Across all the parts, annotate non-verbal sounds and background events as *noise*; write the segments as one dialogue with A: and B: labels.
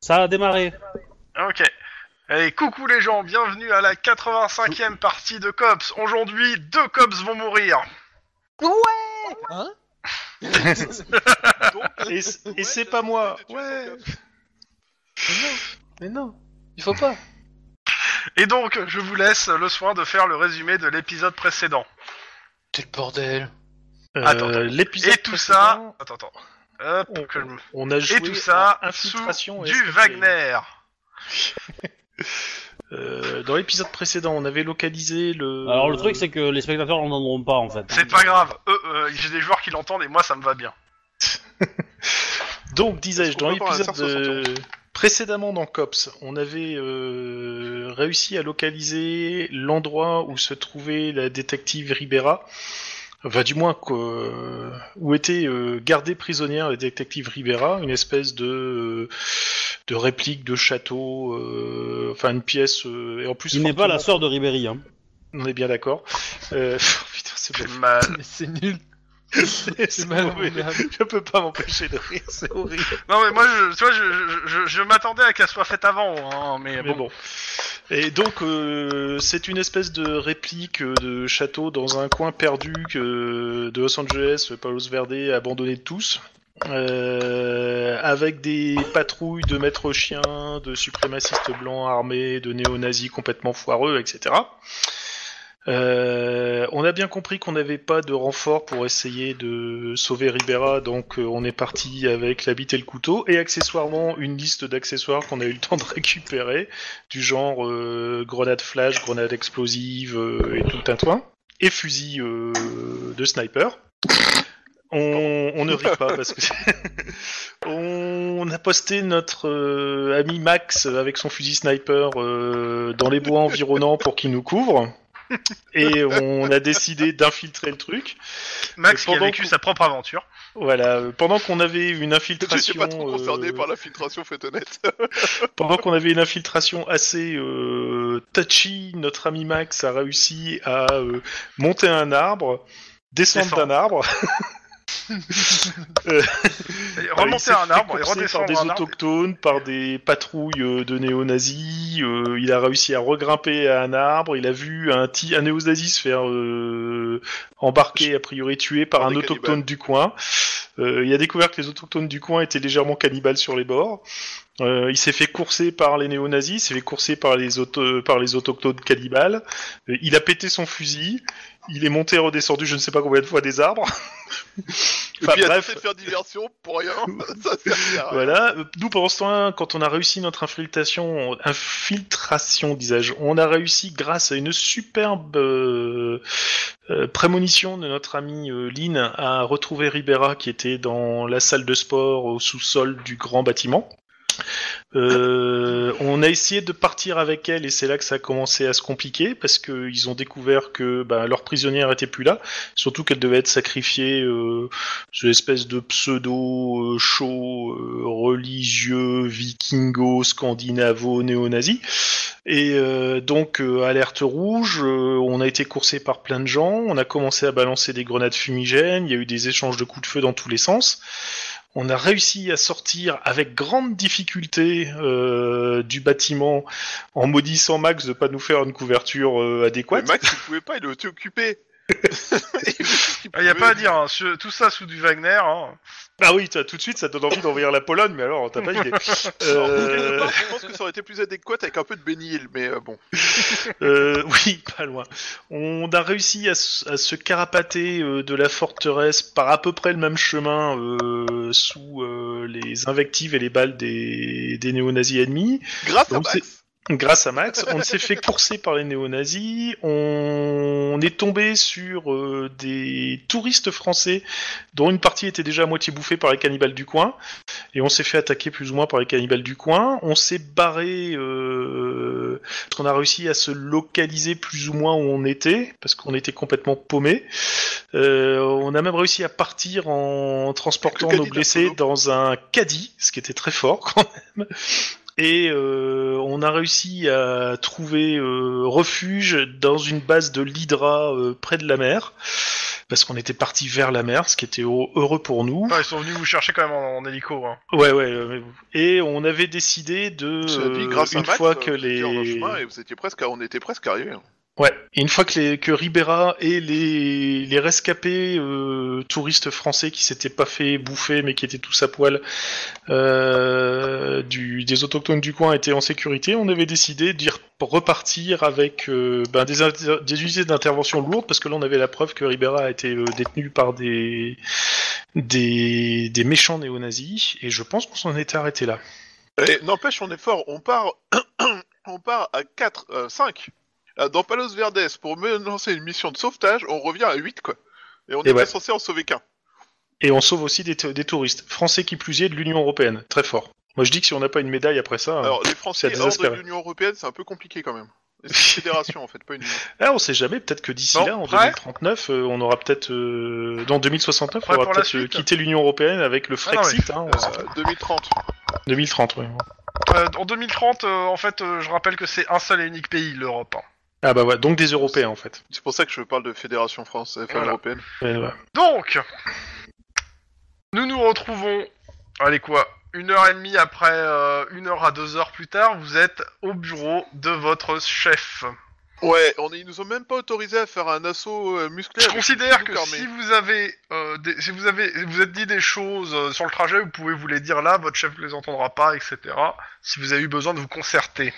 A: Ça a démarré.
B: Ok. Allez, coucou les gens, bienvenue à la 85e partie de Cops. Aujourd'hui, deux Cops vont mourir.
C: Hein
A: Et, c- et c'est pas moi. Ouais.
C: Mais non, il faut pas.
B: Et donc, je vous laisse le soin de faire le résumé de l'épisode précédent.
C: Quel bordel.
A: Euh,
B: Attends, attends.
A: L'épisode
B: Et tout
A: précédent,
B: ça... Attends, attends. Hop,
A: On-
B: que je me-
A: On a joué
B: Et tout ça
A: à
B: sous
A: infiltration et
B: du
A: escape game.
B: Wagner.
A: Euh, dans l'épisode précédent, on avait localisé le.
D: Alors le truc c'est que les spectateurs n'entendront pas en fait.
B: C'est pas grave, eux, euh, j'ai des joueurs qui l'entendent et moi ça me va bien.
A: Donc, disais-je,
E: Est-ce qu'on
A: dans
E: peut pas
A: l'épisode
E: faire ça sur
A: euh, précédemment dans Cops, on avait euh, réussi à localiser l'endroit où se trouvait la détective Ribera. Enfin, du moins, qu'au- où était euh, gardée prisonnière la détective Ribera, une espèce de, euh, de réplique de château, euh, enfin une pièce, euh, et en plus...
D: Il n'est pas la
A: fortement-
D: sœur de Ribéry. Hein.
A: On est bien d'accord. Euh, *laughs* putain,
C: *laughs*
A: c'est
B: J'ai mal.
C: Mais c'est nul.
A: c'est
C: C'est mal.
A: mauvais. Je peux pas m'empêcher de rire, c'est horrible.
B: Non mais moi, je, tu vois, je, je- je- je m'attendais à qu'elle soit faite avant, hein, mais,
A: Mais
B: bon.
A: bon. Et donc, euh, c'est une espèce de réplique euh, de château dans un coin perdu que- de Los Angeles, Palos Verde, abandonné de tous. Euh, avec des patrouilles de maîtres chiens, de suprémacistes blancs armés, de néo-nazis complètement foireux, etc. Euh, on a bien compris qu'on n'avait pas de renfort pour essayer de sauver Ribera, donc euh, on est parti avec la bite et le couteau, et accessoirement une liste d'accessoires qu'on a eu le temps de *laughs* récupérer, du genre euh, grenade flash, grenade explosive euh, et tout un toin, et fusil euh, de sniper. On, on ne rit pas parce que *laughs* on a posté notre euh, ami Max avec son fusil sniper euh, dans les bois environnants pour qu'il nous couvre. Et on a décidé d'infiltrer le truc.
B: Max
A: Et
B: qui a
A: pendant
B: vécu
A: qu'on-
B: sa propre aventure.
A: Voilà, euh, pendant qu'on avait une
E: Je
A: infiltration,
E: suis pas trop concerné
A: euh,
E: par la filtration, faut être honnête.
A: *laughs* pendant qu'on avait une infiltration assez euh, touchy, notre ami Max a réussi à euh, monter un arbre, descendre
B: Descendre.
A: d'un arbre,
B: Et
A: Voilà, il
B: Remonter
A: s'est
B: à un
A: fait
B: arbre et
A: courser
B: redescendre
A: par
B: un
A: des
B: arbre.
A: autochtones, par des patrouilles euh, de néo-nazis. euh, il a réussi à regrimper à un arbre. Il a vu un, ti- un néo-nazi se faire euh, embarquer, a priori tué par
E: Par
A: un
E: des
A: autochtone
E: cannibales.
A: du coin. Euh, il a découvert que les autochtones du coin étaient légèrement cannibales sur les bords. Euh, il s'est fait courser par les néo-nazis, il s'est fait courser par les, auto- euh, par les autochtones cannibales. Euh, il a pété son fusil. Il est monté et redescendu, je ne sais pas combien de fois, des arbres. *laughs*
E: Et
A: Enfin,
E: puis, elle a
A: bref.
E: fait de faire diversion pour rien. ça sert à rien.
A: Voilà. Euh, Nous, pendant ce temps-là, quand on a réussi notre infiltration, infiltration, disais-je, on a réussi grâce à une superbe euh, euh, prémonition de notre ami euh, Lynn à retrouver Ribera qui était dans la salle de sport au sous-sol du grand bâtiment. Euh, on a essayé de partir avec elle et c'est là que ça a commencé à se compliquer parce qu'ils ont découvert que ben, leur prisonnière était plus là, surtout qu'elle devait être sacrifiée euh, cette espèce de pseudo euh, show euh, religieux vikingo scandinavo néo-nazi et euh, donc euh, alerte rouge euh, on a été coursé par plein de gens on a commencé à balancer des grenades fumigènes il y a eu des échanges de coups de feu dans tous les sens on a réussi à sortir avec grande difficulté euh, du bâtiment en maudissant Max de pas nous faire une couverture euh,
E: Mais
A: adéquate
E: Max, il pouvait pas, il était occupé. il
B: Il n'y a pas à dire, hein, ce- tout ça sous du Wagner. Hein.
A: ah oui t'as- tout de suite ça donne envie d'envahir la Pologne mais alors t'as pas
E: *laughs*
A: idée
E: Quelque
A: Euh,
E: part, je pense que ça aurait été plus adéquat avec un peu de bénil, mais euh, bon.
A: Euh, *laughs* oui, pas loin. On a réussi à, s- à se carapater euh, de la forteresse par à peu près le même chemin euh, sous euh, les invectives et les balles des, des néo-nazis ennemis.
E: Grâce
A: Donc,
E: à Max.
A: Grâce à Max, on s'est fait courser par les néo-nazis. On, on est tombé sur euh, des touristes français dont une partie était déjà à moitié bouffée par les cannibales du coin. Et on s'est fait attaquer plus ou moins par les cannibales du coin. On s'est barré. Euh, parce qu'on a réussi à se localiser plus ou moins où on était parce qu'on était complètement paumé. on a même réussi à partir en transportant
E: Avec le
A: nos
E: caddie d'un
A: blessés
E: polo.
A: dans un caddie, ce qui était très fort quand même. Et euh, on a réussi à trouver euh, refuge dans une base de l'Hydra euh, près de la mer, parce qu'on était parti vers la mer, ce qui était heu- heureux pour nous.
B: Enfin, ils sont venus vous chercher quand même en, en hélico. Hein.
A: Ouais, ouais. euh, Et on avait décidé de,
E: Cela dit,
A: euh,
E: grâce à
A: une
E: Max,
A: fois
E: euh,
A: que
E: vous étiez en un
A: les,
E: chemin et vous étiez presque, à- on était presque arrivés. hein.
A: Ouais, et une fois que, les, que Ribera et les, les rescapés euh, touristes français qui s'étaient pas fait bouffer mais qui étaient tous à poil euh, du, des autochtones du coin étaient en sécurité, on avait décidé d'y rep- repartir avec euh, ben, des, inter- des unités d'intervention lourdes parce que là on avait la preuve que Ribera a été euh, détenu par des, des, des méchants néo-nazis et je pense qu'on s'en était arrêté là.
E: Et n'empêche, on est fort. On part, *coughs* on part à 4, 5 euh, dans Palos Verdes pour me lancer une mission de sauvetage. On revient à 8 quoi. Et on
A: Et
E: est
A: ouais.
E: pas censé en sauver qu'un.
A: Et on sauve aussi des, t- des touristes français qui plus est de l'Union Européenne, très fort. Moi je dis que si on n'a pas une médaille après Ah, ça...
E: Alors les Français
A: c'est à
E: hors de
A: désespérer.
E: l'Union européenne, c'est un peu compliqué quand même. C'est
A: *laughs*
E: une fédération en fait, pas une. union.
A: Ah, on sait jamais, peut-être que d'ici
B: Bon,
A: là, en
B: prêt
A: 2039, euh, on aura peut-être. Euh, dans 2069,
B: Prêt
A: on
B: pour
A: aura
B: la
A: peut-être
B: suite Ah
A: euh, quitté l'Union Européenne avec le Frexit. hein, on sait pas.
E: Euh, 2030.
A: 2030, oui.
B: Euh, en 2030, euh, en fait, euh, je rappelle que c'est un seul et unique pays, l'Europe. hein.
A: Ah, bah ouais, donc des Européens, en fait.
E: C'est pour ça que je parle de fédération française, enfin,
B: Voilà.
E: européenne.
A: Ouais, ouais.
B: Donc, nous nous retrouvons. Allez quoi Une heure et demie après, euh, une heure à deux heures plus tard, vous êtes au bureau de votre chef.
E: Ouais, on est- ils nous ont même pas autorisé à faire un assaut euh, musclé.
B: Je
E: avec
B: considère
E: une
B: que
E: armée.
B: si vous avez, euh, des- si vous avez, vous êtes dit des choses euh, sur le trajet, vous pouvez vous les dire là. Votre chef les entendra pas, etc. Si vous avez eu besoin de vous concerter.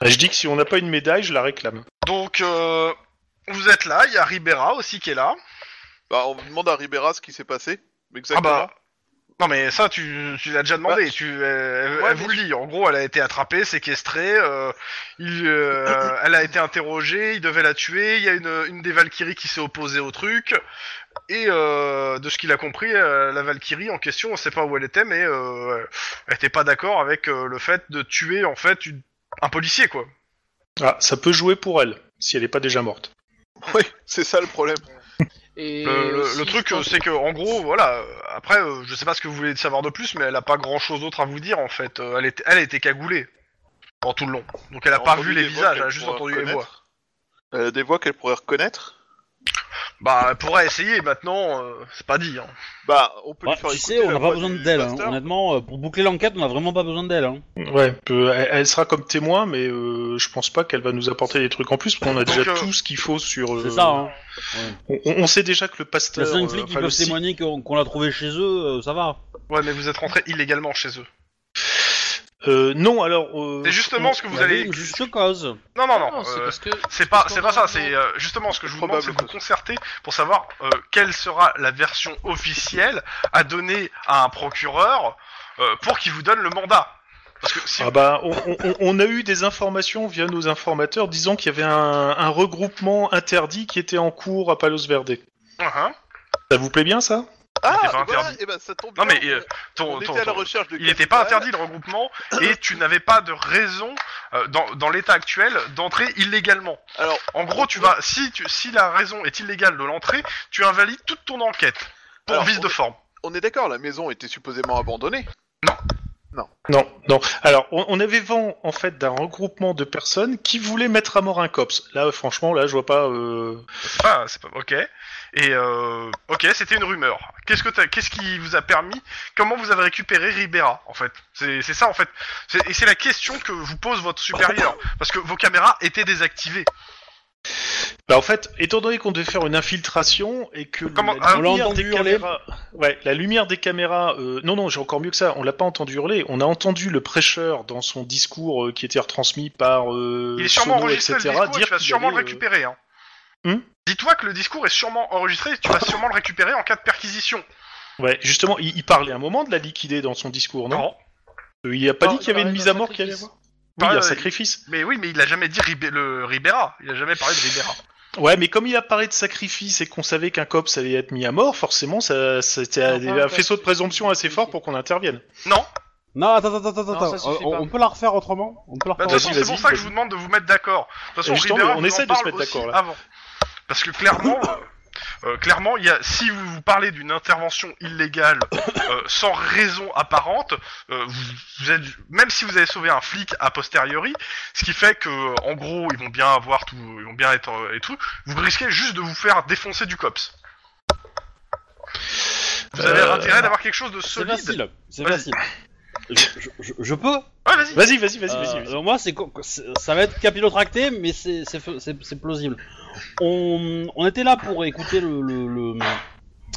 A: Ah, je dis que si on n'a pas une médaille, je la réclame.
B: Donc, euh, vous êtes là. Il y a Ribera aussi qui est là.
E: Bah, on demande à Ribera ce qui s'est passé.
B: Ah
E: Exactement.
B: bah. Non mais ça tu, tu l'as déjà demandé,
E: Bah,
B: tu, euh, elle,
E: ouais,
B: elle vous
E: mais-
B: le dit, en gros elle a été attrapée, séquestrée, euh, il, euh, elle a été interrogée, il devait la tuer, il y a une, une des Valkyries qui s'est opposée au truc, et euh, de ce qu'il a compris, euh, la Valkyrie en question, on sait pas où elle était, mais euh, elle était pas d'accord avec euh, le fait de tuer en fait une- un policier quoi.
A: Ah, ça peut jouer pour elle, si elle n'est pas déjà morte.
E: Oui, c'est ça le problème.
C: Et
B: Le, le-
C: aussi,
B: le truc,
C: je
B: euh,
C: pense-
B: c'est que, en gros, voilà. euh, Après, euh, je sais pas ce que vous voulez savoir de plus, mais elle a pas grand chose d'autre à vous dire en fait. Euh, elle était, elle était cagoulée pendant tout le long, donc elle a pas
E: entendu
B: vu les
E: des voix
B: visages,
E: qu'elle
B: elle a juste
E: pourrait
B: entendu les voix.
E: reconnaître. Euh, des voix qu'elle pourrait reconnaître.
B: Bah, elle pourrait essayer maintenant, euh, c'est pas dit. Hein.
E: Bah, on peut
D: Ouais,
E: lui faire
D: tu
E: écouter
D: sais, on
E: la
D: n'a
E: voix
D: pas besoin
E: du
D: d'elle. hein.
E: master.
D: Honnêtement, euh, pour boucler l'enquête, on n'a vraiment pas besoin d'elle. hein.
A: Ouais, peut- elle, elle sera comme témoin, mais euh, je pense pas qu'elle va nous apporter des trucs en plus, parce qu'on a
B: Donc,
A: déjà
B: euh,
A: tout ce qu'il faut sur. euh,
D: C'est ça. Hein.
A: on, on sait déjà que le
D: Il y a
A: pasteur.
D: cinq
A: euh,
D: flics qui
A: enfin, le
D: peuvent
A: si-
D: témoigner qu'on qu'on l'a trouvé chez eux, euh, ça va.
B: Ouais, mais vous êtes rentré illégalement chez eux.
A: Euh, non, alors. euh,
B: C'est justement ce que
D: Il
B: vous
D: y avait
B: allez.
D: une juste cause.
B: Non, non, non.
C: c'est
B: euh,
C: parce que.
B: C'est pas,
C: parce
B: c'est
C: qu'on
B: pas
C: a-
B: ça. C'est euh, justement ce que je vous demande, c'est
E: Probable
B: de vous
E: cause.
B: concerter pour savoir euh, quelle sera la version officielle à donner à un procureur euh, pour qu'il vous donne le mandat. Parce que si
A: Ah bah, on, on- on a eu des informations via nos informateurs disant qu'il y avait un, un regroupement interdit qui était en cours à Palos Verde.
B: Hein
A: Ça vous plaît bien ça
E: Ah,
B: était pas
E: voilà,
B: interdit.
E: eh ben, ça tombe
B: Non,
E: bien,
B: mais, euh, ton-
E: on
B: ton-
E: était à la
B: ton-
E: recherche de
B: il n'était pas
E: quelqu'un.
B: interdit le regroupement et tu n'avais pas de raison euh, dans, dans l'état actuel d'entrer illégalement.
E: Alors,
B: En gros, tu vas si tu, si la raison est illégale de l'entrée, tu invalides toute ton enquête pour
E: Alors,
B: vice de
E: on-
B: forme.
E: on est d'accord, la maison était supposément abandonnée.
A: Non, non. Alors, on, on avait vent en fait d'un regroupement de personnes qui voulaient mettre à mort un cops. Là, euh, franchement, là, je vois pas. euh,
B: C'est pas, ah, c'est pas OK. Et euh, OK, c'était une rumeur. Qu'est-ce que t'as- qu'est-ce qui vous a permis Comment vous avez récupéré Ribera en fait C'est c'est ça en fait. C'est- Et c'est la question que vous pose votre supérieur parce que vos caméras étaient désactivées.
A: Bah, en fait, étant donné qu'on devait faire une infiltration et que
B: Comment-
A: la,
B: ah,
D: on l'a
A: lumière
D: entendu
A: des
D: hurler.
A: caméras, ouais, la lumière des caméras, euh, non non, j'ai encore mieux que ça. On l'a pas entendu hurler. On a entendu le prêcheur dans son discours euh, qui était retransmis par euh,
B: Il est sûrement
A: Sono,
B: enregistré
A: etc.
B: le discours, et
A: dire
B: tu vas
A: qu'il
B: sûrement
A: allait,
B: le
A: euh,
B: récupérer. Hein.
A: Hmm
B: Dis-toi que le discours est sûrement enregistré, et tu vas sûrement le récupérer en cas de perquisition.
A: Ouais, justement, il, il parlait un moment de la liquider dans son discours, non,
B: Non.
A: Euh, Il a pas
C: Non,
A: dit qu'il y
C: il
A: avait une
C: parlait
A: mise
C: d'un
A: à mort qui allait
C: sacrifice.
A: avoir Oui, il y a
B: Ah, Ouais,
A: un sacrifice.
B: Mais oui, mais il a jamais dit Ribé- le Ribera. Il a jamais parlé de Ribera.
A: Ouais, mais comme il a parlé de sacrifice et qu'on savait qu'un cop allait être mis à mort, forcément, ça, c'était un,
C: Enfin,
A: un faisceau de présomption assez fort pour qu'on intervienne.
B: Non.
D: Non, attends, attends, attends,
C: Non,
D: attends.
C: ça suffit
D: euh, on,
C: pas.
D: on peut la refaire autrement On peut la
B: Bah, de
D: refaire
B: toute
A: Vas-y,
B: façon,
A: vas-y,
B: c'est pour ça que
A: vas-y.
B: je vous demande de vous mettre d'accord. De toute façon,
A: Et justement,
B: Ribera,
A: on
B: vous
A: essaie
B: en
A: de se
B: parle
A: mettre
B: aussi
A: d'accord, là.
B: avant. Parce que clairement, euh, euh, clairement, il y a, si vous, vous parlez d'une intervention illégale *coughs* euh, sans raison apparente, euh, vous, vous êtes, même si vous avez sauvé un flic a posteriori, ce qui fait que, euh, en gros, ils vont bien avoir tout, ils vont bien être euh, et tout, vous risquez juste de vous faire défoncer du cops. Vous avez
A: Euh,
B: intérêt d'avoir quelque chose de
D: bah, C'est
B: solide.
D: facile, c'est
B: Vas-y.
D: facile. Je, je- je- je peux
B: Ouais, vas-y.
A: Vas-y, vas-y, vas-y,
D: Euh,
A: vas-y. vas-y.
D: alors moi, c'est co- c'est- ça va être capillotracté, mais c'est- c'est fa- c'est- c'est plausible. On, on était là pour écouter le, le- le-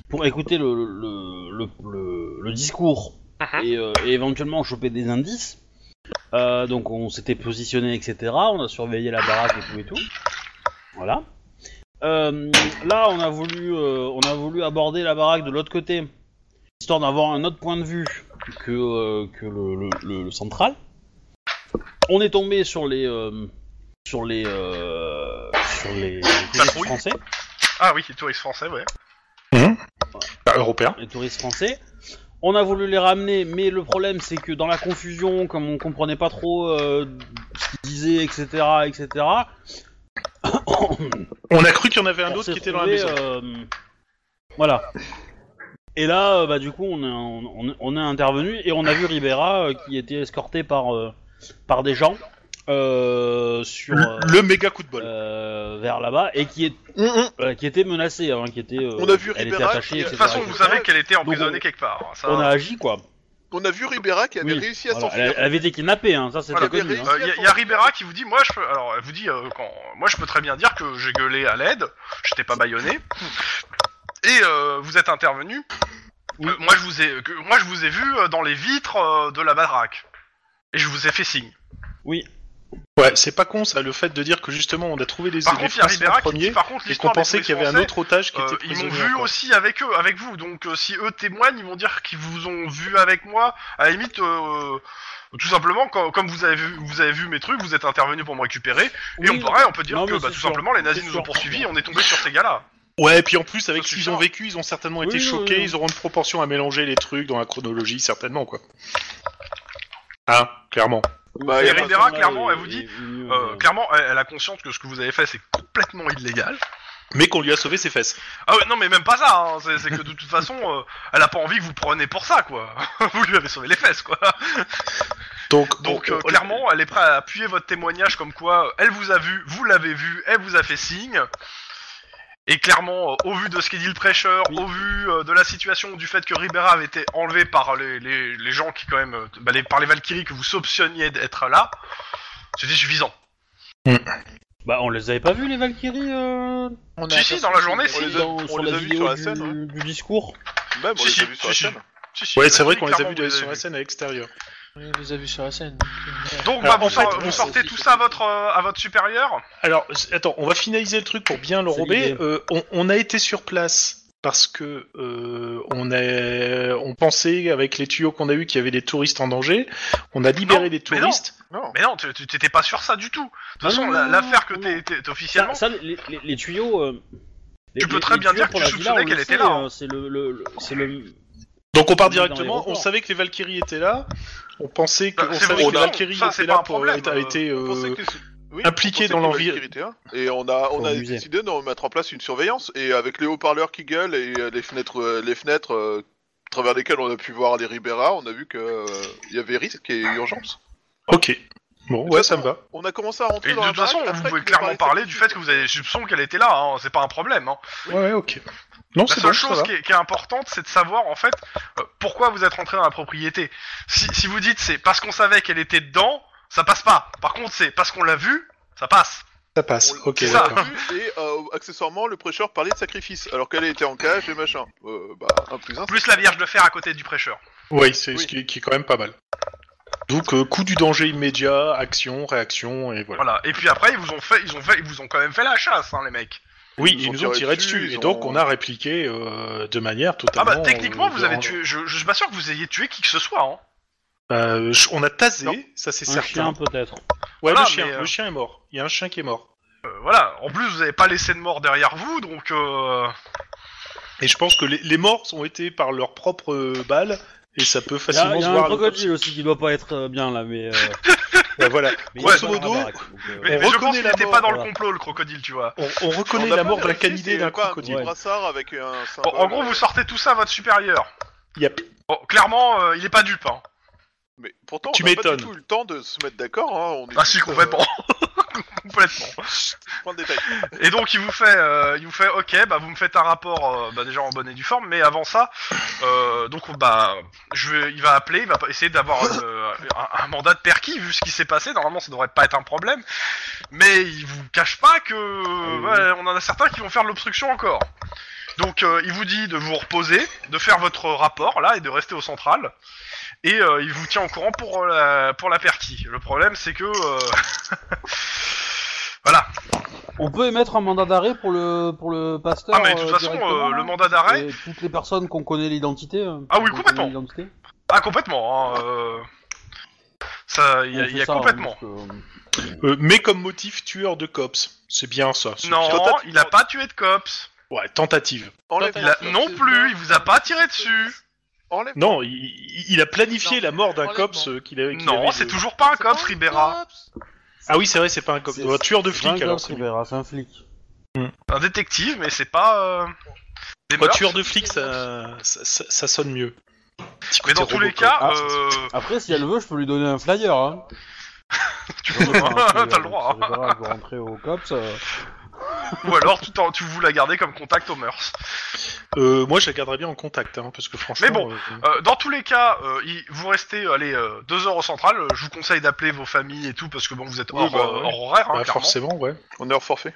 D: pour écouter le, le- le- le- le discours et, euh, et éventuellement choper des indices. Euh, donc on s'était positionné, etc. On a surveillé la baraque et tout et tout. Voilà. Euh, là, on a voulu, euh, on a voulu aborder la baraque de l'autre côté, histoire d'avoir un autre point de vue que euh, que le- le- le- le central on est tombé sur les euh, sur les euh, sur les touristes
B: Patrouille.
D: français,
B: Ah oui, touriste français, ouais.
A: Bah, européen.
D: les touristes français. On a voulu les ramener, mais le problème c'est que dans la confusion, comme on comprenait pas trop euh, ce qu'ils disaient, etc., etc. *coughs*
A: On a cru qu'il y en avait un
D: on
A: autre
D: s'est
A: qui était dans la
D: retrouvé,
A: maison.
D: euh, voilà. Et là, euh, bah du coup, on est on, on- on est intervenu et on a vu Ribera euh, qui était escorté par euh, par des gens euh, sur euh,
A: Le, le méga coup de bol.
D: euh, vers là-bas et qui est
B: Mm,
E: Hum, hum.
D: Euh, qui était menacée, hein, qui était. euh,
E: On a vu
D: elle était
E: Ribera,
D: attachée,
E: qui-
B: De
D: etc.
B: toute façon,
E: vrai,
B: vous
E: c'est
B: savez
E: vrai.
B: qu'elle était emprisonnée
D: on-
B: quelque part. hein, ça-
D: On a agi quoi.
E: On a vu Ribera qui avait
D: Oui,
E: réussi à
D: Voilà,
E: s'enfuir.
D: elle, elle avait été kidnappée, hein, ça c'était
B: Voilà,
D: connu. hein.
B: Il y, a- y a Ribera qui vous dit, moi je peux, alors elle vous dit, euh, quand, moi je peux très bien dire que j'ai gueulé à l'aide, j'étais pas baïonné, et euh, vous êtes intervenu.
D: Oui.
B: Euh, moi je vous ai, que- moi je vous ai vu euh, dans les vitres euh, de la baraque, et je vous ai fait signe.
A: Ouais, c'est pas con ça, le fait de dire que justement on a trouvé des
B: Par
A: les
B: contre, il y a
A: Français
B: Ribera
A: en
B: qui dit,
A: premier
B: par contre
A: et qu'on
B: l'histoire des
A: pensait qu'il y avait
B: polices
A: un autre otage qui
B: français,
A: était
B: euh, ils m'ont
A: prisonnier,
B: vu
A: quoi.
B: aussi avec eux, avec vous. Donc euh, si eux témoignent, ils vont dire qu'ils vous ont vu avec moi. À la limite, euh, tout simplement, quand- comme vous avez vu, vous avez vu mes trucs, vous êtes intervenu pour me récupérer. Et
D: Oui,
B: on pourrait, on peut dire
D: Non,
B: que
D: mais
B: bah,
D: c'est
B: tout
D: sûr.
B: simplement les nazis
D: C'est
B: nous
D: sûr.
B: ont poursuivis et on est tombé sur ces gars-là.
A: Ouais, et puis en plus, avec
B: Ça,
A: ce
B: c'est
A: qu'ils
B: sûr.
A: ont vécu, ils ont certainement
D: Oui,
A: été
D: oui,
A: choqués,
D: oui.
A: ils auront une proportion à mélanger les trucs dans la chronologie, certainement, quoi. Ah, clairement.
E: Bah,
B: Et
E: y a pas-
B: Ribera,
D: Sandra
B: clairement,
D: et-
B: elle vous dit,
D: et Mignon,
B: Euh,
D: euh,
B: clairement, elle, elle a conscience que ce que vous avez fait c'est complètement illégal.
A: Mais qu'on lui a sauvé ses fesses.
B: Ah ouais, non mais même pas ça, hein. c'est c'est que de toute façon, euh, elle a pas envie que vous preniez pour ça quoi. *laughs* vous lui avez sauvé les fesses quoi.
A: Donc,
B: Donc
A: on-
B: euh,
A: on-
B: clairement, elle est prête à appuyer votre témoignage comme quoi euh, elle vous a vu, vous l'avez vu, elle vous a fait signe. Et clairement, euh, au vu de ce qu'est dit le prêcheur,
D: Oui.
B: au vu euh, de la situation, du fait que Ribera avait été enlevé par les, les, les gens qui quand même, euh, bah, les- par les Valkyries que vous soupçonniez d'être là, c'était suffisant.
D: Bah, on les avait pas vus les Valkyries euh,
C: On
B: Si, si, dans la journée, si.
E: On les a-
D: dans,
E: on
D: sur
E: les
D: la
E: a vus
D: vidéo
E: sur la
D: du,
E: scène, ouais.
D: du discours.
E: Même, on
B: Si,
E: les a
B: si,
E: vus sur la
B: si,
E: scène.
B: Si, si,
A: Ouais,
B: vous
A: c'est vrai
B: avez
A: qu'on les a
B: clairement,
A: vus de-
B: vous
A: sur la
B: vu.
A: scène à l'extérieur.
C: On les a vus sur la scène. donc, euh,
B: Donc bah,
A: Alors,
B: vous,
A: en fait,
B: sor- vous
A: on-
B: sortez tout ça à votre, euh, à votre supérieur
A: Alors, s- attends, on va finaliser le truc pour bien le
D: C'est
A: rober.
D: l'idée.
A: Euh, on, on a été sur place parce que euh, on, est, on pensait, avec les tuyaux qu'on a eus, qu'il y avait des touristes en danger. On a libéré
B: Non,
A: des
B: mais non.
A: touristes.
E: Non.
B: Mais non, tu- tu- t'étais pas sur ça du tout. De toute
D: Ah
B: façon,
D: non,
B: la-
D: non,
B: l'affaire que
D: non,
B: t'es t'es- officiellement...
D: Ça, ça, les, les- les tuyaux. euh, les-
B: peux
D: les-
B: très
D: les
B: bien
D: tuyaux
B: dire que
D: pour
B: tu
D: la villa,
B: soupçonnais
D: on
B: qu'elle
D: le
B: était
D: sait,
B: là, hein.
D: euh, C'est le, le- le- c'est le.
A: Donc on part
D: On est dans
A: directement, on
D: l'aéroport.
A: savait que les Valkyries étaient là, on pensait que,
B: Bah,
A: on
B: c'est
A: savait
E: bon,
A: que les
E: non,
A: Valkyries
B: ça, c'est
A: étaient
B: pas
A: là
B: un
A: pour
B: problème,
A: a
B: euh,
A: été
E: On pensait
A: euh,
E: que c'est- oui,
A: impliqué
E: on bah, pensait
A: dans
E: que les
A: l'envie-
E: Valkyries étaient là. Et on a, on
D: Au
E: a
D: musée.
E: décidé de mettre en place une surveillance. Et avec les haut-parleurs qui gueulent et euh, les fenêtres, euh, les fenêtres euh, à travers lesquelles on a pu voir les Ribera, on a vu que euh, il y avait risque et urgence.
A: Ok. Bon,
E: De
A: ouais,
E: toute
A: ça me
E: façon,
B: hein.
A: va.
E: On a commencé à rentrer
B: Et de
E: dans la
B: toute façon,
E: baraque
B: vous
E: après
B: pouvez
E: qu'ils aient
B: clairement
E: parlé
B: parler
E: de
B: du
E: cette
B: fait que vous avez des soupçons qu'elle était là, hein, c'est pas un problème. Hein.
A: Ouais, ouais, ok. Non,
B: La
A: c'est
B: seule
A: bon, ça
B: chose
A: va.
B: qui est, qui est importante, c'est de savoir en fait euh, pourquoi vous êtes rentré dans la propriété. Si, si vous dites c'est parce qu'on savait qu'elle était dedans, ça passe pas. Par contre, c'est parce qu'on l'a vu, ça passe.
A: Ça passe.
E: On-
A: Ok,
E: c'est ça.
A: d'accord.
E: Et euh, accessoirement, le prêcheur parlait de sacrifice, alors qu'elle était en cage et machin. Euh, bah, un plus un.
B: Plus la Vierge de Fer à côté du prêcheur.
A: Oui, c'est ce
E: Oui.
A: qui, est- qui est quand même pas mal. Donc euh, coup du danger immédiat, action, réaction et voilà.
B: Voilà. Et puis après, ils vous ont fait, ils ont fait, ils vous ont quand même fait la chasse, hein, les mecs.
A: Oui,
E: Ils
A: ils
E: ont
A: nous ont tiré dessus
E: ils
A: et
E: ont-
A: donc on a répliqué euh, de manière
B: Ah
A: totalement.
B: bah techniquement,
A: euh,
B: vous avez
A: dérangeante.
B: tué. Je, je suis pas sûr que vous ayez tué qui que ce soit. Hein.
A: Euh, je- on a tasé,
E: Non.
A: ça c'est
D: Un
A: certain.
D: chien peut-être.
A: Ouais,
B: Voilà,
A: le chien,
B: mais, euh,
A: le chien est mort. Il y a un chien qui est mort.
B: Euh, voilà. En plus, vous avez pas laissé de mort derrière vous, donc. Euh...
A: Et je pense que les, les morts ont été par leurs propres euh, balles, et ça
D: Il y
A: peut
D: a,
A: facilement
D: il y a
A: se
D: un
A: voir.
D: crocodile aussi qui doit pas être euh, bien là, mais. euh,
A: Bah, voilà.
D: Mais
A: Grosso
D: il est pas dans
A: modo,
D: la baraque, donc, euh,
B: Mais,
A: On
B: mais je pense
A: reconnaît
B: qu'il
A: la
B: n'était
A: mort,
B: pas dans le
D: voilà.
B: complot, le crocodile, tu vois.
A: On, on reconnaît
E: On a
A: la
E: pas
A: mort de la
E: vérifié
A: canidée
E: s'il y
A: d'un
E: avait pas
A: crocodile.
E: Un
D: Ouais.
E: petit brassard avec un symbole.
B: Bon, en gros, vous sortez tout ça à votre supérieur.
A: Yep.
B: Bon, clairement, euh, il est pas dupe. Hein.
E: Mais pourtant,
A: Tu
E: on n'a pas
A: m'étonnes.
E: du tout eu le temps de se mettre d'accord. Hein. On est
B: Ah si,
E: juste, euh,
B: complètement. *laughs* complètement.
E: point de détail.
B: Et donc il vous fait, euh, il vous fait, ok, bah vous me faites un rapport, euh, bah, déjà en bonne et due forme, mais avant ça, euh, donc bah, je vais, il va appeler, il va essayer d'avoir euh, un, un mandat de perquis vu ce qui s'est passé. Normalement, ça devrait pas être un problème, mais il vous cache pas que,
D: oui,
B: ouais, on en a certains qui vont faire de l'obstruction encore. Donc euh, il vous dit de vous reposer, de faire votre rapport là et de rester au central. Et euh, il vous tient au courant pour euh, la, pour la perquis. Le problème, c'est que euh, *laughs* voilà.
D: On peut émettre un mandat d'arrêt pour le pour le pasteur.
B: Ah mais de toute
D: euh,
B: façon,
D: directement,
B: euh,
D: là
B: le mandat d'arrêt.
D: Et toutes les personnes qu'on connaît l'identité. euh,
B: Ah oui,
D: qu'on
B: complètement.
D: connaît l'identité.
B: Ah complètement. Hein, euh, Ça, il y a,
D: On
B: il
D: fait
B: y a
D: ça, hein,
B: complètement.
D: parce que-
A: Euh, mais comme motif, tueur de cops. C'est bien ça. c'est-
B: Non,
E: tentative.
B: il a pas tué de cops.
A: Ouais, tentative.
E: Enlève,
B: Il a... Non plus, il vous a pas tiré dessus.
E: enlève.
A: Non, il- il, il a planifié
C: Non,
A: la mort d'un
C: enlèvement.
A: cops euh, qu'il avait. qu'il
B: Non,
A: avait-
B: c'est toujours pas un cops, Ribera.
C: Oh,
A: Ah oui, c'est vrai, c'est pas un cops.
D: C'est-
A: Un tueur de
D: c'est
A: flic
D: un
A: alors.
D: gars,
A: c'est mieux.
D: Rivera, C'est un flic.
B: Un détective, mais c'est pas. euh, Des
A: Ouais,
B: meurtres.
A: tueur de flic, ça, ça, ça- ça sonne mieux. Petit
B: Mais
A: côté
B: dans tous les
A: Robocop.
B: cas,
D: Ah,
A: *laughs*
B: euh...
D: Après, si elle veut, je peux lui donner un flyer. Hein.
B: *laughs*
D: Je
B: tu *laughs*
D: peux rentrer,
B: t'as
D: euh,
B: le droit.
D: si
B: hein.
D: Rivera veut rentrer au cops. euh,
B: Ou alors tu, t'en- tu vous la gardez comme contact aux mœurs.
A: Euh, moi, je la garderais bien en contact, hein, parce que franchement.
B: Mais bon,
A: euh,
B: Euh, dans tous les cas, euh, il- vous restez allez, euh, deux heures au central. Euh, Je vous conseille d'appeler vos familles et tout parce que bon, vous êtes
A: Oui,
B: hors,
A: bah,
B: euh,
A: ouais.
B: hors horaire, hein,
A: bah,
B: clairement.
A: forcément, ouais.
E: On est hors forfait.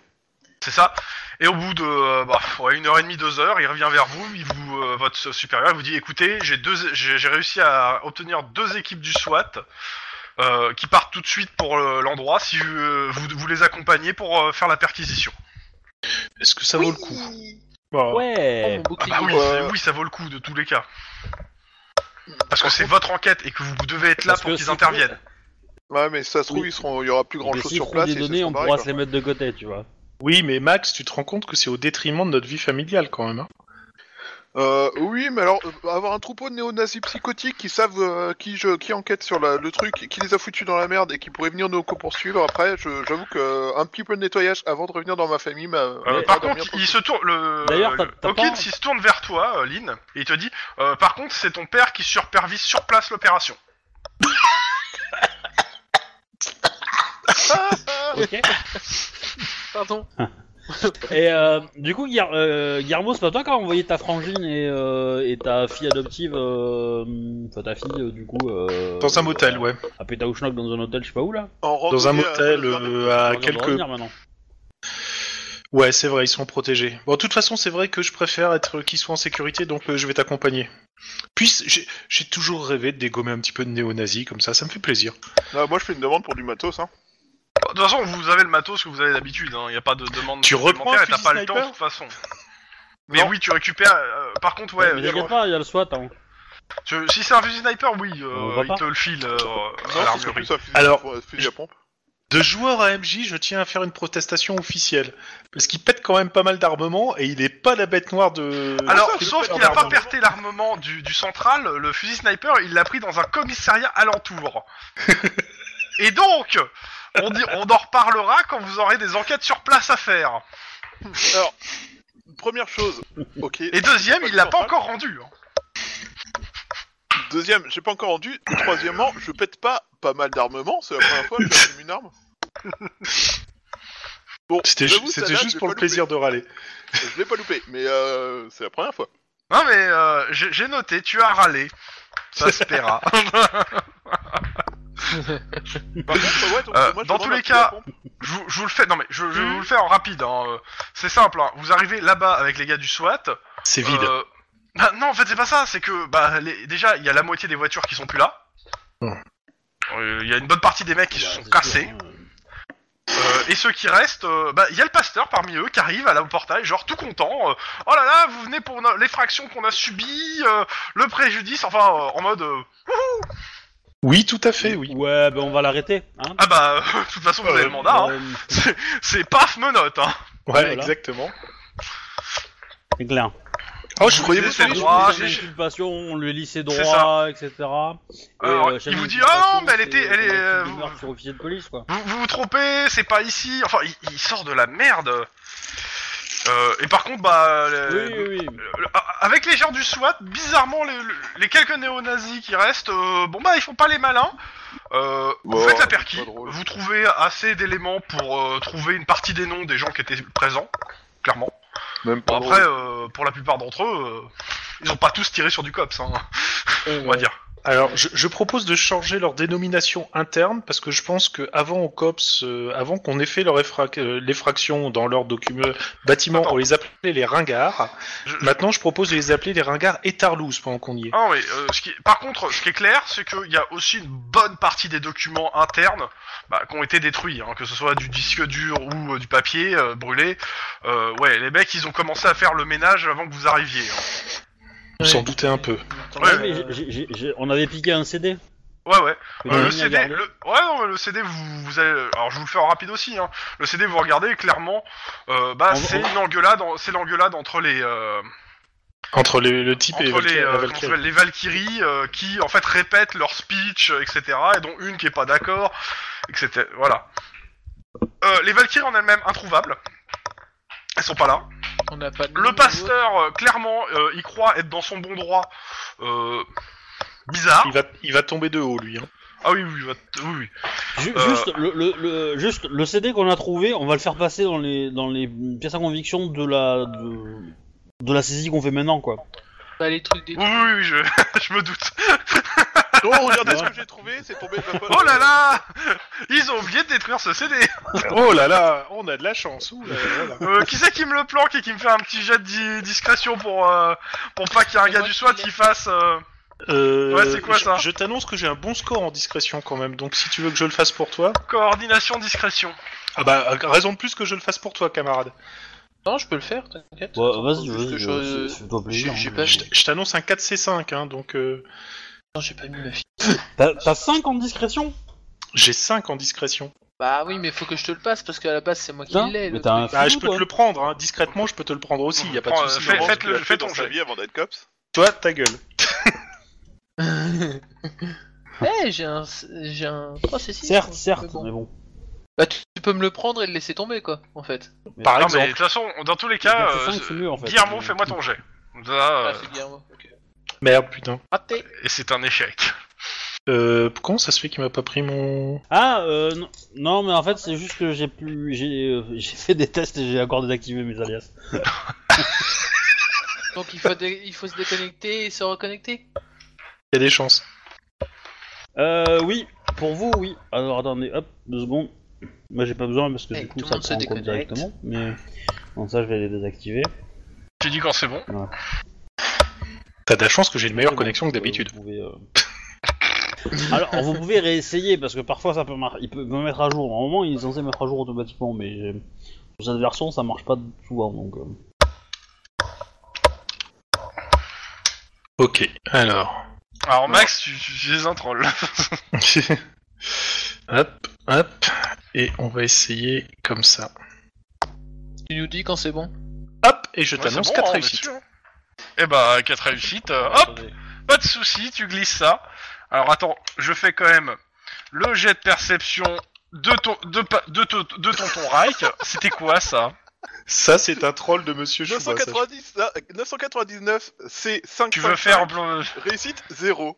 B: C'est ça. Et au bout de euh, bah, ouais, une heure et demie, deux heures, il revient vers vous, il vous euh, votre supérieur il vous dit écoutez, j'ai deux, j'ai j'ai réussi à obtenir deux équipes du SWAT euh, qui partent tout de suite pour euh, l'endroit. Si euh, vous, vous les accompagnez pour euh, faire la perquisition.
A: Est-ce que ça vaut le coup Voilà.
D: Ouais.
B: Ah bah oui,
E: Euh,
B: c'est- oui, ça vaut le coup de tous les cas. Parce que c'est votre enquête et que vous devez être là
D: Parce
B: pour
D: que
B: qu'ils
D: si-
B: interviennent.
E: Ouais, mais si ça se trouve,
D: Oui.
E: ils seront- il y aura plus grand
D: Mais
E: chose
D: s'ils
E: sur
D: font
E: place.
D: des
E: et ils
D: données,
E: seront
D: on
E: barrés,
D: pourra
E: quoi.
D: se les mettre de côté, tu vois.
A: Oui, mais Max, tu te rends compte que c'est au détriment de notre vie familiale quand même. hein.
E: Euh, oui, mais alors, euh, avoir un troupeau de néo-nazis psychotiques qui savent euh, qui, je, qui enquête sur la- le truc, qui les a foutus dans la merde et qui pourraient venir nous poursuivre après, je- j'avoue que euh, un petit peu de nettoyage avant de revenir dans ma famille m'a.
B: Euh,
D: Mais-
B: par
E: m'a dormi
B: contre,
E: un peu.
B: il se tourne. Le,
D: D'ailleurs, t'as-
B: le-
D: t'as
B: Hawkins,
D: pas-
B: il se tourne vers toi, euh, Lynn, et il te dit euh, Par contre, c'est ton père qui supervise sur place l'opération. Ah.
D: Ok.
B: *laughs*
C: Pardon.
D: Et euh, du coup, Guillermo, euh, Guillermo, c'est pas toi qui as envoyé ta frangine et, euh, et ta fille adoptive, euh, enfin ta fille euh, du coup, euh,
A: Dans un motel, ouais.
D: à Pétaouchnok dans un hôtel, je sais pas où là.
E: En
A: Dans un
E: randonnée, euh,
A: motel
E: dans le-
A: euh, à
D: On vient de
A: quelques.
D: revenir maintenant.
A: Ouais, c'est vrai, ils sont protégés. Bon, de toute façon, c'est vrai que je préfère être qu'ils soient en sécurité, donc euh, je vais t'accompagner. Puis, j'ai- j'ai toujours rêvé de dégommer un petit peu de néo-nazis comme ça, ça me fait plaisir.
E: Ah, moi, je fais une demande pour du matos. Hein.
B: De toute façon, vous avez le matos que vous avez d'habitude, hein. il n'y a pas de demande
A: Tu reprends un
B: supplémentaire et t'as
A: fusil
B: pas le
A: sniper
B: temps de toute façon. Mais
E: Non.
B: oui, tu récupères. euh, par contre, ouais,
D: mais
B: euh,
D: t'inquiète pas, il y a le SWAT. Hein.
B: tu- si c'est un fusil sniper, oui, euh,
D: On voit
B: il
D: pas.
B: te le file euh, à
E: Non, ce serait
B: l'armurerie.
E: plus un fusil,
A: Alors,
E: un euh, fusil à pompe.
A: De joueur à MJ, je tiens à faire une protestation officielle. Parce qu'il pète quand même pas mal d'armements et il est pas la bête noire de.
B: Alors,
A: de-
B: sauf
A: de-
B: qu'il a pas
A: d'armement.
B: perté l'armement du, du central, le fusil sniper, il l'a pris dans un commissariat
A: *laughs*
B: alentour. Et donc, on, dit- on en reparlera quand vous aurez des enquêtes sur place à faire.
A: *laughs*
E: Première chose, ok.
B: Et deuxième, il l'a pas encore rendu. hein.
E: Deuxième, j'ai pas encore rendu. Et troisièmement, je pète pas pas mal d'armements, c'est la première fois que j'allume une arme. Bon,
A: C'était ju-
E: j'avoue,
A: c'était
E: celle-là, je
A: juste
E: l'ai
A: pour
E: pas
A: le plaisir de râler.
E: loupée. Je l'ai pas loupé, mais euh, c'est la première *laughs* fois.
B: Non mais euh, j'ai j'ai noté, tu as râlé. Ça se paiera.
E: Par contre, ouais, donc,
B: Euh,
E: moi, je
B: dans
E: demande
B: tous
E: un
B: les
E: fusil à
B: cas-
E: pompe.
B: je, vous- je vous le fais, non mais je, je vais vous le faire en rapide. hein, euh, C'est simple, hein, vous arrivez là-bas avec les gars du SWAT.
A: C'est vide.
B: Euh, bah, non, en fait, c'est pas ça. C'est que bah, les- déjà, il y a la moitié des voitures qui sont plus là.
A: Hmm.
B: Euh, Il y a une bonne partie des mecs qui
D: Bah,
B: se sont
D: c'est
B: cassés.
D: sûr, hein.
B: Euh, et ceux qui restent, euh, bah, il y a le pasteur parmi eux qui arrive à la au portail, genre tout content. euh, oh là là, vous venez pour no- l'effraction qu'on a subie, euh, le préjudice, enfin, euh, en mode. euh,
A: Oui, tout à fait, oui.
D: Ouais, ben on va l'arrêter. Hein
B: ah bah, *laughs* de toute façon, vous
A: Euh,
B: avez le mandat. hein.
D: Euh,
B: C'est paf, menotte. Hein.
A: Ouais,
D: voilà.
A: exactement.
D: C'est clair.
B: Oh, je
E: croyais
B: croyais
E: vous
B: ses
E: tous,
B: droits.
D: les inculpations, le lycée
B: C'est
D: droit, etc. Et,
B: Alors,
D: euh,
B: il
D: chef
B: vous dit,
D: d'inculpation,
B: ah non, mais elle
D: c'est-
B: était- elle est,
D: c'est
B: euh,
D: le meurtre sur officier de police, quoi.
B: Vous, vous vous trompez, c'est pas ici. Enfin, il, il sort de la merde. Euh, et par contre, bah, le-
D: Oui, oui, oui.
B: le- a- avec les gens du SWAT, bizarrement, les, les quelques néo-nazis qui restent, euh, bon bah, ils font pas les malins. Euh, vous
E: Bon,
B: faites la
E: c'est
B: perquis,
E: pas drôle.
B: vous trouvez assez d'éléments pour euh, trouver une partie des noms des gens qui étaient présents, clairement.
E: Même
B: Bon,
E: pas.
B: après, euh, pour la plupart d'entre eux, euh, ils ont pas tous tiré sur du cops, hein, on va dire.
A: Alors, je, je propose de changer leur dénomination interne parce que je pense que avant au COPS, euh, avant qu'on ait fait leur effrac- euh, l'effraction dans leur document bâtiment,
B: Attends.
A: on les appelait les ringards.
B: Je-
E: Bah,
B: je-
A: Maintenant, je propose de les appeler les ringards étarlouses pendant qu'on y est.
B: Ah oui, euh, ce qui... par contre, ce qui est clair, c'est qu'il y a aussi une bonne partie des documents internes bah, qui ont été détruits, hein, que ce soit du disque dur ou euh, du papier euh, brûlé. Euh, ouais, les mecs, ils ont commencé à faire le ménage avant que vous arriviez. hein.
A: On s'en doutait un peu.
C: Attends,
B: Ouais,
C: euh,
D: Mais j'ai- j'ai- j'ai- on avait piqué un CD.
B: Ouais, ouais.
D: que
B: Euh,
D: j'ai
B: le
D: mis à
B: CD,
D: garder.
B: le... ouais, non, mais le CD, vous, vous allez. Alors, je vous le fais en rapide aussi. Hein. Le CD, vous regardez clairement, euh, bah,
D: On-
B: c'est
D: on-
B: une engueulade, en- c'est l'engueulade entre les. euh,
A: Entre les- le type et
B: entre les,
A: Valkyrie-
B: euh,
A: la
B: comment ça
A: Valkyrie.
B: s'appelle, les Valkyries euh, qui en fait répètent leur speech, euh, etc. Et dont une qui est pas d'accord, etc. Voilà. Euh, les Valkyries en elles-mêmes introuvables. Elles sont pas là.
C: on n'a pas de
B: Le
C: nouveau.
B: pasteur, euh, clairement, euh, il croit être dans son bon droit. Euh, bizarre.
A: Il va, il va tomber de haut,
B: *laughs*
A: lui. hein.
B: Ah oui, oui, il va t- oui, oui.
D: Ju-
B: Euh,
D: Juste, le, le- le- juste le CD qu'on a trouvé, on va le faire passer dans les, dans les pièces à conviction de la, de, de la saisie qu'on fait maintenant, quoi.
C: Bah, les trucs des.
B: Oui, oui, oui, je, *laughs* je me doute.
E: Non, regardez ce que j'ai trouvé, c'est tombé de la
B: Oh là là Ils ont oublié de détruire ce CD
A: oh là là, on a de la chance. ouh là là là.
B: Euh, qui c'est qui me le planque et qui me fait un petit jet de di- discrétion pour, euh, pour pas qu'il y ait un
C: C'est
B: gars
C: moi
B: du
C: qui
B: SWAT
C: l'ai.
B: qui fasse... euh,
A: Euh,
B: Ouais, c'est quoi,
A: je-
B: ça
A: Je t'annonce que j'ai un bon score en discrétion quand même. Donc, si tu veux que je le fasse pour toi,
B: Coordination, discrétion.
A: ah bah raison de plus que je le fasse pour toi, camarade.
C: Non, je peux le faire, t'inquiète.
D: Ouais, Bah, vas-y,
C: Juste
D: vas-y,
C: que je-
D: euh, fais- fais-toi plaisir.
C: j'ai
D: hein.
C: pas acheté.
A: Je t'annonce un 4C5, hein, donc euh,
C: Non, j'ai pas mis ma fille.
D: T'as- T'as 5 en discrétion
A: j'ai 5 en discrétion.
C: Bah oui, mais faut que je te le passe parce qu'à la base c'est moi qui
D: Putain,
C: l'ai.
D: mais
C: le
D: t'as un
C: truc.
A: Bah,
B: Ah,
D: fou,
A: je
D: Ah,
A: peux
D: toi.
A: te le prendre, hein, discrètement, je peux te le prendre aussi, y a pas de
B: Prends,
A: souci.
B: euh,
A: non.
B: faites- le- faites ton
E: ton
B: jet.
E: vie avant d'être cops.
A: Toi, ta gueule.
C: Eh, j'ai un. J'ai un. Oh, c'est si,
D: Certes,
C: mais
D: certes,
C: bon.
D: mais bon.
C: Bah, tu tu peux me le prendre et le laisser tomber, quoi, en fait.
A: Par
B: non, mais de
A: exemple.
B: toute façon, dans tous les cas,
D: Le 4C5,
B: euh,
D: c'est mieux, en fait.
B: Guillermo, fais-moi ton jet. Là,
C: Ah,
B: euh,
C: c'est Guillermo. ok.
A: Merde, putain.
C: Raté.
B: et c'est un échec.
A: Euh, comment ça se fait qu'il m'a pas pris mon.
D: Ah, euh, non, non, mais en fait, c'est juste que j'ai plus. J'ai euh, j'ai fait des tests et j'ai encore désactivé mes alias.
C: Donc il faut, dé- il faut se déconnecter et se reconnecter.
A: Y a des chances.
D: Euh, oui, pour vous, oui. Alors, attendez, hop, deux secondes. Moi, j'ai pas besoin parce que
C: Eh,
D: du coup,
C: tout le
D: ça
C: monde se
D: prend en compte
C: déconnecte.
D: directement. Mais. Bon, ça, je vais les désactiver.
B: Tu dis quand c'est bon.
A: T'as de la chance que j'ai une meilleure
D: Bon,
A: connexion que
D: euh, *laughs*
A: d'habitude.
D: vous pouvez, euh, Alors, vous pouvez réessayer parce que parfois ça peut mar- il peut me mettre à jour. Normalement, il est censé mettre à jour automatiquement, mais j'ai- sur cette version, ça marche pas souvent donc. euh.
A: Ok, alors.
B: Alors, Max, tu, tu, tu es un troll.
A: *laughs* hop, hop. Et on va essayer comme ça.
C: Tu nous dis quand c'est bon.
A: Hop, et je
B: Ouais,
A: t'annonce
B: c'est bon,
A: 4
B: hein, on est
A: réussites.
B: dessus, hein. Eh bah, 4 réussites. euh, hop,
D: Attendez.
B: pas de souci, tu glisses ça. Alors, attends, je fais quand même le jet de perception de ton, de, pa- de, to- de tonton Reich. C'était quoi, ça *laughs*
A: Ça, c'est un troll de monsieur Chouba, ça.
E: 990, ah, 999, c'est 5.
B: Tu veux faire... bleu-
E: Réussite 0.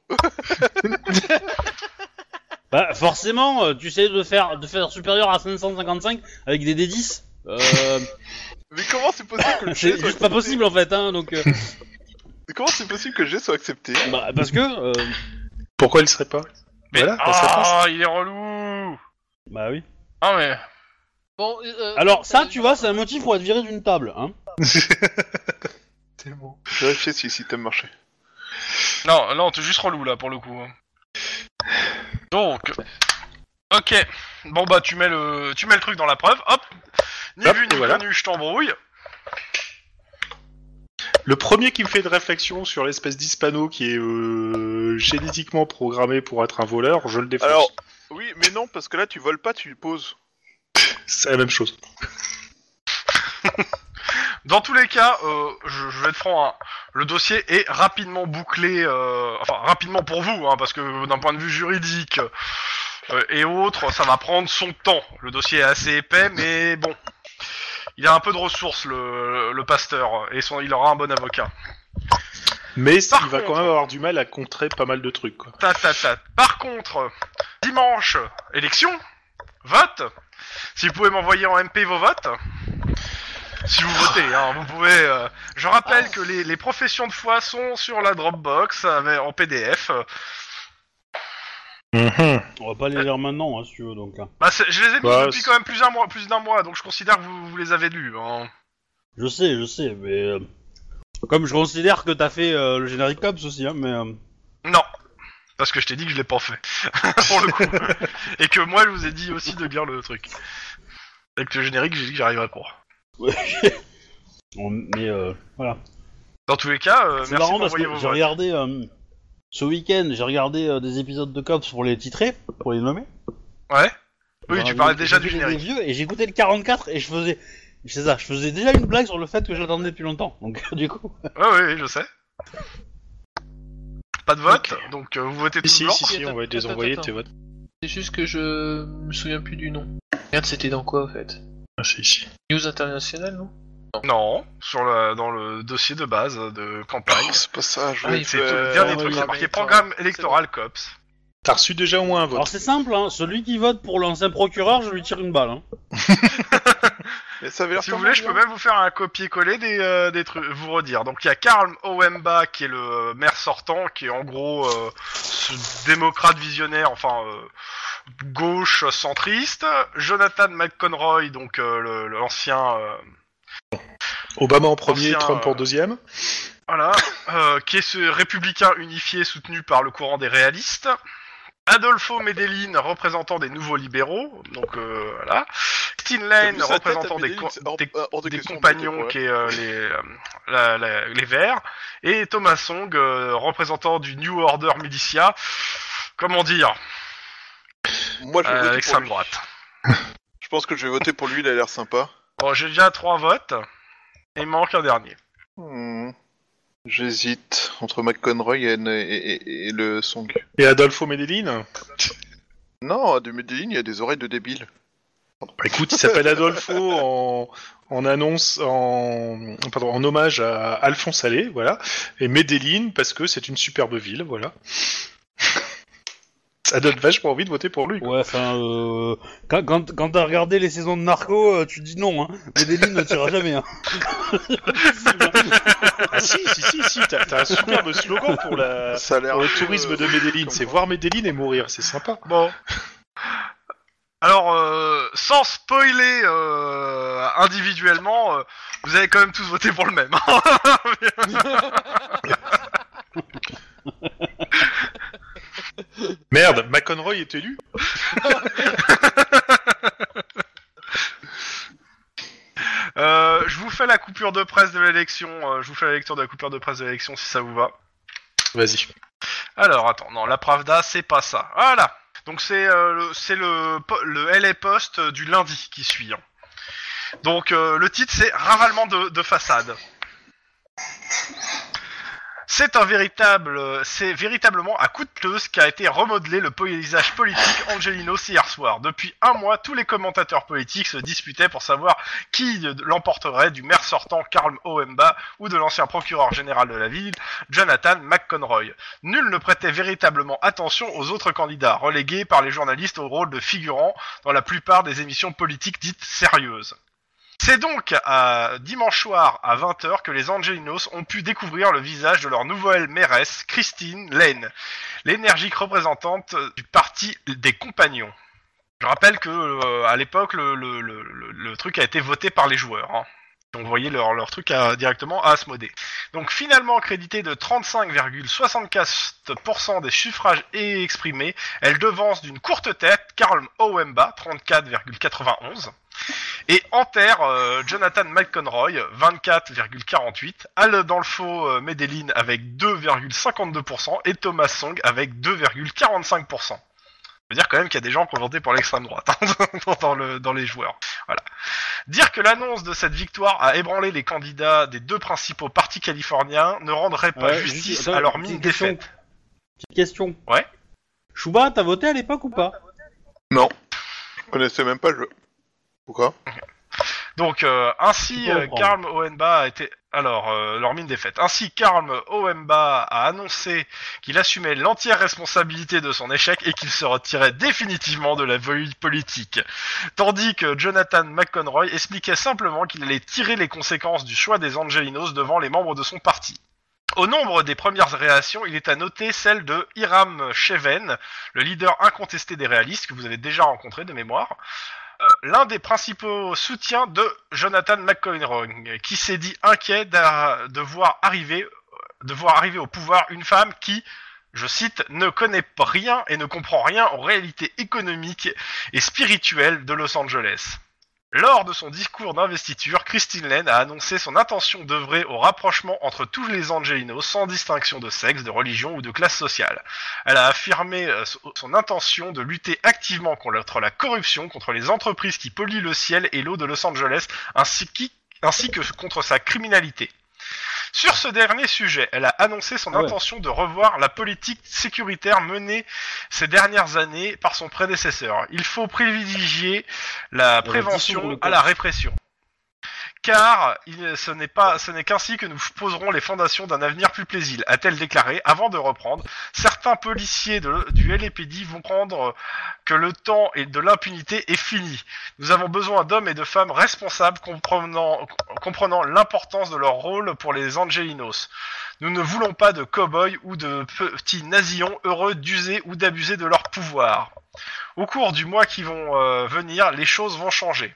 D: Bah, forcément, euh, tu essayes de faire de faire supérieur à 555 avec des D10. Euh,
A: *laughs*
E: Mais comment c'est possible *laughs* que le jet
D: c'est
E: soit
D: juste pas
E: accepté
D: possible en fait, hein. Donc,
A: *laughs*
D: euh,
E: Comment c'est possible que le jet soit accepté
D: bah, parce que euh,
A: Pourquoi il serait pas
B: Mais-
A: Voilà, bah, ça passe.
B: ah, il est relou.
D: bah oui.
B: Ah, mais...
C: Bon. euh,
D: Alors ça,
C: t'as-
D: tu vois, c'est un motif pour être viré d'une table, hein.
E: Je vais acheter si le système marchait.
B: Non, non, t'es juste relou là pour le coup. hein. Donc, ok. Bon bah tu mets le, tu mets le truc dans la preuve. Hop. Ni
A: Hop,
B: vu ni
A: et voilà.
B: connu, je t'embrouille.
A: Le premier qui me fait une réflexion sur l'espèce d'hispano qui est euh, génétiquement programmé pour être un voleur, je le défonce.
E: Alors, oui, mais non, parce que là tu voles pas, tu poses.
A: c'est la même chose.
B: Dans tous les cas, euh, je, je vais être franc, hein, le dossier est rapidement bouclé, euh, enfin rapidement pour vous, hein, parce que d'un point de vue juridique euh, et autres, ça va prendre son temps. Le dossier est assez épais, mais bon, il a un peu de ressources le, le pasteur et son, il aura un bon avocat.
A: Mais il
B: Par
A: va quand
B: contre-
A: même avoir du mal à contrer pas mal de trucs. Quoi.
B: Ta, ta, ta. Par contre, dimanche, élection, vote. Si vous pouvez m'envoyer en MP vos votes. Si vous votez, hein, vous pouvez. euh, Je rappelle que les, les professions de foi sont sur la Dropbox avec- en PDF. Mhm.
D: On va pas les lire maintenant, hein, si tu veux, donc. hein.
B: Bah, c'est- je les ai mis
A: Bah,
B: depuis
A: c'est-
B: quand même plus d'un mois, plus d'un mois, donc je considère que vous, vous les avez lus. hein.
D: Je sais, je sais, mais. euh, Comme je considère que t'as fait euh, le générique Cops aussi, hein, mais. euh,
B: Non, parce que je t'ai dit que je l'ai pas fait *laughs* pour le coup, et que moi je vous ai dit aussi de lire le truc. Avec le générique, j'ai dit que j'arriverais pas.
D: on- Mais euh, voilà.
B: Dans tous les cas, euh,
D: C'est
B: merci
D: marrant parce que
B: d'envoyer vos
D: j'ai
B: votes.
D: regardé. euh, ce week-end, j'ai regardé euh, des épisodes de Cops pour les titrer, pour les nommer.
B: Ouais. Oui,
D: Bah,
B: tu parlais
D: j'ai-
B: déjà
D: j'ai
B: du
D: vu les- les
B: générique.
D: vieux et j'écoutais le 44 et je faisais. C'est ça, je faisais déjà une blague sur le fait que je l'attendais depuis longtemps. Donc, *laughs* du coup.
B: Ouais, ouais, ouais, je sais. Pas de vote, donc euh, vous votez tout
A: Si,
B: blanc.
A: si, si, on va les
C: Attends,
A: envoyer
C: attends.
A: tes votes.
C: C'est juste que je me souviens plus du nom. Merde, c'était dans quoi, en fait
A: Ah, si, si.
C: News internationale, non
B: Non, sur la, dans le dossier de base de campagne.
E: Oh, c'est pas ça, je
C: Ah
E: voulais
C: oui,
E: te
B: c'est
E: faire-
B: le dernier
C: on
B: truc,
C: va
B: c'est
C: y
B: marqué
C: aller,
B: programme électoral COPS.
A: T'as reçu déjà au moins un
D: Alors,
A: vote.
D: c'est simple, hein, celui qui vote pour l'ancien procureur, je lui tire une balle. Hein.
E: Mais ça avait l'air
B: Si vous
E: tellement
B: voulez, je peux
E: bien.
B: même vous faire un copier-coller des, euh, des trucs, vous redire. Donc il y a Karl Owemba qui est le euh, maire sortant, qui est en gros euh, ce démocrate visionnaire, enfin euh, gauche centriste. Jonathan McConroy, donc euh, le- l'ancien euh,
A: Obama en premier,
B: Ancien,
A: Trump en
B: euh,
A: deuxième.
B: Voilà, euh, qui est ce républicain unifié soutenu par le courant des réalistes. Adolfo Medellin, représentant des nouveaux libéraux, donc euh, voilà. Christine
E: T'as vu
B: Lane,
E: sa tête à
B: représentant des,
E: Medellin,
B: co-
E: c'est hors-
B: des-
E: euh, hors de
B: des
E: question de
B: compagnons
E: voter pour
B: qui est euh, les, euh, la- la- les Verts, et Thomas Song, euh, représentant du New Order Militia, comment dire,
E: elle. Moi, je vais
B: euh,
E: voter pour
B: l'extrême
E: lui.
B: droite.
E: Je pense que je vais voter pour lui, il a l'air sympa.
B: Bon, j'ai déjà trois votes, et il manque un dernier.
E: Hmm. J'hésite entre McConroy et, et- et- et le Song.
A: Et Adolfo Medellin
E: Non, de Medellin, il y a des oreilles de débile.
A: Bah, Écoute, il s'appelle Adolfo en, en annonce, en, pardon, en hommage à Alphonse Allais, voilà. Et Medellin parce que c'est une superbe ville, voilà. Ça donne vachement envie de voter pour lui. quoi.
D: Ouais, enfin, euh, quand, quand, quand t'as regardé les saisons de Narco, euh, tu te dis non, hein. Mais des lignes ne tirera jamais, hein.
A: Ah si, si, si, si, t'as t'as un superbe slogan pour, la,
E: Ça a l'air.
A: pour le
E: un peu,
A: tourisme
E: euh,
A: de Medellin, c'est voir Medellin et mourir, c'est sympa.
B: Bon. Alors, euh, sans spoiler euh, individuellement, euh, vous avez quand même tous voté pour le même. hein.
A: Merde, McConroy est élu
B: *laughs* Euh, je vous fais la coupure de presse de l'élection. euh, je vous fais la lecture de la coupure de presse de l'élection si ça vous va.
A: Vas-y.
B: Alors, attends, non, la Pravda, c'est pas ça. Voilà. Donc c'est euh, le- c'est le, po- le LA Post euh, du lundi qui suit. hein. Donc euh, le titre c'est Ravalement de, de façade. C'est un véritable, euh, c'est véritablement à coup de close qu'a été remodelé le paysage politique Angelino hier soir. Depuis un mois, tous les commentateurs politiques se disputaient pour savoir qui euh, l'emporterait du maire sortant Karl Oemba ou de l'ancien procureur général de la ville Jonathan McConroy. Nul ne prêtait véritablement attention aux autres candidats, relégués par les journalistes au rôle de figurants dans la plupart des émissions politiques dites sérieuses. C'est donc à dimanche soir à 20h que les Angelinos ont pu découvrir le visage de leur nouvelle mairesse, Christine Lane, l'énergique représentante du parti des compagnons. Je rappelle que euh, à l'époque le, le- le- le- le truc a été voté par les joueurs. Hein. On voyait leur, leur truc à- directement à Asmodée. Donc finalement créditée de 35,64% des suffrages et exprimés, elle devance d'une courte tête Karl Owemba, 34,91, et enterre euh, Jonathan McConroy, 24,48, Al Danfo euh, Medellin avec 2,52% et Thomas Song avec *laughs* 2,45%. Ça veut dire quand même qu'il y a des gens qui ont voté pour l'extrême droite hein, dans, le- dans les joueurs. Voilà. Dire que l'annonce de cette victoire a ébranlé les candidats des deux principaux partis californiens ne rendrait pas
D: Ouais,
B: justice
D: juste- attends,
B: à leur
D: petite
B: mine
D: question.
B: défaite.
D: Petite question.
B: Ouais.
D: Chouba, t'as voté à l'époque ou pas
E: Je connaissais même pas le jeu. Pourquoi
B: Donc euh,
D: Tu
B: ainsi,
D: peux
B: euh,
D: reprendre.
B: Karl Oemba a été alors euh, leur mine défaite. Ainsi, Karl Oemba a annoncé qu'il assumait l'entière responsabilité de son échec et qu'il se retirait définitivement de la vie politique, tandis que Jonathan McConroy expliquait simplement qu'il allait tirer les conséquences du choix des Angelinos devant les membres de son parti. Au nombre des premières réactions, il est à noter celle de Hiram Cheven, le leader incontesté des réalistes que vous avez déjà rencontré de mémoire, l'un des principaux soutiens de Jonathan McConroy, qui s'est dit inquiet d'a- de voir arriver, de voir arriver au pouvoir une femme qui, je cite, ne connaît pas rien et ne comprend rien aux réalités économiques et spirituelles de Los Angeles. Lors de son discours d'investiture, Christine Lane a annoncé son intention d'œuvrer au rapprochement entre tous les Angelinos sans distinction de sexe, de religion ou de classe sociale. Elle a affirmé euh, so- son intention de lutter activement contre la corruption, contre les entreprises qui polluent le ciel et l'eau de Los Angeles, ainsi, qui- ainsi que contre sa criminalité. Sur ce dernier sujet, elle a annoncé son
D: Ah ouais.
B: intention de revoir la politique sécuritaire menée ces dernières années par son prédécesseur. Il faut privilégier la
D: dissoudre
B: prévention
D: le
B: à la répression. Car il- ce n'est pas, ce n'est qu'ainsi que nous poserons les fondations d'un avenir plus plaisir, a-t-elle déclaré, avant de reprendre certains policiers de- du LAPD vont prendre que le temps et de l'impunité est fini. Nous avons besoin d'hommes et de femmes responsables comprenant, comprenant l'importance de leur rôle pour les Angelinos. Nous ne voulons pas de cow-boys ou de petits nasillons heureux d'user ou d'abuser de leur pouvoir. Au cours du mois qui vont euh, venir, les choses vont changer.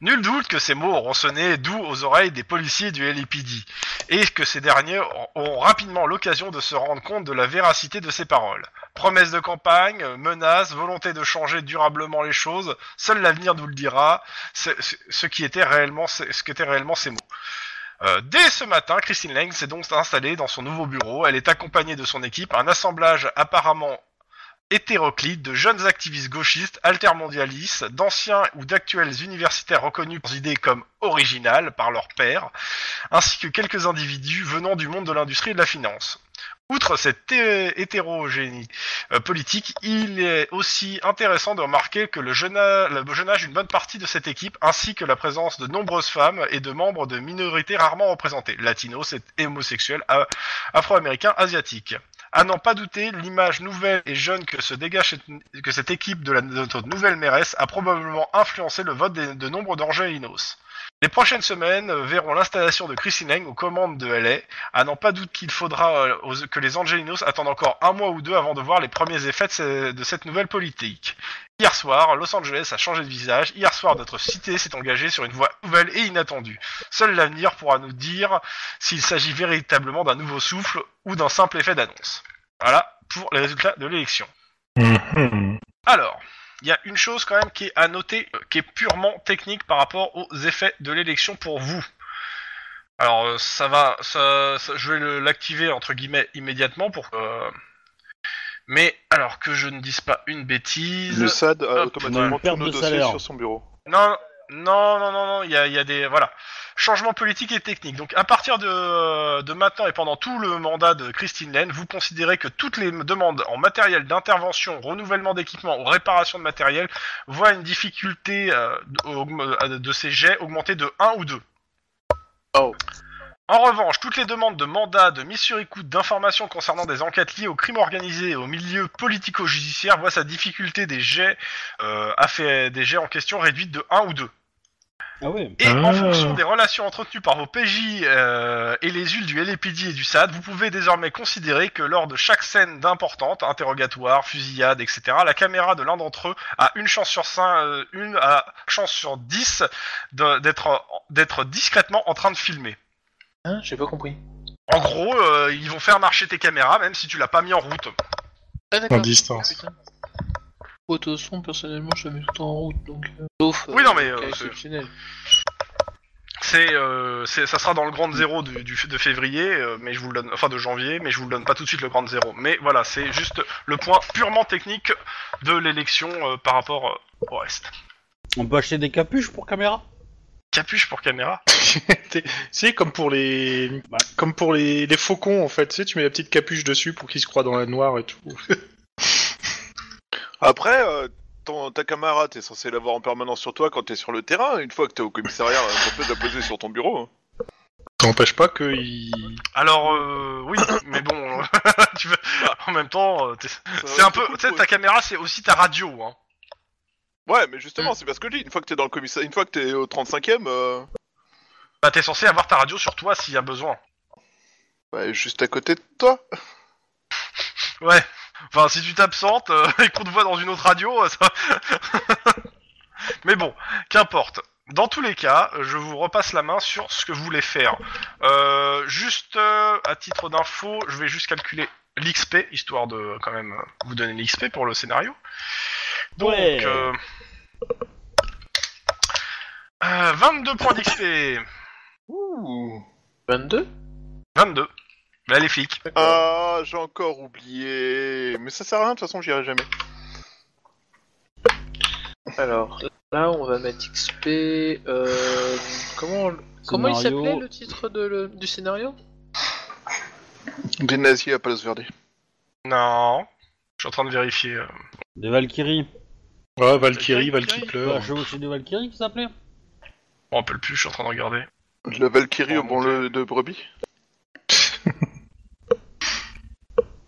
B: Nul doute que ces mots auront sonné doux aux oreilles des policiers du LAPD et que ces derniers auront rapidement l'occasion de se rendre compte de la véracité de ces paroles. Promesses de campagne, euh, menaces, volonté de changer durablement les choses, seul l'avenir nous le dira ce, ce- ce qui était réellement, ce ce qu'étaient réellement ces mots. Euh, dès ce matin, Christine Lang s'est donc installée dans son nouveau bureau. Elle est accompagnée de son équipe, un assemblage apparemment hétéroclite de jeunes activistes gauchistes, altermondialistes, d'anciens ou d'actuels universitaires reconnus pour leurs idées comme originales par leur père, ainsi que quelques individus venant du monde de l'industrie et de la finance. Outre cette hé- hétérogénie euh, politique, il est aussi intéressant de remarquer que le jeune, a- le jeune âge d'une bonne partie de cette équipe, ainsi que la présence de nombreuses femmes et de membres de minorités rarement représentées, latinos, et- et homosexuels, a- afro-américains, asiatiques. À n'en pas douter, l'image nouvelle et jeune que se dégage cette, que cette équipe de, la, de notre nouvelle mairesse a probablement influencé le vote des- de nombre d'Angelinos. Les prochaines semaines euh, verront l'installation de Christine Lang aux commandes de LA. À n'en Ah pas doute qu'il faudra euh, aux- que les Angelinos attendent encore un mois ou deux avant de voir les premiers effets de, ce- de cette nouvelle politique. Hier soir, Los Angeles a changé de visage. Hier soir, notre cité s'est engagée sur une voie nouvelle et inattendue. Seul l'avenir pourra nous dire s'il s'agit véritablement d'un nouveau souffle ou d'un simple effet d'annonce. Voilà pour les résultats de l'élection.
A: Mhm.
B: Alors, il y a une chose quand même qui est à noter, euh, qui est purement technique par rapport aux effets de l'élection pour vous. Alors, euh, ça va, ça, ça- je vais le- l'activer entre guillemets immédiatement pour que. Mais alors que je ne dise pas une bêtise.
E: Le SAD a
B: Hop,
D: ouais.
E: automatiquement tous
D: Perte
E: nos
D: de
E: dossiers
D: salaire.
E: sur son bureau.
B: Non, non, non, non, non, il y a, il y a des. Voilà. Changement politique et technique. Donc, à partir de, de maintenant et pendant tout le mandat de Christine Lane, vous considérez que toutes les demandes en matériel d'intervention, renouvellement d'équipement ou réparation de matériel voient une difficulté euh, de, de ces jets augmentée de 1 ou 2.
E: Oh.
B: En revanche, toutes les demandes de mandat, de mise sur écoute, d'informations concernant des enquêtes liées au crime organisé et au milieu politico-judiciaire voient sa difficulté des jets euh, a fait des jets en question réduite de 1 ou 2.
D: Ah ouais.
B: Et
A: Ah.
B: en fonction des relations entretenues par vos PJ euh, et les huiles du LAPD et du SAD, vous pouvez désormais considérer que lors de chaque scène d'importante, interrogatoire, fusillade, etc., la caméra de l'un d'entre eux a une chance sur 5, une à chance sur 10 de- d'être d'être discrètement en train de filmer.
C: Hein J'ai pas compris.
B: En gros, euh, ils vont faire marcher tes caméras même si tu l'as pas mis en route.
C: Ah d'accord.
A: En distance.
C: Putain. Bon, de toute façon, personnellement, je la mets tout le temps en route, donc... euh, sauf...
B: Oui, non, mais,
C: cas
B: euh, c'est-
C: exceptionnel.
B: C'est, euh, c'est- ça sera dans le grand zéro du, du- de février, euh, mais je vous le donne, enfin de janvier, mais je vous le donne pas tout de suite le grand zéro. Mais voilà, c'est juste le point purement technique de l'élection euh, par rapport euh, au reste.
D: On peut acheter des capuches pour caméra
B: Capuche pour caméra.
A: *laughs* T'es- c'est comme pour les,
D: Bah.
A: comme pour les, les faucons en fait. Tu sais, tu mets la petite capuche dessus pour qu'ils se croient dans la noire et tout.
E: Après, euh, ton, ta caméra, t'es censé l'avoir en permanence sur toi quand t'es sur le terrain. Une fois que t'es au commissariat, euh, t'as peut la poser sur ton bureau. hein.
A: Ça n'empêche pas qu'ils
B: Alors, euh, *laughs* oui, *coughs* mais bon, tu veux... en même temps, euh, t'es-
E: Ça-
B: c'est un peu.
E: cool,
B: Tu sais,
E: quoi.
B: ta caméra, c'est aussi ta radio. Hein.
E: Ouais, mais
B: Hmm.
E: justement, c'est parce que je dis, une fois que t'es dans le commissariat, une fois que t'es au 35ème, euh,
B: Bah, t'es censé avoir ta radio sur toi s'il y a besoin.
E: bah, juste à côté de toi.
B: Ouais. Enfin, si tu t'absentes euh, *laughs* et qu'on te voit dans une autre radio, euh, ça. *laughs* Mais bon, qu'importe. Dans tous les cas, euh, je vous repasse la main sur ce que vous voulez faire. Euh, juste euh, à titre d'info, je vais juste calculer l'XP, histoire de euh, quand même euh, vous donner l'XP pour le scénario. Donc,
D: Ouais.
B: euh, euh, 22 points d'XP.
C: 22
B: 22. Bah, les flics.
E: Ah, j'ai encore oublié. Mais ça sert à rien, de toute façon, j'y irai jamais.
C: Alors, là, on va mettre XP. euh, comment comment il
D: Scénario.
C: s'appelait le titre de le- du scénario
E: Des nazis à Palos Verde.
B: Non. Je suis en train de vérifier. euh.
D: Des Valkyries.
A: Ouais,
B: Valkyrie
A: Valkyrie, Valkyrie
D: Ouais.
A: pleure.
D: Je aussi des Valkyries qui s'appelait
B: Je me rappelle plus, je suis en train de regarder.
E: La Valkyrie
B: Oh,
E: au bon le de brebis.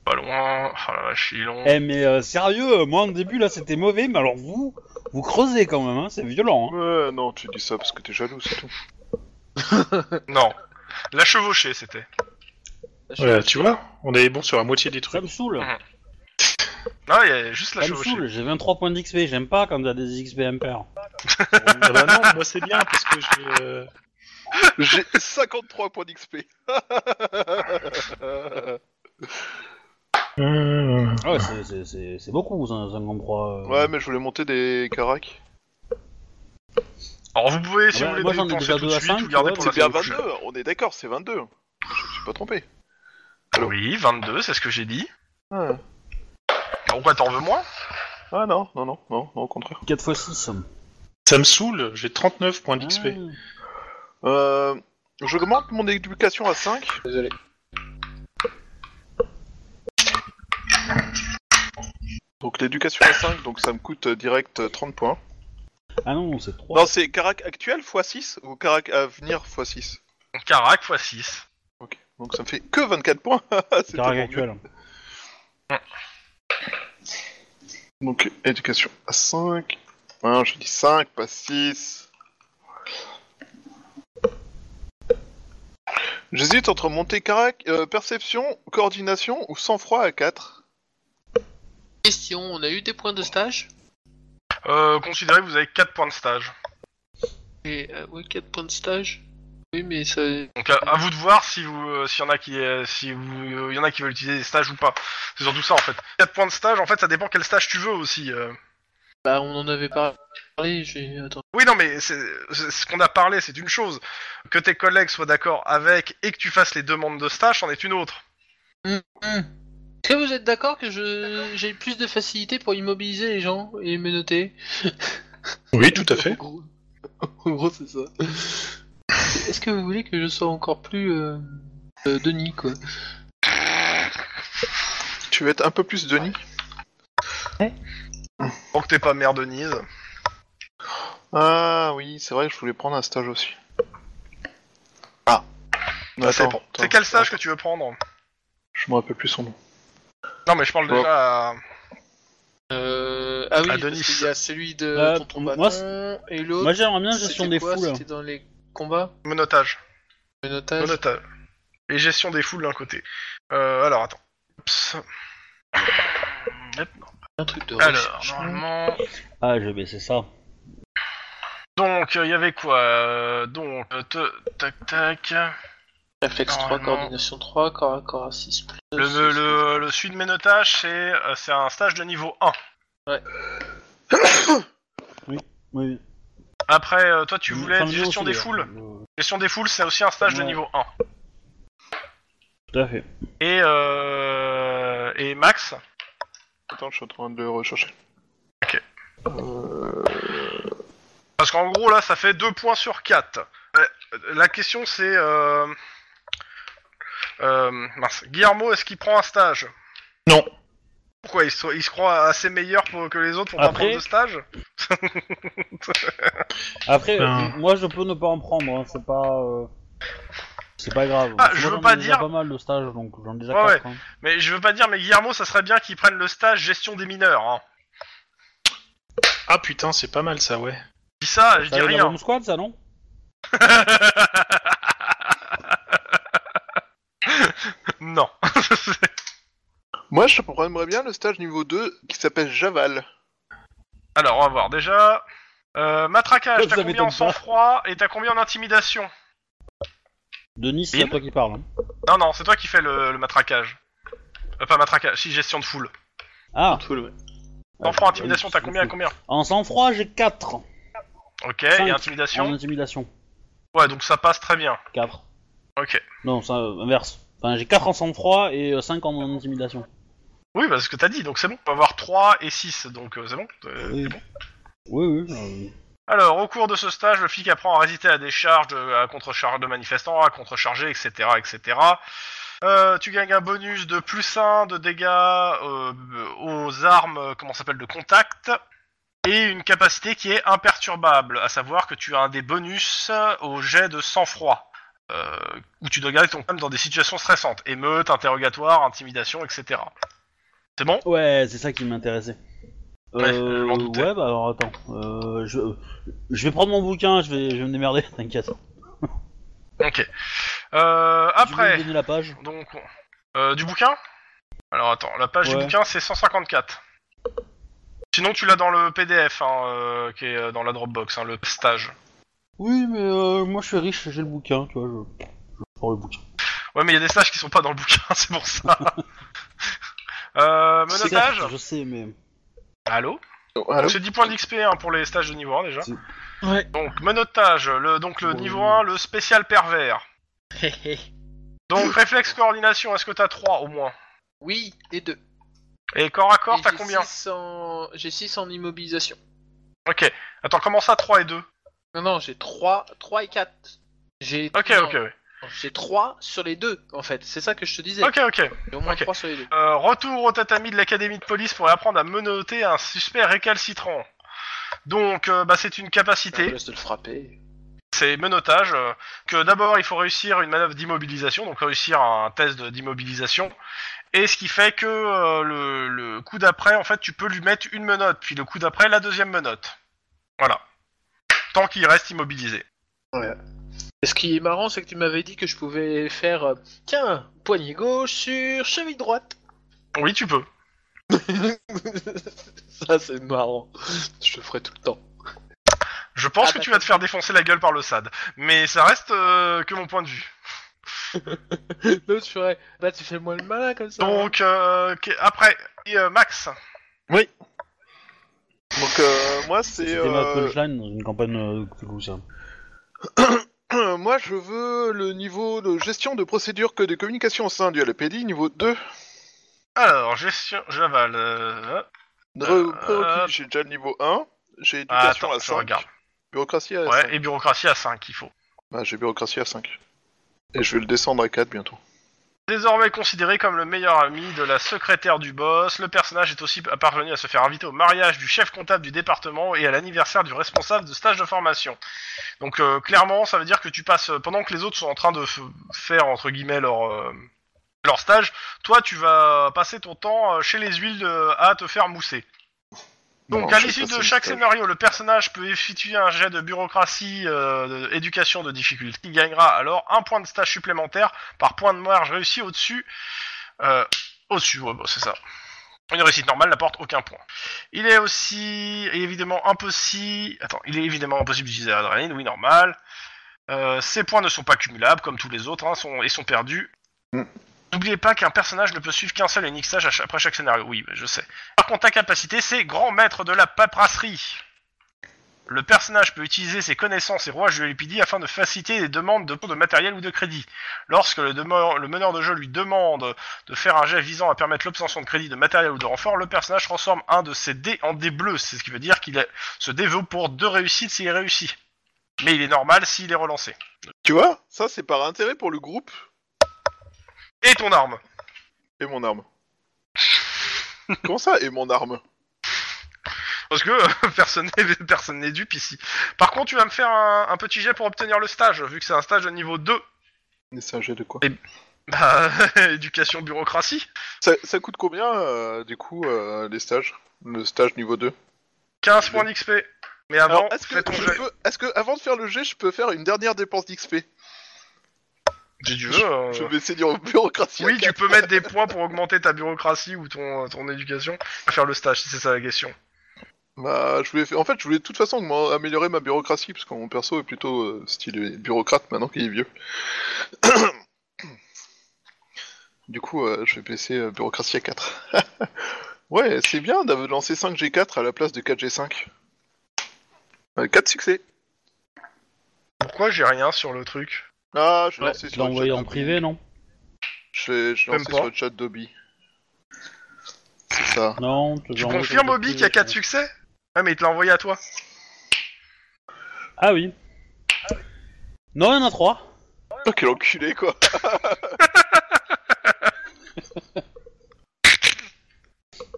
B: Pas loin. Oh la vache, il est long.
D: Eh mais euh, sérieux, euh, moi au début là c'était mauvais, mais alors vous, vous creusez quand même, hein, c'est violent. Hein.
E: Ouais, non, tu dis ça parce que t'es jaloux, c'est tout.
D: Eh.
B: Non. La chevauchée, c'était.
A: Ouais, tu vois, on est bon sur la moitié
D: *laughs*
A: des
D: Ça
A: trucs.
D: me saoule,
B: Non, il y a juste la
D: ça me
B: chevauchée.
D: saoule, j'ai 23 points d'XP, j'aime pas quand t'as des XP impairs.
A: Ah bah non, moi c'est bien parce que je. euh,
E: *laughs* J'ai 53 points d'XP.
A: euh,
D: Ah ouais, c'est- c'est- c'est c'est beaucoup, ça, ça me comprend. euh.
E: *laughs* ouais, mais je voulais monter des caracs.
B: Alors vous pouvez, si
D: Ah bah,
B: vous voulez
D: moi, j'en ai
B: dépenser
D: déjà
B: tout
D: deux
B: de
D: à
B: suite,
D: cinq,
B: ou garder
D: tu
B: pour
E: C'est
B: la
E: bien
B: chevauchée.
E: 22, on est d'accord, c'est 22. Je me suis pas trompé.
B: Ah Oui, 22, c'est ce que j'ai dit.
E: Ah,
B: Pourquoi t'en veux moins
E: Ah, non, non, non, non, non, au contraire.
D: 4 x 6.
A: Ça me saoule, j'ai 39 points d'XP.
E: Euh, J'augmente mon éducation à 5.
C: Désolé.
E: Donc l'éducation à 5, donc ça me coûte euh, direct euh, 30 points.
D: Ah non, c'est 3.
E: Non, c'est carac actuel x 6 ou carac à venir x 6
B: Carac x 6.
E: Ok, donc ça me fait que 24 points. *laughs* C'est
D: Carac actuel.
E: tellement mieux. Donc éducation à 5. Hein, je dis 5, pas 6. J'hésite entre monter carac, euh, perception, coordination ou sang-froid à 4.
C: Question, on a eu des points de stage
B: Euh, considérez que vous avez 4 points de stage.
C: Et, euh, ouais, 4 points de stage Oui, mais ça...
B: Donc à, à vous de voir si vous, euh, s'il y en a qui, euh, si vous, euh, il y en a qui veulent utiliser des stages ou pas. C'est surtout ça en fait. 4 points de stage, en fait, ça dépend quel stage tu veux aussi. euh.
C: Bah, on en avait par- parlé, j'ai... Attends.
B: Oui, non, mais c'est c'est- ce qu'on a parlé, c'est une chose. Que tes collègues soient d'accord avec et que tu fasses les demandes de stage, c'en est une autre.
C: Est-ce que vous êtes d'accord que je j'ai plus de facilité pour immobiliser les gens et me noter
A: Oui, tout à fait.
C: En gros, *laughs* en gros, c'est ça. Est-ce que vous voulez que je sois encore plus... Euh... euh, Denis, quoi
E: Tu veux être un peu plus Denis
B: Tant que t'es pas mère Denise.
E: Ah oui, c'est vrai que je voulais prendre un stage aussi. Ah.
B: Bah, ça
E: Attends,
B: dépend.
E: attends,
B: C'est quel stage que tu veux prendre
E: Je me rappelle plus son nom.
B: Non, mais je parle
E: Bon.
B: déjà à...
C: Euh... Ah oui,
B: À
C: parce
B: Denis.
C: qu'il y a celui de
D: Euh,
C: Tonton
D: moi,
C: Bâton,
D: c'est-
C: et
D: Moi
C: l'autre...
D: j'aimerais bien
C: c'était
D: gestion des
C: quoi
D: foules.
C: C'était dans les combats
B: monotage.
C: Le notage
B: Monotage. Et gestion des foules d'un côté. Euh, alors, attends. Oups. Hop.
C: Un truc de
B: Alors,
C: recherche.
B: normalement...
D: Ah, je vais baisser ça.
B: Donc, euh, il y avait quoi euh, Donc, euh, te- tac, tac...
C: Réflexe 3,
B: Normalement.
C: coordination 3, corps à corps à 6. plus,
B: Le,
C: six,
B: le, le, le suite ménotage, c'est euh, c'est un stage de niveau 1.
D: Oui.
B: Après, euh, toi, tu
D: Mmh, Enfin,
B: voulais
D: le niveau
B: gestion
D: aussi,
B: des
D: d'ailleurs.
B: foules.
D: Euh,
B: Gestion des foules, c'est aussi un stage de
D: Ouais.
B: niveau 1.
D: Tout à fait.
B: Et, euh, et Max,
E: Attends, je suis en train de le rechercher.
B: Ok.
E: Euh,
B: Parce qu'en gros, là, ça fait 2 points sur 4. La question, c'est... Euh... euh, mince. Guillermo, est-ce qu'il prend un stage
A: Non.
B: Pourquoi il se, il se croit assez meilleur pour- que les autres pour
D: Après-
B: pas prendre de stage
D: Après,
A: Ben.
D: euh, moi je peux ne pas en prendre, hein, c'est pas. euh, C'est pas grave. Moi,
B: Ah, je veux
D: j'en ai
B: pas
D: déjà
B: dire-
D: pas mal de stages, donc j'en ai déjà
B: Ouais,
D: quatre, hein.
B: Mais je veux pas dire, mais Guillermo, ça serait bien qu'il prenne le stage gestion des mineurs. Hein.
A: Ah putain, c'est pas mal ça, ouais.
B: Je dis ça, je
D: Ça
B: dis
D: avait la
B: rien.
D: bombe squad, ça non
B: non.
E: Moi, je prendrais bien le stage niveau 2 qui s'appelle Javal.
B: Alors, on va voir. Déjà, euh, matraquage,
D: Ça,
B: t'as
D: ça
B: combien
D: m'étonne
B: en
D: pas.
B: sang-froid et t'as combien en intimidation
D: Denis, c'est à
B: Lynn
D: toi qui parle. hein.
B: Non, non, c'est toi qui fais le, le matraquage. Euh, pas matraquage, si, gestion de foule.
D: Ah
C: Cool, ouais.
B: Sang-froid,
D: Ah,
B: intimidation,
D: oui,
B: t'as
D: c'est
B: combien à
D: fou.
B: combien
D: En sang-froid, j'ai 4.
B: Ok,
D: Cinq.
B: et
D: En
B: intimidation
D: intimidation,
B: Ouais, donc ça passe très bien.
D: 4.
B: Ok.
D: Non, ça euh, inverse. Enfin, j'ai 4 en sang-froid et 5 en intimidation.
B: Oui, bah, c'est ce que t'as dit, donc c'est bon. On peut avoir 3 et 6, donc euh, c'est bon. Euh,
D: Oui, oui. euh,
B: Alors, au cours de ce stage, le flic apprend à résister à des charges de, à contre-charge de manifestants, à contre-charger, etc., etc. Euh, tu gagnes un bonus de plus 1 de dégâts euh, aux armes, euh, comment ça s'appelle, de contact, et une capacité qui est imperturbable, à savoir que tu as un des bonus au jet de sang-froid, euh, où tu dois garder ton calme dans des situations stressantes, émeutes, interrogatoires, intimidations, etc. C'est bon
D: Ouais, c'est ça qui m'intéressait.
B: Ouais,
D: Euh,
B: je m'en doutais.
D: ouais, bah alors attends. Euh, je, je vais prendre mon bouquin, je vais, je vais me démerder, *laughs* t'inquiète.
B: Ok. Euh,
D: Tu peux
B: après...
D: me donner la page
B: Donc, euh, du bouquin Alors attends, la page
D: Ouais.
B: du bouquin c'est 154. Sinon, tu l'as dans le PDF hein, euh, qui est euh, dans la Dropbox, hein, le stage.
D: Oui, mais euh, moi je suis riche, j'ai le bouquin, tu vois, je, je prends le bouquin.
B: Ouais, mais il y a des stages qui sont pas dans le bouquin, *laughs* c'est pour ça. euh, menottage
D: Certes, Je sais, mais.
B: Allô
E: allô
B: C'est 10 points d'XP hein, pour les stages de niveau 1 déjà.
D: C'est-
C: Ouais.
B: Donc, menottage, le, donc le
D: Ouais.
B: niveau 1, le spécial
C: *laughs*
B: pervers. Donc, réflexe coordination, est-ce que t'as 3 au moins
C: oui, les deux.
B: Et corps à corps,
C: Et
B: t'as
C: j'ai
B: combien
C: 6 en- J'ai 6 en immobilisation.
B: Ok, attends, comment ça 3 et 2
C: Non, non, j'ai 3, 3 et 4. J'ai
B: Ok,
C: non,
B: ok, ouais.
C: J'ai 3 sur les deux, en fait. C'est ça que je te disais.
B: ok, ok.
C: J'ai au moins
B: ok.
C: 3 sur les deux.
B: Euh, retour au tatami de l'académie de police pour apprendre à menotter un suspect récalcitrant. Donc, euh, bah, c'est une
C: Ah, Je
B: capacité,
C: laisse de le frapper.
B: c'est menottage, euh, que d'abord il faut réussir une manœuvre d'immobilisation, donc réussir un test de- d'immobilisation, et ce qui fait que euh, le, le coup d'après, en fait, tu peux lui mettre une menotte, puis le coup d'après, la deuxième menotte. Voilà. Tant qu'il reste immobilisé.
C: Et Ce qui est marrant, c'est que tu m'avais dit que je pouvais faire. euh, Tiens, poignet gauche sur cheville droite. *laughs*
B: Oui, tu peux.
C: ça, c'est marrant. Je le ferai tout le temps.
B: Je pense
C: Ah,
B: que
C: bah,
B: tu vas te faire défoncer la gueule par le SAD, mais ça reste euh, que mon point de vue.
C: L'autre ferait. Bah, tu fais moi le malin comme ça.
B: Donc, euh, qu'est- après, et, euh, Max
E: Donc, euh, moi, c'est.
D: C'était ma
E: euh,
D: punchline dans une campagne euh, de Cthulhu, ça.
E: Euh, moi, je veux le niveau de gestion de procédure que de communication au sein du LPD, niveau 2.
B: Alors, gestion, j'avale. euh,
E: De
B: Euh,
E: prérequis, j'ai déjà le niveau 1. J'ai
B: ah,
E: éducation
B: attends,
E: à
B: je
E: 5.
B: regarde.
E: Bureaucratie à 5.
B: Ouais, et bureaucratie à 5, il faut.
E: Ah, j'ai bureaucratie à 5. Et je vais le descendre à 4 bientôt.
B: Désormais considéré comme le meilleur ami de la secrétaire du boss, le personnage est aussi parvenu à se faire inviter au mariage du chef comptable du département et à l'anniversaire du responsable de stage de formation. Donc euh, clairement, ça veut dire que tu passes euh, pendant que les autres sont en train de f- faire entre guillemets leur euh, leur stage, toi tu vas passer ton temps euh, chez les huiles de- à te faire mousser. Donc,
E: Non,
B: à
E: je vais
B: l'issue
E: passer
B: de
E: une
B: chaque
E: stage.
B: scénario, le personnage peut effectuer un jet de bureaucratie, euh, de- éducation de difficulté. Il gagnera alors un point de stage supplémentaire par point de marge réussi au-dessus. Euh, au-dessus, ouais, bon, c'est ça. Une réussite normale n'apporte aucun point. Il est aussi évidemment impossible. Attends, il est évidemment impossible d'utiliser l'adrénaline, oui, normal. Euh, ces points ne sont pas cumulables, comme tous les autres, hein, sont, et sont perdus.
E: Mm.
B: N'oubliez pas qu'un personnage ne peut suivre qu'un seul et unique stage à cha- après chaque scénario. Oui, bah, je sais. Par contre, ta capacité, c'est grand maître de la paperasserie. Le personnage peut utiliser ses connaissances et rouages du LPD afin de faciliter les demandes de de matériel ou de crédit. Lorsque le, demeur- le meneur de jeu lui demande de faire un jet visant à permettre l'obtention de crédit de matériel ou de renfort, le personnage transforme un de ses dés en dés bleus, c'est ce qui veut dire qu'il a- se dévaut pour deux réussites s'il est réussi. Mais il est normal s'il est relancé.
E: Tu vois, ça c'est par intérêt pour le groupe
B: Et ton arme
E: et
B: *laughs*
E: mon arme. Comment ça et mon arme
B: Parce que *laughs* euh, personne n'est personne n'est dupe ici. Par contre, tu vas me faire un, un petit jet pour obtenir le stage, vu que c'est un stage de niveau 2.
E: Mais c'est un jet de quoi
B: Bah, *laughs* éducation, bureaucratie.
E: ça, ça coûte combien euh, du coup euh, les stages Le stage niveau 2
B: 15 points d'XP. Mais avant,
E: est-ce que,
B: fais ton
E: je
B: jet.
E: peux- est-ce que avant de faire le jet, je peux faire une dernière dépense d'XP
B: Si tu veux. euh,
E: Je vais saigner en bureaucratie. à
B: Oui, tu
E: quatre.
B: peux mettre des points pour augmenter ta bureaucratie ou ton, euh, ton éducation. À faire le stage, si c'est ça la question.
E: Bah, je voulais fa- En fait, je voulais de toute façon m'en- améliorer ma bureaucratie, parce que mon perso est plutôt euh, style bureaucrate maintenant qu'il est vieux. *coughs* du coup, euh, je vais baisser euh, bureaucratie à 4. *laughs* ouais, c'est bien d'avoir lancé 5G4 à la place de 4G5. 4 Euh, succès.
B: Pourquoi j'ai rien sur le truc
E: Ah, je l'ai
D: Ouais,
E: lancé
D: tu
E: sur
D: l'as
E: le
D: envoyé
E: chat
D: en
E: Dobby.
D: privé, non
E: Je l'ai je l'ai
B: Même
E: lancé
B: pas.
E: sur le chat Dobby. C'est ça.
D: Non, tu
B: Tu
D: l'as envoyé
B: confirmes,
D: en
B: Obi,
D: privé,
B: qu'il y a
D: je
B: 4
D: pense.
B: succès Ouais, mais il te l'a envoyé à toi.
D: Ah oui. Non, il y en a 3.
E: Oh, quel enculé, quoi.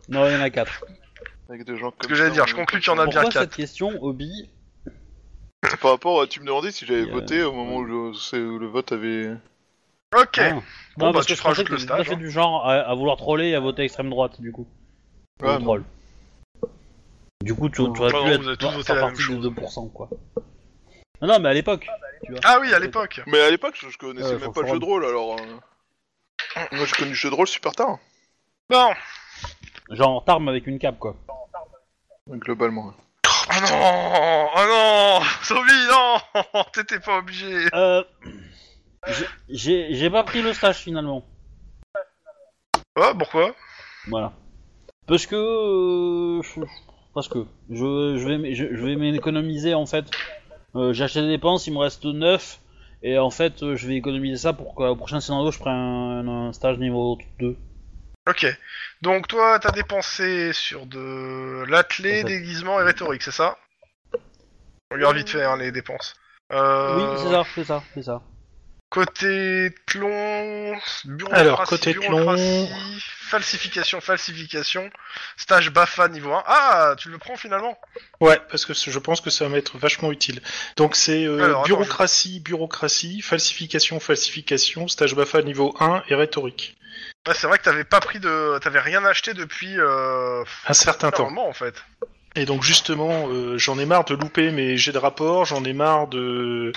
D: Non, il y en a 4.
E: Avec des gens comme
B: Ce que j'allais
E: ça,
B: dire, je
E: on-
B: conclus qu'il y en a bien
D: Pourquoi
B: 4.
D: cette question, Obi
E: Par rapport à, tu me demandais si j'avais
D: Euh,
E: voté au moment où, le- c'est- où le vote avait.
B: Ok.
D: Ah.
B: Bon,
D: Non,
B: bah,
D: parce
B: tu
D: que je
B: feras
D: pensais
B: juste
D: que
B: le
D: t'étais pas
B: stage.
D: fait
B: hein.
D: du genre à, à vouloir troller et à voter extrême droite, du coup. Ou
E: Ouais,
D: troll. Du coup, tu, tu
E: Ouais,
D: aurais
B: non,
D: pu
B: vous avez
D: être
B: tous
D: faire
B: voté la même
D: partie des 2%, quoi. Non, non, mais à l'époque. tu vois.
B: Ah oui, à l'époque.
E: Mais à l'époque, je, je connaissais
D: Ouais,
E: même
D: faut
E: pas le
D: faire
E: jeu de rôle, alors. euh, Moi, j'ai connu le jeu de rôle super tard,
B: Non.
D: Genre, t'armes avec une cape, quoi.
E: hein, globalement.
B: Oh non Oh non *laughs* Zombie, non *laughs* T'étais pas obligé
D: Euh. j'ai- J'ai j'ai pas pris le stage finalement.
B: Oh, pourquoi
D: Voilà. Parce que. euh, je- parce que. Je, je vais, m- je, je vais m'économiser en fait. Euh, J'ai acheté des dépenses, il me reste 9. Et en fait, euh, je vais économiser ça pour qu'au prochain scénario, je prenne un, un stage niveau 2.
B: Ok. Donc toi, t'as dépensé sur de l'athlé,
D: En fait.
B: déguisement et rhétorique, c'est ça On regarde vite fait hein, les dépenses. Euh,
D: Oui, c'est ça, c'est ça, c'est ça.
B: Côté tlon, bureaucratie,
A: Alors, côté tlon.
B: bureaucratie, falsification, falsification, stage BAFA niveau 1. Ah, tu le prends finalement
A: Ouais, parce que ce- je pense que ça va m'être vachement utile. Donc c'est euh,
B: Alors, attends,
A: bureaucratie, bureaucratie, falsification, falsification, stage BAFA niveau 1 et rhétorique.
B: Ouais, C'est vrai que t'avais pas pris de... T'avais rien acheté depuis... Euh...
A: Un certain
B: un
A: temps.
B: moment, en fait.
A: Et donc justement, euh, j'en ai marre de louper mes jets de rapport, j'en ai
B: *laughs*
A: marre de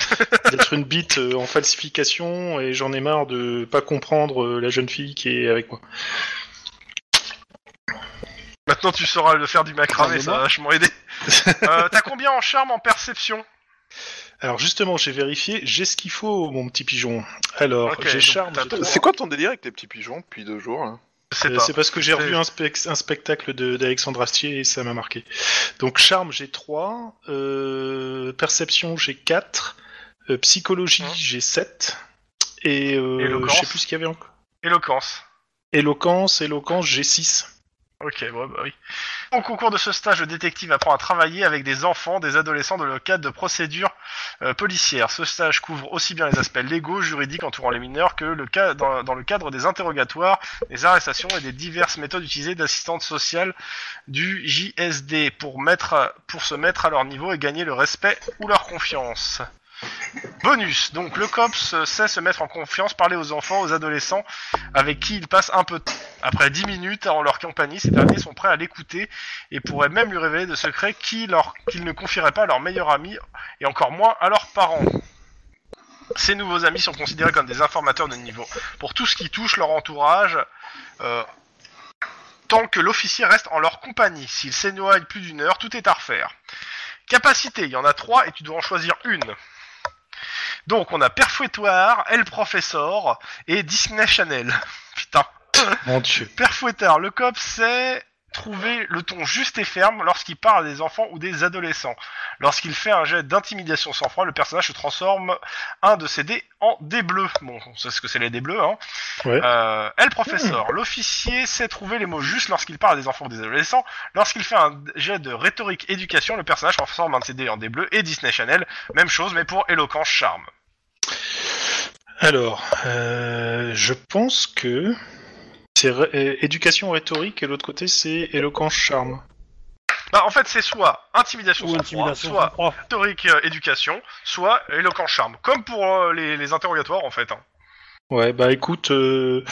A: d'être une bite euh, en falsification et j'en ai marre de pas comprendre euh, la jeune fille qui est avec moi.
B: Maintenant, tu sauras le faire du macramé,
D: Attends,
B: ça
D: mais
B: va vachement
A: *laughs*
B: aider. Euh, T'as combien en charme, en perception
A: Alors justement, j'ai vérifié, j'ai ce qu'il faut, mon petit pigeon. Alors,
B: Ok,
A: j'ai
B: donc
A: charme.
B: t'as
A: j'ai
B: trois.
A: trois.
E: C'est quoi ton délire avec les petits pigeons depuis deux jours là
B: Je sais
A: Euh,
B: pas.
A: C'est parce que j'ai revu
B: C'est-
A: un, spec- un spectacle de- d'Alexandre Astier et ça m'a marqué. Donc charme, j'ai 3, euh, perception, j'ai 4, euh, psychologie,
B: Hein
A: j'ai 7, et euh,
B: Éloquence
A: je sais plus ce qu'il y avait encore.
B: Éloquence.
A: Éloquence, éloquence, j'ai 6.
B: Ok, ouais, bah oui. Au concours de ce stage, le détective apprend à travailler avec des enfants, des adolescents dans le cadre de procédures euh, policières. Ce stage couvre aussi bien les aspects légaux, juridiques entourant les mineurs que le cas dans, dans le cadre des interrogatoires, des arrestations et des diverses méthodes utilisées d'assistantes sociales du JSD pour mettre à- pour se mettre à leur niveau et gagner le respect ou leur confiance. Bonus, donc le COPS sait se mettre en confiance, parler aux enfants, aux adolescents avec qui il passe un peu de après 10 minutes en leur compagnie, ces derniers sont prêts à l'écouter et pourraient même lui révéler de secrets qui leur- qu'ils ne confieraient pas à leur meilleur ami et encore moins à leurs parents. Ces nouveaux amis sont considérés comme des informateurs de niveau pour tout ce qui touche leur entourage, euh, tant que l'officier reste en leur compagnie. S'il s'éloigne plus d'une heure, tout est à refaire. Capacité, il y en a trois et tu dois en choisir une. Donc on a Perfouettoir, El Professor et Disney Channel. *laughs* Putain.
A: Mon dieu.
B: Père Fouettard, le cop c'est trouver le ton juste et ferme lorsqu'il parle à des enfants ou des adolescents. Lorsqu'il fait un jet d'intimidation sans froid, le personnage se transforme un de ses dés en dés bleus. Bon, on sait ce que c'est les dés bleus, hein.
A: Ouais.
B: Euh, elle, professeur, l'officier sait trouver les mots justes lorsqu'il parle à des enfants ou des adolescents. Lorsqu'il fait un jet de rhétorique éducation, le personnage transforme un de ses dés en dés bleus. Et Disney Channel, même chose, mais pour éloquence charme.
A: Alors, euh, je pense que c'est ré- euh, éducation rhétorique et l'autre côté c'est éloquence charme.
B: Bah, en fait, c'est soit intimidation
D: Ou
B: sans
D: intimidation
B: froid,
D: sans
B: soit
D: froid.
B: rhétorique euh, éducation, soit éloquent charme. Comme pour euh, les, les interrogatoires, en fait. hein.
A: Ouais, bah écoute, euh,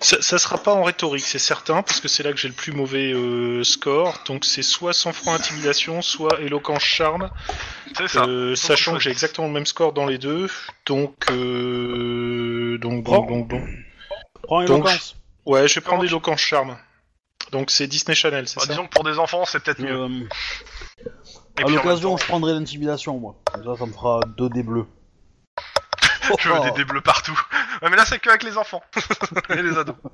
A: ça, ça sera pas en rhétorique, c'est certain, parce que c'est là que j'ai le plus mauvais euh, score. Donc c'est soit sans francs intimidation, soit éloquence charme,
B: C'est ça.
A: euh,
B: faut
A: sachant
B: qu'on
A: que j'ai
B: choisisse.
A: exactement le même score dans les deux. Donc, euh, donc, donc,
D: Prends.
A: donc, donc.
D: Prends
A: Donc,
D: éloquence.
A: Ouais, je vais
B: Comment
A: prendre l'éloquence charme. Donc c'est Disney Channel, c'est
B: Bah,
A: ça
B: disons que pour des enfants, c'est peut-être mieux.
D: Euh,
B: Et
D: à
B: puis, en
D: l'occasion,
B: même
D: je prendrai l'intimidation, moi. Comme ça, ça me fera deux dés bleus. Oh,
B: temps, je veux des dés bleus partout. *laughs* Ouais, mais là, c'est que avec les enfants et les ados.
D: oh.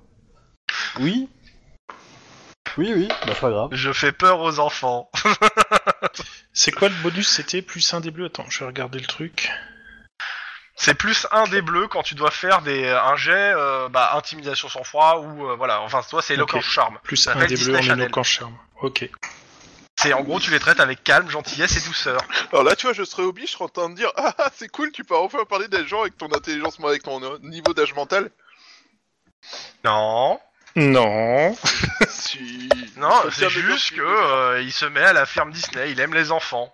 D: Oui Oui, oui, bah c'est pas grave.
B: Je fais peur aux enfants.
A: C'est quoi le bonus C'était plus un des bleus. Attends, je vais regarder le truc.
B: C'est plus un des bleus quand tu dois faire des, un jet, euh, bah, intimidation sans froid ou euh, voilà. Enfin, toi, c'est éloquence
A: Ok.
B: charme.
A: Plus
B: Ça
A: un
B: reste
A: des bleus
B: Disney
A: en
B: Channel.
A: éloquence charme. Ok.
B: C'est en gros, tu les traites avec calme, gentillesse et douceur.
E: Alors là, tu vois, je serais obligé, je serais en train de dire Ah, ah, c'est cool, tu peux enfin parler des gens avec ton intelligence, avec ton euh, niveau
B: *laughs*
E: d'âge mental.
B: Non.
A: Non.
E: Si.
B: Non,
E: Ça
B: c'est
E: tient des
B: juste que
E: gens-
B: euh, il se met à la ferme Disney, il aime les enfants.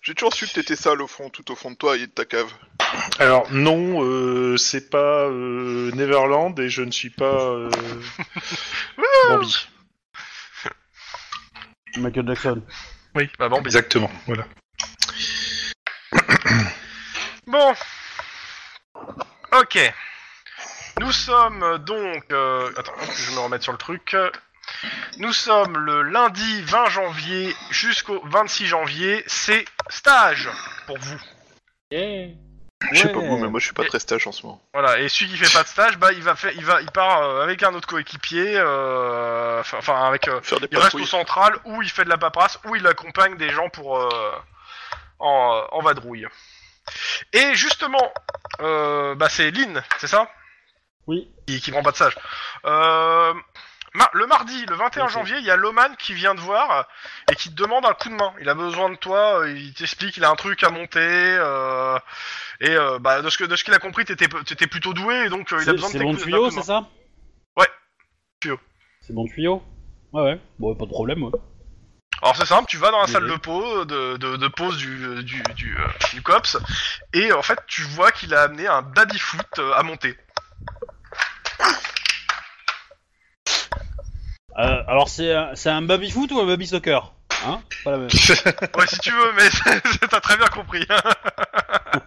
E: J'ai toujours su que t'étais sale au fond, tout au fond de toi et de ta cave.
A: Alors non, euh, c'est pas euh, Neverland et je ne suis pas
E: *laughs*
A: euh, Bambi.
D: Michael Jackson.
B: Bah bon, bizarre.
A: Exactement. Voilà.
B: Bon. Ok. Nous sommes donc... euh, Attends, je vais me remettre sur le truc. Nous sommes le lundi 20 janvier jusqu'au 26 janvier. C'est stage pour vous.
A: *laughs*
E: Je sais pas vous, mais moi je suis pas très stage en ce moment.
B: Voilà, et celui qui fait pas de stage, bah il va faire, il va, il part euh, avec un autre coéquipier, euh, enfin enfin, avec, euh,
E: Faire des
B: il reste
E: patrouilles.
B: au central où il fait de la paperasse, où il accompagne des gens pour euh, en, euh, en vadrouille. Et justement, euh, bah c'est Lynn, c'est ça
D: Oui.
B: qui, qui prend pas de sage. Euh, mar- le mardi, le 21
D: Ok.
B: janvier, il y a Loman qui vient te voir euh, et qui te demande un coup de main. Il a besoin de toi, euh, il t'explique qu'il a un truc à monter. euh, et euh, bah, de ce que de ce qu'il a compris, t'étais pe- t'étais plutôt doué et donc euh, il a
D: C'est
B: besoin de
D: c'est
B: tes
D: bon
B: coups- d'un
D: tuyau,
B: coup de
D: c'est
B: main.
D: ça
B: Ouais. Tuyau.
D: C'est bon tuyau Ouais, ouais. Bon, pas de problème, ouais.
B: Alors c'est simple, tu vas dans la
D: Oui,
B: salle
D: oui.
B: de pause de, de, de pause du du, du, euh, du cops et en fait tu vois qu'il a amené un baby foot à monter.
D: Euh, alors, c'est un, c'est un baby-foot ou un baby-soccer Hein Pas la même.
B: Ouais si tu veux, mais *laughs* c'est- t'as très bien compris. hein.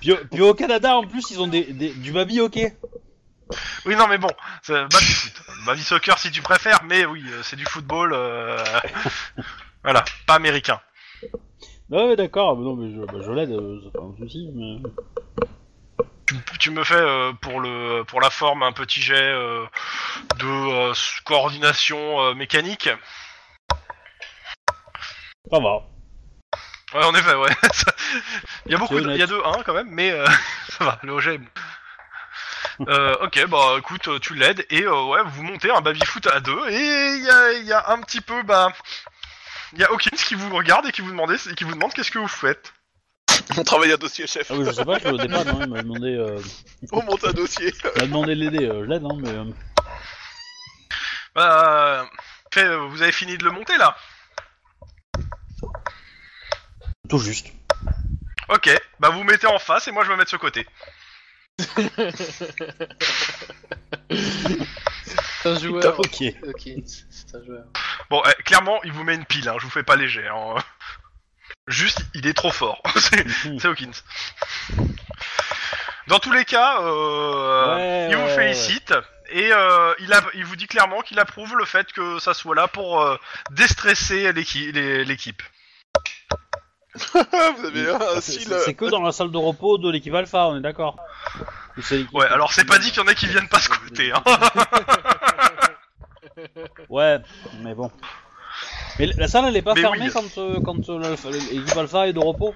D: Puis, au- puis au Canada, en plus, ils ont des, des- du baby-hockey.
B: Oui, non, mais bon, c'est baby foot. Baby soccer si tu préfères, mais oui, euh, c'est du football. euh, *laughs* voilà, pas américain.
D: Ouais, ouais, d'accord. mais Non, mais je, bah, je l'aide, euh, c'est pas un souci. Mais...
B: Tu me fais euh, pour le pour la forme un petit jet euh, de euh, s- coordination euh, mécanique.
D: Ça va.
B: Ouais, en effet, ouais. *laughs* Ça- Il y a beaucoup,
D: C'est
B: de...
D: honnête.
B: il y a deux 1 quand même, mais euh, *laughs* ça va, le OG est bon. Euh, ok, bah écoute, euh, tu l'aides et euh, ouais, vous montez un baby foot à deux et il y a, il y a un petit peu bah il y a Hawkins qui vous regarde et qui vous demande qui vous demande qu'est-ce que vous faites.
E: *laughs* On travaille à dossier
D: *laughs*
E: chef.
D: Ah oui, je sais pas, je le dépanne, hein, il m'a demandé, euh,
E: On monte un dossier.
D: il m'a demandé de l'aider, euh, je l'aide, hein, mais... euh,
B: Bah, fait, euh, vous avez fini de le monter là
D: Tout juste.
B: Ok, bah vous mettez en face et moi je me mets de ce côté.
C: C'est un joueur.
D: *laughs* Ok.
C: Ok, c'est un joueur.
B: Bon, eh, clairement, il vous met une pile, hein, je vous fais pas léger. hein. *laughs* Juste, il est trop fort. *laughs* c'est
D: Mhm.
B: c'est Hawkins. Dans tous les cas, euh,
D: Ouais,
B: il
D: ouais,
B: vous
D: ouais,
B: félicite et euh, il, a, il vous dit clairement qu'il approuve le fait que ça soit là pour euh, déstresser l'équi- les- l'équipe.
E: Ah, vous avez
B: euh,
E: un
D: C'est-
E: style.
D: C'est c'est que dans la salle de repos de l'équipe Alpha, on est d'accord Ou c'est l'équipe-
B: Ouais, alors c'est pas dit qu'il y en a qui viennent pas se côté. Hein.
D: Ouais, mais bon. Mais la salle, elle est pas
B: Mais
D: fermée
B: oui.
D: quand, euh, quand euh, l'alpha- l'équipe Alpha est de repos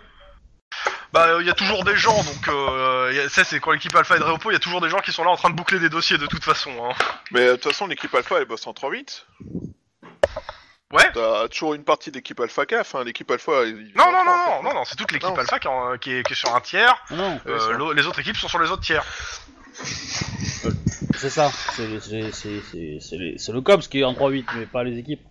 B: Bah, il y a toujours des gens, donc euh, y a- ça c'est quand l'équipe Alpha est de repos, il y a toujours des gens qui sont là en train de boucler des dossiers de toute façon. Hein.
E: Mais euh, de toute façon, l'équipe Alpha, elle bosse en 3-8.
B: Ouais.
E: T'as toujours une partie d'équipe Alpha CAF, hein. L'équipe Alpha. ils- ils
B: Non,
E: sont
B: non, non,
E: en train, en
B: non,
E: fait.
B: non, non, c'est toute l'équipe
E: Non.
B: Alpha qui, est en- qui est, qui est sur un tiers,
D: Ah Non,
B: euh,
E: ça.
B: l'au- les autres équipes sont sur les autres tiers.
D: c'est ça. C'est c'est- c'est- c'est- c'est les- c'est le COPS qui est en 3-8, mais pas les équipes.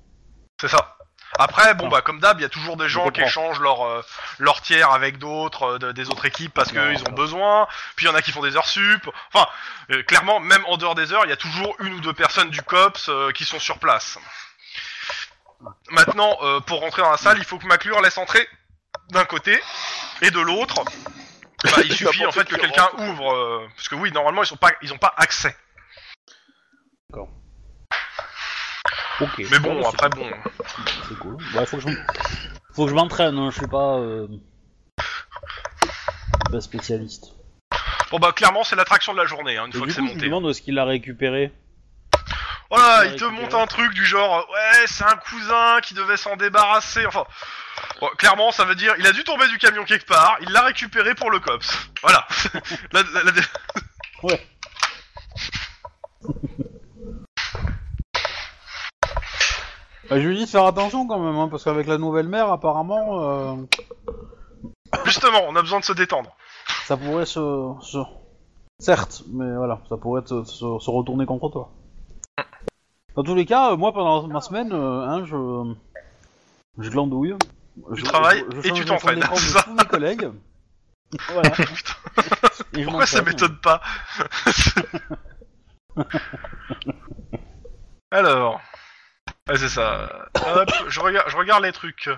B: C'est ça. Après, bon,
D: Non.
B: bah, comme d'hab, il y a toujours des gens qui
D: Ah. comprends.
B: échangent leur, euh, leur tiers avec d'autres, euh, de- des autres équipes parce
D: Non,
B: qu'ils ont
D: non.
B: besoin. Puis il y en a qui font des heures sup. Enfin, euh, clairement, même en dehors des heures, il y a toujours une ou deux personnes du COPS euh, qui sont sur place. Maintenant, euh, pour rentrer dans la salle, il faut que McClure laisse entrer d'un côté et de l'autre. Bah,
D: *laughs*
B: il suffit en fait que quelqu'un
D: hein.
B: ouvre. euh, parce que oui, normalement, ils sont pas, ils ont pas accès.
D: Ok.
B: Mais bon,
D: Ouais, c'est
B: après,
D: cool.
B: bon.
D: C'est cool. Ouais, faut que je, m- faut que je m'entraîne, hein, je suis pas. euh, je suis pas spécialiste.
B: Bon, bah, clairement, c'est l'attraction de la journée, hein, une
D: Et
B: fois
D: du
B: que c'est
D: coup, je me
B: monté.
D: demande où est-ce qu'il l'a récupéré.
B: Voilà,
D: Ouais,
B: Oh il te
D: récupérer.
B: monte un truc du genre euh, ouais, c'est un cousin qui devait s'en débarrasser. Enfin, bon, clairement, ça veut dire il a dû tomber du camion quelque part, il l'a récupéré pour le cops. Voilà. *laughs* La- la- la-
D: Ouais. Bah, je lui dis de faire attention quand même, hein, parce qu'avec la nouvelle mère, apparemment, euh,
B: Justement, on a besoin de se détendre.
D: ça pourrait se, se- Certes, mais voilà, ça pourrait se, se- se retourner contre toi.
B: Ah.
D: Dans tous les cas, euh, moi pendant ma semaine, euh, hein, je. Je glandouille. Je,
B: travailles et
D: change
B: tu
D: les fonds
B: t'entraînes,
D: d'écran de
B: c'est ça Oh,
D: tous mes collègues. Voilà.
B: *laughs*
D: Et je
B: Pourquoi ça
D: m'entraîne.
B: m'étonne pas Alors, ouais, c'est ça. Hop, je regarde, je regarde les trucs.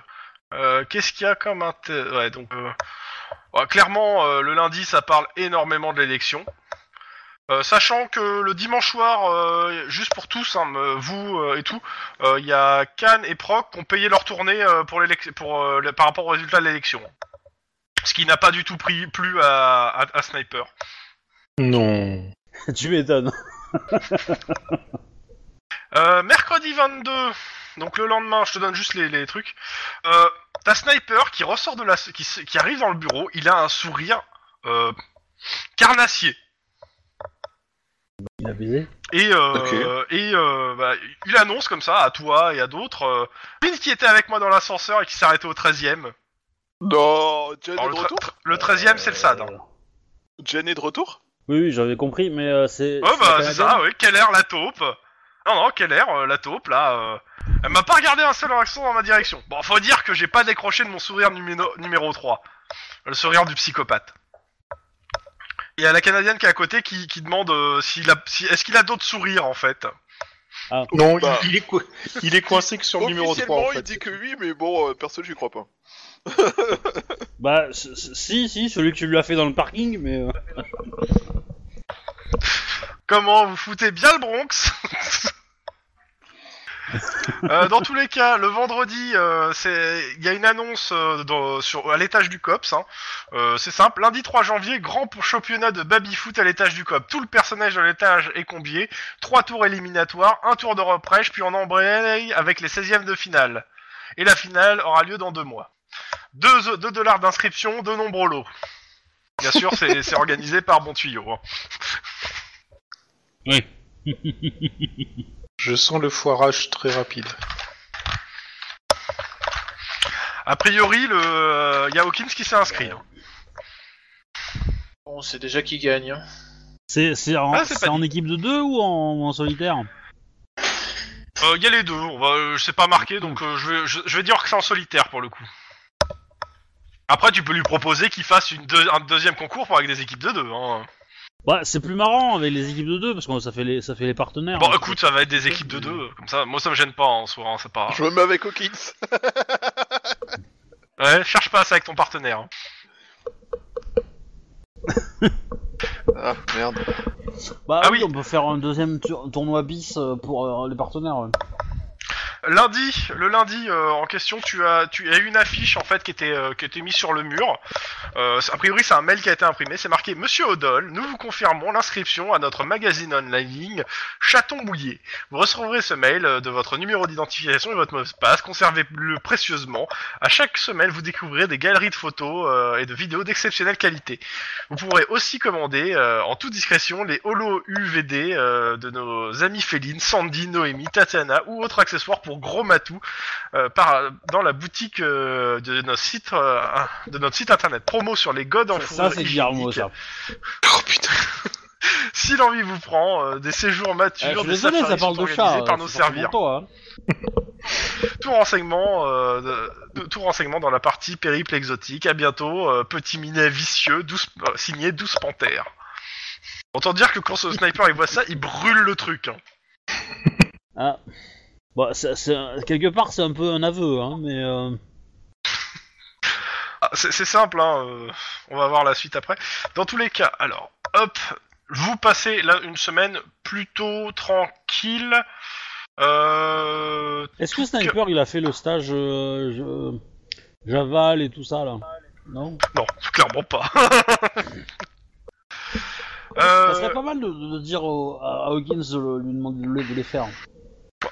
B: Euh, Qu'est-ce qu'il y a comme inté- Ouais, donc euh, ouais, clairement, euh, le lundi, ça parle énormément de l'élection. Euh, sachant que le dimanche soir, euh, juste pour tous, hein, me- vous euh, et tout, euh, il y a Cannes et Proc qui ont payé leur tournée euh, pour l'élec- pour, euh, le- par rapport au résultat de l'élection. Ce qui n'a pas du tout pris plus à, à- à Sniper.
A: Non.
D: *laughs* tu m'étonnes.
B: Euh, mercredi 22, donc le lendemain, je te donne juste les, les trucs. Euh, T'as Sniper qui ressort de la, qui, se- qui arrive dans le bureau, il a un sourire euh, carnassier.
D: Il a baisé.
B: Et, euh,
E: Ok.
B: et euh, bah, il annonce comme ça à toi et à d'autres. euh, Lynn qui était avec moi dans l'ascenseur et qui s'arrêtait au 13ème.
E: Non, Jen
B: Alors,
E: est
B: le, tre-
E: Euh, de retour
B: tre- le 13ème, c'est le SAD. hein.
E: Jen est de retour
D: Oui, oui, j'avais compris, mais euh, c'est.
B: Ouais, bah, c'est
D: la
B: ça, oui. Quelle air la taupe Non, non, quelle air la taupe, là. euh, Elle m'a pas regardé un seul accent dans ma direction. Bon, faut dire que j'ai pas décroché de mon sourire numéro, numéro 3. Le sourire du psychopathe. Il y a la Canadienne qui est à côté qui, qui demande euh, s'il a, si, est-ce qu'il a d'autres sourires, en fait.
A: Non,
E: Bah.
A: il, il est, co- il est coincé que sur le numéro 3, en
E: Officiellement,
A: fait.
E: il dit que oui, mais bon, euh, perso, j'y crois pas.
D: Bah, c- c- si, si, celui que tu lui as fait dans le parking, mais. *laughs* euh,
B: Comment vous foutez bien le Bronx *laughs* Euh, dans tous les cas, le vendredi, euh, c'est il y a une annonce euh, dans- sur, à l'étage du COPS. hein. Euh, c'est simple, lundi 3 janvier, grand pour- championnat de baby-foot à l'étage du COPS. Tout le personnage de l'étage est combié. Trois tours éliminatoires, un tour de reprêche, puis on embraye avec les 16e de finale. Et la finale aura lieu dans deux mois. 2 dollars d'inscription, de nombreux lots. Bien sûr, c'est c'est organisé par Bon Tuyau. hein.
A: Je sens le foirage très rapide.
B: A priori, le euh, y a Hawkins qui s'est inscrit. hein.
C: On sait déjà qui gagne. hein.
D: C'est c'est en,
B: Ah, c'est pas
D: c'est en équipe de deux ou en, ou en solitaire
B: Euh, y a les deux. On va, euh, je sais pas marqué, donc euh, je, vais, je, je vais dire que c'est en solitaire pour le coup. Après, tu peux lui proposer qu'il fasse une deux- un deuxième concours pour avec des équipes de deux. Hein.
D: Bah, c'est plus marrant avec les équipes de deux parce que ça fait les, ça fait les partenaires.
B: Bon,
D: hein.
B: écoute, ça va être des équipes de deux. euh, Comme ça, moi, ça me gêne pas en soi. hein, c'est pas.
E: Je me mets avec Hawkins. *laughs*
B: Ouais, cherche pas ça avec ton partenaire. hein.
E: ah, merde.
D: Bah
B: Ah
D: oui,
B: oui.
D: on peut faire un deuxième tour- tournoi bis euh, pour euh, les partenaires. ouais.
B: lundi, le lundi euh, en question, tu as, tu as eu une affiche en fait qui était, euh, qui était mise sur le mur. Euh, c'est- a priori, c'est un mail qui a été imprimé. C'est marqué Monsieur Odol, nous vous confirmons l'inscription à notre magazine online ligne Chaton Mouillé. Vous recevrez ce mail euh, de votre numéro d'identification et votre mot de passe. Conservez-le précieusement. À chaque semaine, vous découvrirez des galeries de photos euh, et de vidéos d'exceptionnelle qualité. Vous pourrez aussi commander euh, en toute discrétion les holo UVD euh, de nos amis félines Sandy, Noémie, Tatiana ou autres accessoires pour gros matou euh, par, dans la boutique euh, de, notre site, euh, de notre site internet. Promo sur les godes en
D: Ça, c'est Guillermo, ça.
A: Oh putain.
B: Si l'envie vous prend, euh, des séjours matures,
D: Eh, je suis
B: des
D: désolé, ça
B: safaris
D: parle
B: sont
D: de chat.
B: organisés
D: euh,
B: par nos
D: c'est forcément
B: servirs.
D: toi, hein.
B: Tout renseignement, euh, de- de- tout renseignement dans la partie périple exotique. À bientôt, euh, petit minet vicieux, 12, euh, signé 12 panthères. Autant dire que quand ce sniper il voit ça, il brûle le truc. hein.
D: Ah. Bah, c'est- c'est un- quelque part, c'est un peu un aveu, hein, mais. euh,
B: Ah, c'est c'est simple, hein, euh, on va voir la suite après. Dans tous les cas, alors, hop, vous passez là une semaine plutôt tranquille. Euh,
D: Est-ce que Sniper, il a fait le stage euh, je- Javal et tout ça, là Non
B: non, clairement pas. *laughs*
D: Ça
B: Euh,
D: serait pas mal de, de dire au- à à Hawkins de, le- lui demander de, de les faire.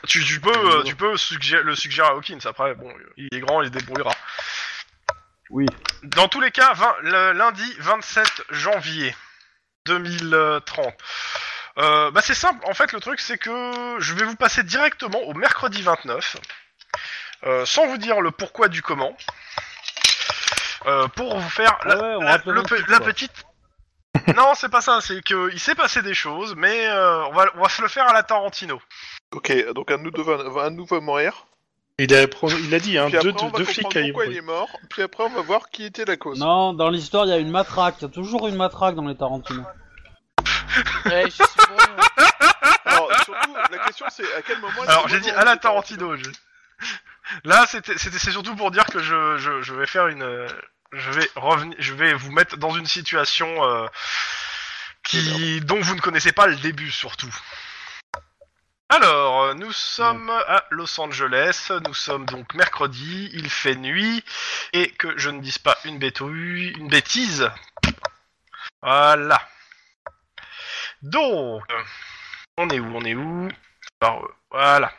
B: Tu, tu peux, euh, tu peux suggé- le suggérer à Hawkins, après, bon, il est grand, il se débrouillera.
D: Oui.
B: Dans tous les cas, vingt- le lundi 27 janvier 2030. Euh, bah c'est simple, en fait le truc c'est que je vais vous passer directement au mercredi 29, euh, sans vous dire le pourquoi du comment, euh, pour vous faire la,
D: Ah ouais, on
B: la-
D: rappelle
B: Euh, le
D: un
B: pe-
D: petit peu,
B: la
D: quoi.
B: petite... non c'est pas ça, c'est que il s'est passé des choses, mais euh, on, va, on va se le faire à la Tarantino.
E: Ok, donc un de nous deux va, un de nous va mourir.
A: Il a, pro- il a dit, hein,
E: Puis après,
A: deux,
E: on
A: deux,
E: va
A: deux flics
E: comprendre
A: à y
E: pourquoi il est mort. Puis après, on va voir qui était la cause.
D: Non, dans l'histoire, il y a une matraque. Il y a toujours une matraque dans les Tarantino.
C: *laughs* Ouais, je suis bon.
E: Alors, surtout, la question c'est à quel moment.
B: Alors j'ai dit à la Tarantino. j'ai- Là c'était c'était- c'est surtout pour dire que je, je, je vais faire une euh, je vais revenir je vais vous mettre dans une situation euh, qui dont vous ne connaissez pas le début surtout. Alors, euh, nous sommes à Los Angeles, nous sommes donc mercredi, il fait nuit, et que je ne dise pas une bétouille, une bêtise. Voilà. Donc, on est où, on est où Alors, euh, Voilà.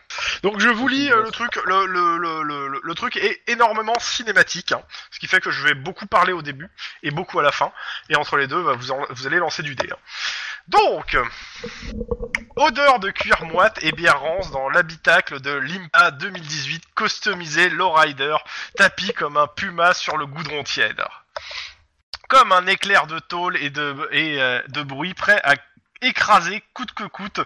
B: Donc je vous lis euh, le truc, le, le, le, le, le truc est énormément cinématique, hein, ce qui fait que je vais beaucoup parler au début et beaucoup à la fin, et entre les deux, bah, vous, en- vous allez lancer du dé. hein. Donc, euh, odeur de cuir moite et bière rance dans l'habitacle de l'IMPA 2018, customisé Lowrider, tapis comme un puma sur le goudron tiède. Comme un éclair de tôle et de, et, euh, de bruit prêt à écraser coûte que coûte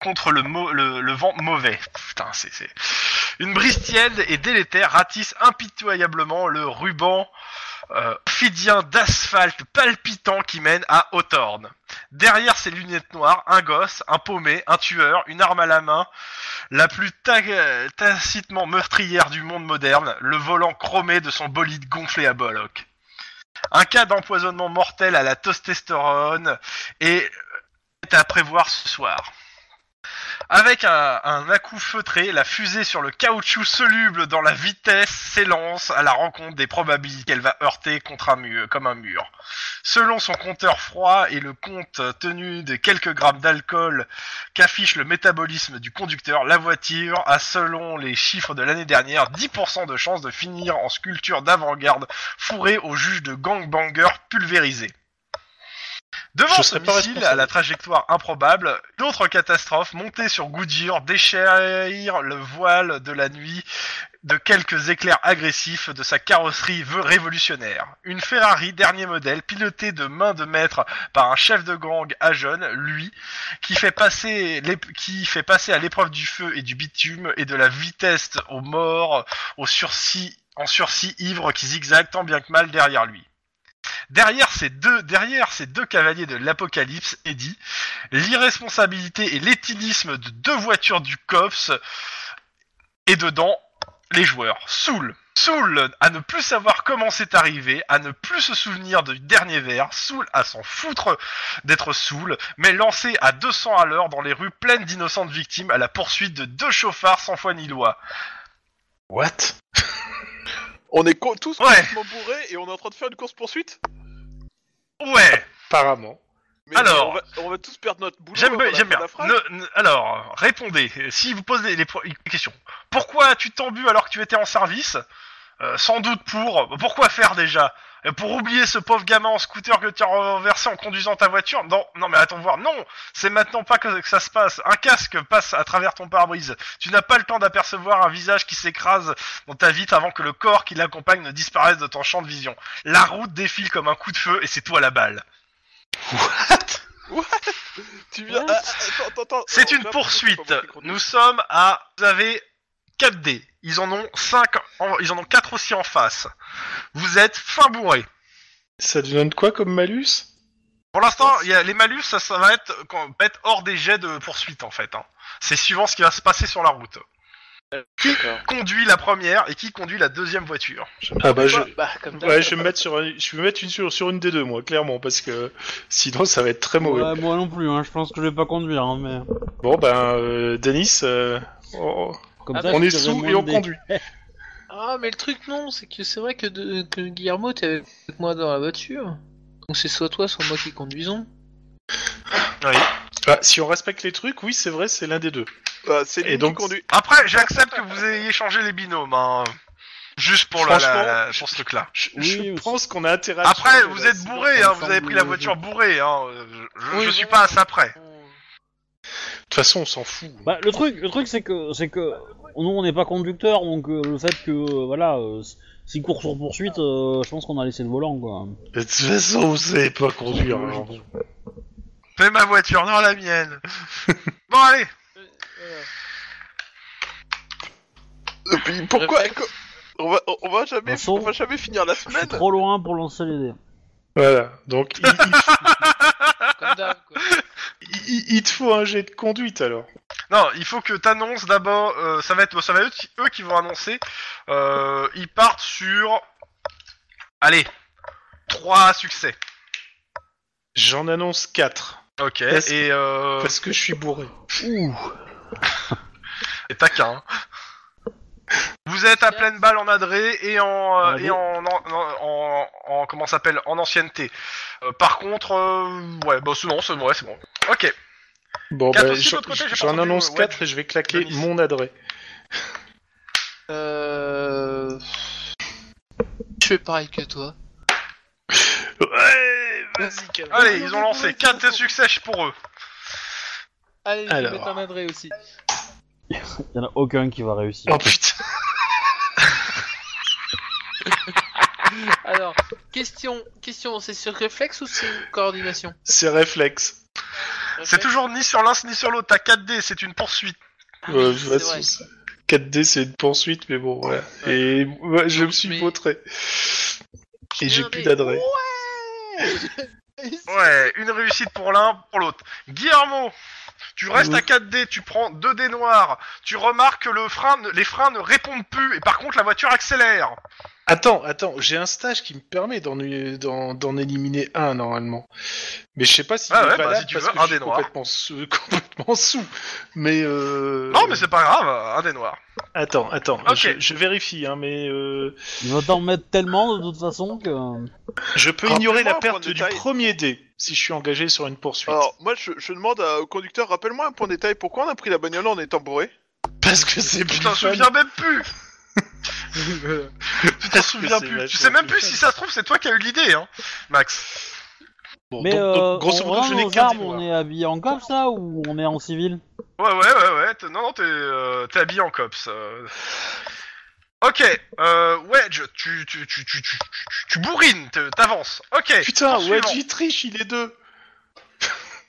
B: contre le, mau- le, le vent mauvais. Putain, c'est, c'est... Une brise tiède et délétère ratisse impitoyablement le ruban euh, fidien d'asphalte palpitant qui mène à Hawthorne. Derrière ses lunettes noires, un gosse, un paumé, un tueur, une arme à la main, la plus ta- euh, tacitement meurtrière du monde moderne, le volant chromé de son bolide gonflé à Bollock. Un cas d'empoisonnement mortel à la testostérone et est à prévoir ce soir. Avec un, un à-coup feutré, la fusée sur le caoutchouc soluble dans la vitesse s'élance à la rencontre des probabilités qu'elle va heurter contre un mur, comme un mur. Selon son compteur froid et le compte tenu de quelques grammes d'alcool qu'affiche le métabolisme du conducteur, la voiture a, selon les chiffres de l'année dernière, 10% de chances de finir en sculpture d'avant-garde fourrée au juge de gangbanger pulvérisé. Devant
A: Je
B: ce
A: serais pas
B: missile à
A: responsable.
B: la trajectoire improbable, d'autres catastrophes montées sur Goodyear déchirent le voile de la nuit de quelques éclairs agressifs de sa carrosserie v- révolutionnaire. Une Ferrari dernier modèle, pilotée de main de maître par un chef de gang à jeune, lui, qui fait passer, l'ép- qui fait passer à l'épreuve du feu et du bitume et de la vitesse aux morts, au sursis, en sursis ivre qui zigzague tant bien que mal derrière lui. Derrière ces deux, derrière ces deux cavaliers de l'apocalypse, Eddie, l'irresponsabilité et l'éthylisme de deux voitures du COPS, et dedans, les joueurs saoulent. Saoul à ne plus savoir comment c'est arrivé, à ne plus se souvenir du dernier verre, Saoul à s'en foutre d'être saoul, mais lancé à 200 à l'heure dans les rues pleines d'innocentes victimes à la poursuite de deux chauffards sans foi ni loi.
A: What
E: On est co- tous
B: Ouais.
E: complètement bourrés et on est en train de faire une course poursuite
B: Ouais
A: Apparemment.
E: Mais
B: Alors.
E: on va, on va tous perdre notre boulot.
B: J'aime
E: avant
B: bien,
E: la
B: j'aime
E: fin
B: bien.
E: de la phrase.
B: Ne- ne- alors, répondez. Euh, Si vous posez les pro- les questions. Pourquoi tu t'embues alors que tu étais en service Euh, Sans doute pour. Pourquoi faire déjà Euh, Pour oublier ce pauvre gamin en scooter que tu as renversé en conduisant ta voiture Non, non, mais attends voir. Non, c'est maintenant pas que, que ça se passe. Un casque passe à travers ton pare-brise. Tu n'as pas le temps d'apercevoir un visage qui s'écrase dans ta vitre avant que le corps qui l'accompagne ne disparaisse de ton champ de vision. La route défile comme un coup de feu et c'est toi la balle.
E: Tu viens. ah, ah, attends, attends,
B: C'est
E: attends,
B: une
E: là,
B: poursuite.
E: faut pas qu'on-
B: Nous sommes à. Vous avez 4 dés. Ils en ont 5. En... Ils en ont 4 aussi en face. Vous êtes fin bourré.
A: Ça te donne quoi comme malus
B: Pour l'instant, il y a les malus, ça, ça va être, quand- va être hors des jets de poursuite en fait. hein. C'est suivant ce qui va se passer sur la route.
C: D'accord.
B: Conduit la première et qui conduit la deuxième voiture.
A: Ah bah je...
C: Bah, bah, comme d'hab.
A: Ouais, je vais me mettre sur, un- je vais me mettre une sur, sur une des deux, moi, clairement, parce que sinon ça va être très mauvais.
D: Ouais, moi non plus, hein, je pense que je vais pas conduire, hein, mais...
A: Bon, ben, euh, Denis, euh, on,
D: Comme
C: Ah,
D: ça,
A: on
D: je
A: est
D: dirais
A: sous
D: moins
A: et on
D: des-
A: conduit.
C: Ah, mais le truc, non, c'est que c'est vrai que, de- que Guillermo, t'es avec moi dans la voiture. Donc c'est soit toi, soit moi qui conduisons.
A: Ah, si on respecte les trucs, oui, c'est vrai, c'est l'un des deux.
E: Ah, c'est
A: Et
E: lui
A: donc-
E: qui conduit.
B: Après, j'accepte que vous ayez changé les binômes. hein. Juste pour, la- la-
A: Franchement,
B: la- pour ce truc-là.
A: Je,
D: Oui,
A: je
D: oui.
A: pense qu'on a intérêt à
B: Après,
A: changer,
B: vous
A: là,
B: êtes
A: sinon-
B: bourré.
D: ça
B: Hein.
D: me
B: Vous avez
D: semble
B: pris la
D: logique.
B: voiture bourrée. Hein. Je, je-
C: Oui,
B: je suis
C: bon.
B: pas à ça près.
A: De toute façon, on s'en fout.
D: Bah, le truc, le truc, c'est que, c'est que, nous, on n'est pas conducteur, donc euh, le fait que, euh, voilà, euh, si- si court sur poursuite, euh, je pense qu'on a laissé le volant, quoi.
A: De toute façon, vous savez pas conduire. alors.
B: Fais ma voiture, non la mienne. bon allez,
E: Et puis, pourquoi
C: Réflexe.
E: on va, on va jamais,
D: Vincent.
E: on va jamais finir la
D: Je suis
E: semaine.
D: trop loin pour lancer les dés.
A: Voilà, donc il,
C: Comme d'hab, quoi.
A: il- il- il te faut un jet de conduite alors.
B: non, il faut que t'annonces d'abord. euh, ça va être, ça va être eux qui- eux qui vont annoncer. Euh, ils partent sur, allez, trois succès.
A: J'en annonce 4,
B: Ok.
A: Est-ce-
B: Et euh,
A: parce que je suis bourré.
D: Ouh
B: et taquin. hein. Vous êtes à pleine balle en adré et en euh,
D: Ah,
B: et en, en, en, en- en- comment ça s'appelle en ancienneté. Euh, par contre, euh, ouais, bah c'est bon, c'est bon, ouais, c'est bon. Ok.
A: Bon,
B: Quatre
A: bah,
B: aussi de
A: j'en-
B: l'autre côté, j'ai pas
A: j'en
B: entendu,
A: annonce
B: ouais,
A: 4 et je vais claquer
B: Denis.
A: mon adresse.
C: Euh... Je fais pareil que toi.
A: Ouais,
B: Allez, ils ont lancé 4 succès pour eux.
C: Allez, je vais
A: Alors.
C: mettre un adré aussi.
D: Il en a aucun qui va réussir.
A: Oh putain
C: Alors, question, question, c'est sur réflexe ou sur coordination
A: C'est réflexe.
B: C'est
C: Réflexe
B: toujours ni sur l'un ni sur l'autre. T'as 4D, c'est une poursuite.
C: Ah oui,
A: Euh, de toute
C: c'est
A: façon,
C: vrai.
A: c'est- 4D c'est une poursuite, mais bon, voilà. Et ouais, je me suis
C: Mais-
A: vautré. Et j'ai
C: Merde,
A: plus
C: mais-
A: d'adresse.
B: Ouais, une réussite pour l'un, pour l'autre. Guillermo, tu restes à 4D, tu prends 2D noirs. Tu remarques que le frein, ne- les freins ne répondent plus et par contre la voiture accélère.
A: Attends, attends, j'ai un stage qui me permet d'en d'en- d'en éliminer un normalement. Mais je sais pas si
B: Ah
A: il est
B: ouais, bah,
A: valable
B: si tu
A: parce
B: veux,
A: que
B: un
A: je suis
B: des noirs.
A: complètement sous, *laughs* complètement sous. Mais euh...
B: Non, mais c'est pas grave, un des noirs.
A: attends, attends,
B: Ok.
A: je, je vérifie hein, mais euh,
D: Il va t'en mettre tellement, de toute façon, que...
A: je peux
E: Rappelez-moi
A: ignorer la
E: un
A: perte
E: point de
A: du
E: taille.
A: premier dé si je suis engagé sur une poursuite.
E: Alors, moi, je, je demande à- au conducteur, rappelle-moi un point de détail. Pourquoi on a pris la bagnole en étant bourré
A: Parce que *laughs* c'est
B: Tu
A: plus
B: t'en
A: fun.
B: souviens même plus. tu t'en
A: Parce que
B: souviens
A: c'est
B: plus. Tu
A: vachement
B: sais même
A: plus
B: plus
A: fun.
B: si ça se trouve, c'est toi qui as eu l'idée, hein, Max.
A: Bon,
D: Mais,
A: donc, donc,
D: euh,
A: grosso
D: on
A: modo,
D: a
A: je n'ai
D: nos
A: qu'un
D: armes,
A: dé noir.
D: on est habillé en comme ça, ou on est en civil
B: Ouais, ouais, ouais, ouais. t'es- Non, non, t'es euh, t'es habillé en cops. euh. Ok, euh, Wedge, tu, tu, tu, tu, tu, tu, tu- tu bourrines, te- t'avances. Ok,
A: Putain,
B: Suivant.
A: ouais, tu triche, il est deux.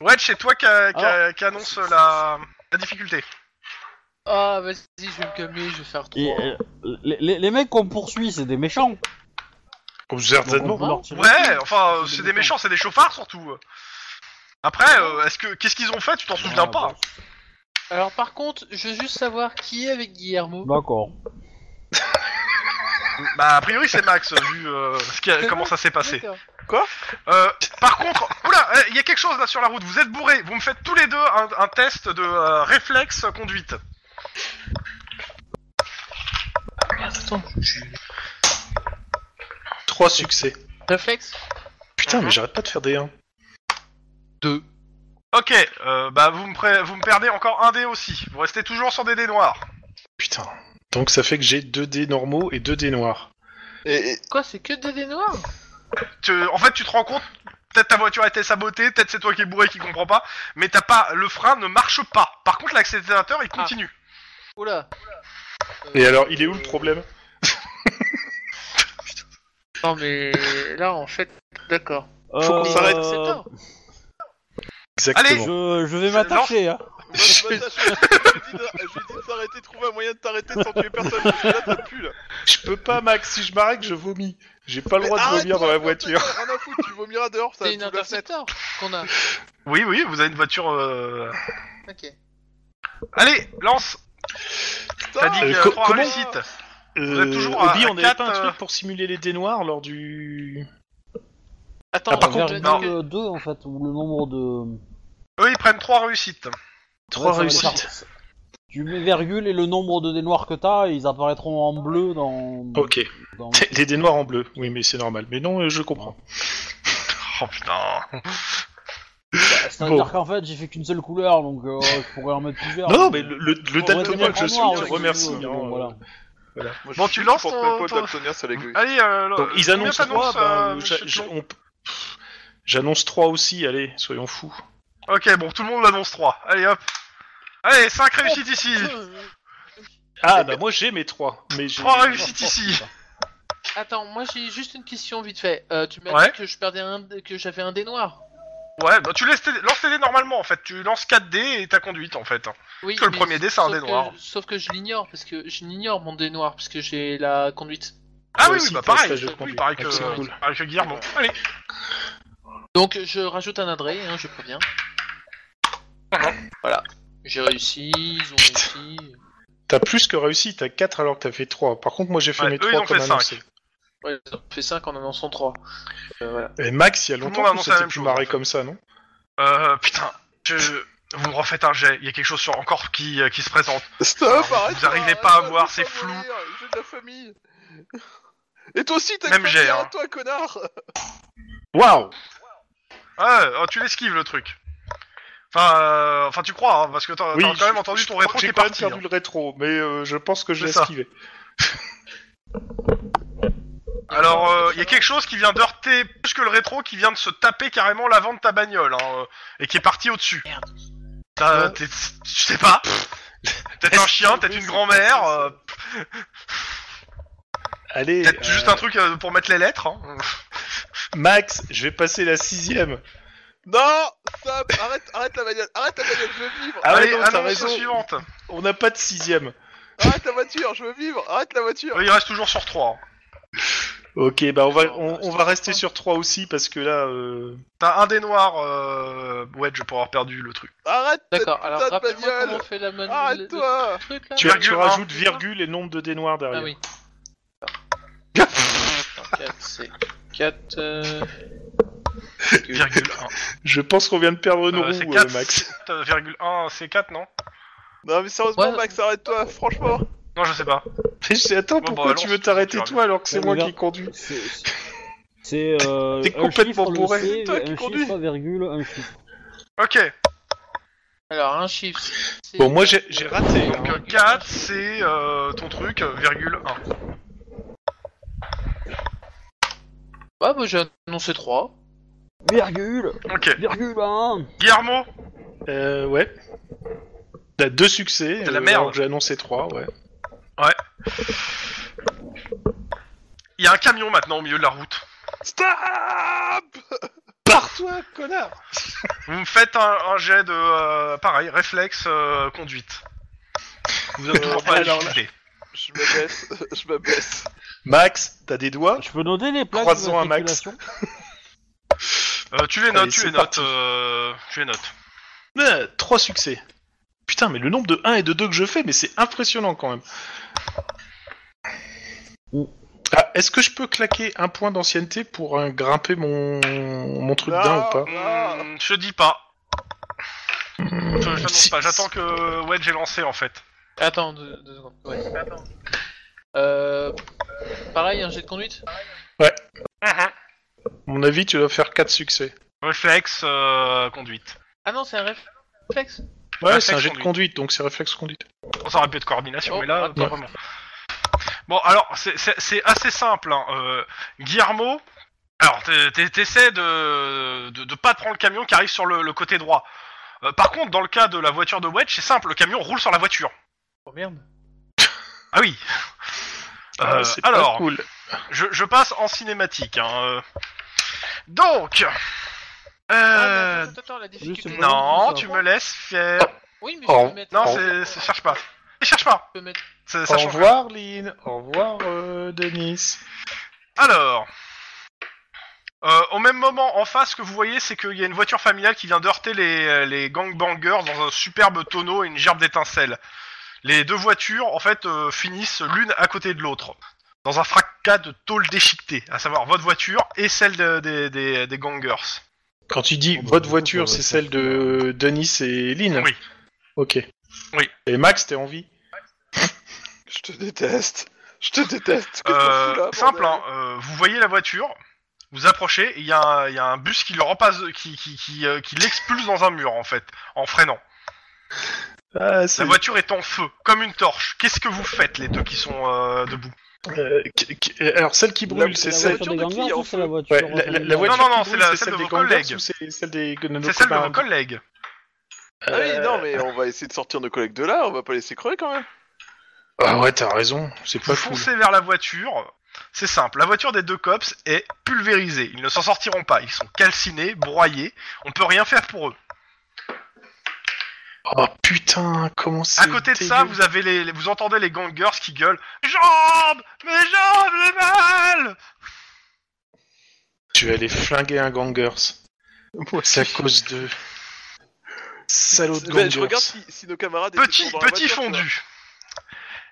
B: Wedge, c'est toi qui, a- qui a- qui annonce la, la difficulté.
C: Ah, vas-y, je vais me calmer, je vais faire
D: Et,
C: trois.
D: euh, les, les- les mecs qu'on poursuit, c'est des méchants.
A: Oh, Ah,
D: Donc on peut leur tirer
B: Ouais,
D: dessus.
B: enfin, euh,
D: C'est
B: c'est
D: des
B: des méchants, c'est des chauffards surtout. Après, euh, est-ce que qu'est-ce qu'ils ont fait Tu t'en souviens
D: Ah,
B: pas
D: bah,
A: Bah,
C: Alors, par contre, je veux juste savoir qui est avec Guillermo.
D: D'accord.
B: Bah, a priori, c'est Max, vu euh, ce qui a- comment ça s'est passé.
C: *laughs* D'accord.
B: Euh, par contre, oula, euh, il y a quelque chose là sur la route. Vous êtes bourrés. Vous me faites tous les deux un, un test de euh, réflexe conduite.
C: Attends, je-
A: Trois succès.
C: Réflexe
A: Putain, mais j'arrête pas de faire des 1.
B: Ok, euh, bah vous me, pre- vous me perdez encore un dé aussi. Vous restez toujours sur des dés noirs.
A: Putain. Donc ça fait que j'ai deux dés normaux et deux dés noirs. *laughs*
E: Et, et-
C: Quoi, c'est que des dés noirs
B: Tu- en fait, tu te rends compte, peut-être ta voiture a été sabotée, peut-être c'est toi qui es bourré qui comprends pas, mais t'as pas, le frein ne marche pas. Par contre, l'accélérateur, il continue.
C: Oula
A: Et alors, il est où le problème
C: Non, mais là, en fait, d'accord.
A: Faut qu'on
D: Euh,
A: s'arrête,
C: C'est tort.
A: Exactement.
D: Je, je vais
B: Je
D: m'attacher. Hein.
E: Moi, je m'attache, je lui dis de- je lui dis de s'arrêter, de trouver un moyen de t'arrêter sans tuer personne. parce que Là, ça pue là.
A: Je peux pas, Max. Si je m'arrête, je vomis. J'ai pas le
E: Mais
A: droit de
E: arrête-toi,
A: vomir dans la
E: arrête-toi,
A: voiture.
E: t'as Rien à foutre, tu vomiras dehors, ça
C: C'est une
E: ouvre la fenêtre.
C: interceptor qu'on a.
B: Oui, oui, vous avez une voiture. euh,
C: Ok.
B: Allez, lance. T'as dit
E: Putain,
A: Euh,
B: que
A: co-
B: trois
A: comment-
B: réussites.
A: Euh,
B: êtes toujours à-
A: Obi,
B: à
A: on n'avait pas
B: quatre,
A: un
B: euh,
A: truc pour simuler les dés noirs lors du.
C: Attends,
A: Ah, par
C: on
A: contre,
C: vient de-
B: non.
C: que-
D: Euh, deux, en fait, ou le nombre de.
B: Eux, ils prennent trois réussites.
A: Trois
D: Ouais, ça va
A: réussites.
D: être ça. Tu mets virgule et le nombre de dés noirs que t'as, et ils apparaîtront en bleu dans.
A: Ok.
D: dans- Bah,
A: Les dés noirs en bleu. Oui, mais c'est normal. Mais non, euh, je comprends.
B: Oh putain.
D: C'est-à-dire
A: Bon.
D: qu'en fait, j'ai fait qu'une seule couleur, donc euh, je pourrais en mettre plusieurs.
A: Non, non, mais le, le, le
D: Ouais,
A: daltonien
D: ouais,
A: que je suis,
D: prends noir, ouais,
A: je remercie.
D: c'est-
A: hein.
D: bon, voilà.
E: Moi, je
B: Bon,
E: suis
B: tu
E: juste
B: lances
E: pour que
B: ton-
E: le pot de
B: ton-
E: l'abtonnière, ça l'aiguille.
B: Allez, euh,
A: Donc,
B: euh,
A: ils
B: combien
A: annoncent ben,
B: t'annonces,
A: 3,
B: euh, monsieur Tlon
A: J'annonce 3 aussi, allez, soyons fous.
B: Ok, bon, tout le monde annonce 3. Allez, hop. Allez, 5 réussites ici.
A: Ah, bah moi j'ai mes 3. Mais j'ai-
B: 3 Eh ben, réussites ici.
C: Attends, moi j'ai juste une question vite fait. Euh, tu m'as
B: Ouais.
C: dit que je perdais un, que j'avais un dé noir.
B: Ouais, bah tu laisses tes- lances tes dés normalement en fait. Tu lances 4 dés et ta conduite en fait. hein.
C: Oui.
B: Parce que le
C: mais
B: premier dé, c'est un
C: sauf
B: dé
C: que-
B: noir.
C: Sauf que je l'ignore parce que je l'ignore mon dé noir parce que j'ai la conduite.
B: Ah oui,
A: aussi,
B: oui, bah
A: t'as un
B: pareil.
A: stage de
B: Oui,
A: conduite.
B: pareil que,
A: Ah, c'est cool.
B: pareil que Guillermo. Allez.
C: Donc je rajoute un adré, hein, je préviens. Voilà. J'ai réussi, ils ont réussi.
A: T'as plus que réussi, t'as 4 alors que t'as fait 3. Par contre, moi j'ai fait
B: Ouais,
A: mes
B: eux, ils
A: 3
B: ont fait
A: comme
B: cinq.
A: annoncé.
C: Ouais, ils ont fait 5 en annonçant 3.
A: Et Max, il y a
B: le monde
A: longtemps qu'on
B: annonce la
A: s'était
B: même
A: plus
B: chose,
A: marré
B: en fait.
A: comme ça, non
B: Euh, putain. Je- Vous me refaites un jet. Il y a quelque chose sur encore qui, euh, qui se présente.
E: Stop, arrête
B: Vous arrivez
E: arrête,
B: Ah, pas à
E: je
B: voir,
E: veux
B: c'est
E: pas
B: flou.
E: mourir, J'ai de la famille. Et toi aussi, t'as
B: Même
E: que
B: jet,
E: toi,
B: hein.
E: toi, connard
A: Waouh
B: Ah, oh, tu l'esquives le truc. Enfin, euh, enfin tu crois, hein, parce que t'as
A: Oui,
B: t'as quand même
A: je-
B: entendu
A: je
B: ton
A: crois
B: rétro
A: que
B: qui
A: J'ai
B: est
A: quand même
B: parti.
A: perdu
B: hein.
A: le rétro, mais euh, je pense que je l'ai
B: C'est ça.
A: esquivé.
B: Alors, euh, il y a quelque chose qui vient d'heurter plus que le rétro, qui vient de se taper carrément l'avant de ta bagnole, hein, euh, et qui est parti au-dessus.
C: Merde.
B: T'as-
A: Ouais.
B: t'es- Je sais pas. Peut-être un chien, peut-être une grand-mère, euh,
A: Allez,
B: peut-être
A: euh,
B: juste un truc euh, pour mettre les lettres. hein.
A: Max, je vais passer la 6ème.
E: Non Stop Arrête, arrête la bagnole Arrête la bagnole, je veux vivre
A: Ah ouais,
B: Allez,
A: non, t'as
B: annonce
A: raison.
B: suivante.
A: On n'a pas de 6ème.
E: Arrête la voiture, je veux vivre Arrête la voiture
B: Euh, Il reste toujours sur 3.
A: Ok, bah on va, on, on va rester sur 3 aussi parce que là. euh,
B: T'as un des noirs, euh... ouais, je pourrais avoir perdu le
A: *laughs*
B: truc.
E: Arrête cette
C: D'accord, alors
E: putain de
C: rappelle-moi comment on
E: bagnole
C: fait la manœuvre.
E: Arrête-toi
C: truc là
A: Tu,
B: Virgule
A: tu
B: un.
A: rajoutes virgule et nombre de dés noirs
C: Ah
A: derrière.
C: oui. 4, c'est 4. Euh...
B: Virgule 1.
A: Je pense qu'on vient de perdre nos
B: Euh, c'est
A: roues, euh,
B: 4,
A: Max. *laughs*
B: virgule 1, c'est 4, non
E: Non mais sérieusement,
C: Ouais.
E: Max, arrête-toi, franchement
B: Non, je sais pas.
A: Mais je- attends,
B: Bon,
A: pourquoi
B: bah,
A: tu
B: alors,
A: veux t'arrêter
B: tu
A: toi alors que c'est
D: Ouais,
A: moi
D: mais
A: qui
D: là-
A: conduis
D: C'est. C'est. Euh,
A: *laughs* T'es
D: un
A: complètement
D: chiffre, le
A: bourré.
D: C,
E: Toi qui
D: un
E: conduis.
D: chiffre, virgule, un chiffre.
B: Ok,
C: Alors, un chiffre. c'est-
A: Bon, moi j'ai j'ai raté.
C: Donc,
A: hein.
B: donc euh, 4, c'est euh, ton truc, euh, virgule 1.
C: Ouais, bah, j'ai annoncé 3.
D: Virgule
B: Ok.
D: Virgule 1
B: Guillermo,
A: Euh, ouais. T'as deux succès.
B: C'est la
A: euh,
B: merde.
A: alors que J'ai annoncé trois, ouais.
B: il y a un camion maintenant au milieu de la route.
E: Stop
A: Pars-toi, connard
B: Vous me faites un, un jet de, euh, pareil, réflexe, euh, conduite. Vous avez toujours pas la
A: Euh, alors là-
B: difficulté.
E: Je m'abaisse, *laughs* je m'abaisse.
A: Max, t'as des doigts
D: Je peux noter les plaques
A: Croisons un
D: de
A: max.
D: max.
B: Euh, tu les notes,
A: Allez,
B: tu
A: c'est
B: les notes,
A: parti.
B: euh, tu les notes.
A: Euh, Trois succès. Putain, mais le nombre de 1 et de 2 que je fais, mais c'est impressionnant quand même. Ah, Est-ce que je peux claquer un point d'ancienneté pour euh, grimper mon, mon truc d'un ou pas
E: Ah.
B: Hmm, je dis pas. Je, je l'annonce
A: Si-
B: pas. J'attends que Wedge ait lancé en fait.
C: Attends, deux, deux secondes. Ouais. Euh, pareil, un jet de conduite
A: À mon avis, tu dois faire 4 succès.
B: Réflexe euh, conduite.
C: Ah non, c'est un réflexe
A: Ouais,
B: Réflexe
A: Ah, c'est un jet de
B: conduite.
A: conduite, donc c'est réflexe conduite.
B: On s'en aurait pu être coordination,
C: Oh,
B: mais là,
C: attends.
B: pas vraiment. Bon, alors, c'est- c'est c'est assez simple. hein. Euh, Guillermo, alors, t'es- t'es- t'essaies de, de, de pas prendre le camion qui arrive sur le, le côté droit. Euh, par contre, dans le cas de la voiture de Wedge, c'est simple, le camion roule sur la voiture.
C: Oh merde.
B: Ah oui
A: Ah,
B: Euh,
A: c'est pas
B: Alors,
A: cool.
B: je, je passe en cinématique. hein, euh. Donc...
C: Ah,
B: Euh,
C: attends, attends, attends, la
D: sais
C: difficulté.
D: pas.
B: non, tu me laisses faire...
C: Oui, mais je
A: Oh.
C: peux mettre.
B: Non,
C: je
B: c'est...
C: peux-
B: c'est- Cherche pas. Cherche pas.
C: je peux mettre-
B: Ça, ça
A: Au
B: change.
A: revoir, Lynn. Au revoir, euh, Denis.
B: Alors, euh, au même moment, en face, ce que vous voyez, c'est qu'il y a une voiture familiale qui vient de heurter les, euh, les gangbangers dans un superbe tonneau et une gerbe d'étincelles. Les deux voitures, en fait, euh, finissent l'une à côté de l'autre, dans un fracas de tôle déchiquetée, à savoir votre voiture et celle de- des- des- des gangers.
A: Quand tu dis
D: Oh, bah,
A: votre
D: du coup,
A: voiture,
D: ça va
A: c'est
D: être
A: celle de euh, Denis et Lynn
B: Oui.
A: Ok.
B: Oui.
A: Et Max, t'es en vie
E: Je te déteste. Je te déteste. Qu'est-ce qu'on
B: Euh,
E: fout là,
B: simple,
E: bordel
B: hein, euh, vous voyez la voiture, vous approchez, et il y, a un- il y a un bus qui le repasse, qui, qui, qui, euh, qui l'expulse dans un mur en fait, en freinant.
A: Ah, c'est-
B: La voiture est en feu, comme une torche. Qu'est-ce que vous faites les deux qui sont euh, debout
A: euh, qui- qui- Alors, celle qui brûle, c'est
D: la
A: celle.
D: voiture des
E: voiture de qui,
D: gangers
E: en
D: ou c'est la
E: fait
D: voiture
A: Ouais, la, la- la
D: familiale
A: voiture
B: non, non,
A: qui
B: c'est
A: brûle,
B: la-
A: c'est
B: celle
A: celle
B: de
A: des
B: vos
A: gangers
B: collègues.
A: ou c'est celle des de nos
B: C'est celle de
A: copains
B: vos collègues.
E: Ah oui,
A: Euh,
E: non, mais on va essayer de sortir nos collègues de là, on va pas laisser crever quand même.
A: Ah ouais, t'as raison, c'est
B: Vous
A: pas cool.
B: foncez vers la voiture. C'est simple, la voiture des deux cops est pulvérisée. Ils ne s'en sortiront pas. Ils sont calcinés, broyés. On peut rien faire pour eux.
A: Oh putain, comment c'est.
B: À côté de ça,
A: dégueu.
B: vous avez les, les- vous entendez les gangers qui gueulent Mes jambes, mes jambes, j'ai mal.
A: Tu vas aller flinguer un gangers. C'est à cause de. Salaud de
E: Ben,
A: gangers.
E: je regarde si, si nos camarades. étaient
B: Petit,
E: toujours dans la
B: petit
E: voiture, tu vois.
B: fondu.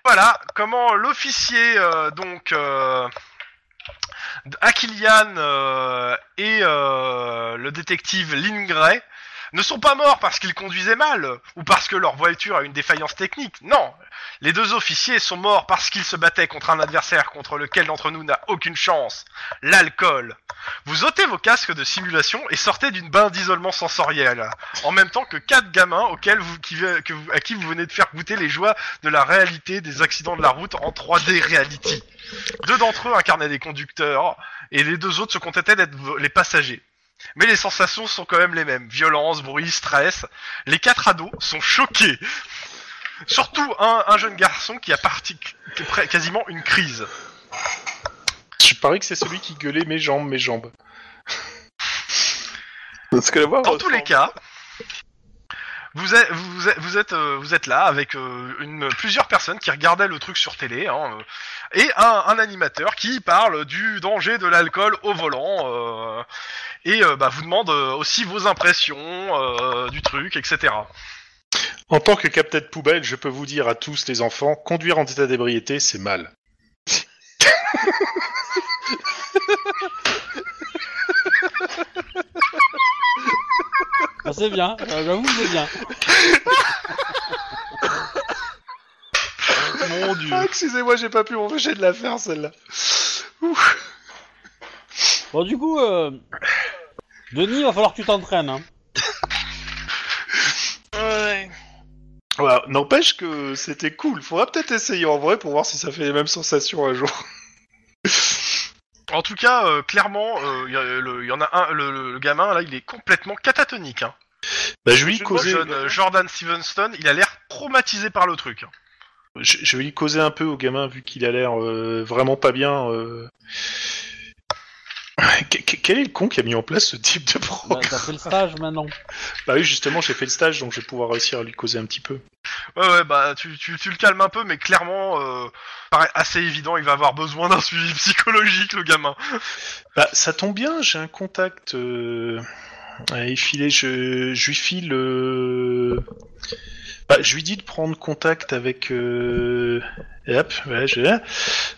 B: Voilà comment l'officier, euh, donc, euh, d- Akilian euh, et euh, le détective Lynn Gray ne sont pas morts parce qu'ils conduisaient mal ou parce que leur voiture a une défaillance technique. Non, les deux officiers sont morts parce qu'ils se battaient contre un adversaire contre lequel d'entre nous n'a aucune chance, l'alcool. Vous ôtez vos casques de simulation et sortez d'une bain d'isolement sensoriel en même temps que quatre gamins auxquels vous, qui, euh, que vous- à qui vous venez de faire goûter les joies de la réalité des accidents de la route en 3D reality. Deux d'entre eux incarnaient des conducteurs et les deux autres se contentaient d'être vo- les passagers. Mais les sensations sont quand même les mêmes. Violence, bruit, stress. Les quatre ados sont choqués. Surtout un, un jeune garçon qui a parti qui a pré- quasiment une crise.
A: Je parie que c'est celui qui gueulait mes jambes, mes jambes.
E: Parce que la voix
B: Dans tous les
E: ressemble.
B: cas, vous êtes, vous êtes, vous êtes, euh, vous êtes là avec euh, une, plusieurs personnes qui regardaient le truc sur télé, hein, euh, et un, un animateur qui parle du danger de l'alcool au volant, euh, et euh, bah, vous demande euh, aussi vos impressions euh, du truc, etc.
A: En tant que capitaine de poubelle, je peux vous dire à tous les enfants, conduire en état d'ébriété, c'est mal.
D: Ah, c'est bien, euh, j'avoue que c'est bien.
B: Mon dieu.
A: Ah, excusez-moi, j'ai pas pu m'empêcher de la faire celle-là.
D: Bon, du coup, euh, Denis, il va falloir que tu t'entraînes. Hein.
C: Ouais.
A: N'empêche que c'était cool. Faudra peut-être essayer en vrai pour voir si ça fait les mêmes sensations un jour.
B: En tout cas, euh, clairement, euh, il y a le- il y, en a un, le, le- le gamin là, il est complètement catatonique. Hein.
A: *laughs* Bah, je vais lui
E: Je-
A: causer,
E: moi,
B: Jeune, euh, Jordan Stevenston, il a l'air traumatisé par le truc.
A: je, je vais lui causer un peu au gamin vu qu'il a l'air euh, vraiment pas bien. euh. Que- que- Quel est le con qui a mis en place ce type de
D: Bah,
A: programme
D: T'as fait le stage maintenant.
A: Bah oui, justement, j'ai fait le stage, donc je vais pouvoir réussir à lui causer un petit peu.
B: Ouais, ouais, bah tu, tu, tu le calmes un peu, mais clairement, euh, paraît assez évident, il va avoir besoin d'un *laughs* suivi psychologique, le gamin.
A: Bah, ça tombe bien, j'ai un contact euh, Euh, il filait, je, je lui file. euh, bah, je lui dis de prendre contact avec. euh, et hop, voilà, je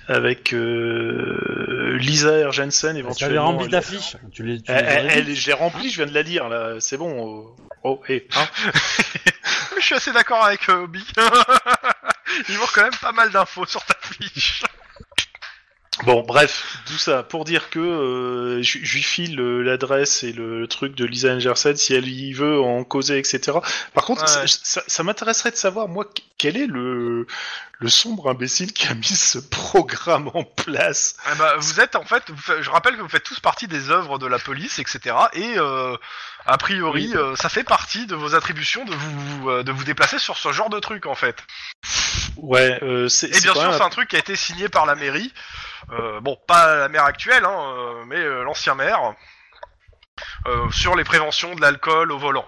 A: Avec euh, Lisa
D: Ah,
A: Ergensen
D: Tu avais
A: éventuellement.
D: rempli ta fiche. Tu l'es- tu
A: Elle-
D: les
A: elle-
D: aurais
A: elle- je l'ai remplie, je viens de la lire là. C'est bon. euh, Oh, et
B: Je suis assez d'accord avec euh, Obi. *laughs* Il manque quand même pas mal d'infos sur ta fiche.
A: Bon, bref, tout ça pour dire que euh, je je lui file euh, l'adresse et le, le truc de Lisa Angersen si elle y veut en causer, etc. Par contre,
B: Ouais.
A: ça, ça- ça m'intéresserait de savoir, moi, qu- quel est le, le sombre imbécile qui a mis ce programme en place.
B: Eh ben, vous êtes en fait, vous fa- je rappelle que vous faites tous partie des œuvres de la police, etc. Et euh, a priori, euh, ça fait partie de vos attributions de vous, vous, euh, de vous déplacer sur ce genre de truc en fait.
A: Ouais, euh, c'est
B: Et
A: c'est
B: bien
A: quand
B: sûr,
A: même
B: c'est un truc qui a été signé par la mairie. Euh, bon, pas la maire actuelle, hein, euh, mais euh, l'ancien maire. Euh, sur les préventions de l'alcool au volant.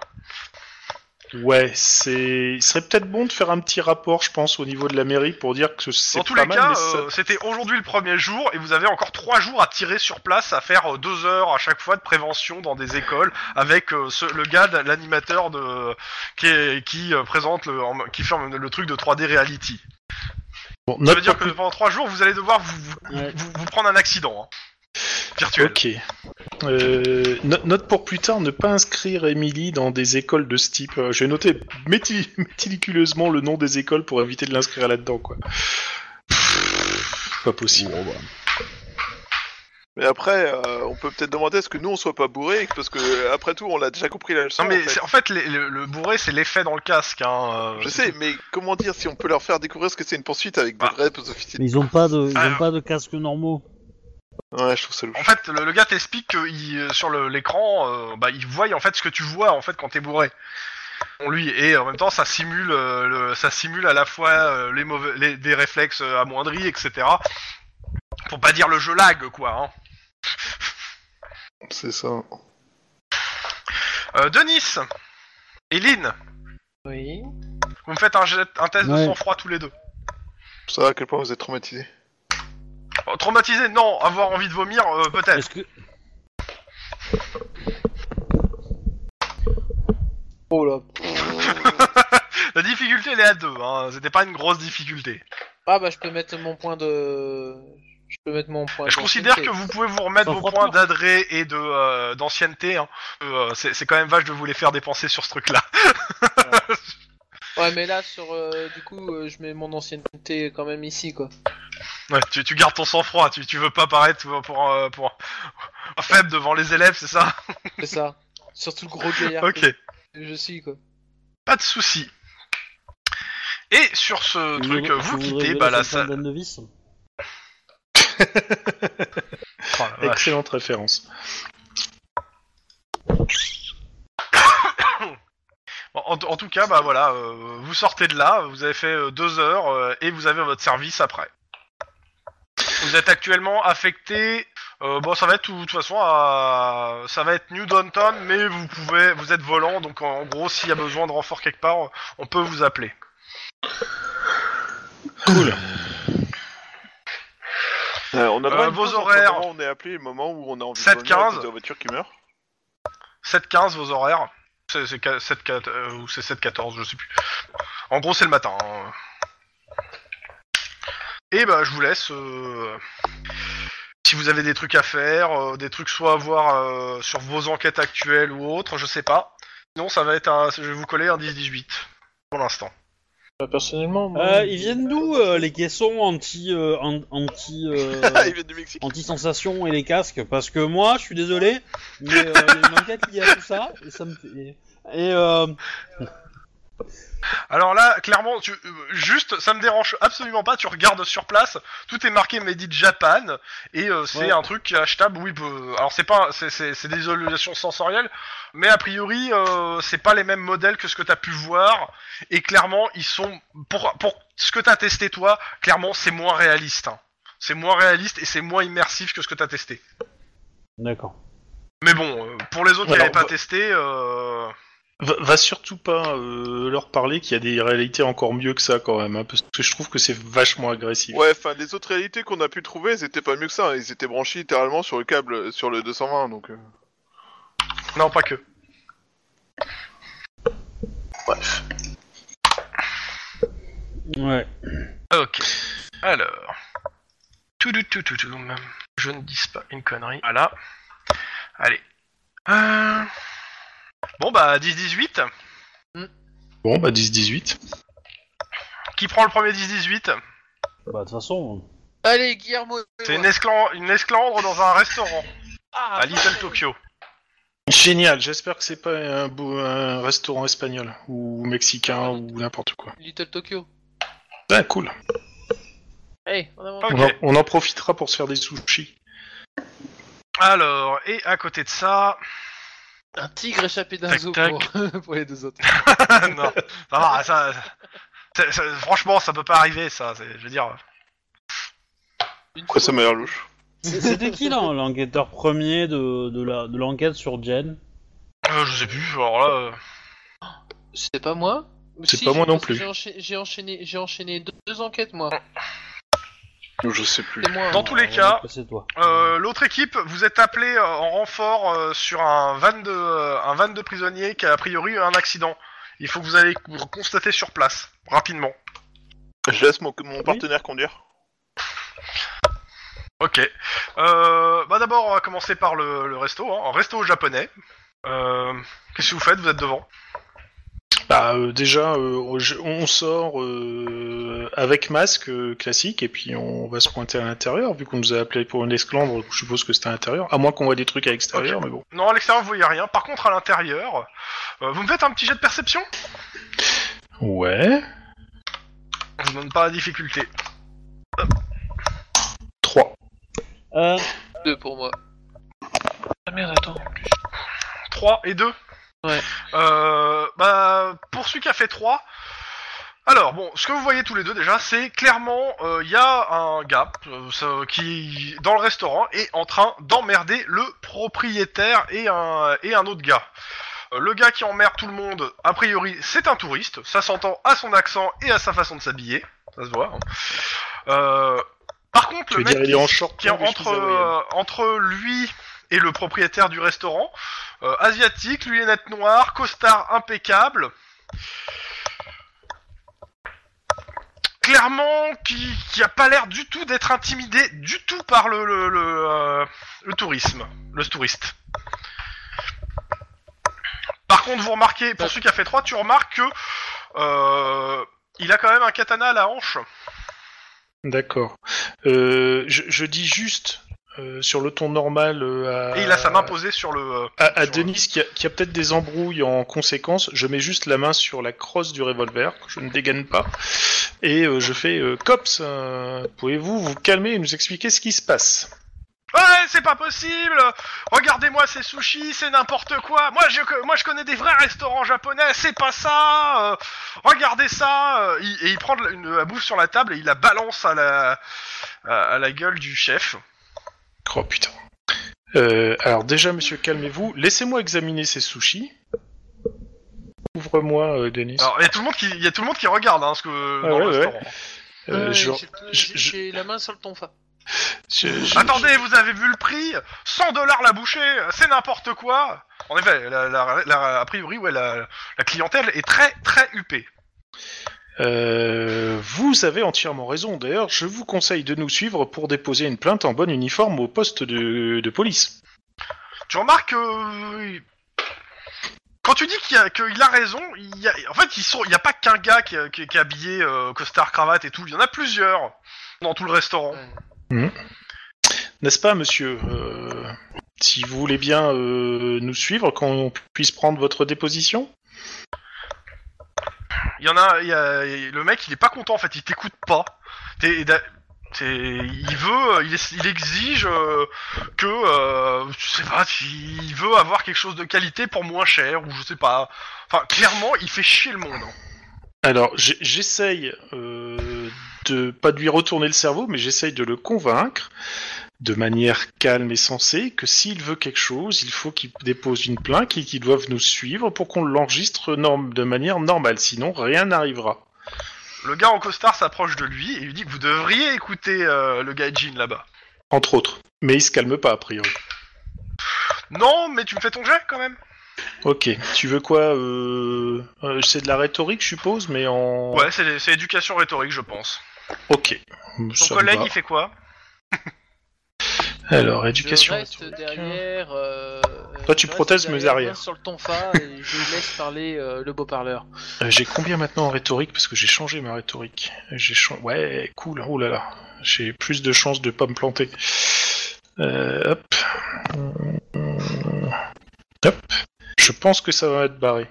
A: Ouais, c'est. Il serait peut-être bon de faire un petit rapport, je pense, au niveau de la mairie pour dire que c'est
B: Dans tous
A: pas
B: les
A: mal.
B: cas,
A: mais ça-
B: euh, c'était aujourd'hui le premier jour et vous avez encore trois jours à tirer sur place, à faire euh, deux heures à chaque fois de prévention dans des écoles avec euh, ce- le gars, de- l'animateur de qui, est- qui euh, présente le, en- qui fait le truc de 3D reality.
A: Bon,
B: Ça
A: note
B: veut dire que pendant trois jours, vous allez devoir vous, vous,
D: Ouais.
B: vous- vous prendre un accident hein, virtuel.
A: Ok. Euh, no- note pour plus tard, ne pas inscrire Émilie dans des écoles de ce type. Euh, J'ai noté méti- *laughs* méticuleusement le nom des écoles pour éviter de l'inscrire là-dedans, quoi. Pff, Pas possible.
E: Mais après, euh, on peut peut-être demander à ce que nous on soit pas bourrés, parce que après tout, on l'a déjà compris la leçon.
B: Non mais
E: en fait.
B: c'est- en fait, les- le, le bourré, c'est l'effet dans le casque. Hein, euh,
E: Je sais, mais comment dire si on peut leur faire découvrir ce que c'est une poursuite avec des
B: Ah.
E: vrais officiers
D: Mais ils ont pas de, ils
B: Alors.
D: ont pas de casque normaux.
E: Ouais, je trouve ça louche.
B: En fait, le, le gars t'explique que il, euh, sur le- l'écran, euh, bah, il voit en fait ce que tu vois en fait quand t'es bourré. On lui et en même temps, ça simule, euh, le- ça simule à la fois euh, les mauvais, les- des réflexes euh, amoindris, etc. Pour pas dire le jeu lag, quoi. Hein.
E: C'est ça.
B: Euh, Denis, et Lynn,
C: Oui.
B: vous me faites un, jet- un test de
D: Ouais.
B: sang-froid tous les deux.
E: Ça à quel point vous êtes traumatisés.
B: Euh, Traumatisé, non. Avoir envie de vomir, euh, peut-être.
D: Est-ce que
C: Oh là.
B: La difficulté, elle est à deux. Hein. C'était pas une grosse difficulté.
C: Ah bah je peux mettre mon point de. Je peux mettre mon point.
B: Je
C: de
B: considère que
C: santé.
B: vous pouvez vous remettre
D: Sans
B: vos
D: frottement.
B: points d'adré et de euh, d'ancienneté. hein. Euh, c'est c'est quand même vache de vous les faire dépenser sur ce truc-là.
C: Ouais mais là sur euh, du coup euh, je mets mon ancienneté quand même ici quoi.
B: Ouais, *laughs* tu, tu gardes ton sang-froid. hein. Tu, tu veux pas paraître pour, pour, euh, pour *laughs* un faible devant les élèves, c'est ça
C: C'est ça. Surtout le gros gaillard.
B: Ok.
C: que Je suis quoi.
B: Pas de souci. Et sur ce
D: tu
B: truc,
D: voudrais-
B: euh, vous
D: tu voudrais
B: quittez
D: révéler
B: bah, la
D: cette femme
B: salle.
D: d'Anne de Vis
B: Oh la vache.
A: Excellente référence.
B: Bon, En, en tout cas, bah voilà, euh, vous sortez de là, vous avez fait euh, deux heures euh, et vous avez votre service après. Vous êtes actuellement affecté. euh, bon, ça va être tout- de toute façon, à- ça va être New Downtown, mais vous pouvez, vous êtes volant, donc en, en gros, s'il y a besoin de renfort quelque part, on peut vous appeler.
A: Cool.
E: Euh, on a
B: Euh,
E: pas une
B: vos
E: pause entre
B: horaires.
E: Le moment où on est appelé, et le moment où on a envie
B: 7,
E: de vomir à
B: 15.
E: cause de la voiture qui meurt.
B: 7-15 vos horaires. C'est 7-14 euh, ou c'est 7-14, je sais plus. En gros, c'est le matin. hein. Et bah, je vous laisse. euh, si vous avez des trucs à faire, euh, des trucs soit à voir euh, sur vos enquêtes actuelles ou autres, je sais pas. Sinon, ça va être un. Je vais vous coller un 10-18 pour l'instant.
C: Bah, personnellement. Moi,
D: Euh, Ils viennent d'où euh, les caissons anti, euh, an- anti, euh,
E: Ah, il vient du Mexique.
D: anti sensation et les casques Parce que moi, je suis désolé, mais euh, il y a une enquête liée à tout ça et ça me fait- Et, et, euh,
B: Alors là, clairement, tu, euh, juste, ça me dérange absolument pas. Tu regardes sur place, tout est marqué Made in Japan, et euh, c'est
D: Ouais.
B: un truc achetable. Oui, peu- alors c'est pas, c'est- c'est c'est des isolations sensorielles, mais a priori, euh, c'est pas les mêmes modèles que ce que t'as pu voir. Et clairement, ils sont pour pour ce que t'as testé toi, clairement, c'est moins réaliste. hein. C'est moins réaliste et c'est moins immersif que ce que t'as testé.
D: D'accord.
B: Mais bon, euh, pour les autres qui
A: Alors,
B: n'avaient pas
A: bah-
B: testé, euh,
A: Va, va surtout pas euh, leur parler qu'il y a des réalités encore mieux que ça, quand même, hein, parce que je trouve que c'est vachement agressif.
E: Ouais, enfin, les autres réalités qu'on a pu trouver, elles étaient pas mieux que ça. hein. Ils étaient branchés littéralement sur le câble, sur le 220, donc. euh.
B: non, pas que.
A: Bref.
D: Ouais.
B: Ok. Alors. Tout, tout, tout, tout, tout. Je ne dis pas une connerie. Voilà. Allez. Euh, Bon, bah, 10-18.
A: Bon, bah 10-18.
B: Qui prend le premier 10-18
D: Bah, de toute façon.
C: Allez, Guillermo. et
B: C'est
C: moi.
B: une, esclan- une esclandre dans un restaurant
C: Ah,
B: à Little Tokyo.
A: Génial, j'espère que c'est pas un, beau- un restaurant espagnol ou mexicain ou n'importe quoi.
C: Little Tokyo.
A: Ah, cool.
C: Allez, on avance.
B: Ok.
A: On, en, on en profitera pour se faire des sushis.
B: Alors, et à côté de ça. *laughs*
C: Un tigre échappé
B: Oh.
C: d'un
B: Tac,
C: zoo
B: tac.
C: Pour... *laughs* pour les deux autres.
B: non, ça va, ça. ça- ça- franchement, ça peut pas arriver, ça. c'est- Je veux dire.
C: Une
E: Pourquoi ça
C: fois.
E: m'a l'air louche
D: c'est- C'était qui là, l'enquêteur premier de, de la- de l'enquête sur Jen
B: euh, je sais plus, alors là. euh,
C: C'est pas moi
A: C'est
C: Si,
A: pas moi
C: j'ai-
A: non plus.
C: J'ai enchaîné, j'ai enchaîné, j'ai enchaîné deux, deux enquêtes, moi.
E: Je sais plus.
C: C'est moi.
B: Dans
C: hein.
B: tous les
D: On
B: cas,
D: va passer toi.
B: Euh, L'autre équipe, vous êtes appelé euh, en renfort euh, sur un van de euh, un van de prisonniers qui a a priori eu un accident. Il faut que vous allez le constater sur place rapidement.
E: Je laisse mon, mon partenaire conduire.
B: Ok. Euh, bah d'abord, on va commencer par le, le resto, hein, un resto japonais. Euh, Qu'est-ce que vous faites Vous êtes devant.
A: Bah euh, déjà, euh, je- on sort euh, avec masque euh, classique et puis on va se pointer à l'intérieur vu qu'on nous a appelé pour une esclandre. Je suppose que c'était à l'intérieur, à moins qu'on voit des trucs à l'extérieur, mais bon.
B: Non, à l'extérieur, vous voyez rien. Par contre, à l'intérieur, euh, vous me faites un petit jet de perception
A: Ouais.
B: Je vous demande pas la difficulté.
A: 3.
D: Euh,
C: Deux pour moi. Ah merde, attends.
B: 3 et 2.
C: Ouais.
B: Euh, bah, pour celui qui a fait 3. Alors, bon, ce que vous voyez tous les deux déjà, c'est clairement, il y a un gars euh, ça- qui, dans le restaurant, est en train d'emmerder le propriétaire et un, et un autre gars. Euh, Le gars qui emmerde tout le monde, a priori, c'est un touriste. Ça s'entend à son accent et à sa façon de s'habiller. Ça se voit. hein. Euh, par contre, le
A: Tu veux
B: mec
A: dire, il
B: qui
A: est en short
B: qui est entre, euh, entre lui et le propriétaire du restaurant, euh, asiatique, lunettes noires, costard impeccable. Clairement, qui, qui a pas l'air du tout d'être intimidé du tout par le, le, le, euh, le tourisme, le touriste. Par contre, vous remarquez, pour celui qui a fait 3, tu remarques que euh, il a quand même un katana à la hanche.
A: D'accord. Euh, je, je dis juste euh, sur le ton normal euh, à,
B: Et il a sa main posée sur le. euh,
A: à, à
B: sur-
A: Denis qui a, qui a peut-être des embrouilles en conséquence. Je mets juste la main sur la crosse du revolver, que je ne dégaine pas, et euh, je fais euh, cops. euh, Pouvez-vous vous calmer et nous expliquer ce qui se passe
B: Ouais, c'est pas possible Regardez-moi ces sushis, c'est n'importe quoi Moi je, moi, je connais des vrais restaurants japonais, c'est pas ça euh, Regardez ça euh, il- Et il prend de la- une, la bouffe sur la table et il la balance à la, à, à la gueule du chef.
A: Oh putain. Euh, alors déjà, monsieur, calmez-vous. Laissez-moi examiner ces sushis. Ouvre-moi, euh, Denis.
B: Alors, il y a tout le monde qui, il y a tout le monde qui regarde, hein, ce que...
A: Ah
B: dans le
A: ouais, ouais.
B: restaurant.
A: Euh,
C: Ouais,
A: je-
C: j'ai-
A: je-
C: J'ai j'ai la main sur le tonfa.
A: je- je-
B: Attendez, vous avez vu le prix 100 dollars la bouchée, c'est n'importe quoi En effet, la, la- la- a priori, ouais, la, la clientèle est très très huppée.
A: Euh, vous avez entièrement raison. D'ailleurs, je vous conseille de nous suivre pour déposer une plainte en bon uniforme au poste de, de police.
B: Tu remarques que. euh, Quand tu dis qu'il a, qu'il a raison, il y a- en fait, ils sont- il n'y a pas qu'un gars qui, est- qui est- qui est habillé euh, costard, cravate et tout, il y en a plusieurs dans tout le restaurant.
A: N'est-ce pas, monsieur Euh, Si vous voulez bien euh, nous suivre, qu'on puisse prendre votre déposition
B: Il y en a, il y a- le mec, il est pas content en fait, il t'écoute pas. T'es- d'a- t'es- il veut, euh, il, es- il exige euh, que, euh, je sais pas, il veut avoir quelque chose de qualité pour moins cher ou je sais pas. Enfin, clairement, il fait chier le monde. hein.
A: Alors, j'ai- j'essaye euh, de pas de lui retourner le cerveau, mais j'essaye de le convaincre de manière calme et sensée que s'il veut quelque chose, il faut qu'il dépose une plainte et qu'il doive nous suivre pour qu'on l'enregistre norm- de manière normale. Sinon, rien n'arrivera.
B: Le gars en costard s'approche de lui et lui dit que vous devriez écouter euh, le gaijin là-bas.
A: Entre autres. Mais il se calme pas, a priori.
B: Non, mais tu me fais ton jet quand même.
A: Ok. Tu veux quoi euh... euh, C'est de la rhétorique, je suppose, mais en.
B: Ouais, c'est c'est éducation rhétorique, je pense.
A: Ok.
B: Ton
A: Ça me
B: collègue,
A: va.
B: il fait quoi
A: Alors, éducation.
C: Je reste
A: rhétorique.
C: derrière. euh,
A: Toi,
C: je
A: tu
C: reste
A: protèges, mais
C: derrière,
A: derrière.
C: main Sur le tonfa et je laisse parler euh, le beau-parleur.
A: Euh, j'ai combien maintenant en rhétorique Parce que j'ai changé ma rhétorique. J'ai changé. Ouais, cool. Oh là là. J'ai plus de chances de pas me planter. Euh, hop. Hum, Hop. Je pense que ça va être barré.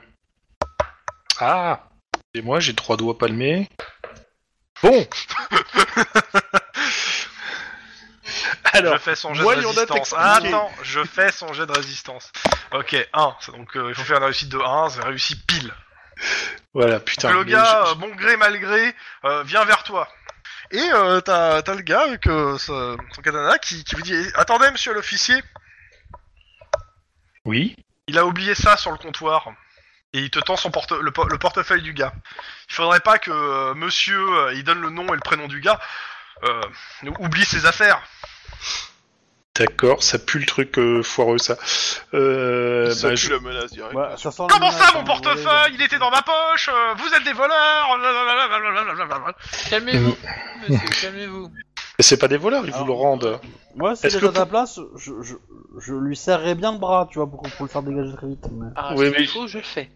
A: Ah Et moi, j'ai trois doigts palmés. Bon Alors,
B: Je fais son jet
E: moi,
B: de
E: Yonda,
B: résistance.
E: t'expliquer.
B: Ah, attends, je fais son jet de résistance. Ok, 1. Donc euh, il faut faire une réussite de 1, c'est réussi pile.
A: voilà, putain.
B: le
A: mais
B: gars,
A: j'ai-
B: euh, bon gré, mal gré, euh, vient vers toi. Et euh, t'as t'as le gars avec euh, ce- son katana qui, qui lui dit Eh, Attendez, monsieur l'officier,
A: Oui
B: il a oublié ça sur le comptoir. Et il te tend son porte le, po- le portefeuille du gars. Il faudrait pas que euh, monsieur, euh, il donne le nom et le prénom du gars, euh, oublie ses affaires.
A: D'accord, ça pue le truc euh, foireux, ça. Euh,
E: ça
A: bah,
E: pue
A: je-
E: la menace direct.
D: Ouais, ça sent le
B: Oh, Comment
D: menace,
B: ça,
D: hein,
B: mon
D: vous voyez,
B: portefeuille
D: là.
B: Il était dans ma poche euh, Vous êtes des voleurs oh blablabla.
C: Calmez-vous, monsieur, calmez-vous.
A: C'est pas des voleurs, ils
B: Ah.
A: vous
D: Alors-
A: le rendent.
D: Moi, si
A: Est-ce
D: j'étais
A: que
D: à ta place, je, je, je lui serrerais bien le bras, tu vois, pour, pour le faire dégager très vite. mais-
C: Ah,
A: Oui,
C: oui,
A: mais-
C: trop, je le fais.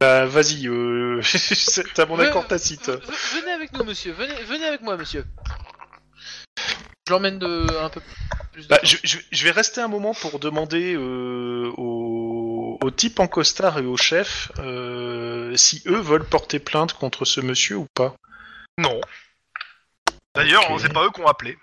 A: Bah, vas-y, euh... *laughs* c'est- t'as mon
C: Euh,
A: accord tacite.
C: V- venez avec nous, monsieur. Venez, venez avec moi, monsieur. Je l'emmène de un peu plus. de
A: Bah,
C: temps.
A: je, je- je vais rester un moment pour demander euh, aux, aux types en costard et aux chefs euh, si eux veulent porter plainte contre ce monsieur ou pas.
B: Non. D'ailleurs,
A: Ok.
B: c'est pas eux qui ont appelé.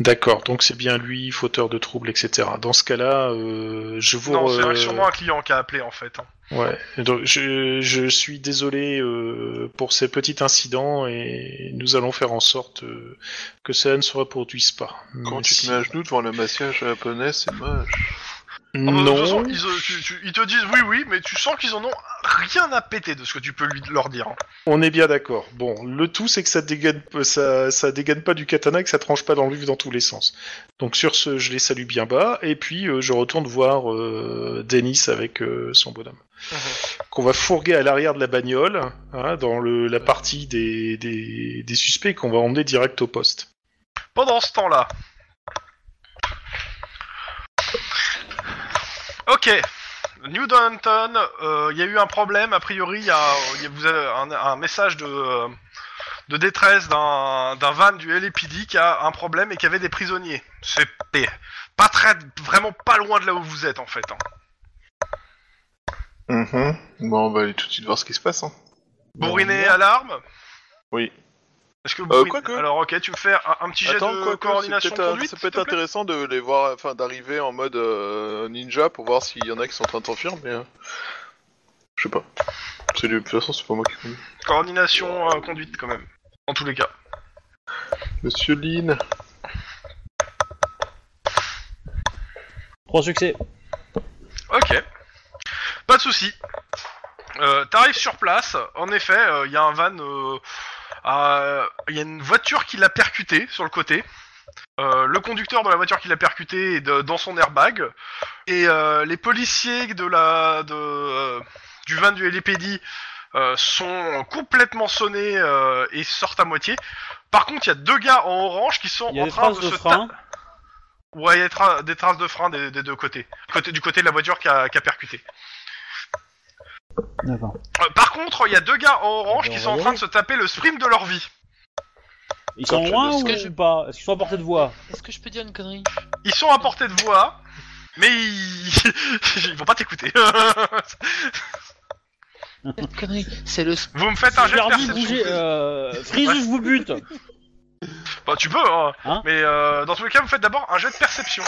A: D'accord, donc c'est bien lui, fauteur de troubles, etc. Dans ce cas-là, euh, je vous...
B: non, c'est
A: euh,
B: sûrement un client qui a appelé en fait. hein.
A: Ouais, donc je, je suis désolé euh, pour ces petits incidents et nous allons faire en sorte euh, que cela ne se reproduise pas.
E: Quand
A: Mais
E: tu
A: si-
E: te mets à genoux devant le massage japonais, c'est moche.
B: Ah, bah, de toute
A: Non,
B: façon, ils, euh, tu- tu- ils te disent oui, oui, mais tu sens qu'ils en ont rien à péter de ce que tu peux lui, leur dire. hein.
A: on est bien d'accord. Bon, le tout c'est que ça dégaine, ça, ça dégaine pas du katana, et que ça tranche pas dans l'œuf dans tous les sens. Donc sur ce, je les salue bien bas et puis euh, je retourne voir euh, Denis avec euh, son bonhomme.
E: Mhm.
A: Qu'on va fourguer à l'arrière de la bagnole, hein, dans le, la partie des, des, des suspects, et qu'on va emmener direct au poste.
B: Pendant ce temps-là. Ok. New Downton, euh, il y a eu un problème. A priori, il y a, il y a- vous avez un, un message de, euh, de détresse d'un d'un van du LAPD qui a un problème et qui avait des prisonniers. C'est p- pas très, vraiment pas loin de là où vous êtes en fait. hein.
E: Mhm.
A: Mm-hmm.
E: Bon, on va aller tout de suite voir ce qui se passe. Hein.
B: Bourriné alarme
E: Oui. Euh,
B: Est-ce que bourriné-
E: quoique.
B: Alors ok, tu me fais un, un petit jet
E: Attends,
B: de
E: quoi,
B: coordination de conduite,
E: ça peut
B: s'il
E: être
B: te plaît
E: intéressant de les voir, enfin d'arriver en mode euh, ninja pour voir s'il y en a qui sont en train de s'enfuir, mais euh, je sais pas. C'est du- De toute façon, c'est pas moi qui.
B: Coordination euh, conduite quand même. En tous les cas.
E: Monsieur Lynn.
D: Trois succès.
B: Ok. Pas de souci. Euh, T'arrives sur place. En effet, euh, il y a un van. Il y a une voiture qui l'a percuté sur le côté. Euh, le conducteur de la voiture qui l'a percuté est de- dans son airbag. Et euh, les policiers de la de, euh, du van du LAPD euh, sont complètement sonnés euh, et sortent à moitié. Par contre, il y a deux gars en orange qui sont
D: Il y a
B: en
D: des
B: train
D: traces
B: de,
D: de
B: se
D: frein.
B: Ouais, il y a des, tra- des traces de frein des, des deux côtés. Côté, du côté de la voiture qui a, qui a percuté.
D: D'accord.
B: Euh, par contre, il y a deux gars en orange
D: Eh ben,
B: qui
D: on
B: sont en
D: va
B: train
D: voir.
B: de se taper le sprint de leur vie.
D: Ils sont
E: Sorte
D: loin
E: de-
D: ou,
C: Est-ce que je-
D: ou pas Est-ce qu'ils sont à portée de voix
C: Est-ce que je peux dire une connerie
B: Ils sont à portée de voix, mais ils, *laughs* ils vont pas t'écouter. *laughs*
C: Une connerie. C'est le.
B: Vous me faites un
D: Si je
B: jet de
D: leur dis de
B: perception.
D: bouger, euh, freeze ou je vous bute
B: Bah, tu peux, hein.
D: Hein
B: mais euh, dans tous les cas, vous faites d'abord un jet de perception.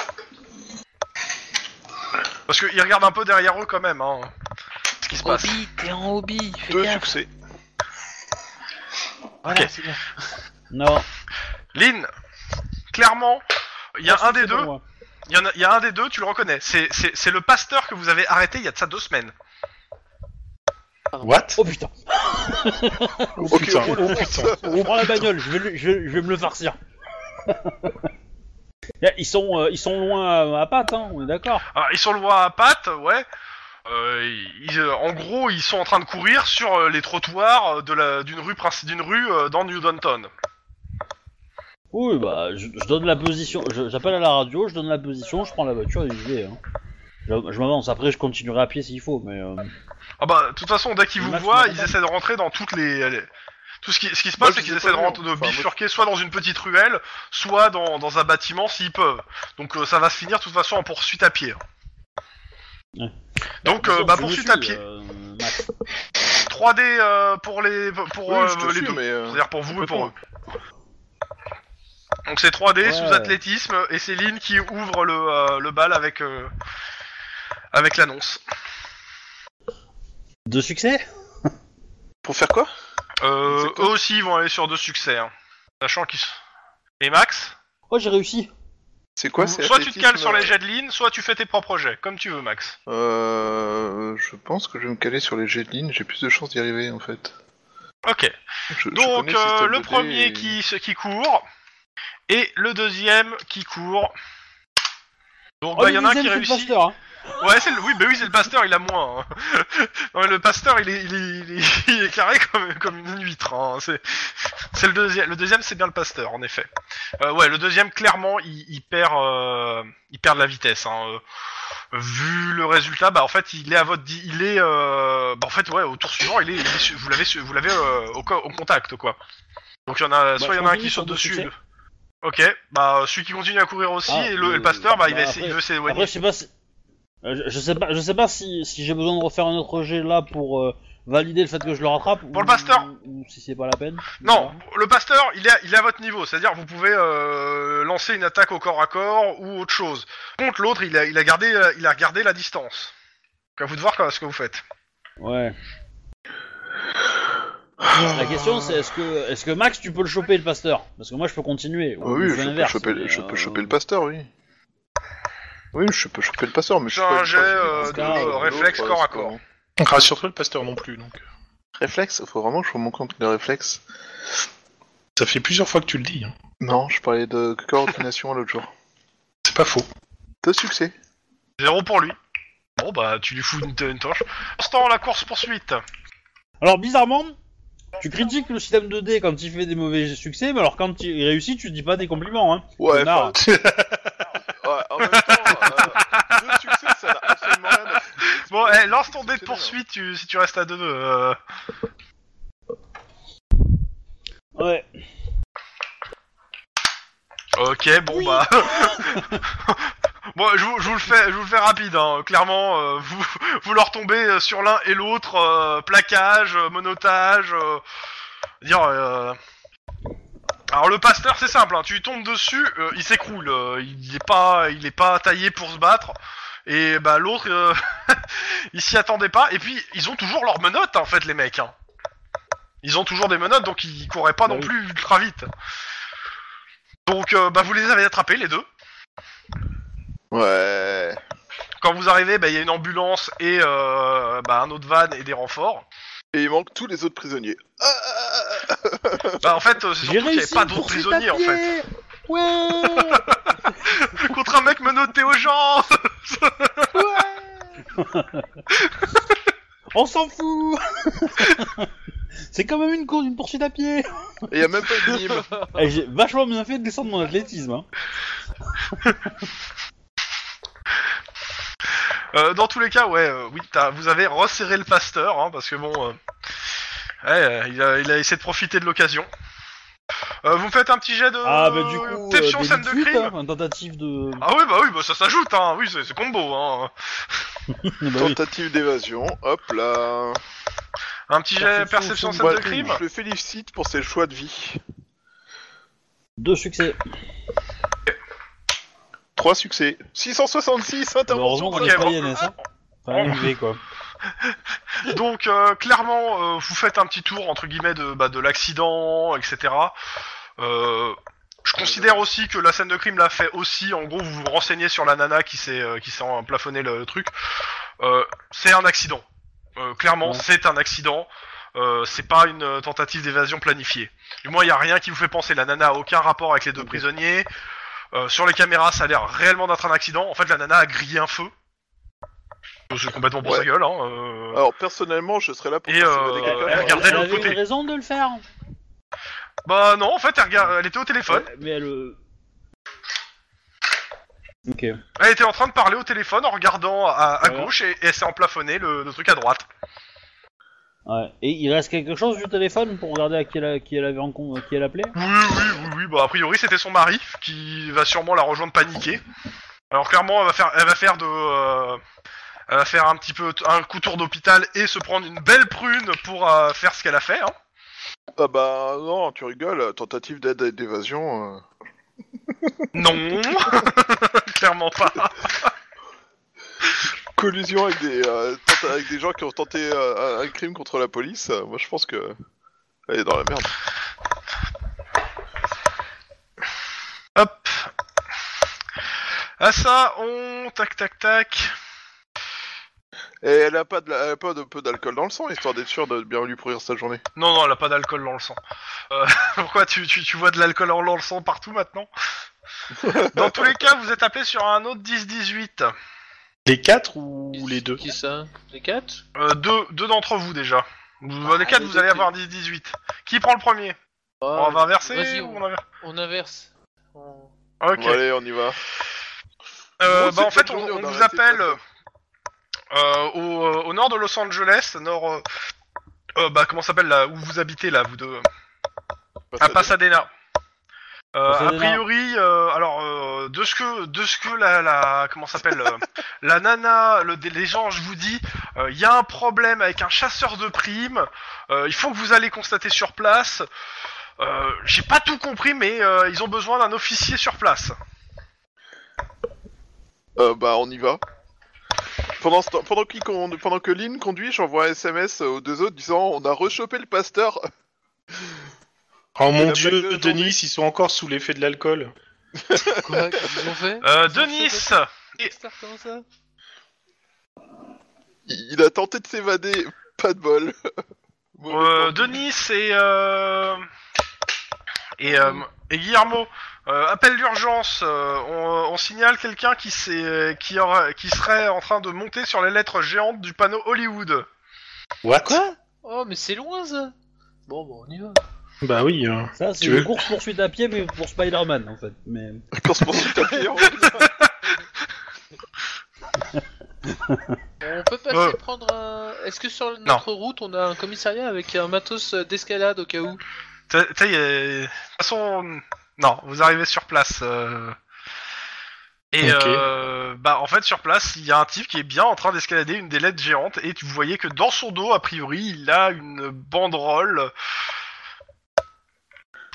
B: Parce qu'ils regardent un peu derrière eux quand même. Hein, ce qui se passe.
C: Hobby, t'es en hobby. Fais
E: Deux
C: gaffe.
E: succès.
C: Voilà,
B: Ok.
C: c'est bien.
D: Non.
B: Lynn, clairement, il y a
D: Trois
B: un des
D: succès pour
B: deux
D: moi.
B: Il y, en a, il y a un des deux, tu le reconnais. C'est- C'est c'est le pasteur que vous avez arrêté il y a de ça deux semaines.
A: What
D: Oh putain
A: Oh,
E: Ok,
A: putain.
E: on roule, on fonce.
D: On prend la bagnole, je vais, le- je, je vais me le *laughs* farcir. Là, ils, sont, euh, ils sont loin à, à pattes, hein, on est d'accord.
B: Ah, Alors, ils sont loin à pattes, ouais. euh, ils, euh, en gros, ils sont en train de courir sur euh, les trottoirs euh, de la- d'une rue, princi- d'une rue euh, dans New Downton.
D: Oui, bah, je, je donne la position, je- j'appelle à la radio, je donne la position, je prends la voiture et je vais. hein. Je, je m'avance, après je continuerai à pied s'il faut, mais. euh,
B: Ah bah, de toute façon, dès qu'ils
D: Le
B: vous
D: match
B: voient,
D: n'a
B: ils
D: pas-
B: essaient de rentrer dans toutes les... les- Tout ce qui, ce qui se
E: Moi,
B: passe,
E: je
B: c'est qu'ils
E: les ai
B: essaient de,
E: pas vus, hein.
B: rentrer, de
E: enfin, moi, je-
B: bifurquer soit dans une petite ruelle, soit dans, dans un bâtiment s'ils peuvent. Donc euh, ça va se finir de toute façon en poursuite à pied.
D: Ouais.
B: Donc,
D: de toute
B: euh,
D: façon,
B: bah,
D: je me
B: poursuite
D: suis,
B: à pied.
D: euh, Max.
B: 3D euh, pour les, pour,
E: Oui,
B: euh,
E: je te
B: les
E: suis,
B: deux.
E: mais. euh,
B: C'est-à-dire pour vous et pour eux. Donc c'est 3D
D: Ouais.
B: sous athlétisme et c'est Lynn qui ouvre le, euh, le bal avec, euh, avec l'annonce.
D: Deux succès
E: Pour faire quoi
B: Euh,
E: C'est
B: eux
E: cool.
B: aussi ils vont aller sur deux succès. hein. Sachant qu'ils... s- Et Max
D: Oh, j'ai réussi
E: C'est quoi c'est
B: Soit tu te cales
E: athlétisme,
B: sur les
E: euh,
B: jets de Lynn, soit tu fais tes propres jets, comme tu veux Max.
E: Euh. Je pense que je vais me caler sur les jets de ligne, j'ai plus de chances d'y arriver en fait.
B: Ok.
E: Je- je
B: Donc
E: connais ce
B: euh,
E: système
B: le
E: de dés
B: premier
E: et-
B: qui, se- qui court et le deuxième qui court. Donc
D: Oh,
B: bah,
D: le
B: y en a un
D: deuxième,
B: qui
D: c'est le
B: réussit.
D: pasteur, hein.
B: Ouais, c'est le... oui, bah oui, c'est le pasteur, il a moins. hein. *laughs* Non, mais le pasteur, il est, il est, il est- *laughs* il est carré comme, comme une huître. hein. C'est, c'est le deuxième. Le deuxième, c'est bien le pasteur, en effet. Euh, ouais, le deuxième, clairement, il, il perd, euh, il perd de la vitesse. hein, euh. Vu le résultat, bah en fait, il est à votre, di- il est, euh, bah, en fait, ouais, au tour suivant, il est, il est su- vous l'avez, su- vous l'avez euh, au, co- au contact, quoi. Donc il y en a, soit il y en a un
D: continue
B: qui
D: sur
B: saute
D: deux
B: dessus.
D: succès.
B: Ok, bah celui qui continue à courir aussi
D: Ah,
B: et, le, et le
D: euh,
B: pasteur, bah, il,
D: bah,
B: va essayer-
D: après-
B: il veut s'éloigner.
D: Après, je sais pas si. euh, Je, je sais pas, je sais pas si, si j'ai besoin de refaire un autre jet là pour euh, valider le fait que je le rattrape.
B: Pour
D: ou-
B: le pasteur.
D: Ou si c'est pas la peine.
B: Non, le pasteur, il est à, il est à votre niveau, c'est-à-dire vous pouvez euh, lancer une attaque au corps à corps ou autre chose. Contre l'autre, il a, il a gardé, euh, il a gardé la distance. Donc à vous de voir quoi- ce que vous faites.
D: Ouais. La question c'est est-ce que est-ce que Max tu peux le choper le pasteur Parce que moi je peux continuer.
E: Ah oui,
D: Ou
E: je
D: faire
E: peux,
D: l'inverse,
E: choper,
D: mais,
E: je peux
D: euh,
E: choper le pasteur, oui. Oui, je peux choper le pasteur, mais je
B: J'ai
E: suis pas-
B: un jet
E: je suis pas-
B: euh,
D: c'est
B: de
D: pas grave,
B: euh, réflexe
E: l'autre,
B: corps à
E: c'est pas
B: corps.
E: bon.
A: Rassure-toi, le pasteur non plus. Donc.
E: Réflexe Faut vraiment que je remonte compte de réflexe.
A: Ça fait plusieurs fois que tu le dis. hein.
E: Non, je parlais de coordination l'autre jour.
A: C'est pas faux.
E: Deux succès.
B: Zéro pour lui. Bon bah tu lui fous une, une torche. Pour ce temps, la course poursuite.
D: Alors bizarrement, tu critiques le système 2D quand il fait des mauvais succès, mais alors quand il réussit, tu dis pas des compliments. Hein.
E: Ouais,
D: Connard.
E: enfin, *laughs* ouais, en même temps, euh, deux succès, ça n'a absolument rien à
B: Bon, eh, lance ton dé de poursuite tu- si tu restes à deux. euh.
D: Ouais.
B: Ok, bon bah. *laughs* bon, je vous, je vous le fais, je vous le fais rapide. hein. Clairement, euh, vous, *laughs* vous leur tombez euh, sur l'un et l'autre, euh, plaquage, euh, monotage. euh, dire. euh, Alors le pasteur, c'est simple. hein. Tu lui tombes dessus, euh, il s'écroule. euh, il est pas, il est pas taillé pour se battre. Et bah l'autre, euh, *laughs* il s'y attendait pas. Et puis ils ont toujours leurs menottes en fait, les mecs. hein. Ils ont toujours des menottes, donc ils couraient pas
D: Bah
B: non
D: oui.
B: plus ultra vite. Donc euh, bah vous les avez attrapés les deux.
E: Ouais.
B: Quand vous arrivez, bah, il y a une ambulance et euh, bah, un autre van et des renforts.
E: Et il manque tous les autres prisonniers. Ah, ah, ah, ah.
B: Bah, en fait, euh, c'est
D: J'ai
B: surtout qu'il n'y avait
D: réussi
B: pas
D: une
B: d'autres
D: poursuite
B: prisonniers
D: à
B: en fait.
D: pied. Ouais.
B: Contre un mec menotté aux gens *laughs*
D: On s'en fout. *laughs* C'est quand même une course, une poursuite à pied.
E: Et il y a même pas de mime.
C: *laughs*
D: Eh, J'ai vachement bien fait de descendre mon athlétisme. Hein.
B: Euh, Dans tous les cas, ouais, euh, oui, t'as- vous avez resserré le pasteur hein, parce que bon. euh, ouais, euh, il, a, il a essayé de profiter de l'occasion. Euh, vous me faites un petit jet de.
D: Ah bah du coup,
B: Perception,
D: euh,
B: scène de
D: délit de
B: crime
D: fuite, hein, une tentative de.
B: Ah oui, bah oui, bah ça s'ajoute, hein, oui, c'est c'est combo, hein.
D: Bah oui.
E: Tentative d'évasion, hop là.
B: Un petit jet
D: Perception,
B: perception,
D: scène
B: scène de
E: Ouais,
B: crime
E: Je le félicite pour ses choix de vie.
D: Deux succès.
E: Trois succès. 666
D: Bah, heureusement
E: interventions.
D: qu'on
B: ok,
D: est
B: bon.
D: pas INS. Hein. Enfin, MV, quoi.
B: Donc euh, clairement, euh, vous faites un petit tour entre guillemets de, bah, de l'accident, etc. Euh, je considère aussi que la scène de crime l'a fait aussi. En gros, vous vous renseignez sur la nana qui s'est euh, qui s'est en- plafonné le, le truc. Euh, c'est un accident. Euh, clairement,
D: Ouais.
B: c'est un accident. Euh, c'est pas une euh, tentative d'évasion planifiée. Du moins, il y a rien qui vous fait penser. La nana a aucun rapport avec les deux
D: Ok.
B: prisonniers. Euh, sur les caméras, ça a l'air réellement d'être un accident. En fait, la nana a grillé un feu. C'est complètement pour
E: Ouais.
B: sa gueule. Hein, euh.
E: Alors personnellement, je serais là pour
B: Et,
E: faire
B: euh,
E: s'évader quelqu'un.
B: elle regardait de
D: avait
B: l'autre côté.
D: une raison de le faire.
B: Bah non, en fait, elle, regarde- elle était au téléphone.
D: Ouais, Mais elle. euh, Ok.
B: Elle était en train de parler au téléphone en regardant à, à
D: Ouais.
B: gauche et, et elle s'est emplafonnée le, le truc à droite.
D: Ouais. Et il reste quelque chose du téléphone pour regarder à qui elle, a- qui elle avait en con- qui elle appelait
B: Oui, oui, oui, oui. Bah a priori, c'était son mari qui va sûrement la rejoindre paniquée. Alors clairement, elle va faire, elle va faire de, euh, elle va faire un petit peu t- un coup tour d'hôpital et se prendre une belle prune pour euh, faire ce qu'elle a fait. Hein.
E: Ah bah non, tu rigoles. Tentative d'aide et d'évasion. euh.
B: Non, *laughs* clairement pas.
E: Collusion avec des euh, tenta- avec des gens qui ont tenté euh, un- un crime contre la police. euh, Moi, je pense que elle est dans la merde.
B: Hop. À ça, on tac tac tac.
E: Et elle a pas de, la- elle a pas de peu d'alcool dans le sang, histoire d'être sûr de bien lui pourrir sa journée.
B: Non, non, elle a pas d'alcool dans le sang. Euh, *laughs* pourquoi tu, tu, tu vois de l'alcool dans le sang partout maintenant Dans tous les cas, vous êtes appelé sur un autre 10-18.
A: Les quatre ou les deux
C: Qui ça Les quatre
B: Euh, deux deux d'entre vous déjà. Vous,
C: Ah,
B: les quatre,
C: les
B: vous
C: deux,
B: allez
C: t'es-
B: avoir 10-18. Qui prend le premier
C: Ah,
B: On va inverser
C: vas-y,
B: ou
C: on-
B: on inverse
C: On inverse. On-
B: Ok.
E: Bon, allez, on y va.
B: Euh,
E: Bon,
B: bah, en
E: cette
B: fait, on,
E: journée,
B: on
E: on a
B: vous
E: arrêté de
B: appelle
E: faire
B: euh, au, euh, au nord de Los Angeles, nord. euh, euh, bah, comment ça s'appelle là Où vous habitez là, vous deux
E: Bah,
B: À Ah, Pasadena. Euh, a
D: Pasadena.
B: priori, euh, alors euh, de ce que de ce que la, la comment ça s'appelle euh, la nana, le, les gens, je vous dis, euh, il y a un problème avec un chasseur de primes. Euh, il faut que vous allez constater sur place. Euh, J'ai pas tout compris, mais euh, ils ont besoin d'un officier sur place.
E: Euh, bah, on y va. Pendant, ce temps- pendant, qu'il con- pendant que Lynn conduit, j'envoie un SMS aux deux autres disant On a rechopé le pasteur. *laughs*
A: Oh
E: Et
A: mon
E: la
A: dieu,
E: plaque de zombie.
A: Denis, ils sont encore sous l'effet de l'alcool.
C: Quoi Ils ont fait
B: Euh,
C: Ils ont fait
B: Denis,
C: des Kickstarter comme ça
E: Il, il a tenté de s'évader. Pas de bol. *laughs* Mauvais
B: euh,
E: plan.
B: Denis et euh, et, euh, et Guillermo, euh, appel d'urgence. euh, on, on signale quelqu'un qui s'est qui aura, qui serait en train de monter sur les lettres géantes du panneau Hollywood.
A: What
C: Oh, mais c'est loin ça Bon, bon, on y va.
A: Bah oui. euh.
D: Ça, c'est
A: Tu
D: une
A: veux
D: course poursuite à pied, mais pour Spider-Man en fait. Mais...
E: Course poursuite à pied, en
C: On peut passer
B: Euh.
C: prendre un. Est-ce que sur notre route on a un commissariat avec un matos euh, d'escalade au cas où
B: T'as- t'as- y a- De toute façon, non, vous arrivez sur place. euh, Et
A: Ok.
B: euh, bah en fait sur place il y a un type qui est bien en train d'escalader une des lettres géantes et tu voyais que dans son dos a priori il a une banderole.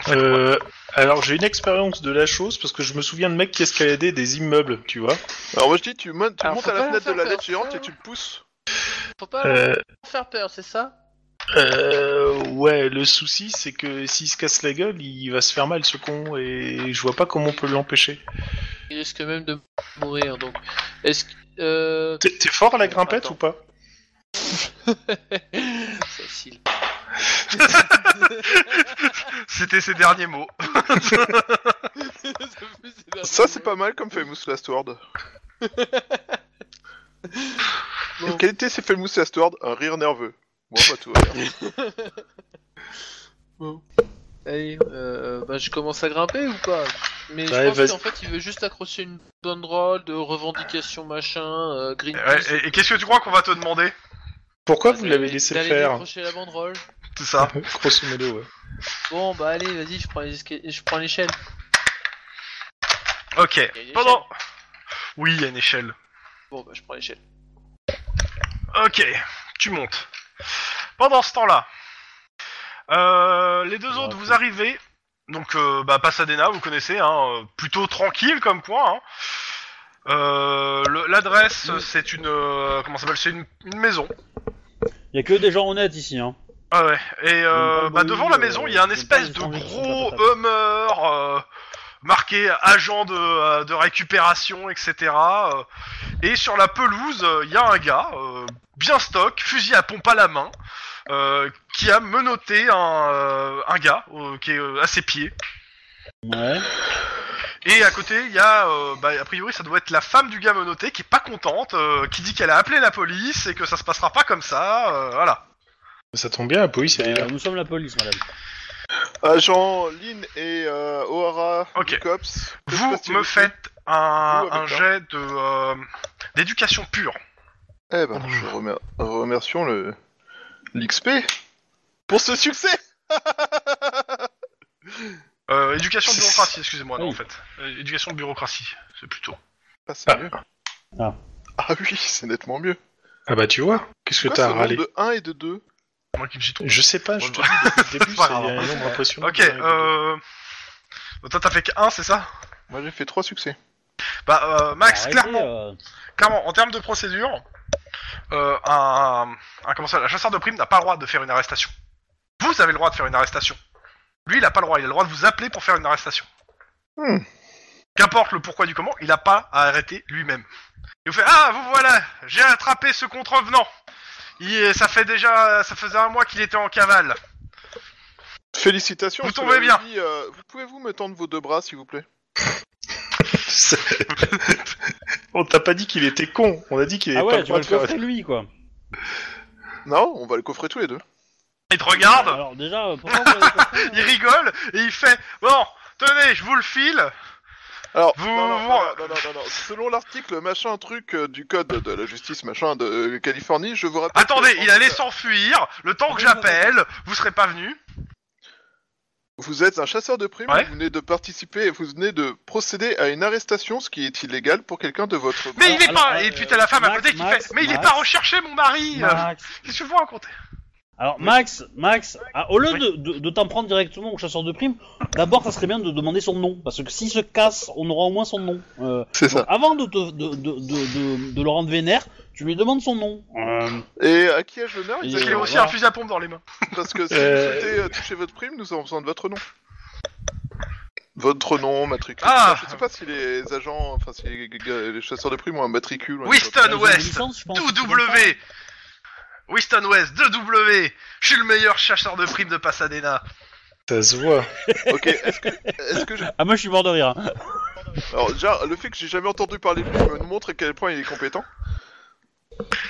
A: Euh, alors j'ai une expérience de la chose parce que je me souviens de mecs qui escaladaient des immeubles, tu vois.
E: Alors moi je dis, tu, mon- tu
C: Alors,
E: montes
C: faut
E: à la
C: pas
E: fenêtre de
C: faire
E: la
C: peur,
E: lettre géante
C: ça.
E: et tu le pousses.
C: Faut pas leur
A: Euh,
C: faire peur, c'est ça
A: euh, ouais, le souci c'est que s'il se casse la gueule, il va se faire mal ce con et je vois pas comment on peut l'empêcher.
C: Il risque même de mourir donc. Est-ce que. Euh... *laughs*
A: T'es t'es fort à la grimpette
C: Attends.
A: ou pas
C: Facile. *laughs*
B: C'était ses derniers mots.
E: Ça c'est pas mal comme Famous Last Word.
C: *laughs* Bon.
E: Quelle était ces Famous Last Word Un rire nerveux. Bon bah tout va
B: *laughs*
E: bien.
C: Allez, euh, bah, je commence à grimper ou pas Mais
A: Ouais,
C: je
A: vas-y.
C: pense qu'en fait, il veut juste accrocher une banderole de revendication machin, euh, Greenpeace.
B: Ouais, *laughs* et et qu'est-ce que tu crois qu'on va te demander
A: Pourquoi vous
C: Ah, D'aller-
A: l'avez laissé
C: d'aller
A: faire
C: décrocher la banderole.
B: C'est ça.
A: Grosso modo, ouais.
C: Bon, bah allez, vas-y, je prends les esca- je prends l'échelle.
B: Ok.
C: y a une
B: Pendant. Oui, il y a une échelle.
C: Bon, bah je prends l'échelle.
B: Ok. Tu montes. Pendant ce temps-là, euh, les deux
D: Ouais,
B: autres, vous
D: cool.
B: arrivez. Donc, euh, bah, Pasadena, vous connaissez, hein, euh, plutôt tranquille comme coin. hein. Euh, le- L'adresse, c'est une, euh, comment ça s'appelle, c'est une, une maison.
D: Y a que des gens honnêtes ici, hein.
B: Ah ouais. Et
D: Même
B: euh,
D: pas
B: bah,
D: de
B: devant
D: bruit,
B: la
D: euh,
B: maison, il y a un
D: même pas
B: espèce
D: les
B: de
D: sandwichs qui sont
B: gros
D: pas tapables.
B: Hummer euh, marqué agent de, euh, de récupération, etc. euh, et sur la pelouse, euh, il y a un gars euh, bien stock, fusil à pompe à la main, euh, qui a menotté un, euh, un gars euh, qui est euh, à ses pieds.
D: Ouais.
B: Et à côté, il y a, euh, bah, a priori, ça doit être la femme du gars menotté qui est pas contente, euh, qui dit qu'elle a appelé la police et que ça se passera pas comme ça, euh, voilà.
A: Ça tombe bien, la police, elle est là.
D: Euh, nous sommes la police, madame.
E: Agent Euh, Lynn et euh, O'Hara
B: Ok.
E: du COPS. Que se
B: Vous
E: passe-t-il
B: me
E: aussi
B: faites un,
E: Vous, avec
B: un
E: un.
B: jet de euh, d'éducation pure.
E: Eh ben, je remer- remercions le l'XP pour ce succès.
B: Euh, éducation bureaucratie, excusez-moi, non,
D: Oui.
B: en fait. Euh, éducation bureaucratie, c'est plutôt.
E: Ah, c'est
A: Ah.
E: mieux.
D: Ah.
E: Ah oui, c'est nettement mieux.
A: Ah bah tu vois, qu'est-ce que
E: Pourquoi
A: t'as à
E: ce nombre
A: râler
E: de 1 et de 2
B: Moi qui me suis trompé.
A: Je sais pas, je te dis depuis
B: *laughs*
A: le début,
B: Pas
A: c'est
B: grave.
A: un nombre impressionnant.
B: Ok, euh... donc Toi, t'as fait qu'un, c'est ça
E: Moi j'ai fait 3 succès.
B: Bah, euh, Max,
D: Arrêtez,
B: clairement,
D: euh,
B: clairement, en termes de procédure, euh, un, un, comment ça, un chasseur de primes n'a pas le droit de faire une arrestation. Vous avez le droit de faire une arrestation. Lui, il n'a pas le droit. Il a le droit de vous appeler pour faire une arrestation.
E: Hmm.
B: Qu'importe le pourquoi du comment, il n'a pas à arrêter lui-même. Il vous fait Ah, vous voilà, j'ai attrapé ce contrevenant. Il, ça fait déjà, ça faisait un mois qu'il était en cavale.
E: Félicitations.
B: Vous
E: je te
B: tombez
E: l'avais
B: bien.
E: dit, euh, vous pouvez-vous me tendre vos deux bras s'il vous plaît
A: euh, *laughs* on t'a pas dit qu'il était con, on a dit qu'il était
D: Ah
A: pas
D: ouais,
A: le
D: tu
A: droit
D: vas
A: de
D: le
A: faire.
D: coffrer lui, quoi.
E: Non, on va le coffrer tous les deux.
B: Il te regarde,
D: Alors déjà, euh, pourquoi vous l'avez coffré,
B: il rigole et il fait Bon, tenez, je vous le file.
E: Alors,
B: Vous-
E: non, non,
B: vous-
E: non, non, non, non, non. selon l'article machin truc euh, du code de la justice machin de euh, Californie, je vous rappelle.
B: Attendez,
E: que-
B: il allait s'enfuir. Le temps que j'appelle, vous serez pas venu.
E: Vous êtes un chasseur de primes,
B: Ouais.
E: vous venez de participer, vous venez de procéder à une arrestation, ce qui est illégal pour quelqu'un de votre.
B: Mais
D: Alors,
B: il est
D: alors,
B: pas.
D: euh,
B: et puis t'as la femme à
D: Max,
B: côté qui
D: Max,
B: fait. Mais il est
D: Max.
B: pas recherché, mon mari. *laughs* euh,
D: Max
B: Qu'est-ce que vous racontez
D: Alors Max, Max, ah, au lieu
B: Oui.
D: de, de, de t'en prendre directement au chasseur de primes, d'abord ça serait bien de demander son nom, parce que s'il se casse, on aura au moins son nom. Euh,
E: C'est ça.
D: avant de, te, de, de, de, de, de le rendre vénère, tu lui demandes son nom. Euh,
E: Et à qui ai-je l'honneur
D: Il
B: Parce qu'il a
D: euh,
B: aussi
D: voilà.
B: un fusil à pompe dans les mains.
E: Parce que si
A: Euh.
E: vous souhaitez euh, toucher votre prime, nous avons besoin de votre nom. Votre nom, matricule.
B: Ah.
E: Je sais pas si les agents, enfin si les, gars- les chasseurs de primes ont un matricule. ou un-
B: Winston
D: ils ont une
B: West.
D: licence, euh, je pense, c'est comme ça.
B: 2W. Winston West, 2W. Je suis le meilleur chasseur de primes de Pasadena.
A: Ça se voit.
E: Ok. Est-ce que, est-ce que je-
D: Ah moi je suis mort de rire. hein.
E: alors déjà le fait que j'ai jamais entendu parler de lui me montre à quel point il est compétent.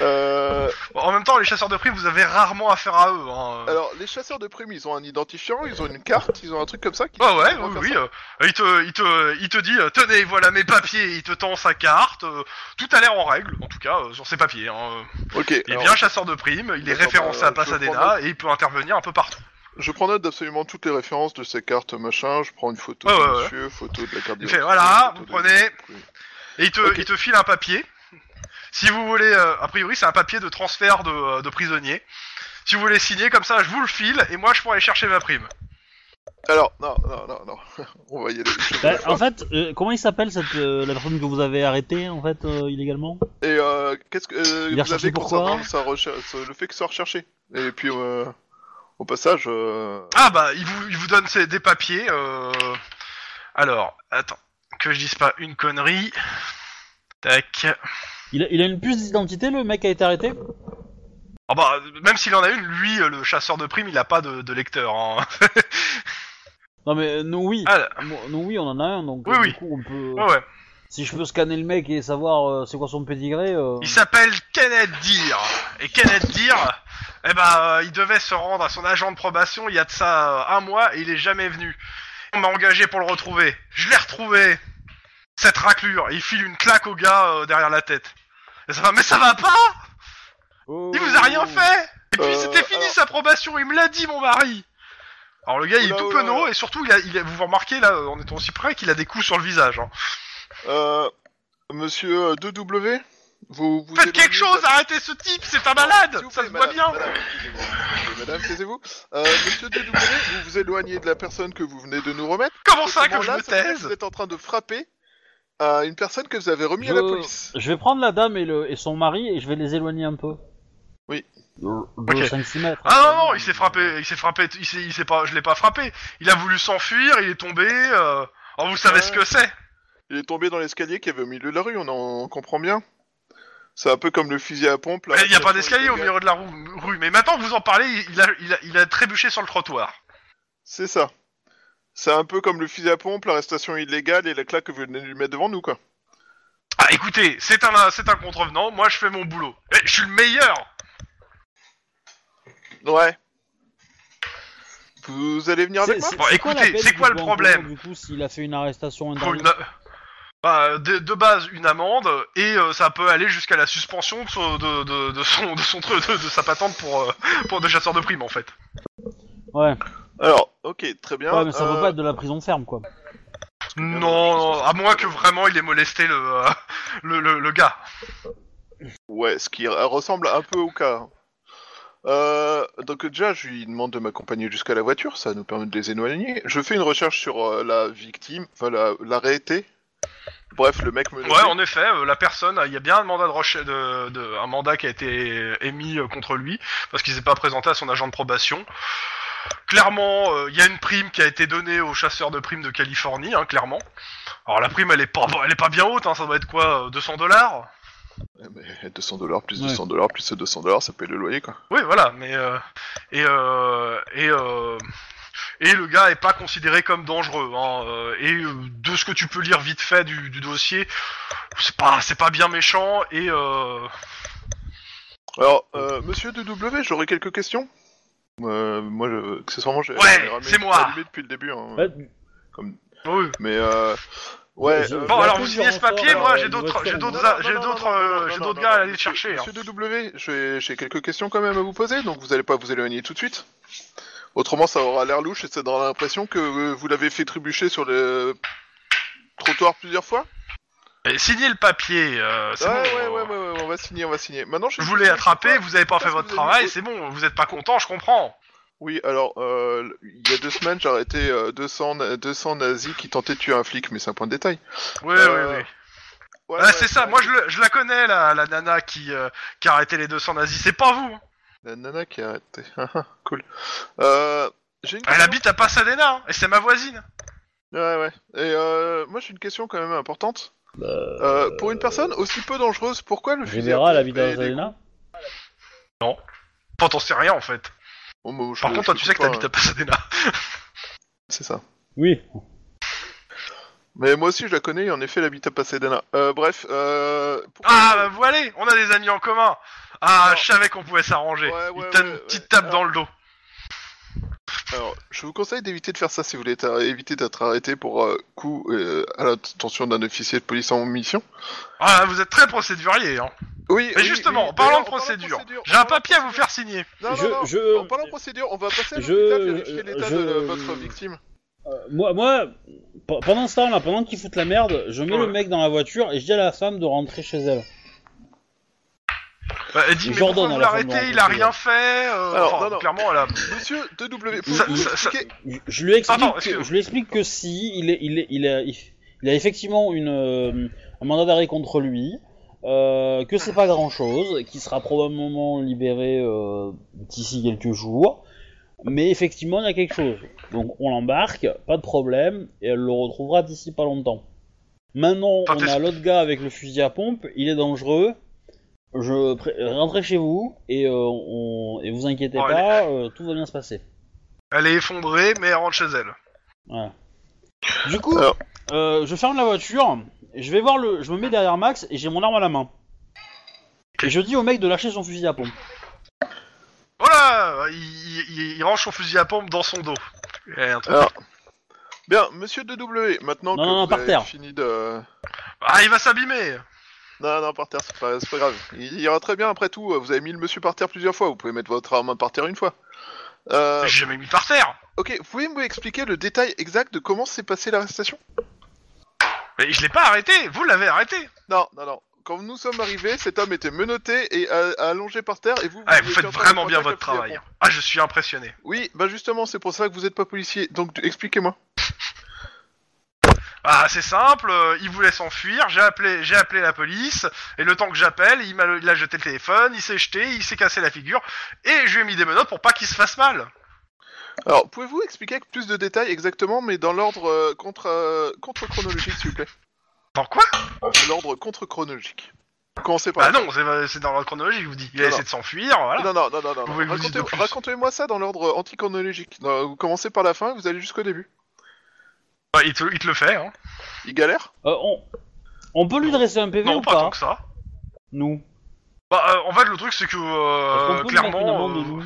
E: Euh,
B: Bon, en même temps, les chasseurs de primes, vous avez rarement affaire à eux. Hein.
E: alors les chasseurs de primes, ils ont un identifiant, ils ont une carte, ils ont un truc comme ça. Qui...
B: Ah ouais,
E: ils vont
B: oui,
E: faire
B: oui.
E: ça.
B: euh, il, te, il, te, il te dit, euh, tenez, voilà mes papiers, il te tend sa carte, euh, tout a l'air en règle, en tout cas, euh, sur ses papiers. hein.
E: Ok.
B: Il est
E: alors,
B: bien chasseur de primes, il est
E: D'accord,
B: référencé
E: bah,
B: à
E: je prends
B: Pasadena, et il peut intervenir un peu partout.
E: Je prends note d'absolument toutes les références de ces cartes machin. Je prends une photo
B: Ouais,
E: de
B: ouais, ouais.
E: monsieur, photo de la carte
B: Il
E: d'identité,
B: fait, voilà,
E: photo
B: vous
E: de-
B: prenez. Et il te,
E: Ok.
B: il te file un papier. Si vous voulez, euh, a priori, c'est un papier de transfert de, euh, de prisonnier. Si vous voulez signer, comme ça, je vous le file et moi, je pourrais aller chercher ma prime.
E: Alors, non, non, non, non. *laughs* On va y aller.
D: Bah, en fait, euh, comment il s'appelle cette euh, la personne que vous avez arrêtée en fait euh, illégalement
E: Et euh, qu'est-ce que euh,
D: Il est
E: vous
D: recherché
E: avez
D: pourquoi
E: concernant sa recherche, le fait que soit recherché Et puis, euh, au passage, euh,
B: Ah bah, il vous, il vous donne ses- des papiers. euh. Alors, attends, que je dise pas une connerie. Tac.
D: il a, il a une puce d'identité, le mec qui a été arrêté
B: Ah bah, même s'il en a une, lui, euh, le chasseur de primes, il a pas de, de lecteur. hein.
D: Non mais euh, nous oui,
B: Ah, là,
D: Nous- nous oui on en a un donc
B: Oui,
D: euh,
B: oui.
D: du coup on peut...
B: ouais, ouais.
D: Si je peux scanner le mec et savoir euh, c'est quoi son pédigré... euh,
B: Il s'appelle Kenneth Deer. Et Kenneth Deer, eh ben, euh, il devait se rendre à son agent de probation il y a de ça euh, un mois et il est jamais venu. On m'a engagé pour le retrouver. Je l'ai retrouvé. Cette raclure. Et il file une claque au gars euh, derrière la tête. Et ça va, mais ça va pas Il vous a
D: Oh.
B: rien fait Et puis
E: Euh,
B: c'était fini
E: alors-
B: sa probation, il me l'a dit mon mari Alors le gars il est
E: Oula,
B: tout
E: oula,
B: penaud
E: oula.
B: et surtout il a, il a- vous remarquez là, en étant aussi près, qu'il a des coups sur le visage. hein.
E: euh, monsieur euh, 2W, vous, vous
B: Faites quelque
E: éloignez-
B: chose, arrêtez ce type, c'est un
E: S'il
B: malade
E: vous
B: Ça
E: plaît,
B: se voit
E: madame,
B: bien
E: Madame, excusez-moi. Madame, taisez-vous. Euh, monsieur 2W, vous vous éloignez de la personne que vous venez de nous remettre.
B: Comment
E: Et
B: ça
E: ce
B: que je
E: moment-là,
B: me
E: ça veut dire que
B: taise
E: Vous êtes en train de frapper à une personne que vous avez remis à la
D: Je-
E: police.
D: Je vais prendre la dame et, le, et son mari et je vais les éloigner un peu.
E: Oui.
D: De,
B: Ok.
D: 5-6 mètres.
B: Ah non,
E: Euh,
B: non, il s'est frappé, il s'est frappé, il s'est, il s'est pas, je l'ai pas frappé. Il a voulu s'enfuir, il est tombé. euh, Oh, vous savez
E: Ouais.
B: ce que c'est
E: Il est tombé dans l'escalier qu'il y avait au milieu de la rue, on en on comprend bien. C'est un peu comme le fusil à pompe. là.
B: Il n'y a pas
E: Attention,
B: d'escalier
E: Bah, les
B: au
E: gars.
B: milieu de la rou- rue. Mais maintenant que vous en parlez, il a, il a, il a trébuché sur le trottoir.
E: C'est ça. C'est un peu comme le fusil à pompe, l'arrestation illégale et la claque que vous venez de lui mettre devant nous, quoi.
B: Ah, écoutez, c'est un, c'est un contrevenant, moi je fais mon boulot. Eh, je suis le meilleur
E: Ouais. Vous allez venir avec moi
B: Bon, écoutez,
D: la peine
B: c'est quoi
D: du
B: le
D: coup,
B: problème
D: Du coup, s'il a fait une arrestation
B: Faut une
D: interdite.
B: a- bah, de, de base, une amende, et euh, ça peut aller jusqu'à la suspension de, son- de, de- de son, de, son, truc- de, de sa patente pour, euh, pour de chasseur de primes, en fait.
D: Ouais.
E: Alors, ok, très bien.
D: ouais, mais ça
E: euh,
D: peut pas être de la prison ferme, quoi.
B: Non, non, à moins que vraiment il ait molesté le, euh, *laughs* le, le, le gars.
E: Euh, Ouais, ce qui r- ressemble un peu au cas. Euh, donc déjà, je lui demande de m'accompagner jusqu'à la voiture, ça nous permet de les éloigner. Je fais une recherche sur euh, la victime, enfin la- l'arrêté. Bref, le mec me...
B: Ouais, en effet, euh, la personne, il y a bien un mandat de, reche- de, de- un mandat qui a été émis euh, contre lui parce qu'il s'est pas présenté à son agent de probation. Clairement, euh, il y a une prime qui a été donnée aux chasseurs de primes de Californie, hein, clairement. Alors la prime, elle est pas, elle est pas bien haute, hein, ça doit être quoi, euh, 200 dollars
E: Eh, Mais 200 dollars, plus
D: Ouais.
E: 200 dollars, plus 200 dollars, ça paye le loyer, quoi.
B: Oui, voilà, mais euh, et euh, et euh, et le gars est pas considéré comme dangereux. hein, euh, et euh, de ce que tu peux lire vite fait du, du dossier, c'est pas c'est pas bien méchant et euh,
E: Alors, euh, monsieur DW, j'aurais quelques questions euh, Moi, je, accessoirement, j'ai
B: Ouais,
E: j'ai ramené-
B: c'est moi.
E: allumé depuis le début, hein.
D: Ouais,
B: oui,
E: mais... Euh, ouais...
D: Je-
E: euh,
B: Bon,
D: Bah,
B: alors
D: tout
B: vous
D: le
B: signez ce
D: renfort,
B: papier,
D: alors,
B: moi
D: euh,
B: j'ai
D: il
B: d'autres,
D: reste
B: j'ai
D: sur-
B: d'autres,
E: Non,
B: a-
E: non,
B: j'ai
E: non,
B: d'autres,
E: non,
B: euh,
E: non,
B: j'ai
E: non,
B: d'autres
E: non,
B: gars à
E: non,
B: aller
E: monsieur-
B: chercher. hein.
E: Monsieur DW, j'ai j'ai quelques questions quand même à vous poser, donc vous allez pas vous éloigner tout de suite. Autrement, ça aura l'air louche et ça donnera l'impression que euh, vous l'avez fait trébucher sur le trottoir plusieurs fois.
B: Et signez le papier, euh, c'est
E: Ouais,
B: bon.
E: ouais,
B: euh,
E: ouais, ouais, ouais, on va signer, on va signer. Maintenant, je
B: Je vous l'ai attrapé, vous avez pas
E: Parce
B: fait
E: que
B: votre
E: vous avez
B: travail,
E: mis-
B: c'est bon, vous êtes pas content, je comprends.
E: Oui, alors, euh, il y a deux semaines, j'ai arrêté euh, 200, na- 200 nazis qui tentaient de tuer un flic, mais c'est un point de détail.
B: Ouais,
E: Euh,
B: ouais, ouais.
E: Ouais,
B: Ah,
E: ouais,
B: c'est ça,
E: ouais.
B: moi je, le- je la connais, la, la nana qui, euh, qui a arrêté les 200 nazis, c'est pas vous. hein.
E: La nana qui a arrêté. *laughs* Ah, cool. Euh, j'ai une
B: Ah, Elle habite à Pasadena, hein, et c'est ma voisine.
E: Ouais, ouais. Et euh, moi, j'ai une question quand même importante. Euh, pour une personne aussi peu dangereuse, pourquoi le fusil
D: Général, la
E: pompe
D: vie
E: et les-
D: d'Azalena.
B: Enfin, t'en sais rien en fait.
E: Bon, bon, Oh, je-
B: Par contre, toi
E: je
B: tu sais que
E: comprends
B: t'habites
E: pas,
B: à Pasadena.
E: hein. C'est ça.
D: Oui.
E: Mais moi aussi, je la connais, et en effet, elle habite à Pasadena. Euh, bref, euh... pourquoi-
B: Ah, bah vous allez, on a des amis en commun. Ah,
E: Non.
B: je savais qu'on pouvait s'arranger.
E: Ouais,
B: Il
E: ouais,
B: t'a
E: ouais,
B: une
E: ouais.
B: petite tape dans le dos.
E: Alors, je vous conseille d'éviter de faire ça si vous voulez être- éviter d'être arrêté pour euh, coup euh, à l'attention d'un officier de police en mission.
B: Ah, vous êtes très procédurier, hein.
E: Oui,
B: Mais
E: oui,
B: justement,
E: oui,
B: en parlant
E: d'ailleurs,
B: de procédure,
E: procédure,
B: j'ai un
E: en parlant de
B: papier à vous
E: procédure-
B: faire signer.
E: Non,
D: Je-
E: non, non,
D: je-
E: en parlant de procédure, on va passer à
D: Je-
E: l'hôpital vérifier l'état
D: je-
E: de la- votre victime.
D: Euh, moi, moi, pe- pendant ce temps-là, pendant qu'ils foutent la merde, je mets
B: Ouais.
D: le mec dans la voiture et je dis à la femme de rentrer chez elle.
B: Bah, elle dit, mais
D: Jordan,
B: pourquoi
D: à
B: vous
D: la fin de la
B: l'arrêtez Il a
D: rencontre.
B: rien fait. euh,
E: Alors,
B: enfin,
E: non, non.
B: Clairement, elle a...
E: Monsieur DW,
D: Ça-
E: pouvez-vous
B: ça- ça-
E: expliquer
D: Je, je lui explique,
B: Attends,
D: que,
B: excuse-moi.
D: je lui explique que si il est, il est, il a, il a effectivement une, euh, un mandat d'arrêt contre lui, euh, que c'est pas grand chose, qu'il sera probablement libéré euh, d'ici quelques jours, mais effectivement il y a quelque chose. Donc on l'embarque, pas de problème, et elle le retrouvera d'ici pas longtemps. Maintenant
B: Quand
D: on
B: est-ce-
D: a l'autre gars avec le fusil à pompe, il est dangereux. Je pré- rentrez chez vous et, euh, on... et vous inquiétez
B: Oh, elle
D: pas, euh, tout va bien se passer.
B: Elle est effondrée, mais elle rentre chez elle.
D: Voilà. Du coup,
E: Alors.
D: euh, je ferme la voiture, je vais voir le, je me mets derrière Max et j'ai mon arme à la main. Et je dis au mec de lâcher son fusil à pompe.
B: Voilà, il, il- il range son fusil à pompe dans son dos. Et un truc-
E: Alors, bien, monsieur DW, maintenant
D: Non,
E: que
D: non, non,
E: vous
D: par
E: avez
D: terre.
E: fini de...
B: Ah, il va s'abîmer.
E: Non, non, par terre, c'est pas, c'est pas grave. Il ira très bien après tout. Vous avez mis le monsieur par terre plusieurs fois, vous pouvez mettre votre arme par terre une fois. Euh,
B: J'ai jamais mis par terre.
E: ok, vous pouvez me expliquer le détail exact de comment s'est passée l'arrestation
B: Mais je l'ai pas arrêté. Vous l'avez arrêté.
E: Non, non, non. Quand nous sommes arrivés, cet homme était menotté et euh, allongé par terre et vous...
B: Ah, vous
E: étiez
B: faites
E: en train de
B: vraiment bien
E: pointer
B: votre
E: avec le fusil à
B: travail. Ah, je suis impressionné.
E: pompe. Oui, bah justement, c'est pour ça que vous n'êtes pas policier, donc d- expliquez-moi.
B: Ah, c'est simple. euh, il voulait s'enfuir. J'ai appelé, j'ai appelé la police. Et le temps que j'appelle, il m'a, il a jeté le téléphone. Il s'est jeté. Il s'est cassé la figure. Et je lui ai mis des menottes pour pas qu'il se fasse mal.
E: Alors, pouvez-vous expliquer avec plus de détails exactement, mais dans l'ordre euh, contre, euh, contre-chronologique, s'il vous plaît
B: Dans quoi
E: L'ordre contre-chronologique. Commencez par...
B: Bah non, c'est c'est dans l'ordre chronologique. Je vous dis. Il a
E: Non,
B: essayé de s'enfuir. Voilà.
E: Non, non, non, non, non.
B: Vous voulez que je vous dise de
E: Racontez-
B: plus
E: Racontez-moi ça dans l'ordre antichronologique. Non, Vous commencez par la fin et vous allez jusqu'au début.
B: bah, il te, il te le fait, hein.
E: Il galère
D: Euh, on... on peut lui dresser un PV
B: Non,
D: ou
B: pas,
D: pas,
B: tant que ça.
D: Nous.
B: Bah, euh, en fait, le truc, c'est que,
D: Est-ce qu'on
B: euh,
D: peut lui mettre une
B: clairement...
D: amende,
B: euh,
D: nous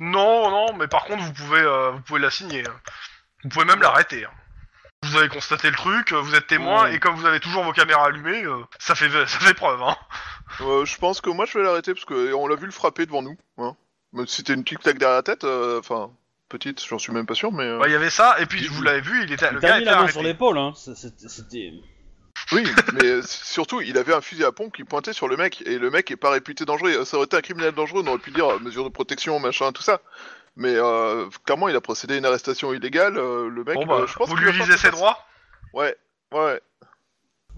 B: Non, non, mais par contre, vous pouvez, euh, vous pouvez la signer. hein. Vous pouvez même l'arrêter. hein. Vous avez constaté le truc, euh, vous êtes témoin,
E: Mmh.
D: Ouais.
B: et comme vous avez toujours vos caméras allumées, euh, ça fait ça fait preuve. Hein.
E: Euh, Je pense que moi je vais l'arrêter parce que on l'a vu le frapper devant nous. Hein. Même si c'était une petite claque derrière la tête, euh, enfin petite, j'en suis même pas sûr, mais euh,
B: Bah, Il y avait ça, et puis vous l'avez vu, il était,
D: Il
B: le
D: t'a
B: gars
D: mis
B: était
D: la main
B: arrêté.
D: sur l'épaule, hein. c'est- C'était. c'était-
E: oui. mais *laughs* euh, surtout, il avait un fusil à pompe qui pointait sur le mec et le mec est pas réputé dangereux. Euh, Ça aurait été un criminel dangereux, on aurait pu dire euh, mesure de protection, machin, tout ça. Mais euh, clairement, il a procédé à une arrestation illégale. euh, le mec,
B: Bon, bah,
E: euh, je pense
B: vous
E: qu'il
B: lui
E: va faire
B: lisez ses
E: confiance.
B: droits,
E: Ouais, ouais.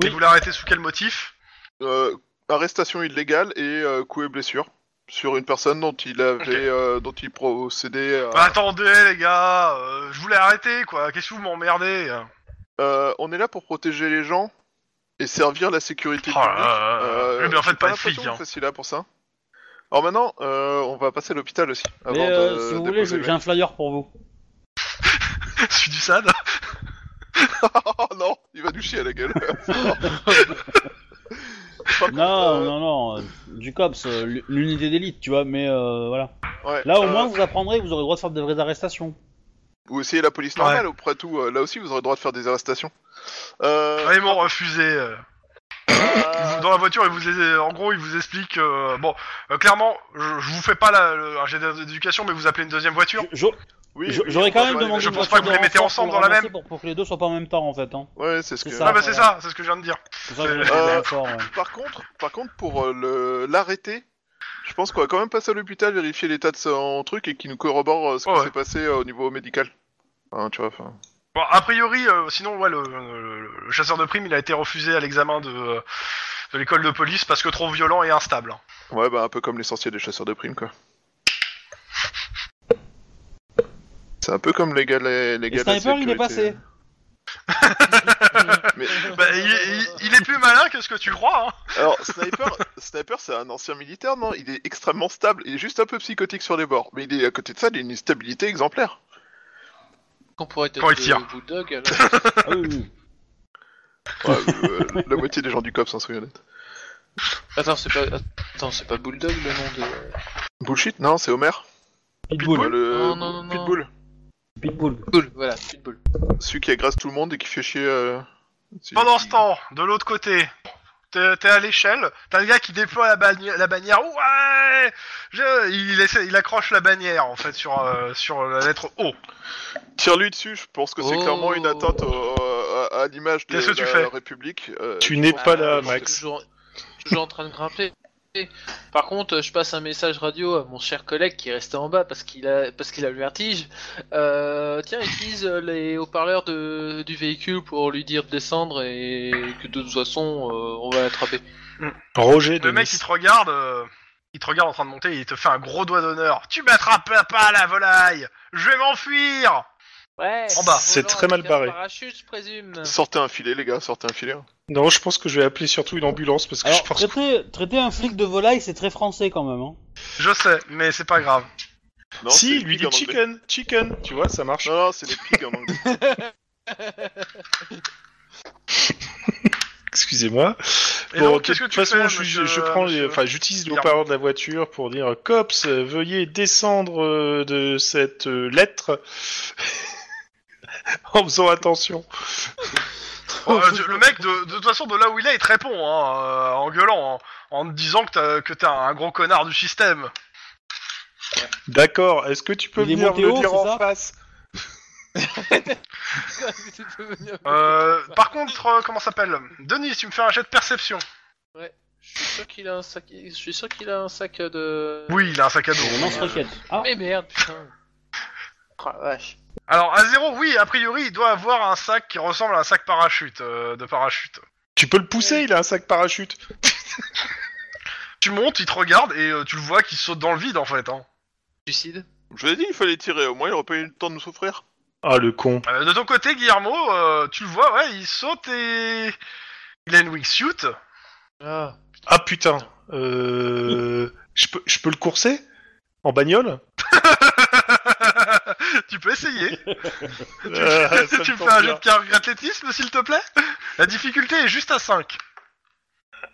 D: Oui.
B: et vous l'arrêtez sous quel motif
E: Euh, arrestation illégale et euh, coup et blessure sur une personne dont il avait,
B: Ok.
E: euh, dont il procédait. à-
B: Bah, attendez, les gars, euh, je voulais arrêter, quoi. Qu'est-ce que vous m'emmerdez hein
E: Euh, on est là pour protéger les gens et servir la sécurité
B: Oh là
E: publique.
B: là,
E: Euh,
B: eh bien, en fait,
E: j'ai
B: pas de
E: l'impression
B: fille.
E: que
B: hein.
E: vous fassiez là pour ça. Alors maintenant, euh, on va passer à l'hôpital aussi.
D: Mais
E: avant
D: euh,
E: de-
D: si vous
E: de
D: voulez,
E: poser
D: je-
E: le-
D: j'ai un flyer pour vous.
B: *laughs* Je suis du SAD.
E: *laughs* oh non, il va nous chier à
D: *laughs*
E: la gueule.
B: *laughs*
D: Non, non, non, euh, du COPS, euh, l'u- l'unité d'élite, tu vois, mais euh, voilà.
E: Ouais,
D: Là, au
E: euh,
D: moins, vous apprendrez que vous aurez le droit de faire des vraies arrestations.
E: Ou essayer la police normale, auprès de tout. euh, Là aussi, vous aurez le droit de faire des arrestations. Euh,
B: Ouais, Ils m'ont refusé. euh. Ils vous-
E: euh,
B: Dans la voiture, ils vous, é- en gros, ils vous expliquent. euh, Bon, euh, clairement, je, je vous fais pas la, le- un jet d'éducation, mais vous appelez une deuxième voiture.
D: Je-
E: oui,
D: je-
E: oui,
D: J'aurais quand
E: je
D: même
E: pense
D: demandé
B: je
D: une
B: pense
D: voiture
B: pas que vous les
D: de
B: mettez
D: renfort
B: ensemble
D: pour
B: dans la
D: ramasser
B: même.
D: Pour, pour que les deux soient pas en même temps, en fait. Hein.
E: Ouais, c'est ce que.
D: C'est
B: Ah bah
D: ouais.
B: c'est ça, c'est ce que je viens de dire.
D: C'est pour ça que je les mets
B: Euh,
D: en
E: euh,
D: renfort, ouais.
E: Par contre, par contre, pour euh, le l'arrêter, je pense qu'on va quand même passer à l'hôpital vérifier l'état de son truc et qu'il nous corrobore euh, ce qui
B: Ouais.
E: s'est passé euh, au niveau médical. Hein, tu vois. enfin.
B: Bon, a priori, euh, sinon, ouais, le, le- le- le chasseur de primes, il a été refusé à l'examen de, euh, de l'école de police parce que trop violent et instable. hein.
E: Ouais, bah un peu comme l'essentiel des chasseurs de primes quoi. C'est un peu comme les gars, les, les
D: Et
E: gars de la
D: Sniper, il est
E: sécurité.
D: passé.
E: *laughs* Mais-
B: Bah, il, il- il est plus malin que ce que tu crois. Hein.
E: Alors Sniper, Sniper, c'est un ancien militaire, non Il est extrêmement stable. Il est juste un peu psychotique sur les bords, mais il est à côté de ça, il a une stabilité exemplaire.
C: Qu'on pourrait être
B: Quand il tire.
C: euh, bulldog, alors.
D: Ah
A: *laughs*
D: oui, oui.
E: Ouais, euh, la moitié des gens du cop s'en souviennent.
C: Attends, c'est pas... Attends, c'est pas bulldog le nom de... euh,
E: Bullshit, non, c'est Homer.
D: Pitbull.
E: Ouais, le
C: Non, non, non, non.
E: Pitbull.
D: Pitbull.
C: Bull, voilà, Pitbull.
E: Celui qui agresse tout le monde et qui fait chier. euh, celui
B: Pendant
E: qui-
B: ce temps, de l'autre côté, t'es t'es à l'échelle, t'as le gars qui déploie la, bagni- la bannière. Ouais Je- il, essaie- il accroche la bannière en fait sur, euh, sur la lettre O.
E: Tire-lui dessus, je pense que c'est
C: Oh.
E: clairement une atteinte au- au- à, à l'image de
B: Qu'est-ce que tu
E: la
B: fais
E: République. euh,
A: Tu n'es pas là,
C: Ah, je suis
A: Max.
C: Toujours, toujours en train de grimper. Par contre, je passe un message radio à mon cher collègue qui est resté en bas parce qu'il a parce qu'il a le vertige. Euh, tiens, utilise les haut-parleurs de, du véhicule pour lui dire de descendre et que de toute façon, euh, on va l'attraper.
A: Roger
B: Le
A: de
B: mec, il te regarde, euh, il te regarde en train de monter, il te fait un gros doigt d'honneur. Tu m'attrapes pas la volaille Je vais m'enfuir
C: Ouais.
B: En bas.
A: C'est
C: volant
A: très mal
C: avec un
A: barré.
C: Parachute, je présume. *laughs*
E: Sortez un filet, les gars, sortez un filet. hein.
A: Non, je pense que je vais appeler surtout une ambulance parce que
D: Alors,
A: je pense
D: traiter, traiter un flic de volaille, c'est très français quand même. Hein.
B: Je sais, mais c'est pas grave.
E: Non, c'est
A: si,
E: les
A: lui
E: pigs
A: dit
E: en anglais.
A: chicken, chicken, tu vois, ça marche.
E: Non, non, c'est les pigs en
B: *laughs*
E: anglais.
A: Excusez-moi.
B: Et
A: Bon,
B: donc,
A: de
B: qu'est-ce que
A: toute
B: tu fais
A: façon, je,
B: monsieur- euh,
A: je prends les-
B: monsieur
A: enfin, j'utilise le
B: Guillermo
A: haut-parleur de la voiture pour dire cops, euh, veuillez descendre euh, de cette euh, lettre *laughs* en faisant attention.
B: Bon, euh, le mec, de, de toute façon, de là où il est, il te répond, hein, euh, en gueulant, hein, en te disant que t'as- que t'es un gros connard du système.
A: D'accord. Est-ce que tu peux
D: Il est
A: venir
D: monté
A: me le
D: haut,
A: dire
D: c'est
A: en
D: ça
A: face
C: Tu peux venir me
B: Euh,
C: dire ça.
B: par contre, euh, comment ça s'appelle Denis, tu me fais un jet de perception.
C: je suis sûr qu'il a un sac. Je suis sûr qu'il a un sac de.
B: Oui, il a un sac à dos.
D: On lance
A: euh,
D: requête. Ah,
C: Mais merde, putain. Oh la vache.
B: Alors, à zéro, oui, a priori, il doit avoir un sac qui ressemble à un sac parachute, euh, de parachute.
A: Tu peux le pousser, il a un sac parachute.
B: Tu montes, il te regarde, et euh, tu le vois qui saute dans le vide, en fait. Hein.
C: Suicide.
E: Je l'ai dit, il fallait tirer, au moins il aurait pas eu le temps de nous souffrir.
A: Ah le con.
B: Euh, de ton côté, Guillermo, euh, tu le vois, ouais, il saute et... Il a une wingsuit. *laughs*
C: Ah.
A: Ah putain. Euh, je peux, je peux le courser en bagnole
B: Tu peux essayer.
A: tu
B: tu Ah, me fais un jeu de caractère athlétisme, s'il te plaît La difficulté est juste à 5.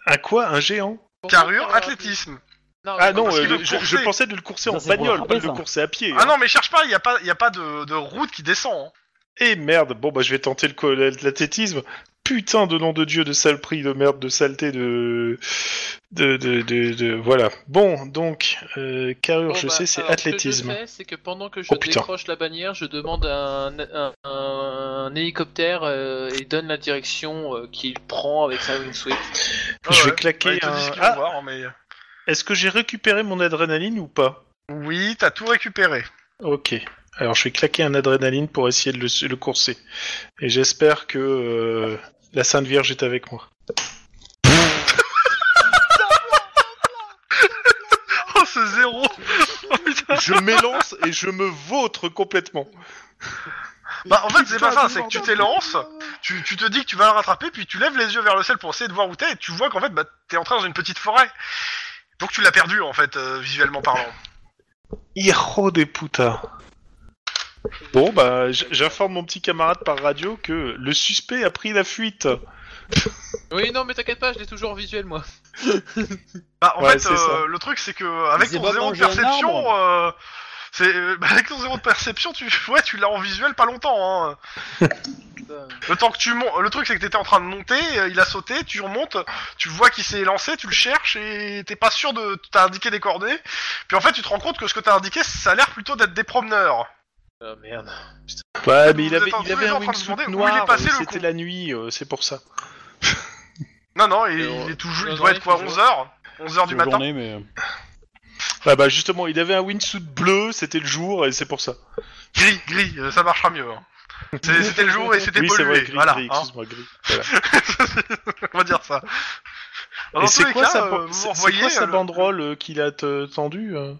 A: Un quoi Un géant
B: Carrure, athlétisme.
A: Ah non,
B: parce
A: euh,
B: qu'il veut le
A: je, je
B: courser.
A: pensais de le courser
D: Ça,
A: en
D: c'est pour
A: bagnole,
D: le
A: pas de
D: frapper,
A: le
D: ça.
A: courser à pied.
B: Ah non, mais cherche pas, il n'y a pas, y a pas de, de route qui descend. hein.
A: Et merde, bon bah je vais tenter le co- l'athlétisme. Putain de nom de Dieu, de salerie, de merde, de saleté, de... De, de, de, de- Voilà. Bon, donc, euh, carrure, je
D: bah,
A: sais, c'est athlétisme.
C: bah, Ce que je fais, c'est que pendant que je
A: Oh, putain.
C: décroche la bannière, je demande un, un, un- un hélicoptère euh, et donne la direction euh, qu'il prend avec sa wingsuit.
B: Ah
A: je vais
B: ouais.
A: claquer
D: bah,
B: Ouais, ils te disent
A: un-
B: qu'ils vont
A: Ah,
B: voir, mais- euh,
A: Est-ce que j'ai récupéré mon adrénaline ou pas
B: Oui, t'as tout récupéré.
A: Ok. Alors je vais claquer un adrénaline pour essayer de le, le courser. Et j'espère que euh, la Sainte Vierge est avec moi.
B: *laughs* Oh, ce zéro
A: Je m'élance et je me vautre complètement.
B: Bah, en fait, c'est pas ça, c'est que tu t'élances, tu, tu te dis que tu vas le rattraper, puis tu lèves les yeux vers le ciel pour essayer de voir où t'es, et tu vois qu'en fait, bah, t'es entré dans une petite forêt. Donc tu l'as perdu, en fait, euh, visuellement parlant.
A: Hijo de puta. Bon bah j- j'informe mon petit camarade par radio que le suspect a pris la fuite.
C: Oui, non, mais t'inquiète pas, je l'ai toujours en visuel, moi.
B: Bah, en
A: Ouais,
B: fait,
A: c'est
B: euh,
A: ça.
B: le truc, c'est que avec
D: s'est
B: ton
D: pas
B: zéro de
D: mangé un
B: perception, euh, c'est, *laughs* euh, bah, avec ton zéro de perception, tu, *laughs* ouais, tu l'as en visuel pas longtemps, hein. Le temps que tu montes, le truc c'est que t'étais en train de monter, euh, il a sauté, tu remontes, tu vois qu'il s'est lancé, tu le cherches et t'es pas sûr de, t'as indiqué des coordonnées. Puis en fait, tu te rends compte que ce que t'as indiqué, ça a l'air plutôt d'être des promeneurs.
C: Ah, merde.
B: Ah,
A: Ouais mais
B: Vous
A: il avait,
B: êtes en-
A: il avait
B: vous êtes en
A: un
B: train de
A: wingsuit
B: demander où il est
A: noir,
B: passé,
A: euh,
B: le
A: c'était
B: con
A: la nuit, euh, c'est pour ça.
B: Non, non, il,
C: Et on-
B: il est toujours, il
C: on
B: doit
C: arrive
B: être quoi,
C: toujours.
B: 11h 11h du
D: Bonne
B: matin.
D: journée, mais... euh,
A: Bah bah justement il avait un wingsuit bleu, c'était le jour et c'est pour ça.
B: Gris, gris, euh, ça marchera mieux. hein. C'est- C'était le jour et c'était
A: oui c'est
B: pollué,
A: vrai, gris,
B: voilà.
A: gris,
B: hein.
A: excuse-moi gris. Voilà.
B: On va dire ça. Dans
A: Et
B: tous
A: c'est
B: les
A: quoi,
B: cas,
A: sa,
B: euh,
A: ban-
B: vous
A: c'est- c'est
B: envoyez,
A: quoi sa
B: euh, le-
A: banderole euh, qu'il a te- tendue euh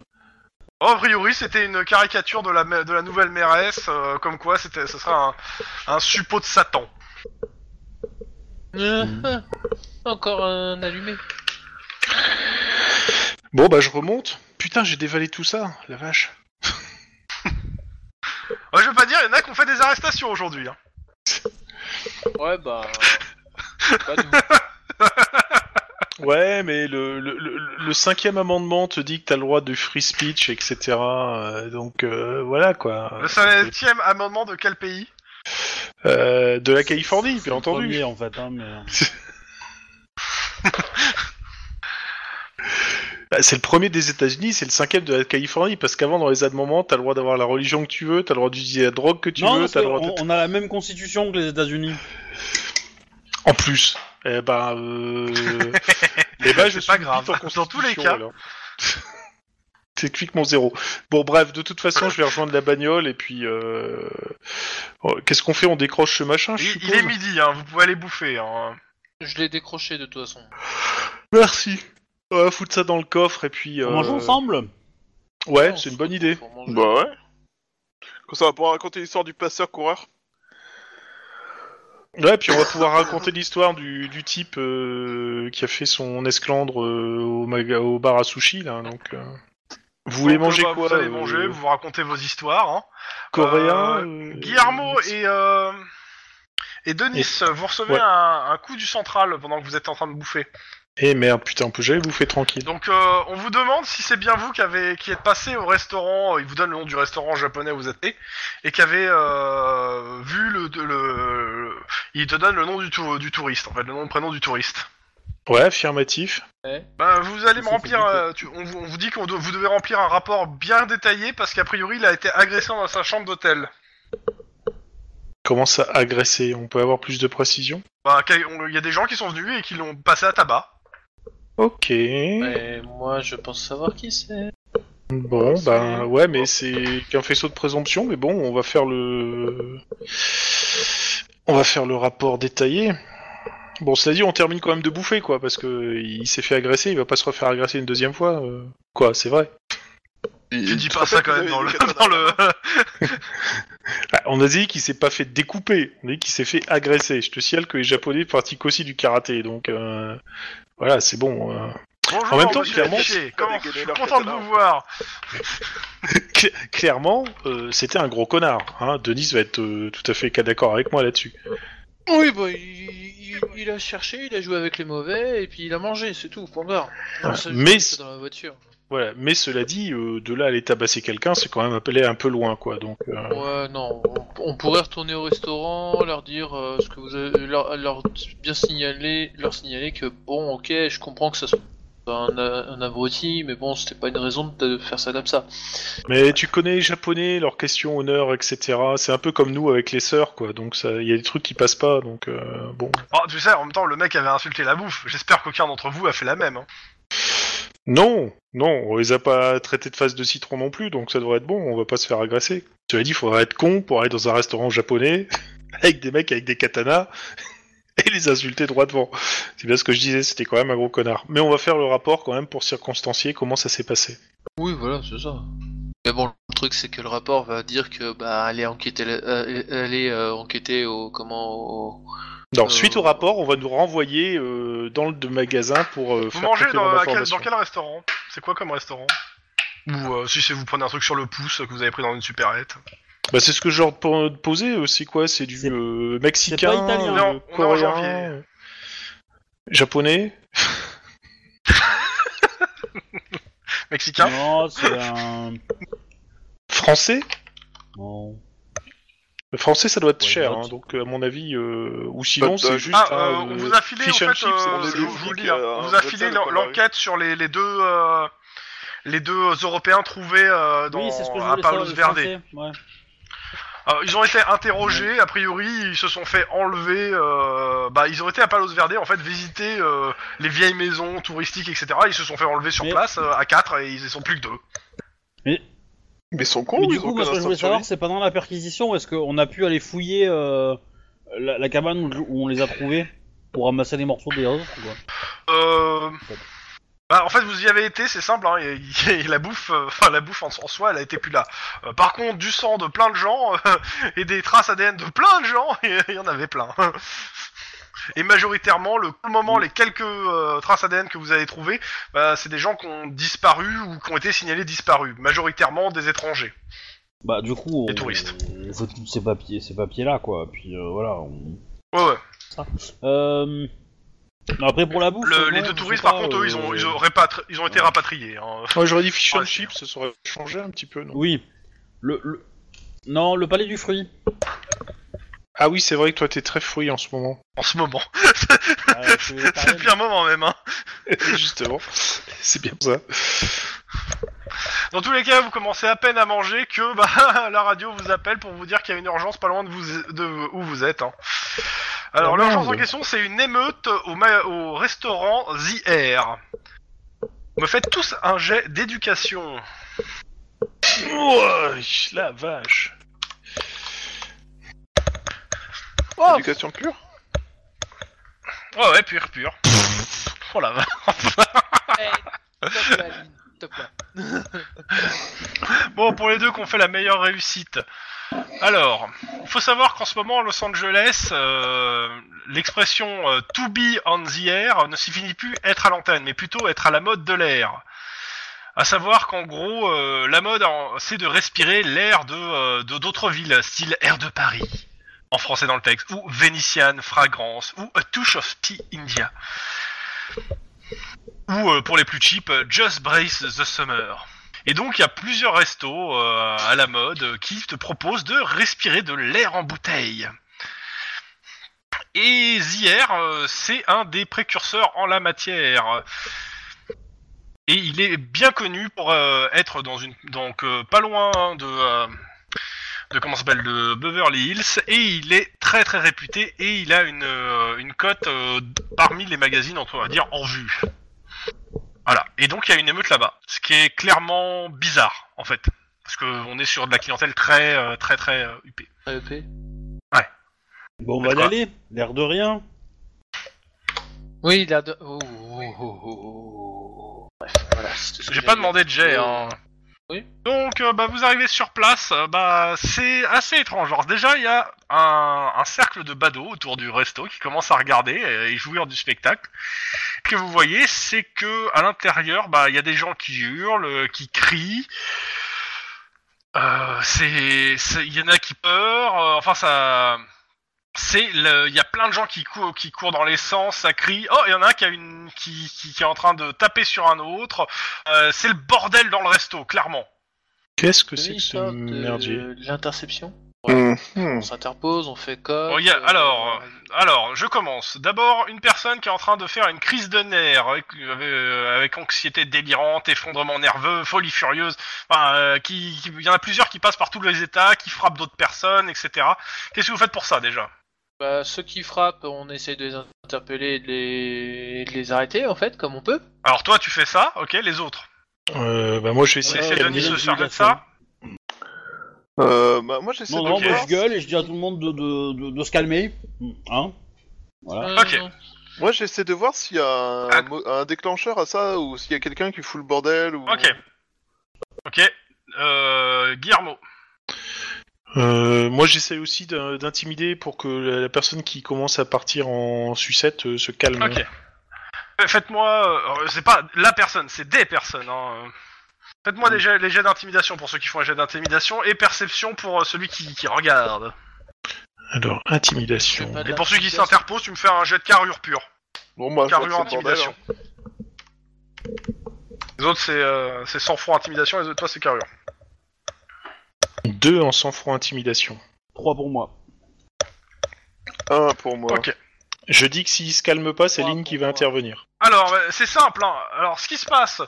B: Oh, a priori, c'était une caricature de la, ma- de la nouvelle mairesse, euh, comme quoi c'était, ce sera un, un suppôt de Satan.
C: Euh, ah, *laughs* Encore un allumé.
A: Bon bah je remonte. Putain j'ai dévalé tout ça, la vache.
B: Ouais, je veux pas dire, il y en a qui ont fait des arrestations aujourd'hui. Hein.
C: Ouais, bah. pas nous.
A: Ouais mais le, le, le- le cinquième amendement te dit que t'as le droit de free speech etc. euh, donc euh, voilà quoi.
B: Le 7ème amendement de quel pays
A: Euh, de la Californie
D: C'est
A: bien
D: le
A: entendu.
D: premier, en fait, hein, mais...
A: Bah, c'est le premier des États-Unis, c'est le cinquième de la Californie parce qu'avant dans les amendements t'as le droit d'avoir la religion que tu veux, t'as le droit d'utiliser la drogue que tu
D: non,
A: veux,
D: parce
A: t'as le droit.
D: qu'on-
A: de-
D: on a la même constitution que les États-Unis.
A: En plus. Eh ben. Euh...
B: *laughs*
A: eh ben je
B: C'est
A: suis
B: pas grave.
A: vite en
B: Dans tous les
A: constitution,
B: cas.
A: alors. *laughs* C'est quick mon zéro. Bon bref, de toute façon, je vais rejoindre la bagnole et puis euh... oh, qu'est-ce qu'on fait On décroche ce machin, Ah, je
B: il, il
A: suppose.
B: est midi, hein, vous pouvez aller bouffer. Hein.
C: Je l'ai décroché de toute façon.
A: Merci. Euh, foutre ça dans le coffre et puis.
D: On
A: euh,
D: mange ensemble
A: Ouais,
C: Non,
A: c'est une
C: on
A: bonne
C: se
A: idée.
C: retrouve pour manger.
E: Bah ouais. Comme ça, on va pouvoir raconter l'histoire du passeur-coureur.
A: Ouais, puis on va pouvoir raconter l'histoire du, du type euh, qui a fait son esclandre euh, au, maga- au bar à sushi là. Donc, euh. vous voulez
B: Donc,
A: manger
B: bah,
A: quoi
B: Vous allez
A: euh,
B: manger, vous vous racontez vos histoires. Hein.
A: Coréen. euh,
B: Guillermo et, euh, et Denis, vous recevez
A: Ouais.
B: un, un coup du central pendant que vous êtes en train de bouffer.
A: Eh merde, putain, on peut jamais bouffer tranquille.
B: Donc euh, on vous demande si c'est bien vous qui, avez, qui êtes passé au restaurant, euh, il vous donne le nom du restaurant japonais où vous êtes né, et qui avez euh, vu le, de- le, le- Il te donne le nom du, tou- du touriste, en fait, le nom, le prénom du touriste.
A: Ouais, affirmatif.
B: Bah, vous allez me
D: C'est
B: remplir...
D: compliqué.
B: euh, tu- on, vous- on vous dit que vous devez remplir un rapport bien détaillé parce qu'a priori il a été agressé dans sa chambre d'hôtel.
A: Comment ça agresser On peut avoir plus de précision
B: Bah, qu'a- on- il y a des gens qui sont venus et qui l'ont passé à tabac.
A: Ok.
C: Mais moi, je pense savoir qui c'est.
A: Bon,
C: c'est-
A: ben ouais, mais c'est qu'un faisceau de présomption, mais bon, on va faire le. On va faire le rapport détaillé. Bon, cela dit, on termine quand même de bouffer, quoi, parce que il s'est fait agresser, il va pas se refaire agresser une deuxième fois. euh. Quoi, c'est vrai.
B: Tu dis pas ça quand même dans *laughs* le... Dans le...
A: Ah, On a dit qu'il s'est pas fait découper, on a dit qu'il s'est fait agresser. Je te signale que les Japonais pratiquent aussi du karaté, donc euh, voilà, c'est bon. euh.
B: Bonjour,
A: En même temps,
B: monsieur
A: clairement,
B: Affiché, comment- je
E: dégainer
B: suis
E: leur
B: content de
E: cadenas.
B: vous voir.
A: Cla- clairement, euh, c'était un gros connard. Hein. Denis va être euh, tout à fait d'accord avec moi là-dessus.
C: Oui, bah, il, il- il a cherché, il a joué avec les mauvais, et puis il a mangé, c'est tout, point barre.
A: Voilà.
C: Non, ça, je
A: Mais-
C: dis ça dans la voiture.
A: Voilà. Mais cela dit, euh, de là à aller tabasser quelqu'un, c'est quand même appelé un peu loin, quoi. Donc, euh,
C: Ouais, non, on, on pourrait retourner au restaurant, leur dire euh, ce que vous avez, leur, leur bien signaler, leur signaler que bon, ok, je comprends que ça soit un, euh, un abruti, mais bon, c'était pas une raison de, de faire ça comme ça.
A: mais tu connais les Japonais, leurs questions honneur, etc. C'est un peu comme nous avec les sœurs, quoi. Donc, ça- il y a des trucs qui passent pas. Donc, euh, bon.
B: Oh, tu sais, en même temps, le mec avait insulté la bouffe. J'espère qu'aucun d'entre vous a fait la même. hein.
A: Non, non, on les a pas traités de face de citron non plus, donc ça devrait être bon, on va pas se faire agresser. Tu as dit, il faudra être con pour aller dans un restaurant japonais *laughs* avec des mecs avec des katanas *laughs* et les insulter droit devant. C'est bien ce que je disais, c'était quand même un gros connard. Mais on va faire le rapport quand même pour circonstancier comment ça s'est passé.
C: Oui, voilà, c'est ça. Mais bon, le truc c'est que le rapport va dire que bah aller enquêter, le- euh, aller euh, enquêter au comment au,
A: Donc,
C: Euh.
A: suite au rapport, on va nous renvoyer euh, dans le de magasin pour euh,
B: Vous
A: faire
B: mangez
A: complément
B: dans, à quel,
A: d'information.
B: dans quel restaurant C'est quoi comme restaurant Ou euh, si c'est vous prenez un truc sur le pouce euh, que vous avez pris dans une supérette.
A: Bah, c'est ce que j'ai envie de po- poser, euh, c'est quoi C'est du
D: C'est-
A: euh, mexicain,
D: c'est pas italien.
A: euh,
B: Non, on est en
A: coréen,
B: janvier.
A: euh, japonais
B: Mexicain
D: Non, c'est un.
A: Français
D: Non.
A: Le français, ça doit être
D: Ouais,
A: cher,
D: note.
A: hein, donc à mon avis, euh, ou sinon
E: Bah,
A: c'est
E: euh,
A: juste.
B: Ah,
A: un,
B: euh, on
A: euh,
B: vous a filé en
A: fish and
B: fait,
A: chips,
B: euh,
A: on est
B: je
A: des
B: vous
E: flics,
B: lis, hein.
E: euh,
B: on
E: un
B: vous a
E: vrai
B: filé
E: sale, quoi,
B: l'enquête sur les, les deux euh, les deux Européens trouvés euh, dans
D: Oui, c'est ce que je
B: à
D: voulais savoir.
B: Palos
D: le
B: Verde.
D: français, Ouais.
B: Alors, Euh, ils ont été interrogés, a priori, ils se sont fait enlever. euh, bah, ils ont été à Palos Verde, en fait, visiter euh, les vieilles maisons touristiques, etc. Ils se sont fait enlever sur
D: Mais-
B: place euh, à 4 et ils y sont plus que deux.
E: Mais ils
A: Oh,
E: sont cons,
D: Mais
E: ou
D: du
E: ils ont
D: coup,
E: aucun
D: moi, ce que je
E: instinct
D: voulais
E: de
D: savoir,
E: survie
D: c'est pendant la perquisition, est-ce qu'on a pu aller fouiller euh, la, la cabane où, où on les a trouvés pour ramasser les morceaux des autres ou quoi
B: Euh... Bah, en fait, vous y avez été, c'est simple. Hein, et, et la bouffe, euh, enfin la bouffe en, en soi, elle a été plus là. Euh, par contre, du sang de plein de gens euh, *laughs* et des traces ADN de plein de gens, *laughs* il y en avait plein. Et majoritairement, le, pour le moment, les quelques euh, traces ADN que vous avez trouvées, bah, c'est des gens qui ont disparu ou qui ont été signalés disparus. Majoritairement des étrangers.
D: Bah, du coup, on,
B: Les touristes.
D: on fait tous ces papiers, ces papiers-là, quoi. Puis euh, voilà. on-
B: Ouais, ouais.
D: Euh... non, après, pour la bouffe.
B: Le-
D: euh,
B: les
D: ouais,
B: deux
D: je
B: touristes,
D: sais
B: par
D: pas,
B: contre, eux, ils ont,
D: euh,
B: ils ont, répatri- ils ont été
D: ouais.
B: rapatriés. hein. *laughs*
A: Moi, j'aurais dit fish
B: Ah,
A: and
B: c'est-
A: chips, ça aurait changé un petit peu, non
D: Oui. Le, le- Non, le palais du fruit.
A: Ah oui, c'est vrai que toi, t'es très fruit en ce moment.
B: En ce moment.
D: Ah, je vais
B: *laughs* *laughs* C'est
D: parler,
B: le pire moment même. Hein.
A: *laughs* Justement, *laughs* c'est bien ça.
B: Dans tous les cas, vous commencez à peine à manger que bah, *laughs* la radio vous appelle pour vous dire qu'il y a une urgence pas loin de, vous, de où vous êtes. hein. Alors,
A: Oh,
B: l'urgence en
A: merde.
B: question, c'est une émeute au, ma- au restaurant ZR. Me faites tous un jet d'éducation.
A: Ouah, la vache.
E: Éducation pure
B: Ouais, ouais, pur, pur. Oh la vache.
C: top là, Aline, top là.
B: Bon, pour les deux qu'on fait la meilleure réussite. Alors, il faut savoir qu'en ce moment, à Los Angeles, euh, l'expression euh, to be on the air ne signifie plus être à l'antenne, mais plutôt être à la mode de l'air. À savoir qu'en gros, euh, la mode, en- c'est de respirer l'air de euh, de- d'autres villes, style air de Paris, en français dans le texte, ou Vénitiane, Fragrance, ou A Touch of Tea India. Ou euh, pour les plus cheap, Just Brace the Summer. Et donc, il y a plusieurs restos euh, à la mode euh, qui te proposent de respirer de l'air en bouteille. Et Zier, euh, c'est un des précurseurs en la matière. Et il est bien connu pour euh, être dans une donc euh, pas loin de euh, de comment ça s'appelle de Beverly Hills et il est très très réputé et il a une euh, une cote euh, parmi les magazines on va dire en vue. Voilà. Et donc il y a une émeute là-bas, ce qui est clairement bizarre en fait, parce que on est sur de la clientèle très euh, très très euh, huppée.
C: AEP.
D: Bon, on va y
B: D'accord.
D: aller. L'air de rien.
C: Oui, il a. de- Oh, oh, oh, oh, oh. Bref, voilà. c'était ce que
B: J'ai
C: j'allais
B: pas
C: dire.
B: demandé de jet. Hein. Donc, euh, bah, vous arrivez sur place, euh, bah, c'est assez étrange. Alors, déjà, il y a un, un cercle de badauds autour du resto qui commence à regarder euh, et jouir du spectacle. Ce que vous voyez, c'est que à l'intérieur, bah, il y a des gens qui hurlent, euh, qui crient. Euh, c'est, c'est- il y en a qui peur. euh, enfin, ça, c'est, le- il y a plein de gens qui courent, qui courent dans les sens, ça crie. Oh, il y en a un qui a une, qui, qui, qui est en train de taper sur un autre. Euh, c'est le bordel dans le resto, clairement.
A: Qu'est-ce que c'est
C: Oui,
A: que ce
C: ça, de-
A: merdier
C: de euh, L'interception.
E: Hmm, hmm.
C: On s'interpose, on fait comme. euh,
B: Bon, Oh, y a- alors, Alors, je commence. D'abord, une personne qui est en train de faire une crise de nerfs, avec, euh, avec anxiété délirante, effondrement nerveux, folie furieuse. Enfin, euh, qui, qui- il y en a plusieurs qui passent par tous les états, qui frappent d'autres personnes, etc. Qu'est-ce que vous faites pour ça déjà
C: Bah, ceux qui frappent, on essaye de les interpeller et de les, et de les arrêter, en fait, comme on peut.
B: Alors toi, tu fais ça, ok Les autres.
A: euh, bah, Moi, je vais essayer
B: Ouais,
A: de
B: c'est
A: calmer.
B: Denis
D: Denis
B: se charge de
D: Dugas,
B: ça.
E: Euh, bah, moi j'essaie
D: Non,
E: de
D: non,
E: voir.
D: moi je gueule et je dis à tout le monde de, de, de, de se calmer. Hein Voilà.
C: Euh,
B: Ah, Ok.
E: Moi, j'essaie de voir s'il y a un,
B: Ah.
E: mo- un déclencheur à ça ou s'il y a quelqu'un qui fout le bordel ou.
B: Ok. Ok. Euh, Guillermo.
A: Euh, moi, j'essaie aussi d'in- d'intimider pour que la la personne qui commence à partir en sucette euh, se calme.
B: Ok. Euh, Faites-moi, euh, c'est pas la personne, c'est des personnes. hein, euh. Faites-moi des jets, les jets d'intimidation pour ceux qui font un jet d'intimidation et perception pour euh, celui qui, qui regarde.
A: Alors, intimidation.
C: Je fais pas de-
B: Et pour celui qui s'interpose, tu me fais un jet de carrure pure.
E: Bon, moi, je
B: Carrure
E: vois que c'est le bordel, hein.
B: intimidation. Les autres, c'est euh, c'est sang-froid intimidation, les autres, toi, c'est carrure.
A: Deux en sang-froid intimidation.
D: Trois pour moi.
E: hein. Un pour moi.
B: Ok.
A: Je dis que s'il se calme pas, c'est
C: Trois
A: Lynn qui
C: pour
A: va
B: hein.
C: moi.
A: intervenir.
B: Alors, euh, c'est simple. hein. Alors, ce qui se passe,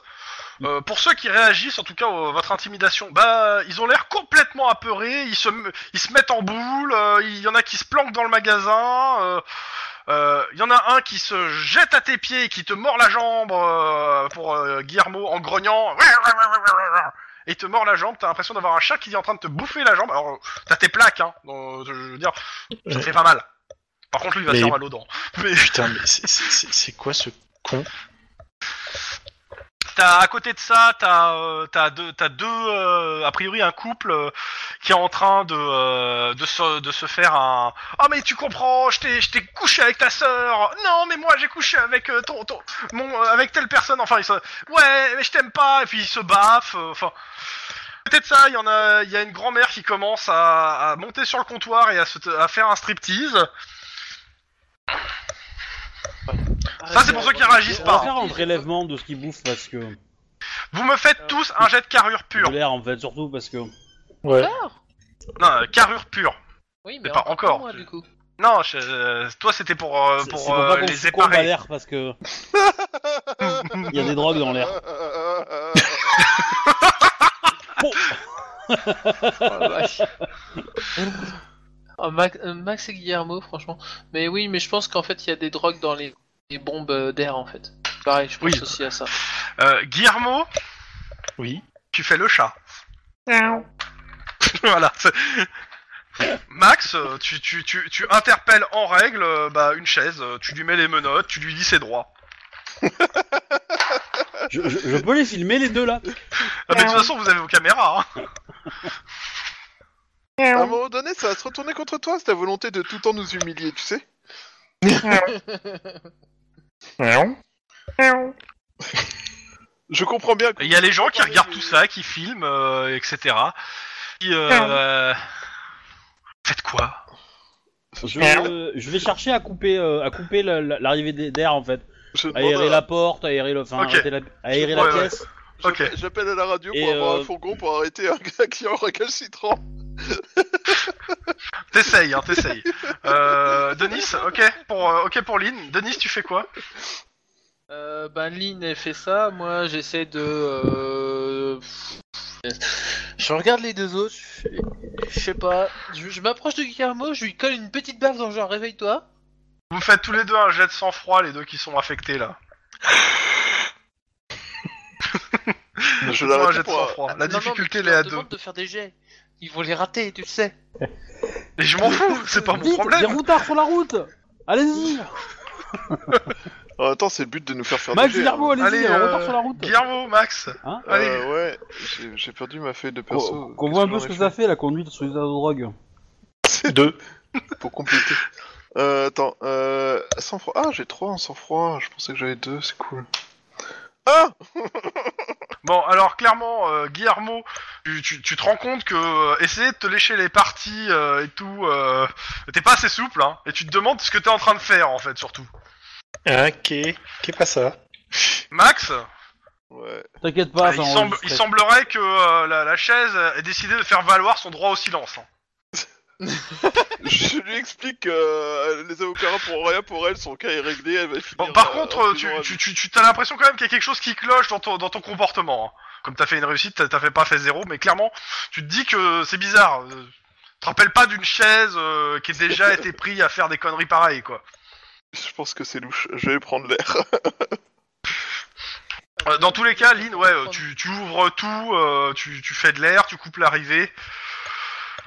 A: Mm.
B: euh, pour ceux qui réagissent, en tout cas, à votre intimidation, bah, ils ont l'air complètement apeurés. Ils se, m- ils se mettent en boule. euh, Il y en a qui se planquent dans le magasin. euh, euh, Il y en a un qui se jette à tes pieds et qui te mord la jambe euh, pour euh, Guillermo en grognant. Et il te mord la jambe, t'as l'impression d'avoir un chat qui est en train de te bouffer la jambe. Alors, t'as tes plaques, hein, donc, je veux dire, ça
A: Ouais.
B: fait pas mal. Par contre, lui, il va
A: Mais-
B: se faire mal aux dents. *laughs* Mais-
A: *laughs* Putain, mais c'est- c'est c'est- c'est quoi ce con
B: T'as à côté de ça, t'as euh, t'as deux t'as deux euh, a priori un couple euh, qui est en train de euh, de se de se faire un ah mais tu comprends je t'ai je t'ai couché avec ta sœur non mais moi j'ai couché avec euh, ton ton mon euh, avec telle personne enfin ils se ouais mais je t'aime pas et puis ils se baffent euh, enfin à côté de ça il y en a il y a une grand-mère qui commence à, à monter sur le comptoir et à se à faire un striptease Ça,
C: Ah,
B: c'est pour ceux qui réagissent
D: On va
B: pas.
D: faire un prélèvement de ce qu'ils bouffent parce que.
B: vous me faites tous un jet de carrure
D: De
B: pure
D: l'air en fait, surtout parce que.
B: Euh,
A: Ouais.
B: non euh, carrure pure
C: Oui, mais
B: Mais pas
C: encore,
B: encore.
C: moi, du coup.
B: Non, je- euh, toi c'était pour, euh,
D: c'est-
B: pour,
D: c'est pour
B: euh,
D: pas qu'on
B: les
D: succombe à
B: éparer.
D: l'air parce que. *laughs* Il y a des drogues
E: *laughs*
D: dans l'air. Oh.
C: bah,
B: *laughs*
C: Ah, Max, euh, Max et Guillermo, franchement. Mais oui, mais je pense qu'en fait, il y a des drogues dans les, les bombes euh, d'air, en fait. Pareil, je pense
B: Oui.
C: aussi à ça.
B: Euh, Guillermo,
A: Oui.
B: tu fais le chat. *laughs* voilà. c'est- Max, euh, tu, tu, tu, tu interpelles en règle euh, bah, une chaise, euh, tu lui mets les menottes, tu lui dis ses droits.
D: Je, je- je peux les filmer les deux là
B: Ah, mais de toute façon, vous avez vos caméras. hein.
E: à un moment donné, ça va se retourner contre toi, c'est ta volonté de tout le temps nous humilier, tu sais.
A: *laughs*
E: Je comprends bien que.
B: Il y a les gens qui regardent tout ça, qui filment, euh, etc. Qui, euh, Faites quoi
D: je, je vais chercher à couper, euh, à couper la- la- l'arrivée des- d'air en fait.
E: Je demande
D: Aérer
E: à-
D: la porte, aérer, le, enfin,
B: bah. Ok.
D: arrêter la, aérer
B: Ouais,
D: la
B: ouais.
D: pièce.
E: je-
B: Ok.
E: J'appelle à la radio
D: Et,
E: pour avoir
D: euh,
E: un fourgon pour arrêter un gars qui est en récalcitrant.
B: T'essayes, hein, t'essayes. euh, Denis, ok pour, euh, ok pour Lynn. Denis, tu fais quoi
C: Euh, ben, Lynn, elle fait ça. Moi, j'essaie de. euh, Je regarde les deux autres. Je je sais pas. Je, je m'approche de Guillermo, je lui colle une petite baffe dans le genre réveille-toi.
B: Vous me faites tous les deux un jet de sang-froid, les deux qui sont affectés là.
E: Je
B: Faites-moi un
E: l'arrête
B: jet de
E: pour un-
B: sang-froid. Oh, La
C: Non, non,
B: difficulté, elle est
C: mais tu leur
B: à deux.
C: demandes de faire des jets. Ils vont les rater, tu le sais.
B: Et je m'en fous, c'est pas mon
D: Vite, des
B: problème.
D: routards sur la route Allez-y
E: En même temps, Oh, c'est le but de nous faire faire
D: Max
E: des jets,
D: Guillermo, allez-y,
B: Allez,
D: on
B: euh,
D: repart sur la route.
B: Guillermo, Max
D: Hein
E: hein.
B: Allez.
E: Euh, ouais, j'ai- j'ai perdu ma feuille de perso.
D: Qu'on qu'on
E: Qu'est-ce
D: voit un
E: que
D: peu
E: j'en
D: ce
E: ai
D: que
E: fait
D: ça fait, la conduite sous l'état de drogue.
A: Deux.
E: pour compléter. Euh, attends, euh, sang-froid. Ah, j'ai 3 en sang-froid. Je pensais que j'avais 2, c'est cool. Ah
B: Bon, alors clairement, euh, Guillermo, tu, tu, tu te rends compte que euh, essayer de te lécher les parties euh, et tout, euh, t'es pas assez souple, hein, et tu te demandes ce que t'es en train de faire, en fait, surtout.
A: Ok. Qu'est pas ça
B: Max,
E: Ouais. *laughs*
D: T'inquiète pas,
B: Ah, il,
D: ça
B: semble-
D: enregistré.
B: il semblerait que euh, la, la chaise ait décidé de faire valoir son droit au silence. hein.
E: Je lui explique que euh, les avocats pour rien pour elle, son cas est réglé, elle va finir.
B: Bon, par
E: euh,
B: contre,
E: en
B: euh, tu,
E: prison à
B: tu,
E: vie.
B: tu, tu as l'impression quand même qu'il y a quelque chose qui cloche dans ton, dans ton comportement. hein. Comme t'as fait une réussite, t'as- t'as fait pas fait zéro, mais clairement, tu te dis que c'est bizarre. euh, Tu te rappelles pas d'une chaise euh, qui a déjà été prise à faire des conneries pareilles, quoi.
E: Je pense que c'est louche, je vais prendre l'air.
B: Euh, dans tous les cas, Lynn, ouais, euh, tu, tu ouvres tout, euh, tu, tu fais de l'air, tu coupes l'arrivée.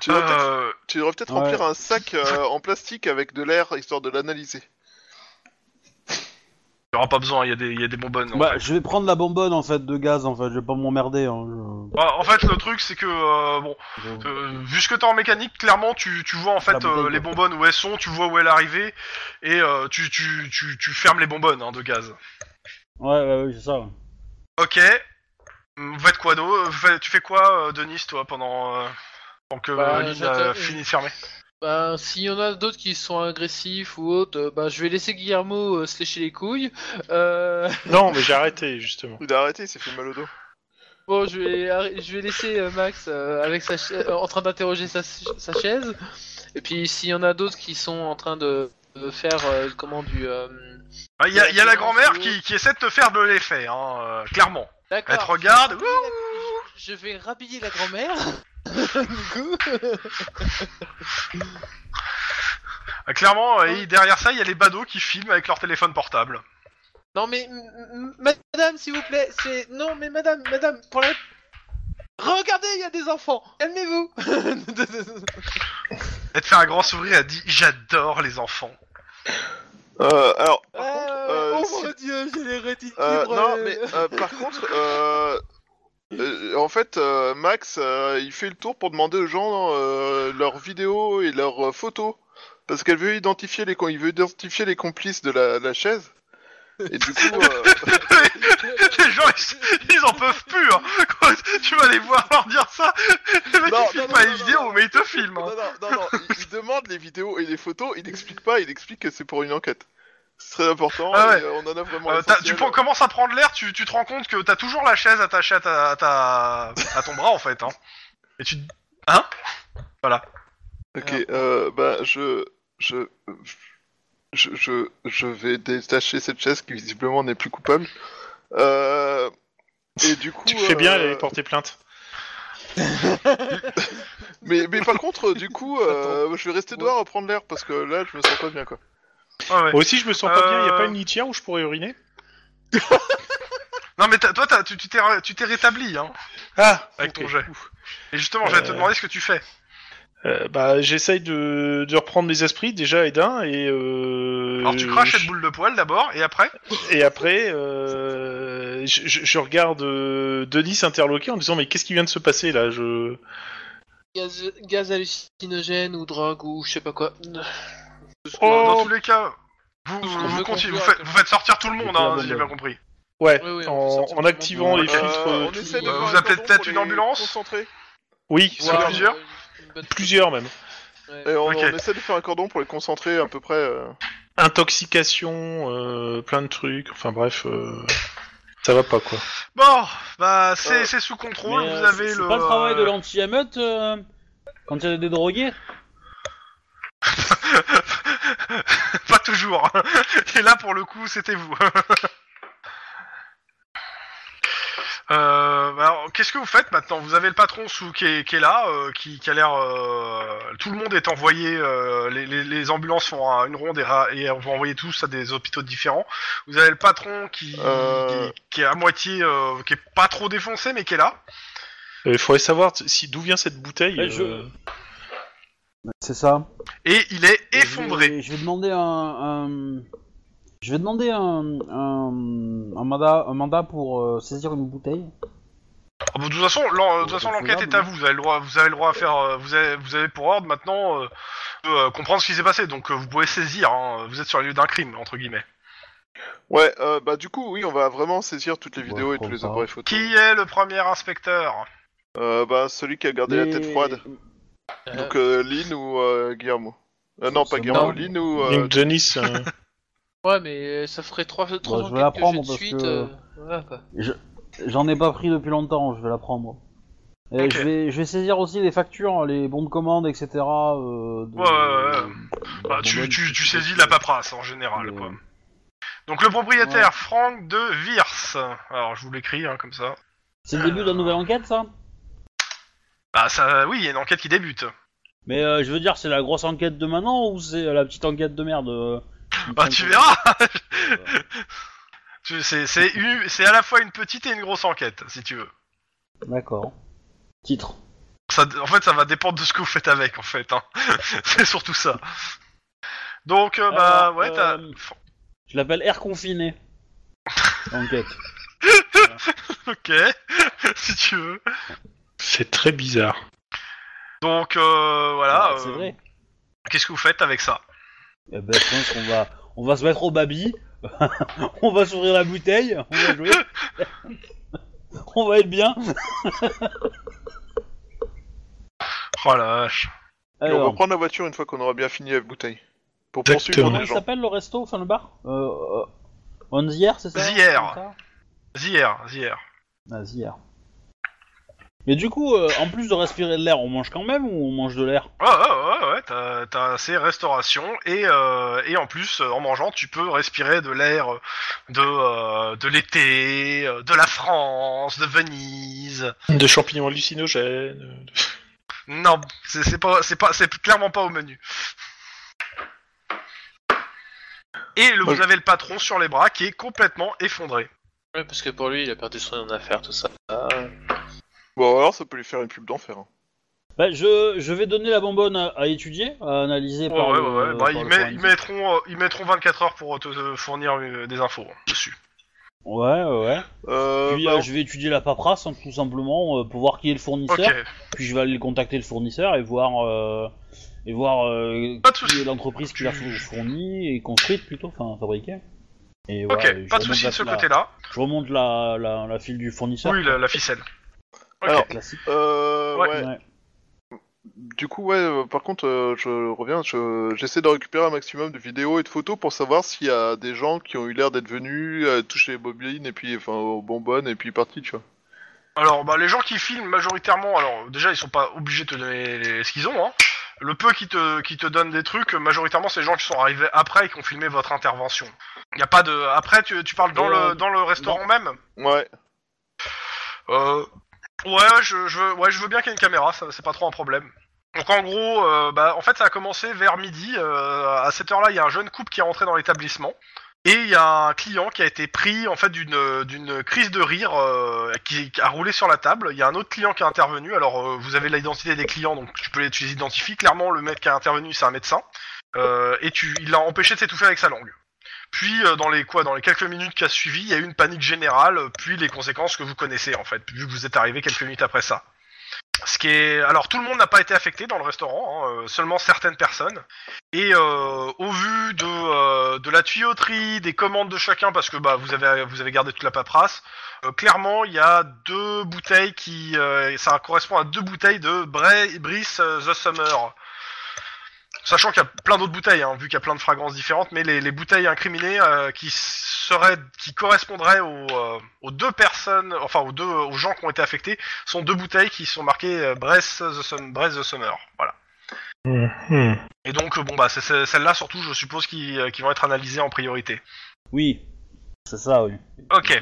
E: tu devrais peut-être-
B: Euh,
E: tu devrais peut-être
D: ouais.
E: remplir un sac euh, en plastique avec de l'air histoire de l'analyser.
B: y aura pas besoin, il y, a des- il y a des bonbonnes. en
D: Bah, je vais prendre la bonbonne en fait de gaz en fait, je vais pas m'emmerder. Hein. je-
B: Bah, en fait, le truc, c'est que, euh, bon,
D: je-
B: euh, vu ce que t'es en mécanique, clairement, tu, tu vois en fait
D: La bonbonne,
B: euh,
D: quoi.
B: les bonbonnes où elles sont, tu vois où elles arrivent, et euh, tu, tu, tu, tu fermes les bonbonnes hein, de gaz.
D: Ouais, ouais, ouais, c'est ça. ouais.
B: Ok. Hum, Vous faites quoi d'autre Vous faites- Tu fais quoi, euh, Denis, toi, pendant, euh, pendant que euh,
C: Bah,
B: Lynn
C: j'attends-
B: a fini de fermer
C: Ben, s'il y en a d'autres qui sont agressifs ou autres, euh, ben, je vais laisser Guillermo euh, se lécher les couilles. Euh, *laughs*
A: Non, mais j'ai arrêté justement.
E: Il a arrêté, il s'est fait mal au dos.
C: bon, je vais, arr- je vais laisser euh, Max euh, avec sa cha- euh, en train d'interroger sa, sa chaise. Et puis, s'il y en a d'autres qui sont en train de, de faire euh, comment du. euh,
B: Bah, Il y a, il y a la
C: Ouais,
B: grand-mère
C: c'est-
B: qui, qui essaie de te faire de l'effet, hein, euh, clairement.
C: D'accord.
B: Elle te regarde.
C: Je vais rhabiller la- Je vais rhabiller la grand-mère. Du coup.
B: Ah, Clairement, et derrière ça, il y a les badauds qui filment avec leur téléphone portable.
C: Non mais m- m- madame s'il vous plaît, c'est non mais madame, madame pour la Regardez, il y a des enfants. Calmez-vous. *laughs*
B: Elle te fait un grand sourire, elle dit J'adore les enfants. *laughs*
E: Euh, alors, par
C: Ouais,
E: contre,
C: ouais,
E: euh,
C: oh
E: si-
C: mon dieu, j'ai les rétines
E: Euh,
C: libres,
E: non,
C: euh.
E: mais euh, par contre, euh, euh, en fait, euh, Max, euh, il fait le tour pour demander aux gens euh, leurs vidéos et leurs euh, photos. Parce qu'elle veut identifier les, com- il veut identifier les complices de la, la chaise. Et du coup, euh,
C: *laughs*
B: les gens, ils, ils en peuvent plus. hein. Quand tu vas les voir leur dire ça. Les mecs,
E: Non,
B: ils filment
E: non,
B: pas
E: non,
B: les
E: non,
B: vidéos,
E: non.
B: mais ils te filment.
E: *laughs* non,
B: hein.
E: non, non, non, il, il demande les vidéos et les photos, il n'explique pas, il explique que c'est pour une enquête. C'est très important,
B: Ah ouais.
E: et, euh, on en a vraiment
B: Euh, t'as- tu
E: l'essentiel.
B: prends- commences à prendre l'air, tu, tu te rends compte que t'as toujours la chaise attachée à, ta, à, ta- à ton bras en fait. Hein. Et tu te- Hein Voilà.
E: Ok, euh, bah, je, je, je, je, je vais détacher cette chaise qui visiblement n'est plus coupable. Euh, et du coup.
A: *laughs* Tu fais bien
E: euh,
A: les porter plainte.
E: Mais, mais par contre,
A: *laughs*
E: du coup, euh, je vais rester dehors à prendre l'air parce que là, je me sens pas bien quoi.
B: Ouais, ouais.
A: Moi Aussi, je me sens pas bien. Y a
B: Euh,
A: pas une litière où je pourrais uriner
B: Non, mais t'as- toi, t'as- tu tu t'es ré- tu t'es rétabli hein,
A: Ah,
B: avec
A: ok.
B: ton jet. Et justement, j'allais te
A: Euh,
B: demander ce que tu fais.
A: Euh, bah, j'essaye de, de reprendre mes esprits déjà et d'un et. Euh,
B: Alors tu craches cette
A: je-
B: boule de poil d'abord, et après
A: Et après, euh, je, je- je regarde euh, Denis interloqué en disant mais qu'est-ce qui vient de se passer là Je
C: Gaz, gaz hallucinogène ou drogue ou je sais pas quoi.
A: Oh.
B: Dans- Dans tous les cas, vous,
C: Tout ce qu'on
B: vous
C: veut
B: continuez, vous,
C: conclure,
B: faites,
C: quoi.
B: vous faites sortir tout le monde,
D: la
B: hein,
D: bonne
B: si j'ai bien
D: nouvelle.
B: compris.
A: ouais,
C: Oui, oui, on peut
A: en,
C: sortir
A: en
C: tout le
A: activant
C: monde.
A: les
C: Euh,
A: filtres.
E: on
A: euh, tout-
E: essaie de
B: Vous
E: faire un
B: appelez
E: cordon
B: peut-être
E: pour
B: une
E: les
B: ambulance
E: concentrer.
A: Oui,
C: Wow,
A: sur
B: Wow. plusieurs
A: plusieurs,
C: euh, une bonne-
A: plusieurs même.
C: Ouais.
E: Et on,
B: Ok.
E: on essaie de faire un cordon pour les concentrer à peu près. euh.
A: Intoxication, euh, plein de trucs. Enfin bref, euh, ça va pas quoi.
B: Bon, bah c'est
E: Euh,
B: c'est sous contrôle,
D: Mais,
B: vous
D: euh,
B: avez
D: c'est-
B: le...
D: C'est pas le travail de l'anti-émeute euh, quand il y a des drogués
B: Pas toujours. *laughs* Et là, pour le coup, c'était vous. *laughs* Euh, bah, alors, Qu'est-ce que vous faites maintenant Vous avez le patron sous qui est, qui est là, euh, qui, qui a l'air. euh, tout le monde est envoyé. euh, les, les- les ambulances font un- une ronde et, ra- et vont envoyer tous à des hôpitaux différents. Vous avez le patron qui,
E: Euh.
B: qui, qui est à moitié, euh, qui est pas trop défoncé, mais qui est là.
A: Il faudrait savoir t- si d'où vient cette bouteille.
D: Ouais, Eh, je-
A: euh,
D: C'est ça.
B: Et il est
D: Et je
B: effondré.
D: vais- Je vais demander un, un- Je vais demander un, un- un mandat, un mandat pour euh, saisir une bouteille.
B: Ah bah, de toute façon, l'en- de toute façon,
D: C'est
B: l'enquête est
D: faisable,
B: à
D: hein.
B: vous. Vous avez le droit, vous avez le droit à faire. euh, Vous avez, vous avez pour ordre maintenant euh, de euh, comprendre ce qui s'est passé. Donc euh, vous pouvez saisir. hein, vous êtes sur le lieu d'un crime entre guillemets.
E: Ouais, euh, bah du coup, oui, on va vraiment saisir toutes les
D: Ouais,
E: vidéos et tous
D: pourquoi
E: les
D: pas.
E: appareils photos.
B: Qui est le premier inspecteur
E: euh, Bah celui qui a gardé la tête
D: Mais-
E: froide. Donc euh, Lynn ou euh, Guillermo Euh, Non, pas
D: Non.
E: Guillermo, Lynn ou... euh,
A: Link Janice, euh,
C: Ouais, mais euh, ça ferait 3, trois
D: Bon, Bah, je vais la
C: enquêtes que
D: prendre
C: j'ai de
D: parce
C: suite.
D: que-
C: euh, voilà, quoi.
D: Je- J'en ai pas pris depuis longtemps, je vais la prendre. Et
B: Ok.
D: je, vais, je vais saisir aussi les factures, les bons de commande, etc. euh, de-
B: Ouais, ouais, ouais.
D: de-
B: Bah,
D: de-
B: tu, tu, tu saisis la paperasse en général.
D: de-
B: Quoi. Donc le propriétaire Franck de Virs. Alors je vous l'écris hein, comme ça.
D: C'est le début de la nouvelle enquête, ça
B: Bah ça, oui, il y a une enquête qui débute.
D: Mais euh, je veux dire, c'est la grosse enquête de maintenant ou c'est euh, la petite enquête de merde euh, qui me
B: Bah
D: prend
B: tu
D: pour-
B: verras. *laughs* Tu- c'est c'est une- c'est à la fois une petite et une grosse enquête si tu veux.
D: D'accord. Titre.
B: Ça- en fait, ça va dépendre de ce que vous faites avec, en fait. hein. *laughs* c'est surtout ça. Donc, euh, bah,
D: Alors,
B: ouais, t'as...
D: euh, Je l'appelle air confiné. Enquête.
B: *laughs* Ok, *laughs* si tu veux.
A: *laughs* c'est très bizarre.
B: Donc, euh, voilà.
D: c'est
B: euh,
D: vrai.
B: Qu'est-ce que vous faites avec ça
D: Eh ben, je pense qu'on va, on va se mettre au babi. *laughs* on va s'ouvrir la bouteille. On va
B: *laughs*
D: jouer. on va être bien.
B: Oh la vache.
E: et on va
D: Alors,
E: prendre la voiture une fois qu'on aura bien fini la bouteille. Pour
A: Exactement.
E: poursuivre
D: comment
E: les
D: il
E: gens.
D: s'appelle le resto, enfin le bar euh, euh, Onzier, c'est ça
B: Zier.
D: c'est ça
B: Zier, Zier.
D: Ah, Zier. Mais du coup, euh, en plus de respirer de l'air, on mange quand même ou on mange de l'air
B: Ouais, ouais, ouais, ouais, t'as, t'as ces restaurations et, euh, et en plus, euh, en mangeant, tu peux respirer de l'air euh, de, euh, de l'été, euh, de la France, de Venise.
A: De champignons hallucinogènes. euh, de-
B: Non, c'est, c'est pas, c'est pas, c'est clairement pas au menu. Et le,
E: Moi,
B: vous avez le patron sur les bras qui est complètement effondré.
C: Ouais, parce que pour lui, il a perdu son affaire, tout ça.
E: Bon, alors ça peut lui faire une pub d'enfer. hein.
D: Bah, je, je vais donner la bonbonne à, à étudier, à analyser
B: Ouais,
D: par
B: ouais,
D: le- euh,
B: ouais.
D: par
B: Bah,
D: le
B: ils, met-
D: forensic.
B: ils mettront, euh, ils mettront 24 heures pour te, te fournir euh, des infos dessus.
D: Ouais, ouais, ouais.
E: Euh,
D: Puis
E: bah,
D: euh, je vais étudier la paperasse hein, tout simplement euh, pour voir qui est le fournisseur.
B: Ok,
D: Puis je vais aller contacter le fournisseur et voir euh, et voir euh,
B: Pas de
D: qui
B: soucis.
D: est l'entreprise qui l'a fou- fournie et construite plutôt, enfin fabriquée. Et
B: ok,
D: voilà, et je
B: pas de
D: remonte
B: soucis
D: la-
B: de ce
D: la-
B: côté-là.
D: Je remonte la, la, la file du fournisseur.
B: Oui, la, la ficelle. Ok.
E: Alors,
D: Classique.
E: euh,
B: Ouais.
E: ouais.
D: Ouais.
E: Du coup, ouais, euh, par contre, euh, je reviens, je- j'essaie de récupérer un maximum de vidéos et de photos pour savoir s'il y a des gens qui ont eu l'air d'être venus, euh, toucher les bobines et puis, enfin, aux bonbonnes et puis partis, tu vois.
B: Alors, bah, les gens qui filment majoritairement, alors déjà, ils sont pas obligés de te donner les- ce qu'ils ont. Hein. Le peu qui te, qui te donnent des trucs, majoritairement, c'est les gens qui sont arrivés après et qui ont filmé votre intervention. Y a pas de. Après, tu, tu parles dans,
D: Et, euh,
B: le, dans le restaurant même
E: Ouais.
B: Euh, ouais, je, je, veux- ouais, je veux bien qu'il y ait une caméra, ça, c'est pas trop un problème. Donc en gros, euh, bah, en fait, ça a commencé vers midi. euh, à cette heure-là, il y a un jeune couple qui est rentré dans l'établissement. Et il y a un client qui a été pris en fait d'une d'une crise de rire euh, qui, qui a roulé sur la table. Il y a un autre client qui est intervenu. Alors euh, vous avez l'identité des clients, donc tu peux les, tu les identifies. Clairement, le mec qui a intervenu, c'est un médecin. Euh, et tu, il l'a empêché de s'étouffer avec sa langue. Puis euh, dans les quoi, dans les quelques minutes qui a suivi, il y a eu une panique générale, euh, puis les conséquences que vous connaissez en fait, vu que vous êtes arrivé quelques minutes après ça. Ce qui est, alors tout le monde n'a pas été affecté dans le restaurant, hein, euh, seulement certaines personnes. Et euh, au vu de, euh, de la tuyauterie, des commandes de chacun, parce que bah vous avez vous avez gardé toute la paperasse, euh, clairement il y a deux bouteilles qui, euh, ça correspond à deux bouteilles de Bray, Brice euh, the Summer. Sachant qu'il y a plein d'autres bouteilles, hein, vu qu'il y a plein de fragrances différentes, mais les, les bouteilles incriminées euh, qui seraient, qui correspondraient aux, euh, aux deux personnes, enfin aux deux aux gens qui ont été affectés, sont deux bouteilles qui sont marquées euh, Brest the, Sum- Brest the Summer, voilà.
A: Hmm.
B: Et donc euh, bon bah c'est c'est- celles-là surtout, je suppose, qui, euh, qui vont être analysées en priorité.
D: Oui, c'est ça, oui.
B: Ok.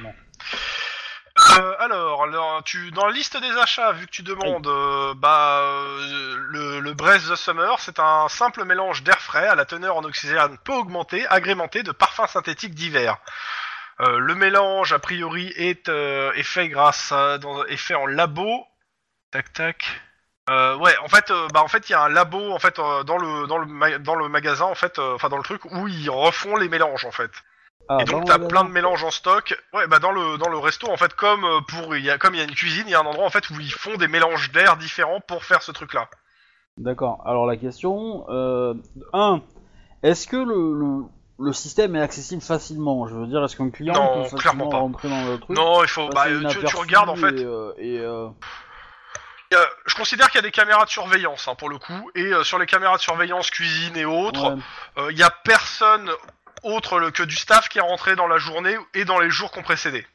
B: Euh, alors, alors, tu dans la liste des achats, vu que tu demandes, euh, bah euh, le, le Brest the Summer, c'est un simple mélange d'air frais à la teneur en oxygène peu augmentée, agrémenté de parfums synthétiques divers. Euh, le mélange a priori est, euh, est fait grâce à, dans- est fait en labo. Tac tac. Euh, ouais, en fait, euh, bah en fait, il y a un labo en fait euh, dans le dans le ma- dans le magasin en fait, euh, enfin dans le truc où ils refont les mélanges en fait.
D: Ah,
B: et donc
D: bah,
B: t'as
D: voilà.
B: plein de mélanges en stock. Ouais, bah dans le dans le resto en fait comme euh, pour il y a comme il y a une cuisine, il y a un endroit en fait où ils font des mélanges d'air différents pour faire ce truc là.
D: D'accord. Alors la question, euh, un, est-ce que le, le, le système est accessible facilement Je veux dire, est-ce qu'un client
B: Non,
D: peut facilement
B: clairement pas.
D: rentrer dans le truc
B: non, il faut bah
D: passer
B: euh, tu, tu
D: inaperçu
B: regardes en fait.
D: Et, euh, et, euh,
B: il y a- je considère qu'il y a des caméras de surveillance hein, pour le coup et euh, sur les caméras de surveillance cuisine et autres,
D: ouais.
B: euh, il y a personne autre le- que du staff qui est rentré dans la journée et dans les jours qu'on précédé.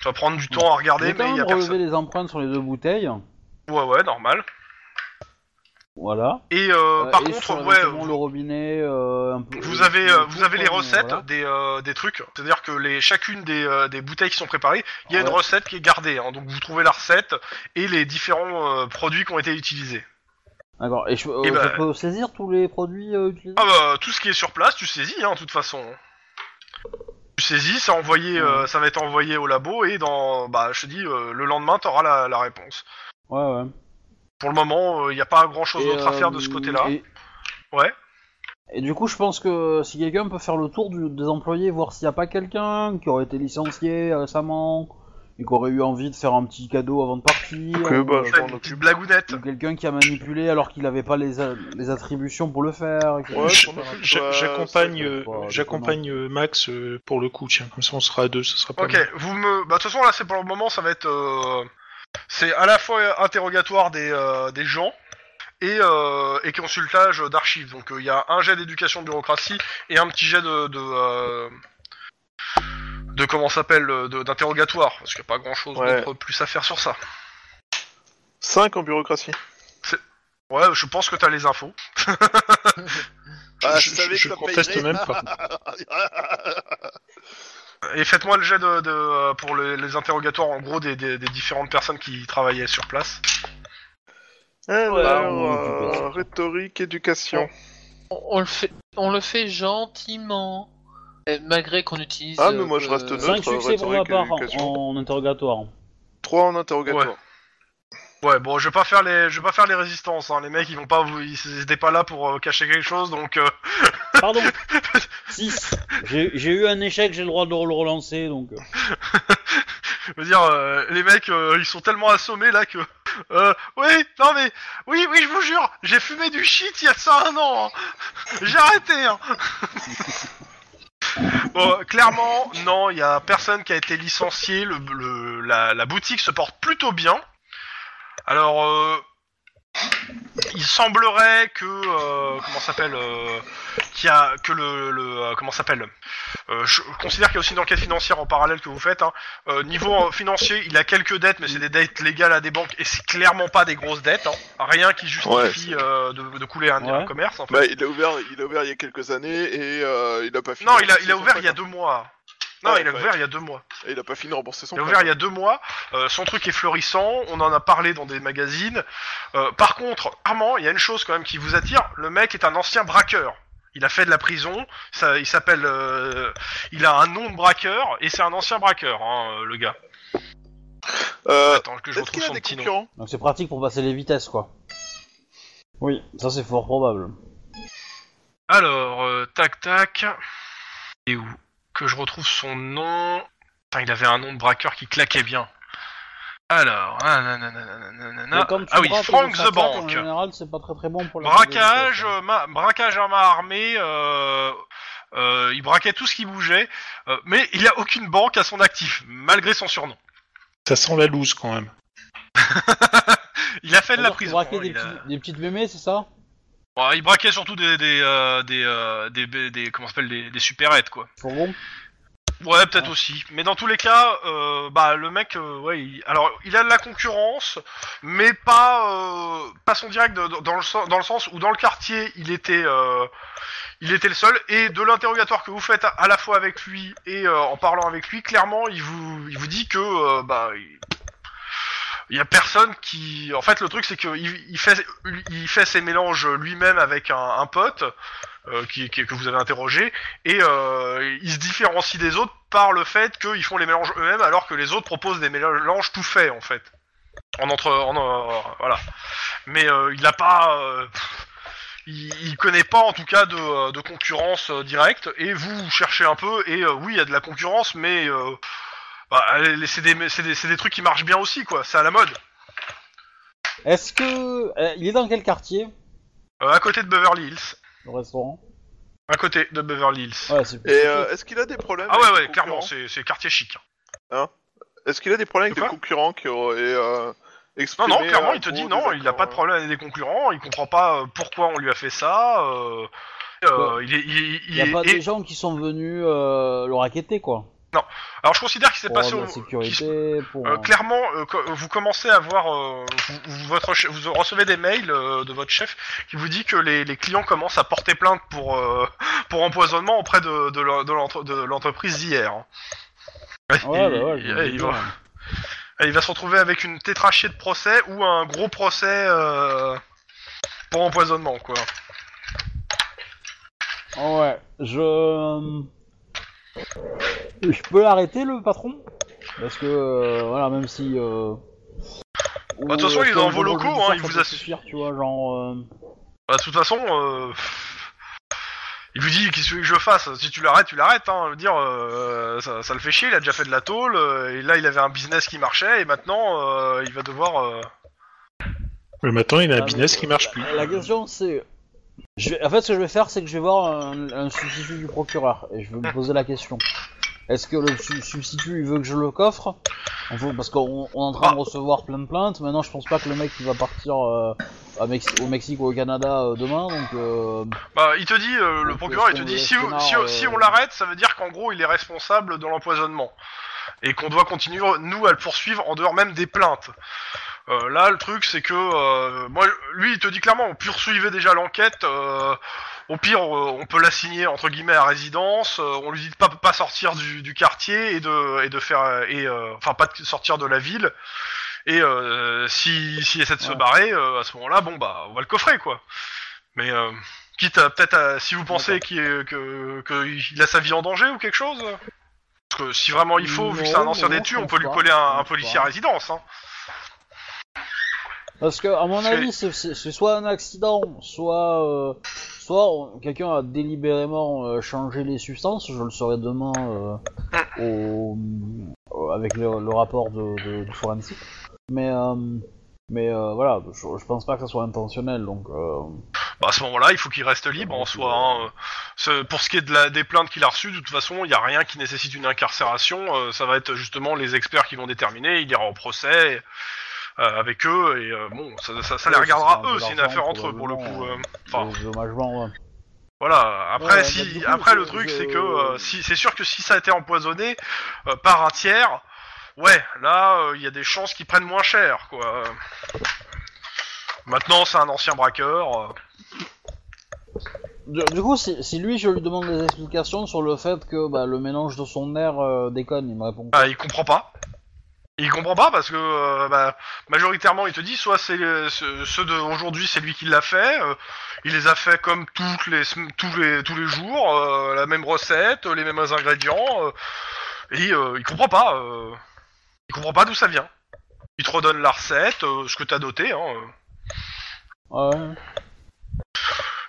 B: Tu vas prendre du temps
D: Je
B: à
D: vais
B: regarder
D: Hmm. quand
B: Ah, mais il y
D: même
B: a
D: relever
B: personne.
D: les empreintes sur les deux bouteilles.
B: Ouais ouais, normal.
D: Voilà.
B: Et euh,
D: Euh,
B: par
D: et sur,
B: contre,
D: euh,
B: ouais,
D: notamment le robinet, euh, un peu-
B: Vous avez, euh, vous avez les
D: Voilà.
B: recettes des, euh, des trucs, c'est-à-dire que les, chacune des, euh, des bouteilles qui sont préparées, il y a une
D: Ouais.
B: recette qui est gardée, hein. donc vous trouvez la recette et les différents euh, produits qui ont été utilisés.
D: D'accord. Et je, euh,
B: Et
D: je
B: bah-
D: peux saisir tous les produits euh, utilisés
B: Ah bah, tout ce qui est sur place, tu saisis, hein, de toute façon. Tu saisis, ça, envoyé, euh, ça va être envoyé au labo et dans, bah, je te dis, euh, le lendemain, t'auras la, la réponse.
D: Ouais, ouais.
B: Pour le moment, euh, il n'y a pas grand-chose
D: Et,
B: d'autre à faire de
D: euh,
B: ce côté-là.
D: et-
B: Ouais.
D: Et du coup, je pense que si quelqu'un peut faire le tour du- des employés, voir s'il n'y a pas quelqu'un qui aurait été licencié récemment et qui aurait eu envie de faire un petit cadeau avant de partir, euh,
E: Que bah,
B: Tu
E: je
B: fais
E: m'en
B: une petite
E: occupe.
B: blagounette.
D: ou quelqu'un qui a manipulé alors qu'il n'avait pas les, a- les attributions pour le faire. etc.
E: Ouais,
A: *laughs* Je-
E: je m'en occupe,
A: je-
E: toi,
A: J'accompagne,
E: c'est-
A: euh,
D: pas déconnant.
A: j'accompagne euh, Max euh, pour le coup, tiens, comme ça on sera à deux, ça sera pas
B: Ok,
A: mal.
B: vous me. Bah, de toute façon, là, c'est pour le moment, ça va être. euh, C'est à la fois interrogatoire des, euh, des gens et, euh, et consultage d'archives. Donc, euh, il y a un jet d'éducation de bureaucratie et un petit jet de. de, euh, de comment ça s'appelle de- d'interrogatoire. Parce qu'il n'y a pas grand chose
E: Ouais.
B: d'autre plus à faire sur ça.
E: 5 en bureaucratie.
B: Ouais, je pense que t'as les infos.
A: Ah,
F: je,
A: je-
F: savais
A: je
F: que ça
A: conteste
F: payerait.
A: même pas.
B: Et faites-moi le jet de, de, euh, pour les, les interrogatoires, en gros, des, des- des différentes personnes qui travaillaient sur place.
E: Alors,
D: on occupe.
E: Eh euh, rhétorique, éducation.
C: On, on le fait, on le fait gentiment, Euh, malgré qu'on utilise.
E: Ah, mais
C: euh,
E: moi, je reste
C: euh,
E: neutre.
D: Cinq
E: Notre
D: succès pour ma
E: rhétorique et
D: part en,
E: éducation.
D: en interrogatoire.
E: 3 en interrogatoire.
B: Ouais, bon, je vais pas faire les, je vais pas faire les résistances. Hein. Les mecs, ils vont pas, vous- ils ils étaient pas là pour euh, cacher quelque chose, donc euh, *laughs*
D: Pardon 6. J'ai j'ai eu un échec, j'ai le droit de le relancer donc. euh.
B: je veux dire, euh, les mecs, euh, ils sont tellement assommés là que, euh, oui, non mais, oui, oui, je vous jure, j'ai fumé du shit il y a ça un an, hein. j'ai arrêté. Hein. *laughs* Bon, euh, clairement, non, il y a personne qui a été licencié. Le, le- la, la boutique se porte plutôt bien. Alors, euh, il semblerait que euh, comment ça s'appelle, euh, qu'il y a que le, le euh, comment ça s'appelle. Euh, je considère qu'il y a aussi une enquête financière en parallèle que vous faites. hein. Euh, niveau euh, financier, il a quelques dettes, mais c'est des dettes légales à des banques et c'est clairement pas des grosses dettes. hein. Rien qui justifie euh, de, de couler un, un
D: Ouais.
B: commerce. En fait.
E: Bah, il a ouvert, il a ouvert il y a quelques années et euh, il a pas fini.
B: non,
E: de
B: il a,
E: rembourser
B: il a
E: son
B: ouvert
E: prêt,
B: il y a deux mois. Non,
E: Ouais,
B: il a
E: ouais.
B: ouvert il y a deux mois.
E: quoi. Et il a pas fini de rembourser son.
B: Il a
E: prêt,
B: ouvert il y a deux mois, euh, son truc est florissant, on en a parlé dans des magazines. Euh, par contre, Armand, il y a une chose quand même qui vous attire, le mec est un ancien braqueur. Il a fait de la prison, ça, il s'appelle... euh, il a un nom de braqueur, et c'est un ancien braqueur, hein, euh, le gars.
E: quoi. Euh,
B: Attends que je
E: Est-ce
B: retrouve
E: qu'il a
B: son
E: des
B: petit nom.
E: concurrents
D: Donc c'est pratique pour passer les vitesses quoi. Oui, ça c'est fort probable.
B: Alors, euh, tac tac... Et où Que je retrouve son nom... Putain, il avait un nom de braqueur qui claquait bien. Alors... ah, nanana, nanana.
D: Mais quand tu
B: Ah oui,
D: braques et
B: Frank
D: que
B: the
D: ça claque, En
B: Bank.
D: général, c'est pas très très bon pour la
B: Braquage,
D: vitesse,
B: euh, ma- braquage à main armée, euh, euh, il braquait tout ce qui bougeait, euh, mais il a aucune banque à son actif, malgré son surnom. *laughs*
A: Ça sent la loose quand même.
B: Il a fait
D: hein.
B: de la
D: Alors, tu
B: prison.
D: braquais
B: hein,
D: des,
B: il, a-
D: petits- des petites mémés, c'est ça
B: Ouais, il braquait surtout des des euh, des, euh, des, des- des- comment ça s'appelle des, des supérettes quoi.
D: Fourgon
B: Ouais, peut-être
D: Ouais.
B: aussi. Mais dans tous les cas, euh, bah le mec, euh, ouais, il- alors il a de la concurrence, mais pas euh, pas son direct de- de- dans le sens dans le sens où dans le quartier il était euh, il était le seul et de l'interrogatoire que vous faites à, à la fois avec lui et euh, en parlant avec lui, clairement il vous il vous dit que euh, bah il- il y a personne qui. En fait, le truc c'est que il, il fait il fait ses mélanges lui-même avec un, un pote euh, qui, qui- que vous avez interrogé et euh, ils se différencient des autres par le fait qu'ils font les mélanges eux-mêmes alors que les autres proposent des mélanges tout faits en fait. En entre, en, euh, voilà. Mais euh, il n'a pas, euh, pff, il, il connaît pas en tout cas de, euh, de concurrence euh, directe. Et vous, vous cherchez un peu, et euh, oui, il y a de la concurrence, mais euh, bah, allez, les- c'est des, c'est des- c'est des trucs qui marchent bien aussi, quoi. C'est à la mode.
D: Est-ce que. euh, il est dans quel quartier,
B: Euh, à côté de Beverly Hills.
D: le restaurant
B: À côté de Beverly Hills.
D: Ouais, c'est.
E: Et euh, est-ce qu'il a des problèmes
B: Ah ouais,
E: avec
B: ouais,
E: les
B: clairement,
E: concurrents
B: c'est c'est quartier chic. hein.
E: Est-ce qu'il a des
B: De
E: problèmes avec des
B: quoi
E: concurrents qui auraient euh,
B: Non,
E: exprimé euh,
B: non, clairement,
E: un
B: il te
E: gros
B: dit non, il n'a pas de problème avec des concurrents, il comprend pas euh, pourquoi on lui a fait ça. euh, euh, il est, il, il-
D: Il n'y a
B: il-
D: pas
B: et-
D: des gens qui sont venus euh, le raqueter, quoi.
B: Alors je considère qu'il s'est
D: Pour
B: passé
D: Oh, la
B: au- qu'il se-
D: sécurité, pour.
B: Euh,
D: euh,
B: clairement, euh, co- vous commencez à voir, euh, vous, vous- votre che- vous recevez des mails euh, de votre chef qui vous dit que les, les clients commencent à porter plainte pour euh, *laughs* pour empoisonnement auprès de de l'en- de l'entre- de l'entreprise hein. hier.
D: Ouais,
B: il,
D: bah ouais, je me
B: il-
D: dis
B: il
D: bien.
B: va, il va se retrouver avec une tétrachée de procès ou un gros procès euh, pour empoisonnement quoi.
D: Oh ouais, je. euh, Je peux l'arrêter le patron Parce que euh, voilà, même si. Euh...
B: Bah, de toute façon, il est dans vos locaux, hein, il vous a-
D: a suffire, tu vois, genre. euh,
B: Bah, de toute façon, euh, il vous dit qu'est-ce que je fasse. Si tu l'arrêtes, tu l'arrêtes. Hein. Je veux dire, euh, ça, ça le fait chier. Il a déjà fait de la tôle. euh, et là, il avait un business qui marchait. Et maintenant, euh, il va devoir. euh,
A: Mais maintenant, il a un
D: Ah,
A: business
D: mais,
A: qui
D: euh,
A: marche plus.
D: La, la question c'est. Je vais- En fait, ce que je vais faire, c'est que je vais voir un, un substitut du procureur et je vais me poser la question. Est-ce que le su- substitut il veut que je le coffre Enfin, Parce qu'on on est en train
B: Ah.
D: de recevoir plein de plaintes. Maintenant, je pense pas que le mec il va partir euh, à Mex- au Mexique ou au Canada euh, demain. Donc, euh,
B: Bah, il te dit, euh, le
D: Donc,
B: procureur,
D: est-ce
B: il te
D: qu'on
B: dit,
D: laisse
B: si, vous-
D: Connard,
B: si,
D: euh,
B: si on l'arrête, ça veut dire qu'en gros, il est responsable de l'empoisonnement. Et qu'on doit continuer, nous, à le poursuivre en dehors même des plaintes. Euh, là, le truc, c'est que, euh, moi, lui, il te dit clairement, on poursuivait déjà l'enquête, euh, au pire, euh, on peut l'assigner, entre guillemets, à résidence, euh, on lui dit de pas, pas sortir du, du quartier et de, et de faire, euh, et, euh, enfin, pas de sortir de la ville. Et euh, si, si essaie de se
D: Ouais.
B: barrer, euh, à ce moment-là, bon, bah, on va le coffrer, quoi. Mais, euh, Quitte à peut-être à- si vous pensez qu'il est- que qu'il a sa vie en danger ou quelque chose. Parce que si vraiment il faut, vu que c'est un
D: Non,
B: ancien
D: non,
B: des tues,
D: je
B: on
D: pense
B: peut lui
D: pas,
B: coller
D: je
B: un, un
D: pense
B: policier
D: pas.
B: à résidence. Hein.
D: parce que à mon
B: Parce que-
D: avis, c'est- c'est c'est soit un accident, soit euh, soit on- quelqu'un a délibérément euh, changé les substances. Je le saurai demain euh, au- euh, avec le, le rapport de, de- du forensique. Mais euh, mais euh, voilà, je, je pense pas que ça soit intentionnel. Donc euh,
B: Bah, à ce moment-là, il faut qu'il reste libre en soi. hein. Euh, ce- Pour ce qui est de la, des plaintes qu'il a reçues, de toute façon, il n'y a rien qui nécessite une incarcération. euh, ça va être justement les experts qui vont déterminer. Il ira en procès euh, avec eux et euh, bon, ça, ça- ça les
D: Ouais,
B: regardera
D: ce sera
B: eux. C'est une
D: de
B: affaire
D: l'argent,
B: entre eux pour le coup.
D: probablement,
B: euh, Enfin,
D: les dommagements, ouais.
B: Voilà. Après,
D: Ouais, bah,
B: si,
D: du coup,
B: après
D: je-
B: le truc,
D: je-
B: c'est que euh, si, c'est sûr que si ça a été empoisonné euh, par un tiers, ouais, là, euh, il y a des chances qu'ils prennent moins cher, quoi. Maintenant, c'est un ancien braqueur. euh.
D: Du, du coup, si, si lui, je lui demande des explications sur le fait que bah, le mélange de son air euh, déconne, il me répond.
B: Bah, il comprend pas. Il comprend pas parce que euh, bah, majoritairement, il te dit soit c'est euh, ce- ceux d'aujourd'hui, c'est lui qui l'a fait. euh, il les a fait comme toutes les sem- tous les tous les jours, euh, la même recette, les mêmes ingrédients. euh, et euh, il comprend pas. euh, il comprend pas d'où ça vient. Il te redonne la recette, euh, ce que t'as noté. Hein, euh.
D: Ah Ouais.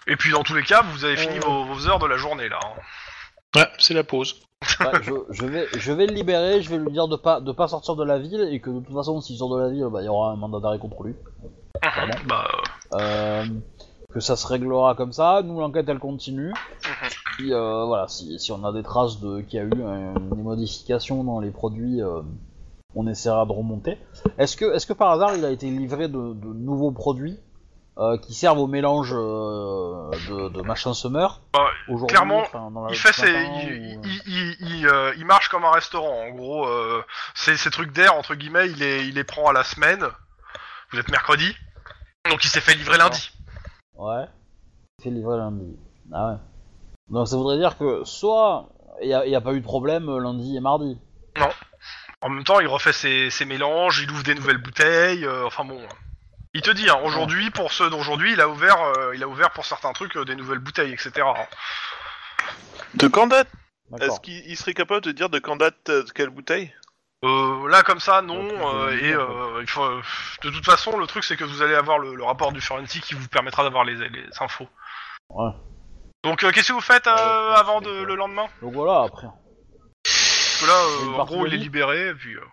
B: et puis dans tous les cas, vous avez fini
D: Euh.
B: vos, vos heures de la journée là. hein.
A: Ouais, c'est la pause.
D: Bah, je, je vais, je vais le libérer, je vais lui dire de pas, de pas sortir de la ville et que de toute façon, s'il sort de la ville, bah, il y aura un mandat d'arrêt contre lui. Clairement.
B: Bah, euh,
D: Euh, que ça se réglera comme ça. Nous, l'enquête, elle continue. Si, euh, voilà, si, si on a des traces de qu'il y a eu euh, des modifications dans les produits, euh, on essaiera de remonter. Est-ce que, est-ce que par hasard, il a été livré de, de nouveaux produits euh, qui servent au mélange euh, de, de machin semeur
B: Bah,
D: aujourd'hui,
B: clairement,
D: enfin, dans la-
B: Il
D: ce
B: fait ses,
D: matin,
B: il,
D: ou-
B: il, il, il, euh, il marche comme un restaurant. En gros, euh, ces, ces trucs d'air entre guillemets, il les, il les prend à la semaine. Vous êtes mercredi, donc il s'est fait livrer lundi.
D: Ouais. Il fait livrer lundi. Ah ouais. Donc ça voudrait dire que soit il n'y a, y a pas eu de problème euh, lundi et mardi.
B: En même temps, il refait ses, ses mélanges, il ouvre des nouvelles bouteilles. euh, enfin bon, il te dit hein, aujourd'hui pour ceux d'aujourd'hui, il a ouvert, euh, il a ouvert pour certains trucs euh, des nouvelles bouteilles, hein. etc.
E: De quand date
D: D'accord.
E: Est-ce qu'il il serait capable de dire de quand date euh, de quelle bouteille
B: Euh, là, comme ça, non.
D: Donc,
B: euh,
D: euh,
B: et euh, il faut, euh, de toute façon, le truc, c'est que vous allez avoir le, le rapport du forensic qui vous permettra d'avoir les, les infos.
D: Ouais. Ah
B: Donc, euh, qu'est-ce que vous faites euh,
D: Ouais, je pense
B: avant
D: que-
B: de, le lendemain
D: Donc voilà, après.
B: Parce que là, euh,
D: Il
B: en
D: part
B: gros, il est
D: seul.
B: libéré, et puis... Euh,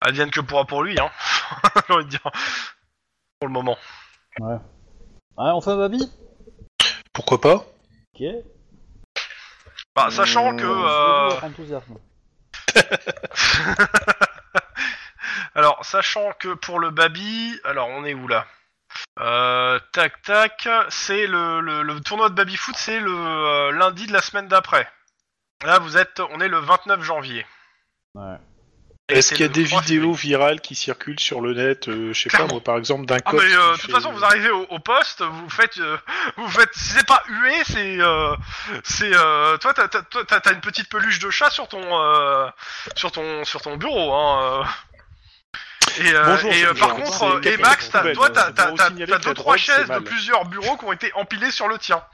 B: advienne que pourra pour lui, hein. *laughs* J'ai envie de dire. Pour le moment.
D: Ouais, Hein, on fait un baby
A: Pourquoi pas
D: Ok.
B: Bah, sachant
D: Euh,
B: que...
D: je vais
B: euh,
D: voir votre enthousiasme.
B: Alors, sachant que pour le baby, alors on est où là Euh, Tac tac, c'est le, le- le tournoi de baby foot, c'est le euh, lundi de la semaine d'après. Là, vous êtes, on est le 29 janvier.
D: Ouais.
B: Et
A: Est-ce
B: c'est
A: qu'il y a
B: le
A: des
B: 3
A: vidéos
B: février.
A: virales qui circulent sur le net euh, Je sais pas,
B: Clairement.
A: moi, par exemple, d'un
B: Ah
A: cop
B: mais euh, de
A: qui
B: toute
A: fait-
B: façon, vous arrivez au, au poste, vous faites, euh, *laughs* vous faites, si c'est pas hué, c'est, euh, c'est, euh, toi, t'as, t'as- toi, t'as- t'as une petite peluche de chat sur ton, euh, sur ton, sur ton bureau, hein. euh. Et, euh,
A: Bonjour,
B: et,
A: c'est
B: euh, par
A: Jean,
B: contre,
A: c'est
B: euh, et
A: Catherine
B: Max, t'as-
A: Roubaix,
B: toi, t'as,
A: euh,
B: t'as,
A: pour
B: t'as-
A: signaler
B: t'as
A: que
B: deux
A: la
B: trois
A: drogue, c'est
B: chaises de
A: mal.
B: plusieurs bureaux qui ont été empilées sur le tien,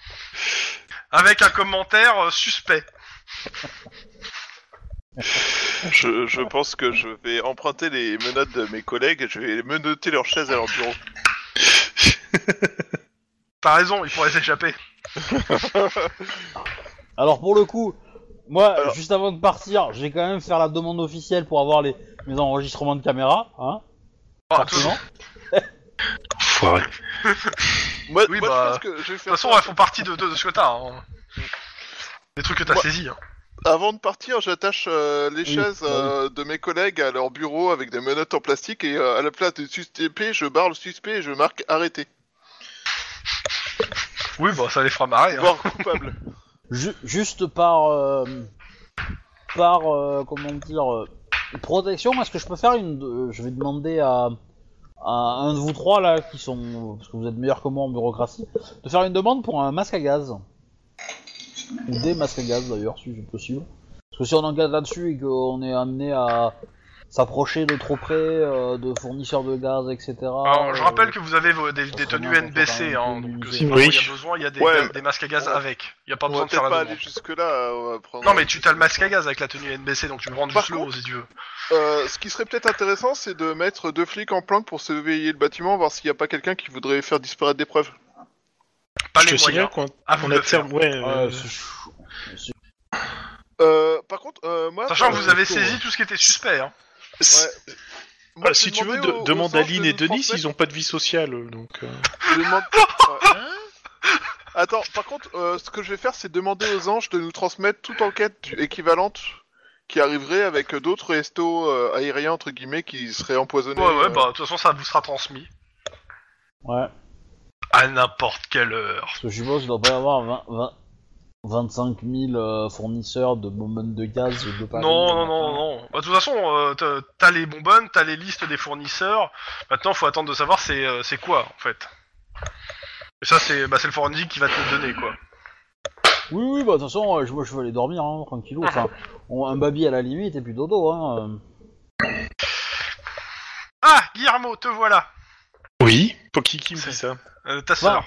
B: avec un commentaire euh, suspect.
E: Je, je pense que je vais emprunter les menottes de mes collègues et je vais menotter leurs chaises à leur bureau.
B: T'as raison, il pourrait s'échapper.
D: Alors pour le coup, moi,
E: Alors-
D: juste avant de partir, je vais quand même faire la demande officielle pour avoir les, mes enregistrements de caméra, hein,
B: Enfin, tout-
D: forcément.
A: Enfoiré.
E: Moi,
B: Oui,
E: moi,
B: bah,
E: je pense que je vais
B: de
E: faire
B: toute façon,
E: ça.
B: elles font partie de, de, de ce que t'as. hein. Des trucs que t'as
E: Moi-
B: saisis. hein.
E: Avant de partir, j'attache euh, les
D: Oui,
E: chaises
D: bah oui.
E: euh, de mes collègues à leur bureau avec des menottes en plastique et euh, à la place du suspect, je barre le suspect et je marque arrêté.
B: Oui, bah ça les fera marrer. hein. *laughs*
E: Voire coupable.
D: Ju- juste par, euh, par euh, comment dire, euh, protection, est-ce que je peux faire une, euh, je vais demander à, à un de vous trois là, qui sont, parce que vous êtes meilleurs que moi en bureaucratie, de faire une demande pour un masque à gaz ou des masques à gaz d'ailleurs, si c'est possible. Parce que si on engage là-dessus et qu'on est amené à s'approcher de trop près euh, de fournisseurs de gaz, etc.
B: Alors, je
D: euh,
B: rappelle que vous avez vos- des,
D: ça
B: des
D: serait
B: tenues
D: bien qu'on soit
B: NBC,
D: pas
B: hein,
D: un peu
B: donc
D: obligé.
B: si
A: Oui.
B: il y a besoin, il y a des,
E: Ouais.
B: des masques à gaz
E: Ouais.
B: avec. Il n'y a pas
E: On va
B: besoin de faire
E: peut-être
B: la
E: pas
B: demande.
E: aller jusque-là. euh,
B: Non, mais tu t'as le masque à gaz avec la tenue NBC, donc tu peux prendre
E: Par
B: juste l'eau si tu veux.
E: Euh, ce qui serait peut-être intéressant, c'est de mettre deux flics en planque pour surveiller le bâtiment, voir s'il n'y a pas quelqu'un qui voudrait faire disparaître des preuves.
B: Pas
A: Je
B: les
A: te signale
B: moyens.
A: qu'on
B: À vous
A: on
B: de le faire.
A: terme. Ouais, euh,
D: ouais, c'est chou- c'est-
E: Euh, par contre, euh, moi.
B: Sachant que
E: euh,
B: vous avez
D: plutôt,
B: saisi tout ce qui était suspect. Hein.
A: c'est-
E: moi,
A: Ah,
E: j'ai
A: si tu veux,
E: demandé
A: de-
E: au- au
A: demande à
E: centre de
A: Lynn
E: nous
A: et Denis,
E: transmettre-
A: ils ont pas de vie sociale, euh, donc. euh,
E: je *laughs* demande- Ouais. Attends, par contre, euh, ce que je vais faire, c'est demander aux anges de nous transmettre toute enquête du- équivalente qui arriverait avec d'autres restos euh, aériens, entre guillemets, qui seraient empoisonnés.
B: Ouais, ouais,
E: euh,
B: bah de toute façon, ça vous sera transmis.
D: ouais.
B: À n'importe quelle heure.
D: Parce que je suppose qu'il doit pas y avoir 20, 20 25 000 euh, fournisseurs de bonbonnes de gaz de Paris.
B: non, non, non, non. Bah, de toute façon, euh, t'as- t'as les bonbonnes, t'as les listes des fournisseurs. Maintenant, faut attendre de savoir c'est euh, c'est quoi, en fait. Et ça, c'est bah, c'est le forensic qui va te le donner, quoi.
D: Oui, oui, bah de toute façon, euh, je- moi je veux aller dormir, hein, tranquillou. Enfin, on- un baby à la limite et puis dodo, hein. euh.
B: Ah, Guillermo, te voilà.
A: Oui. Qui, qui me dit ça
B: Euh, ta sœur.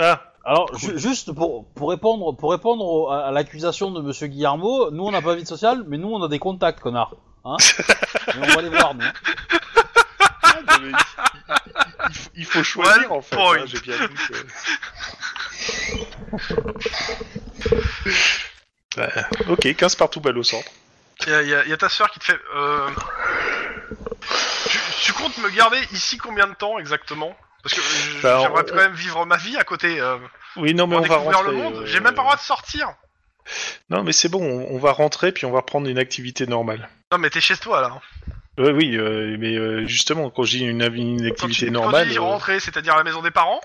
A: Ah,
D: Alors, ju- juste pour, pour répondre, pour répondre au- à, à l'accusation de Monsieur Guillermo, nous on n'a pas vie sociale, mais nous on a des contacts, connard.
B: *laughs*
D: Hein Et on va les voir, nous.
A: ah, mais il- il, faut- il faut choisir
B: One
A: en fait.
B: point.
A: hein, J'ai bien vu que- Ouais, ok, 15 partout balle au centre.
B: Il y, a- y a- y a ta soeur qui te fait. euh, Tu, tu comptes me garder ici combien de temps exactement Parce que je-
A: Bah,
B: j'aimerais
A: on-
B: quand même vivre ma vie à côté. euh,
A: Oui, non, mais on,
B: pour
A: va
B: découvrir
A: rentrer.
B: le monde.
A: euh,
B: J'ai même pas le droit de sortir.
A: Non, mais c'est bon, on, on va rentrer puis on va reprendre une activité normale.
B: Non mais t'es chez toi là.
A: Ouais, oui, euh, mais euh, justement, quand je dis une, une
B: Quand tu,
A: activité
B: quand
A: normale.
B: tu dis
A: euh,
B: rentrer, c'est-à-dire à la maison des parents.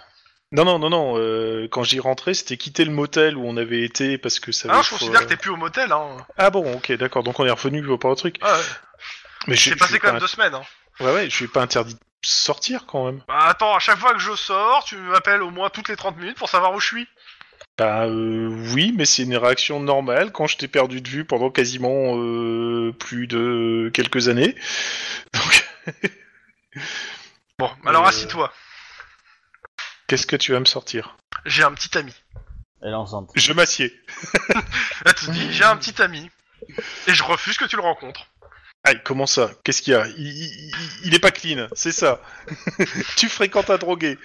A: Non, non, non, non. euh, quand j'y rentrais, c'était quitter le motel où on avait été parce que ça.
B: Ah,
A: avait- euh.
B: je considère que t'es plus au motel. Hein.
A: Ah bon, ok, d'accord. Donc on est revenu, je vois pas le truc.
B: Ah, ouais.
A: Mais je,
B: J'ai
A: je
B: passé
A: suis
B: quand
A: pas
B: même deux semaines. hein.
A: in- Ouais, ouais, je suis pas interdit de sortir quand même.
B: Bah, attends, à chaque fois que je sors, tu m'appelles au moins toutes les 30 minutes pour savoir où je suis.
A: Bah euh, oui, mais c'est une réaction normale quand je t'ai perdu de vue pendant quasiment euh, plus de quelques années. Donc
B: Bon, alors
A: Euh.
B: assis-toi.
A: qu'est-ce que tu vas me sortir
B: J'ai un petit ami.
D: Elle est enceinte.
A: Je m'assieds.
B: Là, tu te dis, j'ai un petit ami et je refuse que tu le rencontres.
A: Ah, comment ça Qu'est-ce qu'il y a il, il- il- il est pas clean, c'est *laughs* ça. tu fréquentes un drogué.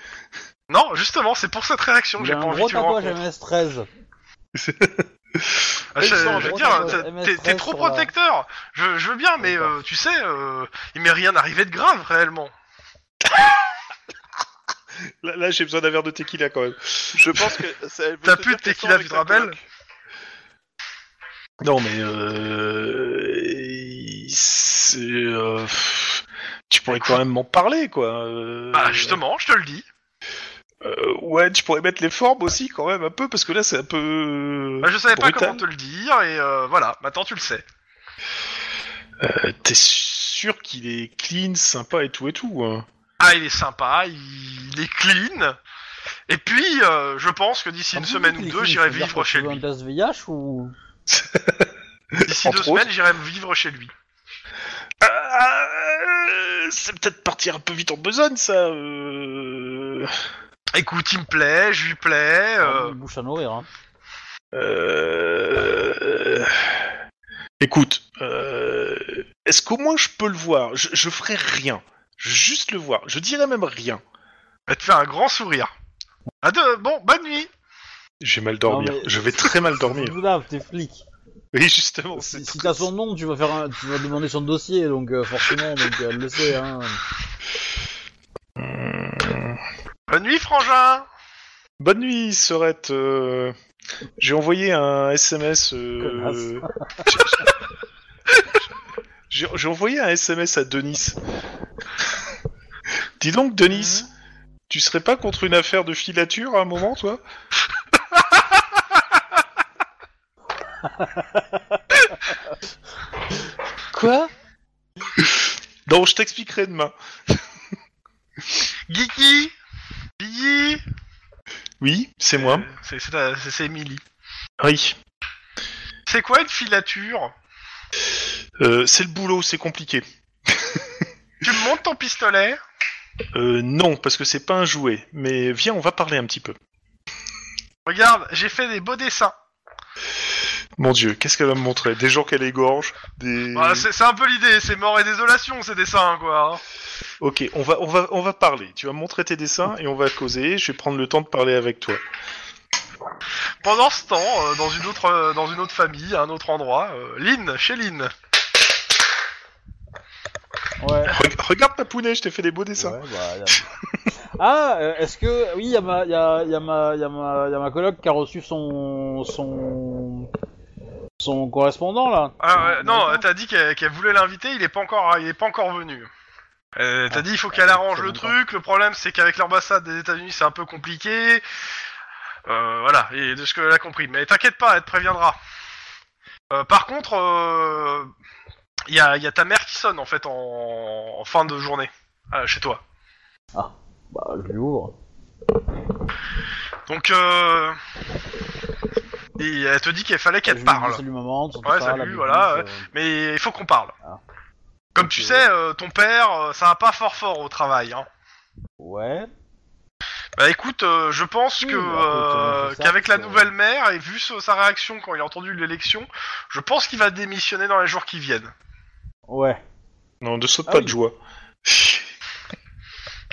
B: Non, justement, c'est pour cette réaction que
D: Il
B: j'ai
D: a
B: pas
D: un
B: envie
D: gros
B: que tu me
D: tatouage hein. MS-13.
B: rencontres. Ah, je,
D: Ils sont en
B: je veux
D: gros
B: dire,
D: tatouage
B: t'es-
D: MS
B: t'es- t'es
D: 13
B: trop
D: sur la-
B: protecteur. Je, je veux bien, mais
D: D'accord.
B: euh, tu sais, euh, il m'est rien arrivé de grave réellement.
A: Là, là, j'ai besoin d'un verre de tequila quand même.
E: Je
B: *laughs*
E: pense que ça veut
B: T'as
E: se
B: plus
E: dire
B: de tequila
E: qu'elle sort avec
B: du
E: sa
B: Drabel
E: coloc.
A: Non, mais euh... c'est, euh, pff, tu pourrais quand même m'en parler, quoi. euh,
B: Bah justement, je te le dis.
A: euh, ouais, tu pourrais mettre les formes aussi, quand même, un peu, parce que là, c'est un peu.
B: Bah, je savais pas
A: brutal.
B: comment te le dire et euh, voilà. Maintenant tu le sais.
A: Euh, T'es sûr qu'il est clean, sympa et tout et tout. hein.
B: Ah, il est sympa, il, il est clean. Et puis, euh, je pense que d'ici
D: Ah
B: une
D: oui,
B: semaine
D: oui,
B: ou
D: les
B: deux,
D: filles,
B: j'irai
D: ça veut dire
B: vivre
D: que
B: chez
D: tu veux
B: lui.
D: Un test VIH ou
B: D'ici deux
A: Entre autres.
B: semaines, j'irai vivre chez lui.
A: Ah, euh, c'est peut-être partir un peu vite en besogne, ça. euh.
B: Écoute, il me plaît, je lui plais.
D: Ah
B: euh,
D: oui, bouche à nourrir. Hein.
A: Euh... Écoute, euh, est-ce qu'au moins je peux le voir je, je ferai rien. Je vais juste le voir. Je dirai même rien.
B: Elle te fait un grand sourire. À deux, bon, bonne nuit.
A: J'ai mal dormir.
D: Non, mais-
A: Je vais très mal dormir.
D: Boudave, t'es flic.
A: *laughs* Oui, justement. c'est
D: Si, si
A: tout-
D: t'as son nom, tu vas faire, un- tu vas demander son dossier, donc euh, forcément, donc elle le sait. Hein.
B: Bonne nuit, frangin.
A: Bonne nuit, Serette. euh, J'ai envoyé un SMS. euh, *laughs* J'ai j'ai envoyé un SMS à Denis. *laughs* Dis donc, Denis,
D: Mhm.
A: tu serais pas contre une affaire de filature à un moment, toi
C: Quoi
A: Non, je t'expliquerai demain.
B: Geeky. Biggie.
A: Oui, c'est moi.
B: Euh, C'est c'est ta- c'est- c'est Emily.
A: Oui.
B: C'est quoi une filature
A: Euh, c'est le boulot, c'est compliqué.
B: Tu me montes ton pistolet
A: Euh, non, parce que c'est pas un jouet. Mais viens, on va parler un petit peu.
B: Regarde, j'ai fait des beaux dessins.
A: Mon dieu, qu'est-ce qu'elle va me montrer Des gens qu'elle égorge Des...
B: Voilà, Bah, c'est c'est un peu l'idée, c'est mort et désolation ces dessins, quoi. hein.
A: Ok, on va, on, va, on va parler. Tu vas me montrer tes dessins et on va causer. Je vais prendre le temps de parler avec toi.
B: Pendant ce temps, euh, dans, une autre, euh, dans une autre famille, à un autre endroit, euh, Lynn, chez Lynn.
D: Ouais.
A: Reg- regarde Papounet, je t'ai fait des beaux dessins.
D: Ouais, bah, *laughs* y a- ah, euh, est-ce que oui, il y a ma, il y a, y a ma, y a ma, y a ma coloc qui a reçu son, son, son correspondant là.
B: Ah, ouais,
D: Son-
B: non,
D: son-
B: t'as dit qu'elle qu'elle voulait l'inviter, il est pas encore, il est pas encore venu. Euh, t'as
D: Ah,
B: dit il faut
D: ouais,
B: qu'elle arrange
D: ça
B: le
D: m'entend.
B: truc. Le problème c'est qu'avec l'ambassade des États-Unis c'est un peu compliqué. Euh, voilà, et de ce que elle a compris. Mais t'inquiète pas, elle te préviendra. Euh, par contre, euh, il y, a, il y a ta mère qui sonne en fait en, en fin de journée euh, chez toi.
D: Bah, je lui ouvre.
B: Donc, euh, et elle te dit qu'il fallait
D: Je
B: qu'elle
D: lui
B: parle.
D: dis Salut maman. tout
B: Ouais,
D: ça,
B: salut,
D: la bise,
B: voilà,
D: euh,
B: Mais il faut qu'on parle.
D: Ah.
B: Comme
D: Ok.
B: tu sais, euh, ton père, euh, ça va pas fort fort au travail. Hein.
D: euh, Ouais.
B: Bah écoute, euh, je pense
D: Oui,
B: que
D: bah, écoute,
B: euh,
D: on fait ça,
B: qu'avec la
D: parce que-
B: nouvelle mère et vu ce- sa réaction quand il a entendu l'élection, je pense qu'il va démissionner dans les jours qui viennent.
D: Ouais.
A: Non, ne saute
D: Ah
A: pas
D: oui.
A: de joie. *laughs*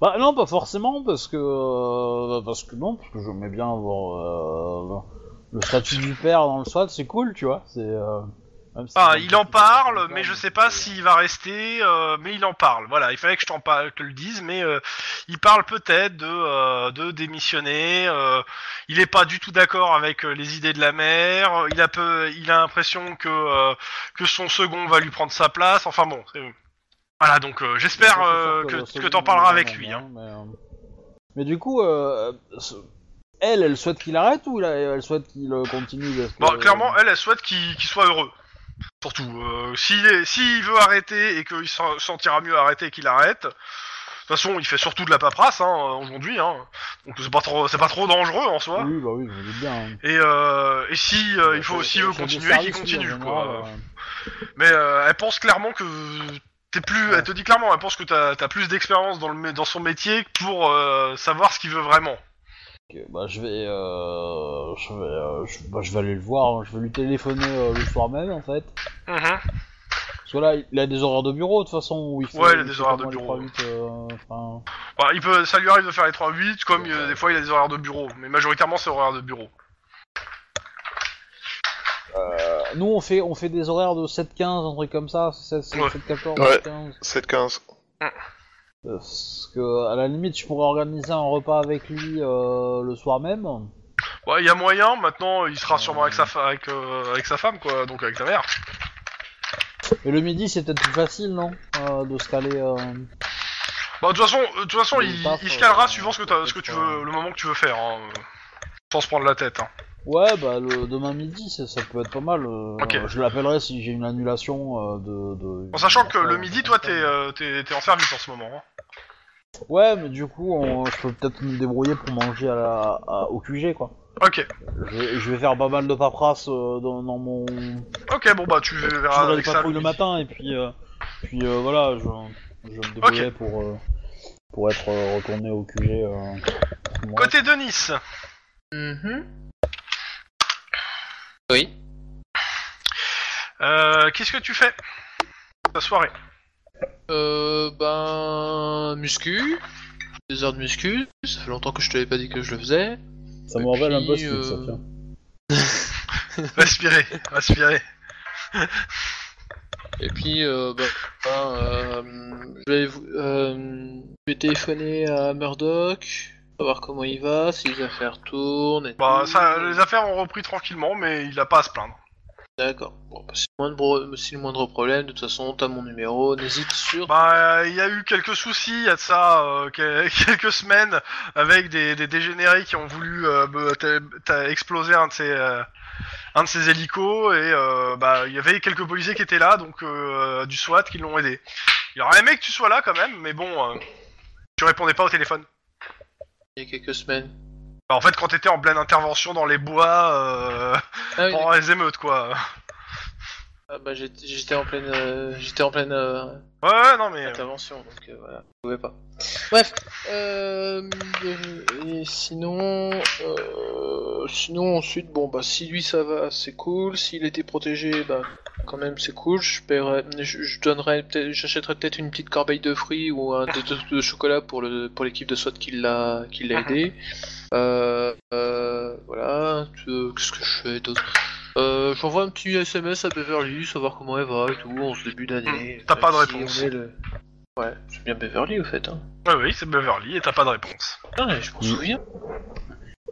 D: Bah non, pas forcément, parce que euh, parce que non, parce que j'aimais bien avoir euh, le statut du père dans le SWAT, c'est cool, tu vois. C'est. euh, même si
B: Ah,
D: c'est-
B: il en parle, mais je sais pas
D: c'est-
B: s'il va rester, euh, mais il en parle. Voilà, il fallait que je t'en parle, te le dise, mais euh, il parle peut-être de, euh, de démissionner. euh, il est pas du tout d'accord avec euh, les idées de la mère. euh, Il a peu, il a l'impression que euh, que son second va lui prendre sa place. Enfin bon, c'est- voilà. Donc euh,
D: Ça,
B: j'espère
D: c'est sûr
B: euh,
D: le
B: que, que
D: second,
B: t'en parleras
D: non,
B: avec
D: non,
B: lui.
D: non,
B: hein.
D: Mais, euh, mais du coup, euh, ce- elle, elle souhaite qu'il arrête ou là, elle souhaite qu'il euh, continue parce que-
B: Bon, Bah, clairement, elle, elle souhaite qu'il qu'il soit heureux. Surtout, euh, s'il est- s'il veut arrêter et qu'il se sentira mieux arrêter qu'il arrête. De toute façon, il fait surtout de la paperasse hein, aujourd'hui, hein. donc c'est pas trop, c'est pas trop dangereux en soi.
D: Oui, bah oui, je me doute bien. hein.
B: Et, euh, et si euh, il faut
D: Euh,
B: s'il
D: chef
B: veut
D: de
B: continuer,
D: service,
B: qu'il
D: oui, en
B: continue.
D: général,
B: Quoi.
D: euh,
B: Mais euh, elle pense clairement que t'es plus,
D: Ouais.
B: elle te dit clairement, elle pense que t'as as plus d'expérience dans le mé- dans son métier pour euh, savoir ce qu'il veut vraiment.
D: que- bah, je vais, euh, je vais, euh, je, bah, je vais aller le voir. hein. Je vais lui téléphoner euh, le soir même, en fait. Parce que là, il a des horaires de bureau, de toute façon. Où il fait,
B: Ouais, il a des
D: fait
B: horaires
D: comme
B: de
D: les
B: bureau.
D: 3-8, euh, enfin,
B: Enfin, il peut, ça lui arrive de faire les 3-8, comme euh, des fois il a des horaires de bureau, mais majoritairement c'est horaires de bureau.
D: euh, nous, on fait, on fait des horaires de 7-15, un truc comme ça, 7,
B: Ouais.
D: 14
E: Ouais.
D: 15
E: 7-15.
D: Parce que, à la limite, je pourrais organiser un repas avec lui euh, le soir même.
B: Ouais, il y a moyen, maintenant il sera sûrement avec sa, fa- avec, euh, avec sa femme, quoi, donc avec sa mère.
D: Et le midi, c'est peut-être plus facile, non Euh, De se caler. euh,
B: Bah, de toute façon, euh, de toute façon
D: Mais
B: il,
D: pas,
B: il se
D: euh,
B: calera suivant ce que, t'as- ce que
D: peut-être
B: tu
D: pas.
B: veux, le moment que tu veux faire, hein, euh, sans se prendre la tête. hein.
D: Ouais, bah le, demain midi, ça, ça peut être pas mal. euh,
B: Ok.
D: Je l'appellerai si j'ai une annulation euh, de, de-
B: En sachant que le midi, toi, t'es euh, t'es- t'es en service en ce moment. hein.
D: Ouais, mais du coup, on- je peux peut-être me débrouiller pour manger à la- à- au QG, quoi.
B: Ok,
D: Je, je vais faire pas mal de paperasse euh, dans, dans mon. Je
B: ok, bon bah tu verras
D: voudrais
B: avec ça.
D: le matin et puis, euh, puis euh, voilà, je, je me débrouillerai pour euh, pour être euh, retourné au QG. euh, à ce moment-là.
B: Côté de Nice,
C: Mhm. Oui.
B: euh, qu'est-ce que tu fais Ta soirée.
C: Euh, ben. Muscu. Des heures de muscu. Ça fait longtemps que je t'avais pas dit que je le faisais.
D: Ça me
C: et
D: rappelle un peu
C: puis,
D: ce truc, ça
C: euh,
D: tiens.
B: Respirez, respirez.
C: Et puis, euh, bah, ben, euh, je, vais, vous- euh, je vais téléphoner à Murdoch, savoir comment il va, si les affaires tournent. Et
B: Bah,
C: tout.
B: ça, les affaires ont repris tranquillement, mais il a pas à se plaindre.
C: D'accord. Bon, bah, si, le moindre bro- si le moindre problème, de toute façon, t'as mon numéro, n'hésite sur.
B: Bah, il y a eu quelques soucis, il y a de ça euh, que- *laughs* quelques semaines, avec des, des dégénérés qui ont voulu euh, bah, t'a- t'a- exploser un de ses, euh, un de ses hélicos, et euh, bah, il y avait quelques policiers qui étaient là, donc euh, du SWAT qui l'ont aidé. Il aurait aimé que tu sois là quand même, mais bon, euh, tu répondais pas au téléphone.
C: Il y a quelques semaines.
B: Bah, en fait, quand t'étais en pleine intervention dans les bois euh,
C: Ah oui,
B: pendant les émeutes, quoi.
C: ah, bah, j'étais j'étais en pleine, euh, j'étais en pleine euh,
B: Ouais, ouais, non, mais.
C: intervention, donc euh, voilà, je pouvais pas. Bref, euh, et sinon, euh, sinon ensuite, bon bah si lui ça va, c'est cool. S'il était protégé, bah quand même c'est cool. Je paierai, je, je donnerai peut-être, j'achèterai peut-être une petite corbeille de fruits ou un des deux de chocolat pour le pour l'équipe de SWAT qui l'a qui l'a
B: Mhm.
C: aidé. Euh, euh, voilà, euh, qu'est-ce que je fais d'autre? Euh, J'envoie un petit SMS à Beverly, savoir comment elle va et tout, en ce début d'année.
B: Mm, t'as pas de
C: Même
B: réponse.
C: on est le- Ouais, c'est bien Beverly au fait. Hein.
B: Ouais, oui, c'est Beverly, et t'as pas de réponse. *laughs*
C: Ah, mais je m'en souviens.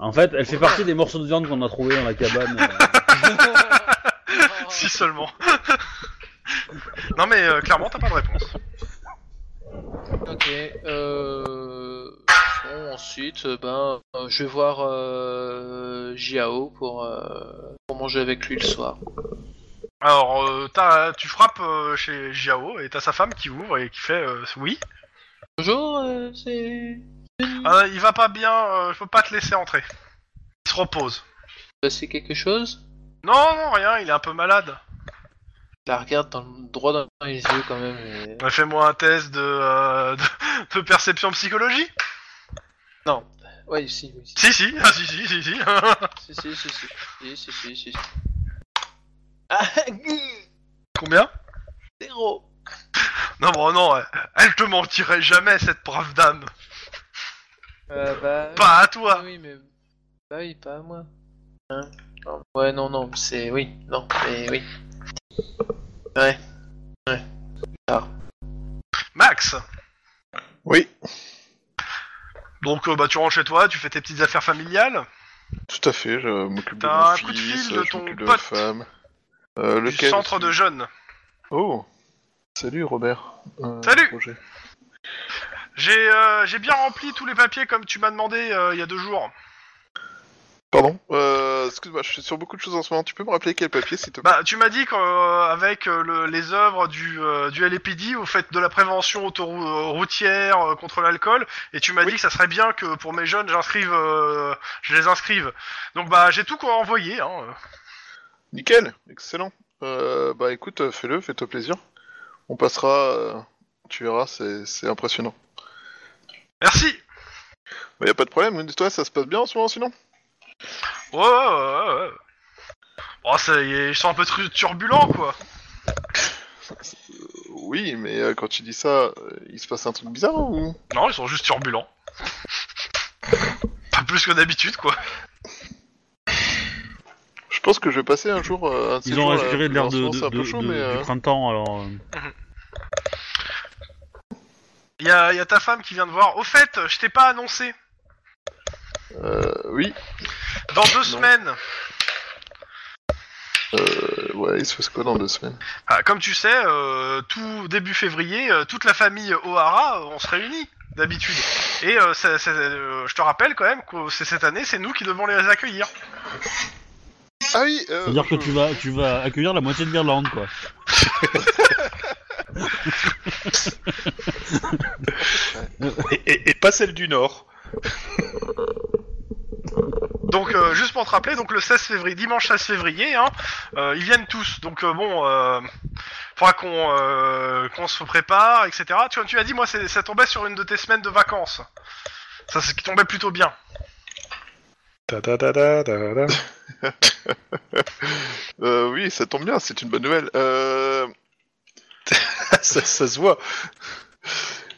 D: En fait, elle fait partie des morceaux de viande qu'on a trouvé dans la cabane. euh.
C: Ah,
B: Si seulement. *laughs* non mais euh, clairement t'as pas de réponse.
C: Ok. Euh... bon, ensuite, euh, ben, euh, je vais voir euh, Jiao pour, euh, pour manger avec lui le soir.
B: Alors euh, t'as- tu frappes euh, chez Jiao et t'as sa femme qui ouvre et qui fait euh, oui.
C: Bonjour, euh, c'est.
B: Euh, il va pas bien, euh, je peux pas te laisser entrer. Il se repose.
C: Passer quelque chose
B: Non non rien, il est un peu malade.
C: Je la regarde dans le- droit dans les yeux quand même. euh, et-
B: Euh, Fais-moi un test de, euh, de, de perception psychologie.
C: Non. Ouais, si, oui.
B: Si
C: Si,
B: si ah, si si si *laughs* si.
C: si, si, si. Si, si, si, si, si. Ah, *laughs*
B: Combien
C: zéro.
B: Non bon non, elle- elle te mentirait jamais cette brave dame.
C: Euh, bah,
B: Pas à
C: Ah
B: toi.
C: oui, mais. Bah oui, pas à moi. Hein Non, ouais, non, non, c'est. Oui, non, mais oui. Ouais. Ouais. Ah.
B: Max.
E: Oui,
B: Donc euh, bah tu rentres chez toi, tu fais tes petites affaires familiales.
E: tout à fait, je m'occupe de
B: T'as
E: mon
B: un
E: fils,
B: coup de fil de
E: je
B: ton
E: m'occupe de ma
B: pote
E: femme. Euh,
B: du
E: lequel
B: centre de jeunes.
E: Oh Salut Robert. Euh,
B: Salut.
E: Roger.
B: J'ai euh, j'ai bien rempli tous les papiers comme tu m'as demandé euh, il y a deux jours.
E: Pardon euh, Excuse-moi, je suis sur beaucoup de choses en ce moment. Tu peux me rappeler quel papier, s'il te plaît
B: Bah, tu m'as dit qu'avec euh, les œuvres du, euh, du LAPD, vous faites de la prévention autoroutière euh, contre l'alcool, et tu m'as dit que ça serait bien que pour mes jeunes, j'inscrive, euh, je les inscrive. Donc bah, j'ai tout envoyé. Hein.
E: Nickel Excellent euh, Bah écoute, euh, fais-le, fais-toi plaisir. On passera... euh, tu verras, c'est c'est impressionnant.
B: Merci.
E: Bah, y a pas de problème, mais toi, ça se passe bien en ce moment, sinon
B: Ouais, ouais, ouais, Oh, ouais. Bon, c'est- ils sont un peu tru- turbulents, quoi.
E: Oui, mais euh, quand tu dis ça, euh, il se passe un truc bizarre ou
B: Non, ils sont juste turbulents. Pas plus que d'habitude, quoi.
E: Je pense que je vais passer un jour. euh, un de ces
D: Ils ont
E: jours, euh,
D: récupéré de l'air
E: en ce
D: de,
E: moment,
D: de-
E: c'est un peu
D: de-
E: chaud,
D: de-
E: mais, euh,
D: du printemps, alors... euh,
B: Il y a, y a ta femme qui vient de voir. Au fait, je t'ai pas annoncé.
E: euh, oui.
B: Dans deux
E: Non.
B: semaines.
E: Euh, ouais, il se passe quoi dans deux semaines
B: Ah, comme tu sais, euh, tout début février, euh, toute la famille O'Hara, euh, on se réunit d'habitude. Et euh, ça- ça- euh, je te rappelle quand même que c'est cette année, c'est nous qui devons les accueillir.
E: Ah oui. euh,
D: C'est-à-dire que
E: je-
D: tu vas, tu vas accueillir la moitié de l'Irlande, quoi.
A: Et, et- et pas celle du Nord.
B: Donc euh, juste pour te rappeler, donc le 16 février, dimanche 16 février, hein, euh, ils viennent tous. Donc euh, bon, euh, faudra qu'on euh, qu'on se prépare, etc. Tu, tu as dit, moi, c'est- ça tombait sur une de tes semaines de vacances. Ça, c'est qui tombait plutôt bien.
A: Ta ta ta ta ta *laughs* ta.
E: Euh, oui, ça tombe bien, c'est une bonne nouvelle. Euh,
A: Ah, ça, ça se voit.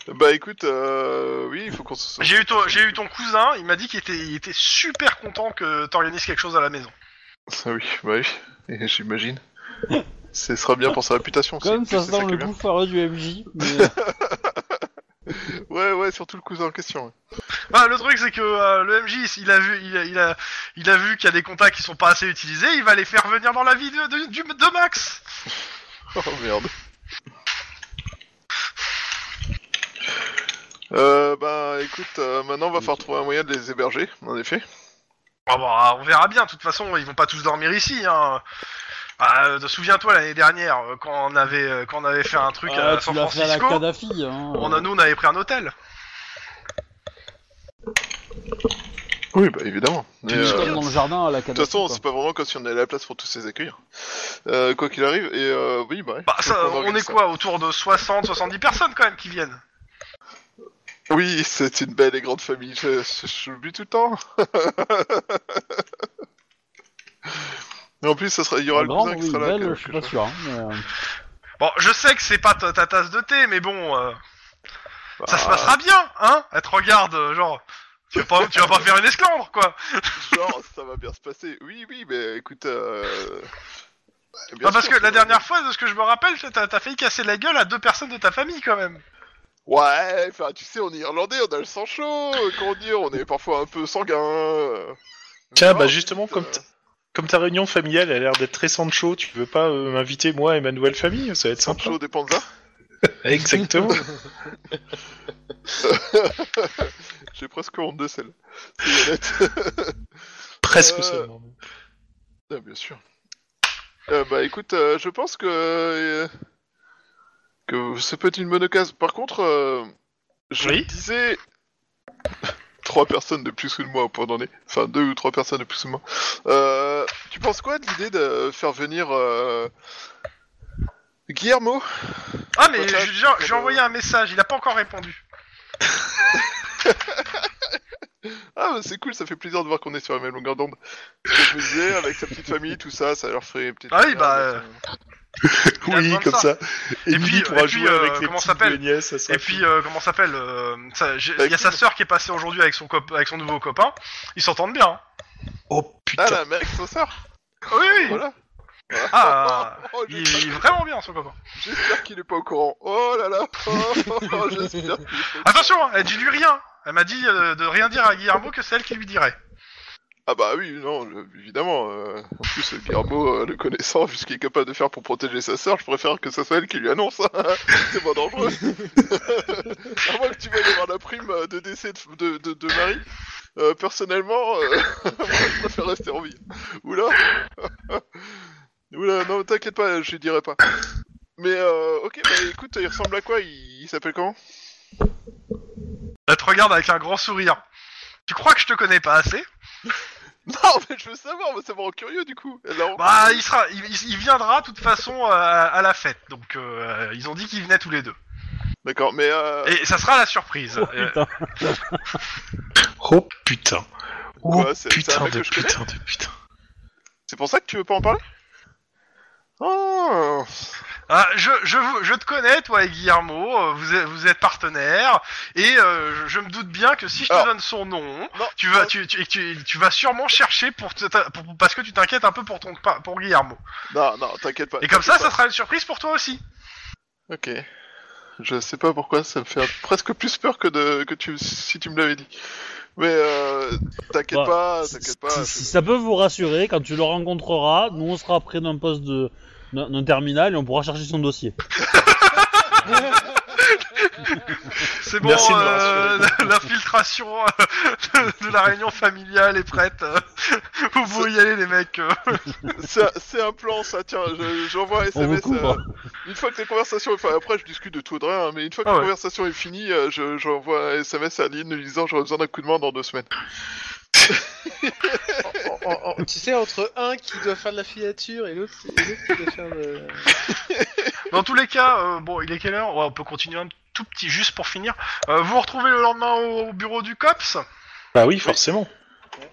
E: bah écoute, euh, oui, il faut qu'on se.
B: J'ai eu ton, j'ai eu ton cousin, il m'a dit qu'il était, il était super content que t'organises quelque chose à la maison.
E: *laughs* Ah oui, bah oui, *laughs* et j'imagine. Ce sera bien pour sa réputation.
D: Comme
E: c'est-
D: ça
E: c'est
D: sent
E: qui est
D: le
E: bien.
D: coup foireux du
E: *laughs*
D: MJ,
E: Ouais, ouais, surtout le cousin en question. ouais. *laughs*
B: Bah, le truc c'est que euh, le MJ, il a vu, il a, il a, il a vu qu'il y a des contacts qui sont pas assez utilisés, il va les faire venir dans la vie de, de- du- de Max.
E: Oh merde. Euh, bah écoute, euh, maintenant on va falloir trouver un moyen de les héberger, en effet.
B: Ah bah, on verra bien. De toute façon, ils vont pas tous dormir ici. Hein. Ah, euh, Souviens-toi l'année dernière euh, quand on avait, euh, quand on avait fait un truc euh, à
D: Ah, euh, tu
B: San
D: l'as fait à la
B: Francisco.
D: Kadhafi, hein.
B: On a, nous, on avait pris un hôtel.
E: Oui, bah évidemment. Mais,
D: C'est
E: euh,
D: comme dans le jardin à la
E: de
D: Kadhafi.
E: toute façon,
D: quoi.
E: c'est pas vraiment comme si on allait à la place pour tous les accueillir. Euh, quoi qu'il arrive, et euh, oui, bah. ouais.
B: Bah, ça,
E: Donc,
B: on,
E: organise
B: est
E: ça.
B: quoi Autour de 60, 70 personnes quand même qui viennent.
E: Oui, c'est une belle et grande famille, je, je, je l'oublie tout le temps. *laughs* Mais en plus, ça sera, il y aura
D: En
E: le
D: grand,
E: cousin qui
D: oui,
E: sera là.
D: belle,
E: que-
D: je
E: que
D: suis pas
E: je-
D: sûr. hein, mais, euh,
B: Bon, je sais que c'est pas ta, ta tasse de thé, mais bon. euh, Ça se
D: Ah.
E: Bah,
B: passera bien, hein Elle te regarde, euh, genre, tu vas pas, tu vas pas faire une esclandre, quoi
E: Ah, Genre, ça va bien se passer. Oui, oui, mais écoute. Euh... bah, bien
B: Ah, Parce
E: sûr,
B: que la
E: ça-
B: dernière fois, de ce que je me rappelle, t'as t'as failli casser la gueule à deux personnes de ta famille, quand même.
E: Ouais, enfin, tu sais, on est irlandais, on a le sang chaud. Comment dire, on est parfois un peu sanguin.
A: Tiens, bah
E: Non,
A: justement,
E: écoute,
A: comme,
E: euh,
A: ta- comme ta réunion familiale a l'air d'être très Sancho, tu veux pas euh, m'inviter moi et ma nouvelle famille Ça va être sympa.
E: Sancho des Panza.
A: Exactement.
E: J'ai presque honte de celle. C'est honnête.
A: Presque
E: Euh,
A: seulement.
E: Ah, bien sûr. Euh, bah écoute, euh, je pense que euh, que ça peut être une bonne occasion. Par contre, euh, je
B: Oui.
E: disais *laughs* trois personnes de plus que de moi au point d'en est. Enfin, deux ou trois personnes de plus que moi. Euh, tu penses quoi de l'idée de faire venir euh, Guillermo
B: Ah, mais
E: Toi,
B: j'ai
E: t'as-
B: déjà- j'ai
E: t'as le-
B: envoyé un message, il a pas encore répondu.
E: Ah, bah, c'est cool, ça fait plaisir de voir qu'on est sur la même longueur d'onde. Ce que je me disais, avec sa petite famille, tout ça, ça leur ferait peut-être.
B: Ah oui, bah, euh, il a
A: Oui,
B: besoin de
A: comme
B: ça.
A: ça.
B: Et
A: Et,
B: puis,
A: puis,
B: et
A: pourra
B: puis,
A: jouer
B: euh,
A: avec les
B: comment
A: petites
B: s'appelle
A: beignets, ça sera
B: Et puis, euh, comment ça s'appelle euh, ça, j'ai- Il y a sa sœur qui est passée aujourd'hui avec son, cop- avec son nouveau copain. Ils s'entendent bien. hein.
A: Oh putain.
E: Ah, la mec, sa sœur
B: Oui, oui.
E: Voilà
B: Ah,
E: Oh,
B: il,
E: j'ai pas-
B: il est vraiment bien, son copain.
E: J'espère qu'il est pas au courant. Oh là *laughs* là oh, oh, oh, J'espère qu'il est pas au courant.
B: Attention, hein, elle dit lui rien. Elle m'a dit euh, de rien dire à Guillermo que c'est elle qui lui dirait.
E: Ah bah oui, non, je- évidemment. euh, en plus, euh, Guillermo, euh, le connaissant, vu ce qu'il est capable de faire pour protéger sa sœur, je préfère que ça soit elle qui lui annonce. hein. *laughs* C'est pas dangereux. à moins que tu veuilles avoir la prime euh, de décès de, de, de- de Marie. Euh, personnellement, euh, *laughs* moi, je préfère rester en vie. Oula *laughs* Oula, non, t'inquiète pas, je lui dirai pas. Mais euh, ok, bah écoute, il ressemble à quoi Il, il s'appelle comment
B: Elle te regarde avec un grand sourire. Tu crois que je te connais pas assez
E: *laughs* Non, mais je veux savoir, on va savoir au curieux du coup. Elle l'a rencontré.
B: Bah, il sera, il, il- il viendra de toute façon euh, à, à la fête. Donc, euh, ils ont dit qu'ils venaient tous les deux.
E: D'accord, mais euh,
B: Et ça sera la surprise.
D: Oh,
B: Euh,
D: putain.
A: Oh putain. Oh
E: Quoi, c'est- c'est
A: putain
E: un mec
A: de
E: que je connais
A: putain de putain.
E: c'est pour ça que tu veux pas en parler Oh
B: Ah, je, je, vous- je te connais, toi et Guillermo, euh, vous êtes, vous êtes partenaires, et euh, je, je me doute bien que si je te
E: Alors-
B: donne son nom,
E: Non,
B: tu vas,
E: non.
B: tu, tu, et que tu, tu vas sûrement chercher pour, te- ta- pour- parce que tu t'inquiètes un peu pour, ton, pa- pour Guillermo.
E: Non, non, t'inquiète pas.
B: Et comme ça,
E: t'inquiète
B: ça sera une surprise pour toi aussi.
E: pas. Ok. Je sais pas pourquoi, ça me fait presque plus peur que, de... que tu... si tu me l'avais dit. Mais euh, t'inquiète
D: Bah,
E: pas,
D: Si,
E: t'inquiète pas.
D: si ça peut vous rassurer, quand tu le rencontreras, nous on sera près d'un poste de d'un d'un terminal et on pourra chercher son dossier.
B: C'est bon,
A: Merci de me
B: euh, l'infiltration euh, *laughs* de, de la réunion familiale est prête. *laughs* euh, Vous pouvez y aller, les mecs. euh.
E: *laughs* C'est un- c'est un plan, ça, tiens, je- j'envoie un
D: On vous
E: SMS.
D: couvre.
E: euh, une fois que les conversations. Enfin, après, je discute de tout de rien, hein, mais une fois que
B: Ah
E: la
B: ouais.
E: conversation est finie, euh, je- j'envoie un SMS à Lynn lui disant j'aurai besoin d'un coup de main dans deux semaines.
F: En- en- en- tu sais, entre un qui doit faire de la filature et l'autre et l'autre qui doit faire de...
B: Dans tous les cas, euh, bon, il est quelle heure Ouais, On peut continuer un tout petit, juste pour finir. Euh, vous vous retrouvez le lendemain au, au bureau du COPS
A: Bah oui, forcément.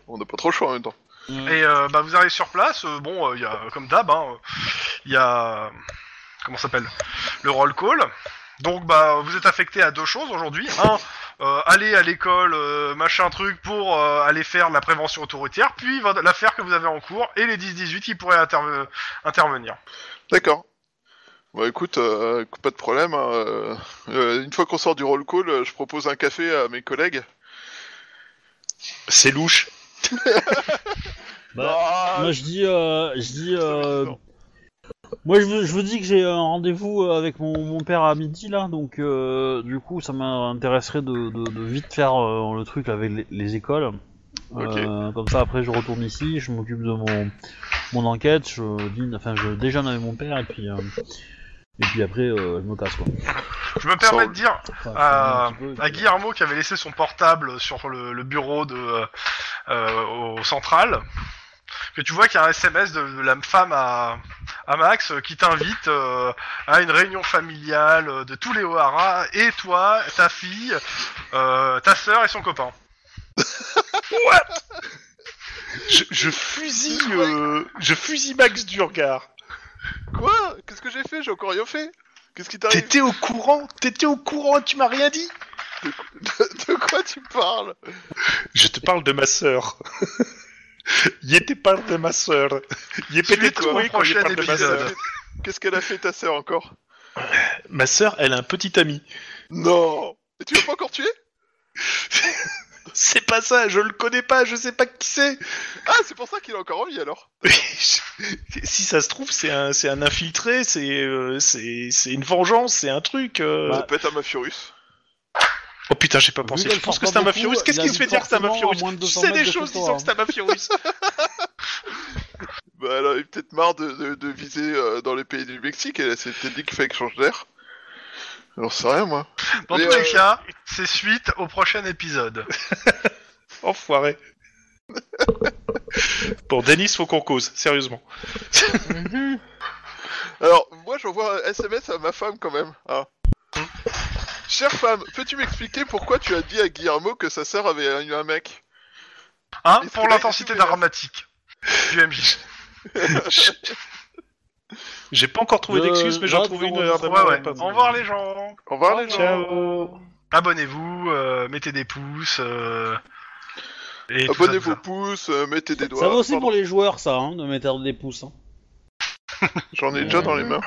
E: On n'a pas trop le choix en même temps.
B: et euh, bah, vous arrivez sur place. euh, bon, euh, il y a, comme d'hab, hein, euh, il y a. Comment ça s'appelle Le roll call. Donc, bah, vous êtes affecté à deux choses aujourd'hui. Un, euh, aller à l'école, euh, machin truc, pour euh, aller faire la prévention autoroutière. Puis, votre- l'affaire que vous avez en cours et les 10-18 qui pourraient interve- intervenir.
E: D'accord. Bah écoute, euh, écoute, pas de problème. hein, euh, euh, une fois qu'on sort du roll call, euh, je propose un café à mes collègues.
A: C'est louche.
D: Bah,
E: Ah,
D: moi je dis, euh, je dis, euh,
E: Non.
D: moi je vous, je vous dis que j'ai un rendez-vous euh, avec mon, mon père à midi là, donc euh, du coup ça m'intéresserait de, de- de vite faire euh, le truc avec les, les écoles.
E: Ok.
D: Euh, comme ça après je retourne ici, je m'occupe de mon, mon enquête, je dîne, enfin je déjeune avec mon père et puis euh, et puis après euh, je me casse quoi.
B: Je me permets
E: Saul.
B: de dire
D: Enfin,
B: à,
D: un petit peu, et
B: à
D: puis,
B: Ah, Guillermo qui avait laissé son portable sur le, le bureau de euh, euh, au central que tu vois qu'il y a un SMS de, de la femme à, à Max euh, qui t'invite euh, à une réunion familiale euh, de tous les O'Hara et toi, ta fille, euh, ta sœur et son copain.
A: Je, je fusille, euh, je fusille Max du regard.
E: Quoi Qu'est-ce que j'ai fait J'ai encore rien fait Qu'est-ce qui t'arrive
A: T'étais au courant, t'étais au courant, tu m'as rien dit.
E: de, de quoi tu parles
A: Je te parle de ma sœur. *laughs* Il était parle de ma sœur. Il est pété
B: Suite au
A: troué quand il
B: prochain
A: parle de ma
B: épisode.
A: sœur.
E: Qu'est-ce qu'elle a fait ta sœur encore
A: Ma sœur, elle a un petit ami.
E: Non Et tu l'as pas encore tué
A: C'est pas ça, je le connais pas, je sais pas qui c'est.
E: Ah, c'est pour ça qu'il est encore en vie alors
A: *laughs* si ça se trouve, c'est un, c'est un infiltré, c'est, euh, c'est, c'est une vengeance, c'est un truc. euh.
B: Ah.
E: Ça peut être un mafia russe.
A: Oh putain, j'ai pas
D: Bah, Vu
A: pensé.
D: qu'elle
A: Je pense
D: sort
A: que
D: pas
A: c'est un
D: beaucoup,
A: mafia russe. Qu'est-ce
D: il
A: qui se fait
D: habite
A: dire que c'est un
D: forcément
A: mafia
D: à
A: russe
D: moins de
A: Tu
D: 200
A: sais
D: mètres
A: des
D: de chez
A: choses
D: toi,
A: disant
D: hein.
A: que c'est un mafia
D: *laughs*
A: russe.
E: Bah, elle avait peut-être marre de, de, de viser euh, dans les pays du Mexique, elle s'est peut-être dit qu'il fallait que je change d'air. J'en sais rien moi.
B: Dans
E: Mais,
B: tous les
E: euh,
B: cas, c'est suite au prochain épisode.
A: Enfoiré. bon, Denis, faut qu'on cause,
D: *laughs*
A: sérieusement.
E: Alors, moi j'envoie un SMS à ma femme quand même. Ah. Chère femme, peux-tu m'expliquer pourquoi tu as dit à Guillermo que sa sœur avait eu un mec
B: Hein,
E: Est-ce
B: pour
E: que là,
B: l'intensité
E: il est ouvert
B: dramatique du MJ.
A: J'ai pas encore trouvé
D: Le-
A: d'excuse, mais j'en
D: là,
A: trouvé
D: on
A: une.
D: va
A: euh,
D: se
B: Ouais,
A: vraiment
B: ouais.
A: pas-
B: Au revoir les gens.
E: Au
D: Oh
E: revoir les gens.
A: Ciao.
B: Abonnez-vous, euh, mettez des pouces. euh, et tout ça,
E: Abonnez
B: tout ça.
E: vos pouces, euh, mettez des doigts.
D: Ça va aussi
E: Pardon,
D: pour les joueurs ça, hein, de mettre des pouces. hein.
E: J'en ai déjà dans les mains.